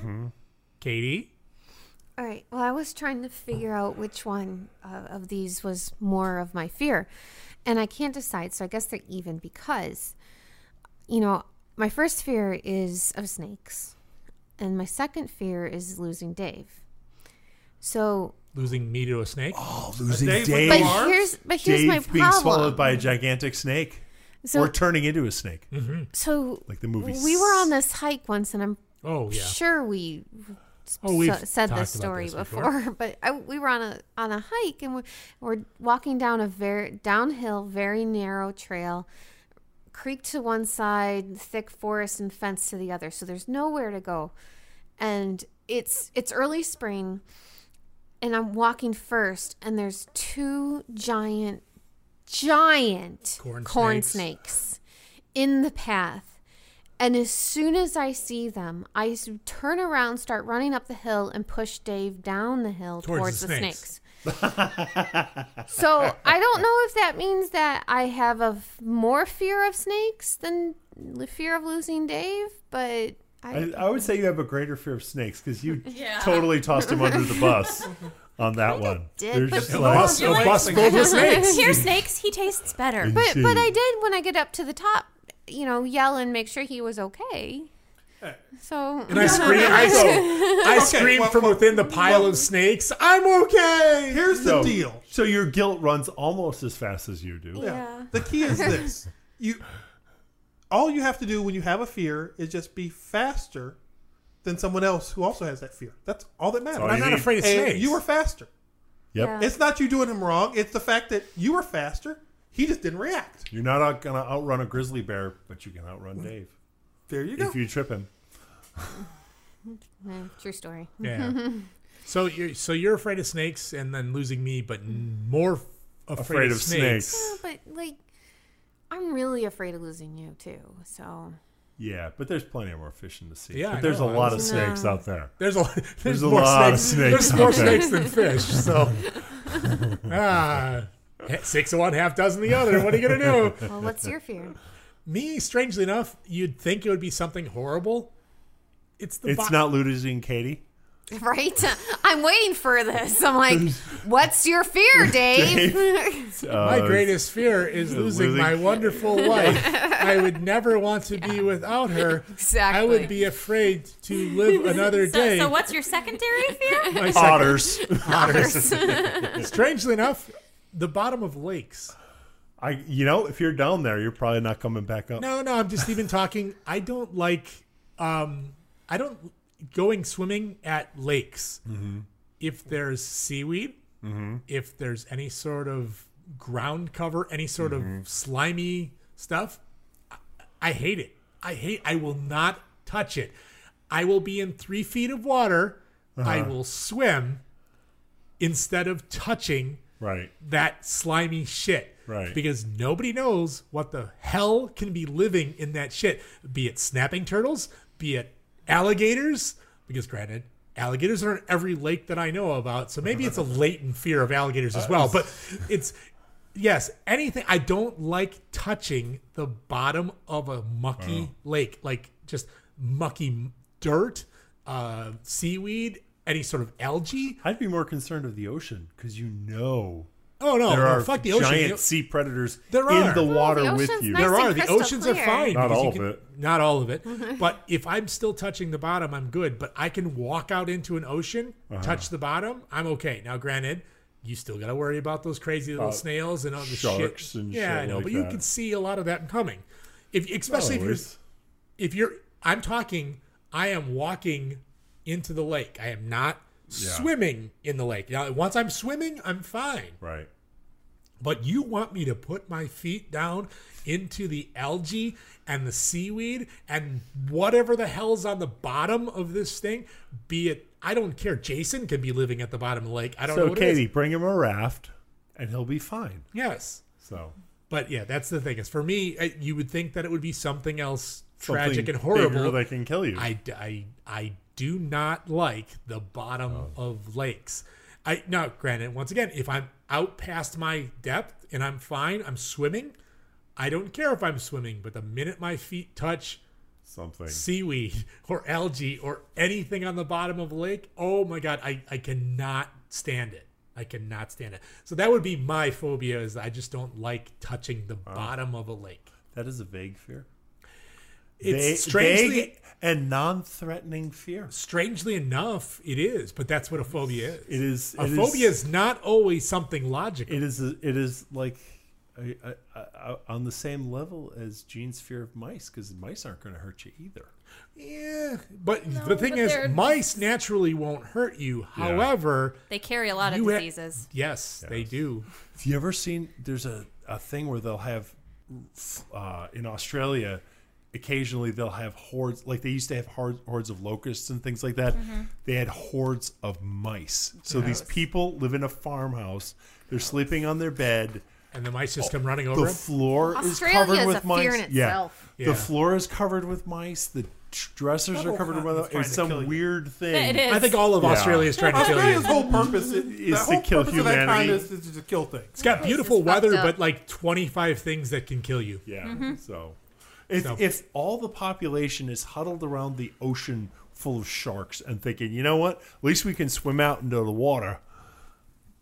C: Katie,
E: All right. Well, I was trying to figure out which one uh, of these was more of my fear, and I can't decide. So I guess they're even because, you know, my first fear is of snakes, and my second fear is losing Dave. So,
C: losing me to a snake.
J: Oh,
E: losing Dave with Dave. But here's- but here's
J: Dave
E: my
J: being swallowed
E: problem.
J: by a gigantic snake,
E: So-
J: or turning into a snake.
E: so
J: Like the movie
E: We were on this hike once, and I'm
J: Oh, yeah.
E: sure we s-
J: Oh, we've
E: s- said
J: talked
E: this
J: about
E: story
J: this
E: before.
J: before.
E: But I, we were on a on a hike, and we're, we're walking down a very downhill, very narrow trail, creek to one side, thick forest and fence to the other. So there's nowhere to go, and it's it's early spring, and I'm walking first, and there's two giant, giant
R: Corn
E: snakes in the path. And as soon as I see them, I s- turn around, start running up the hill, and push Dave down the hill towards, the snakes. So I don't know if that means that I have a f- more fear of snakes than the fear of losing Dave, but
J: I,
E: I,
J: I would say you have a greater fear of snakes because you
E: Yeah.
J: totally tossed him under the bus on that one.
E: did,
J: They're
E: but
J: just
E: the
J: like-
C: bus-
F: You're like- Here,
E: snakes.
F: snakes. He tastes better.
E: but but I did when I get up to the top, you know, yell and make sure he was okay. So
C: And I scream. I, I scream from within the pile of snakes. I'm okay.
J: Here's
G: So-
J: deal.
G: So your guilt runs almost as fast as you do.
E: Yeah.
D: The key is this: you all you have to do when you have a fear is just be faster than someone else who also has that fear. That's all that matters.
J: all I'm you not need. afraid of
D: And
J: snakes.
D: You were faster.
J: Yep. Yeah.
D: It's not you doing him wrong. It's the fact that you were faster. He just didn't react.
G: You're not out- gonna outrun a grizzly bear, but you can outrun Dave.
D: There you
G: If you trip him.
E: Yeah, True story.
C: Yeah. so you're so you're afraid of snakes and then losing me, but more f- afraid,
J: Afraid
C: of,
J: of
C: snakes.
J: snakes.
E: but like, I'm really afraid of losing you too. So
G: Yeah, but there's plenty more fish in the sea.
C: Yeah,
G: but
C: I
G: there's
C: know.
G: a lot of
E: No.
G: snakes out there.
C: There's a there's,
G: There's a
C: more
G: lot of
C: snakes.
G: snakes
C: There's more
G: out there.
C: snakes than fish. So ah, six of one, half dozen the other. What are you gonna do?
E: Well, what's your fear?
C: Me, strangely enough, you'd think it would be something horrible. It's the
J: It's
C: bo-
J: not losing Katie.
E: Right? I'm waiting for this. I'm like, what's your fear, Dave?
C: my greatest fear is losing,
J: losing-
C: my wonderful wife. I would never want to be without her. I would be afraid to live another
F: so,
C: day.
F: so what's your secondary fear?
C: My second- Otters. Strangely enough, the bottom of lakes.
J: I, you know, if you're down there, you're probably not coming back up.
C: No, no, I'm just even talking. I don't like. Um, I don't going swimming at lakes.
J: Mhm.
C: If there's seaweed,
J: Mhm.
C: if there's any sort of ground cover, any sort of slimy stuff, I, I hate it. I hate. I will not touch it. I will be in three feet of water. I
G: Uh-huh.
C: will swim instead of touching
G: Right.
C: that slimy shit.
G: Right.
C: Because nobody knows what the hell can be living in that shit. Be it snapping turtles, be it alligators. Because granted, alligators are in every lake that I know about. So maybe it's a latent fear of alligators as well. But it's yes, anything I don't like touching the bottom of a mucky
G: Wow.
C: lake. Like just mucky dirt, uh, seaweed, any sort of algae.
G: I'd be more concerned of the ocean because you know.
C: Oh, no,
G: there
C: no,
G: are
C: fuck the ocean.
G: giant
C: You-
G: sea predators
C: There
G: in
C: are.
G: the
C: Well,
G: water
C: the
G: with
C: ocean's
G: you.
C: nice There and are. The crystal oceans are clear. fine
G: Not
C: because you
G: all
C: can-
G: of it.
C: Not all of it. but if I'm still touching the bottom, I'm good. But I can walk out into an ocean,
G: Uh-huh.
C: touch the bottom, I'm okay. Now, granted, you still got to worry about those crazy little
G: Uh,
C: snails and all the
G: sharks
C: shit.
G: and
C: yeah,
G: shit
C: I know.
G: like
C: but you
G: that.
C: can see a lot of that coming, if especially if you're
G: always.
C: if you're. I'm talking. I am walking into the lake. I am not
G: Yeah.
C: swimming in the lake. Now, once I'm swimming, I'm fine.
G: Right.
C: But you want me to put my feet down into the algae and the seaweed and whatever the hell's on the bottom of this thing, be it I don't care. Jason can be living at the bottom of the lake. I don't
G: so,
C: know what
G: Katie,
C: it is.
G: bring him a raft and he'll be fine.
C: Yes.
G: So,
C: But yeah, that's the thing. Is for me, I, you would think that it would be something else
G: Something
C: tragic and
G: bigger
C: horrible
G: that can kill you.
C: I, d- I- I do not like the bottom of lakes. I now, granted, once again, if I'm out past my depth and I'm fine, I'm swimming. I don't care if I'm swimming, but the minute my feet touch
G: something
C: seaweed or algae or anything on the bottom of a lake, oh my god, I, I cannot stand it. I cannot stand it. So that would be my phobia is I just don't like touching the bottom of a lake.
G: That is a vague fear.
C: It's
G: Vague-
C: strangely
G: vague and non-threatening fear.
C: Strangely enough, it is, but that's what a phobia is.
G: It is.
C: A
G: it
C: phobia is not always something logical.
G: It is. It is like I, I, I, I- on the same level as Gene's fear of mice, because mice aren't going to hurt you either.
C: Yeah, but
F: No,
C: the thing
F: but
C: is,
F: they're-
C: mice naturally won't hurt you. However,
F: They carry a lot of
C: you ha-
F: diseases.
C: yes, they do.
G: Have you ever seen? There's a, a thing where they'll have uh, in Australia. Occasionally, they'll have hordes like they used to have hordes, hordes of locusts and things like that.
J: Mhm.
G: They had hordes of mice. So these
J: Gross.
G: people live in a farmhouse. They're sleeping on their bed,
C: and the mice just come running
G: Oh, The
C: over 'em?
G: floor is
E: Australia
G: covered
E: is
G: with
E: a
G: mice.
E: fear in itself.
G: Yeah.
C: Yeah.
G: the floor is covered with mice. The tr- dressers are
C: Double
G: covered
C: cotton's trying
G: with mice.
C: to
G: It's
C: kill
G: some
C: you.
G: weird thing.
C: It is. I think all of Australia is trying to kill you.
G: Australia's
D: whole purpose is,
G: Is
D: the
G: to
D: whole
G: kill
D: purpose Of that kind
G: humanity.
D: is, is to kill things.
C: It's got beautiful weather, but like 25 things that can kill you.
G: Yeah.
E: Mm-hmm.
D: Mhm.
G: So, if,
C: So-
G: if all the population is huddled around the ocean full of sharks and thinking, you know what, at least we can swim out into the water.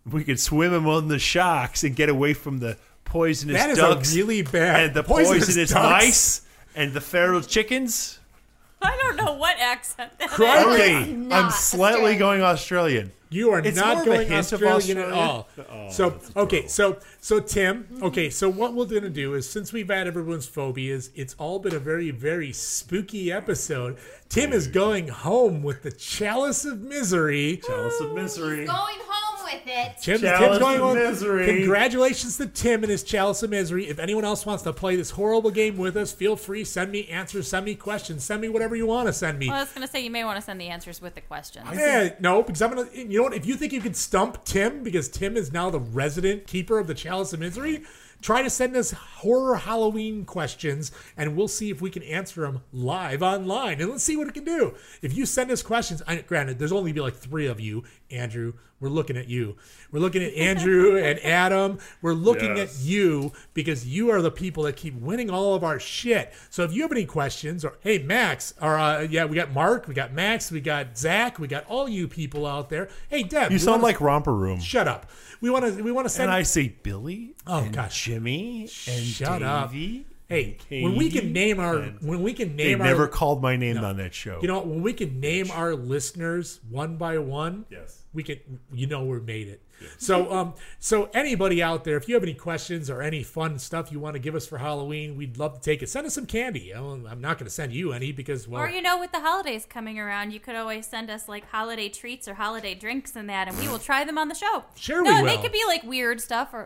G: We can swim among the sharks and get away from the poisonous
C: That is a
G: ducks.
C: really bad-
G: and the
C: poisonous
G: poisonous,
C: ducks.
G: mice and the feral chickens.
F: I don't know what accent that is.
G: Crikey! I'm slightly going Australian.
C: You are
G: It's more
C: not
G: of a
C: going
G: hint of
C: Australian at
G: Australia.
C: all.
G: Oh,
C: so
G: that's
C: okay, so so Tim,
G: Mm-hmm.
C: okay, so what we're gonna do is since we've had everyone's phobias, it's all been a very very spooky episode. Tim is going home with the chalice of misery.
G: Chalice of misery.
H: Going home with it.
C: Tim's, Tim's
G: Chalice
C: going
G: of
C: on.
G: misery.
C: Congratulations to Tim and his Chalice of Misery. If anyone else wants to play this horrible game with us, feel free. Send me answers, send me questions, send me whatever you want to send me.
F: Well, I was gonna say you may want to send the answers with the questions.
C: Yeah, no, because I'm gonna. You know what? If you think you could stump Tim, because Tim is now the resident keeper of the Chalice of Misery, try to send us horror Halloween questions, and we'll see if we can answer them live online, and let's see what it can do. If you send us questions, I, granted, there's only be like three of you, Andrew. We're looking at you. We're looking at Andrew and Adam. We're looking at you because you are the people that keep winning all of our shit. So if you have any questions, or hey Max, or uh, yeah, we got Mark, we got Max, we got Zach, we got all you people out there. Hey Deb,
G: You
C: we
G: sound
C: wanna-
G: like Romper Room.
C: Shut up. We want to. We want to send.
G: and I say Billy.
C: Oh,
G: and
C: gosh.
G: Jimmy and
C: Shut up.
G: Davey
C: Hey,
G: and
C: when we
G: Katie
C: can name our
G: and-
C: when we can
G: They
C: name our
G: never called my name on that show.
C: You know, when we can name our listeners one by one,
G: Yes.
C: we can. You know, we made it. So, um, so anybody out there, if you have any questions or any fun stuff you want to give us for Halloween, we'd love to take it. Send us some candy. Oh, I'm not going to send you any because well,
F: or you know, with the holidays coming around, you could always send us like holiday treats or holiday drinks and that, and we will try them on the show.
C: Sure
F: no,
C: we
F: they
C: will.
F: could be like weird stuff or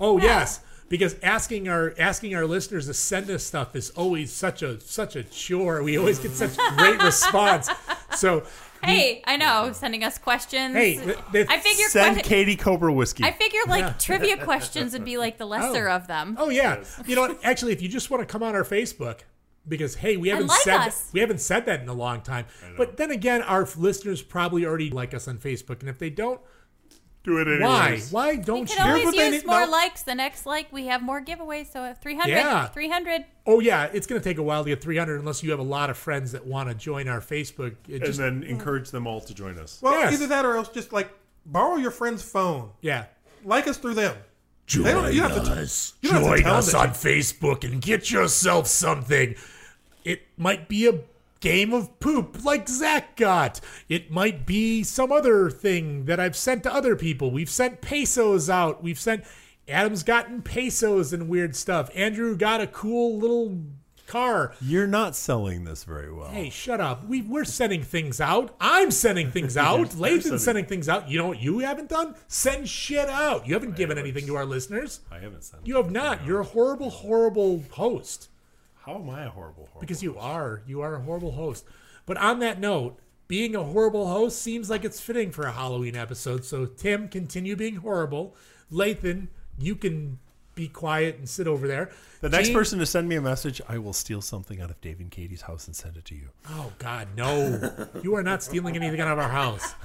C: oh
F: Yeah.
C: yes. because asking our asking our listeners to send us stuff is always such a such a chore. We always get such great response. So
F: Hey, I know, sending us questions.
C: Hey, th- th-
F: I figure
J: Send
F: que-
J: Katie Cobra whiskey.
F: I figure like
C: Yeah.
F: trivia questions would be like the lesser
C: Oh.
F: of them.
C: Oh yeah. You know what? Actually, if you just want to come on our Facebook, because hey, we
F: And
C: haven't
F: like
C: said
F: us.
C: we haven't said that in a long time. But then again, our f- listeners probably already like us on Facebook, and if they don't,
J: do it
C: Why?
J: anyways.
C: Why don't
F: We
C: you?
F: can always use more likes. The next like, we have more giveaways. So if 300,
C: Yeah.
F: 300.
C: Oh yeah, it's going to take a while to get 300 unless you have a lot of friends that want to join our Facebook. It
G: And
C: just-
G: then encourage them all to join us.
C: Well,
D: Either that or else just like borrow your friend's phone.
C: Yeah.
D: Like us through them.
C: Join
D: They don't- you don't have to-
C: us.
D: you don't have to
C: Join
D: tell
C: us
D: them.
C: on Facebook and get yourself something. It might be a game of poop like Zach got. It might be some other thing that I've sent to other people. We've sent pesos out. We've sent. Adam's gotten pesos and weird stuff. Andrew got a cool little car.
G: You're not selling this very well.
C: Hey, shut up. We, we're sending things out. I'm sending things out.
G: You're
C: Lathan's
G: sending-
C: sending things out. You know what you haven't done? Send shit out. You haven't given anything to our listeners.
G: I haven't sent.
C: You have not. You're a horrible, horrible host.
G: How am I a horrible host?
C: Because you are. You are a horrible host. But on that note, being a horrible host seems like it's fitting for a Halloween episode. So, Tim, continue being horrible. Lathan, you can be quiet and sit over there.
G: The next
C: Gene-
G: person to send me a message, I will steal something out of Dave and Katie's house and send it to you.
C: Oh God, no! you are not stealing anything out of our house.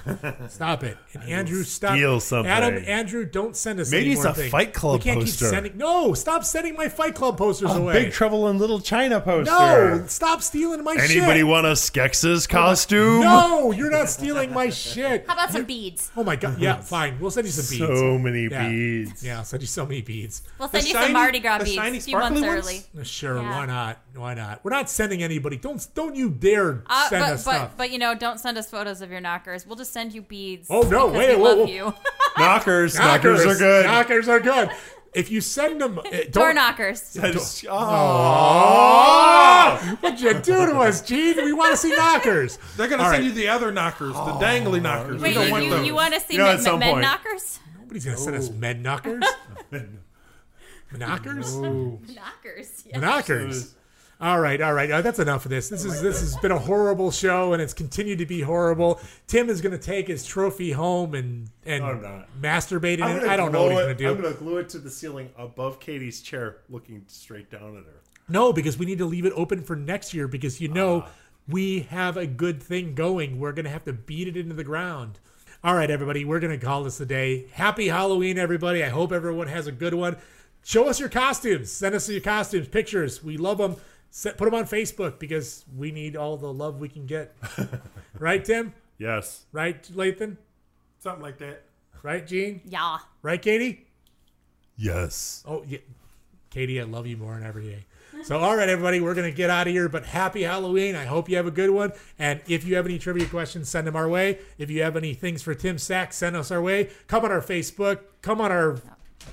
C: Stop it, and Andrew, stop.
G: steal something.
C: Adam, Andrew, don't send us.
G: Maybe
C: any
G: it's
C: more
G: a
C: things.
G: Fight Club
C: We can't
G: poster.
C: keep sending. No, stop sending my Fight Club posters
G: A
C: away.
G: Big Trouble in Little China poster.
C: no, stop stealing my shit.
J: Anybody want a Skex's costume?
C: No, you're not stealing my shit.
F: How about some beads?
C: Oh my God! Yeah, fine. We'll send you some beads.
J: So many
C: Yeah.
J: beads.
C: Yeah, I'll send you so many beads.
F: We'll send
D: The
F: you
D: shiny-
F: some Mardi Gras
D: the
F: beads
D: shiny
F: a few months
D: sparkly ones?
F: early.
C: Sure,
F: Yeah.
C: why not? Why not? We're not sending anybody. Don't don't you dare
F: Uh,
C: send
F: but,
C: us
F: but,
C: stuff.
F: but you know, don't send us photos of your knockers. We'll just send you beads.
C: Oh, no,
F: because
C: wait,
F: we
C: whoa,
F: love
C: whoa.
F: you.
J: Knockers. Knockers are good.
C: Knockers are good. If you send them uh, don't-
F: Door knockers.
C: Oh! What'd you do to us, Gene? We want to see knockers.
D: They're gonna
C: All
D: send
C: right.
D: you the other knockers, the dangly knockers.
F: Wait,
D: we don't
F: you,
D: want
F: you,
D: those.
F: want to see
D: You know,
F: men,
D: at some
F: men
D: point-
F: knockers?
C: Nobody's gonna send us med knockers. knockers.
F: Knockers. yes.
C: Knockers. All right, all right. Uh, that's enough of this. This is this has been a horrible show, and it's continued to be horrible. Tim is going to take his trophy home and and
J: I'm not.
C: masturbate in
J: I'm
C: it.
J: gonna
C: I don't know what
J: glow
C: he's
J: it-
C: going to do.
J: I'm going to glue it to the ceiling above Katie's chair, looking straight down at her.
C: No, because we need to leave it open for next year because you know we have a good thing going. We're going to have to beat it into the ground. All right, everybody, we're going to call this a day. Happy Halloween, everybody. I hope everyone has a good one. Show us your costumes. Send us your costumes, pictures. We love them. Set, put them on Facebook because we need all the love we can get. right, Tim?
J: Yes.
C: Right, Lathan?
D: Something like that.
C: Right, Gene?
F: Yeah.
C: Right, Katie?
J: Yes.
C: Oh, yeah. Katie, I love you more than every day. So, all right, everybody, we're going to get out of here, but happy Halloween. I hope you have a good one. And if you have any trivia questions, send them our way. If you have any things for Tim Sack, send us our way. Come on our Facebook, come on our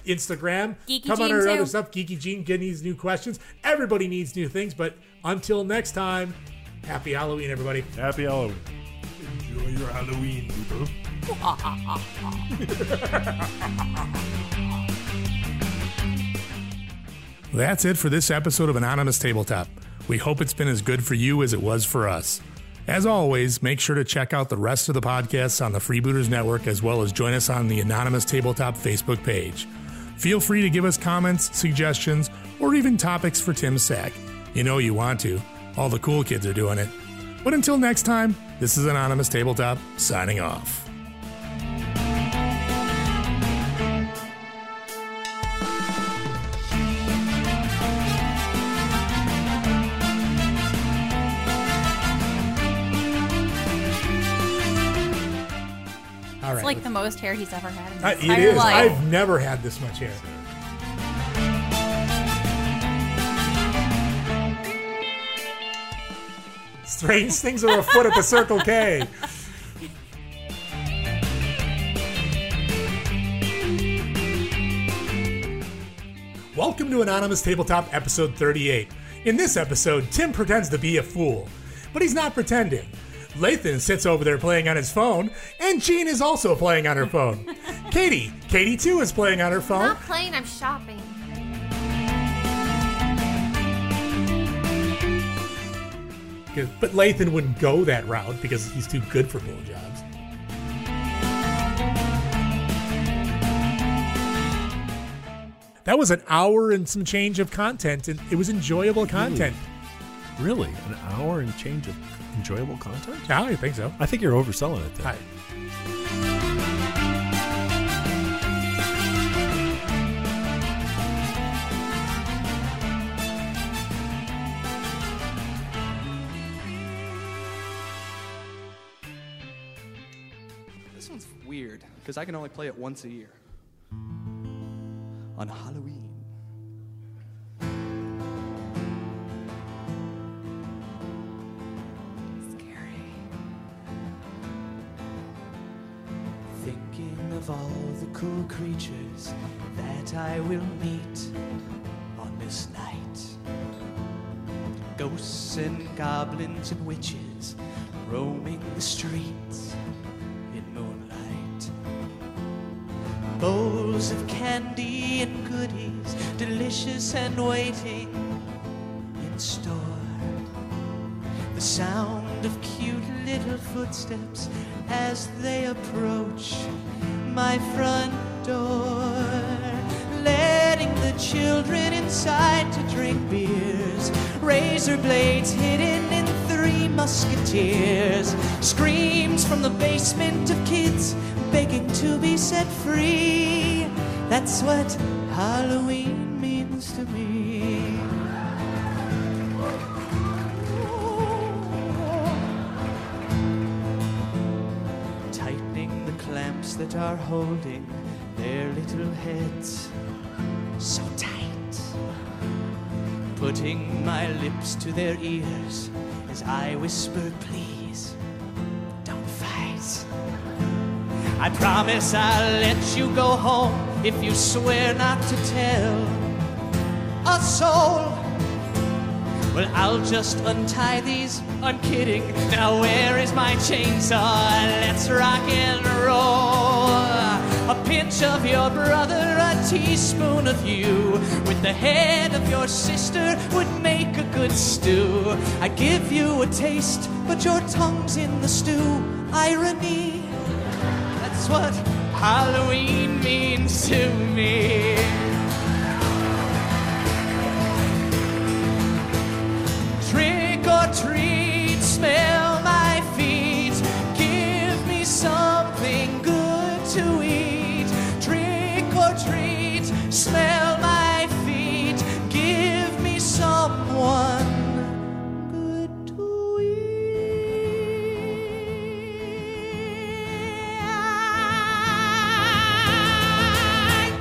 C: Instagram,
F: Geeky
C: come on
F: Gene,
C: our
F: too.
C: other stuff. Geeky Gene get- needs new questions. Everybody needs new things, but until next time, happy Halloween, everybody.
J: Happy Halloween.
C: Enjoy your Halloween, people.
O: That's it for this episode of Anonymous Tabletop. We hope it's been as good for you as it was for us. As always, make sure to check out the rest of the podcasts on the Freebooters Network as well as join us on the Anonymous Tabletop Facebook page. Feel free to give us comments, suggestions, or even topics for Tim Sack. You know you want to. All the cool kids are doing it. But until next time, this is Anonymous Tabletop signing off.
C: All
F: It's
C: right.
F: like the most hair he's ever had in his
C: Uh, it
F: entire
C: is.
F: life.
C: I've never had this much hair. Strange things are afoot at the Circle K. Welcome to Anonymous Tabletop episode 38. In this episode, Tim pretends to be a fool, but he's not pretending. Lathan sits over there playing on his phone, and Jean is also playing on her phone. Katie, Katie too is playing on her
E: I'm
C: phone.
E: not playing, I'm shopping.
C: 'Cause- But Lathan wouldn't go that route because he's too good for blowjobs. That was an hour and some change of content, and it was enjoyable content.
G: Really? An hour and change of enjoyable content?
C: Yeah, I think so.
G: I think you're overselling it. Then.
C: Hi.
A: This one's weird because I can only play it once a year. On Halloween.
I: Thinking of all the cool creatures that I will meet on this night. Ghosts and goblins and witches roaming the streets in moonlight. Bowls of candy and goodies, delicious and waiting in store. The sound of cute little footsteps as they approach my front door. Letting the children inside to drink beers, razor blades hidden in three musketeers, screams from the basement of kids begging to be set free. That's what Halloween means to me.
A: tightening
I: the clamps that are holding their little heads so tight. Putting my lips to their ears as I whisper, please don't fight. I promise I'll let you go home if you swear not to tell a soul. Well, I'll just untie these. I'm kidding. Now, where is my chainsaw? Let's rock and roll. A pinch of your brother, a teaspoon of you, with the head of your sister would make a good stew. I give you a taste, but your tongue's in the stew. Irony. That's what Halloween means to me. Trick or treat, smell my feet. Give me something good to eat. Trick or treat, smell my feet. Give me someone good to eat.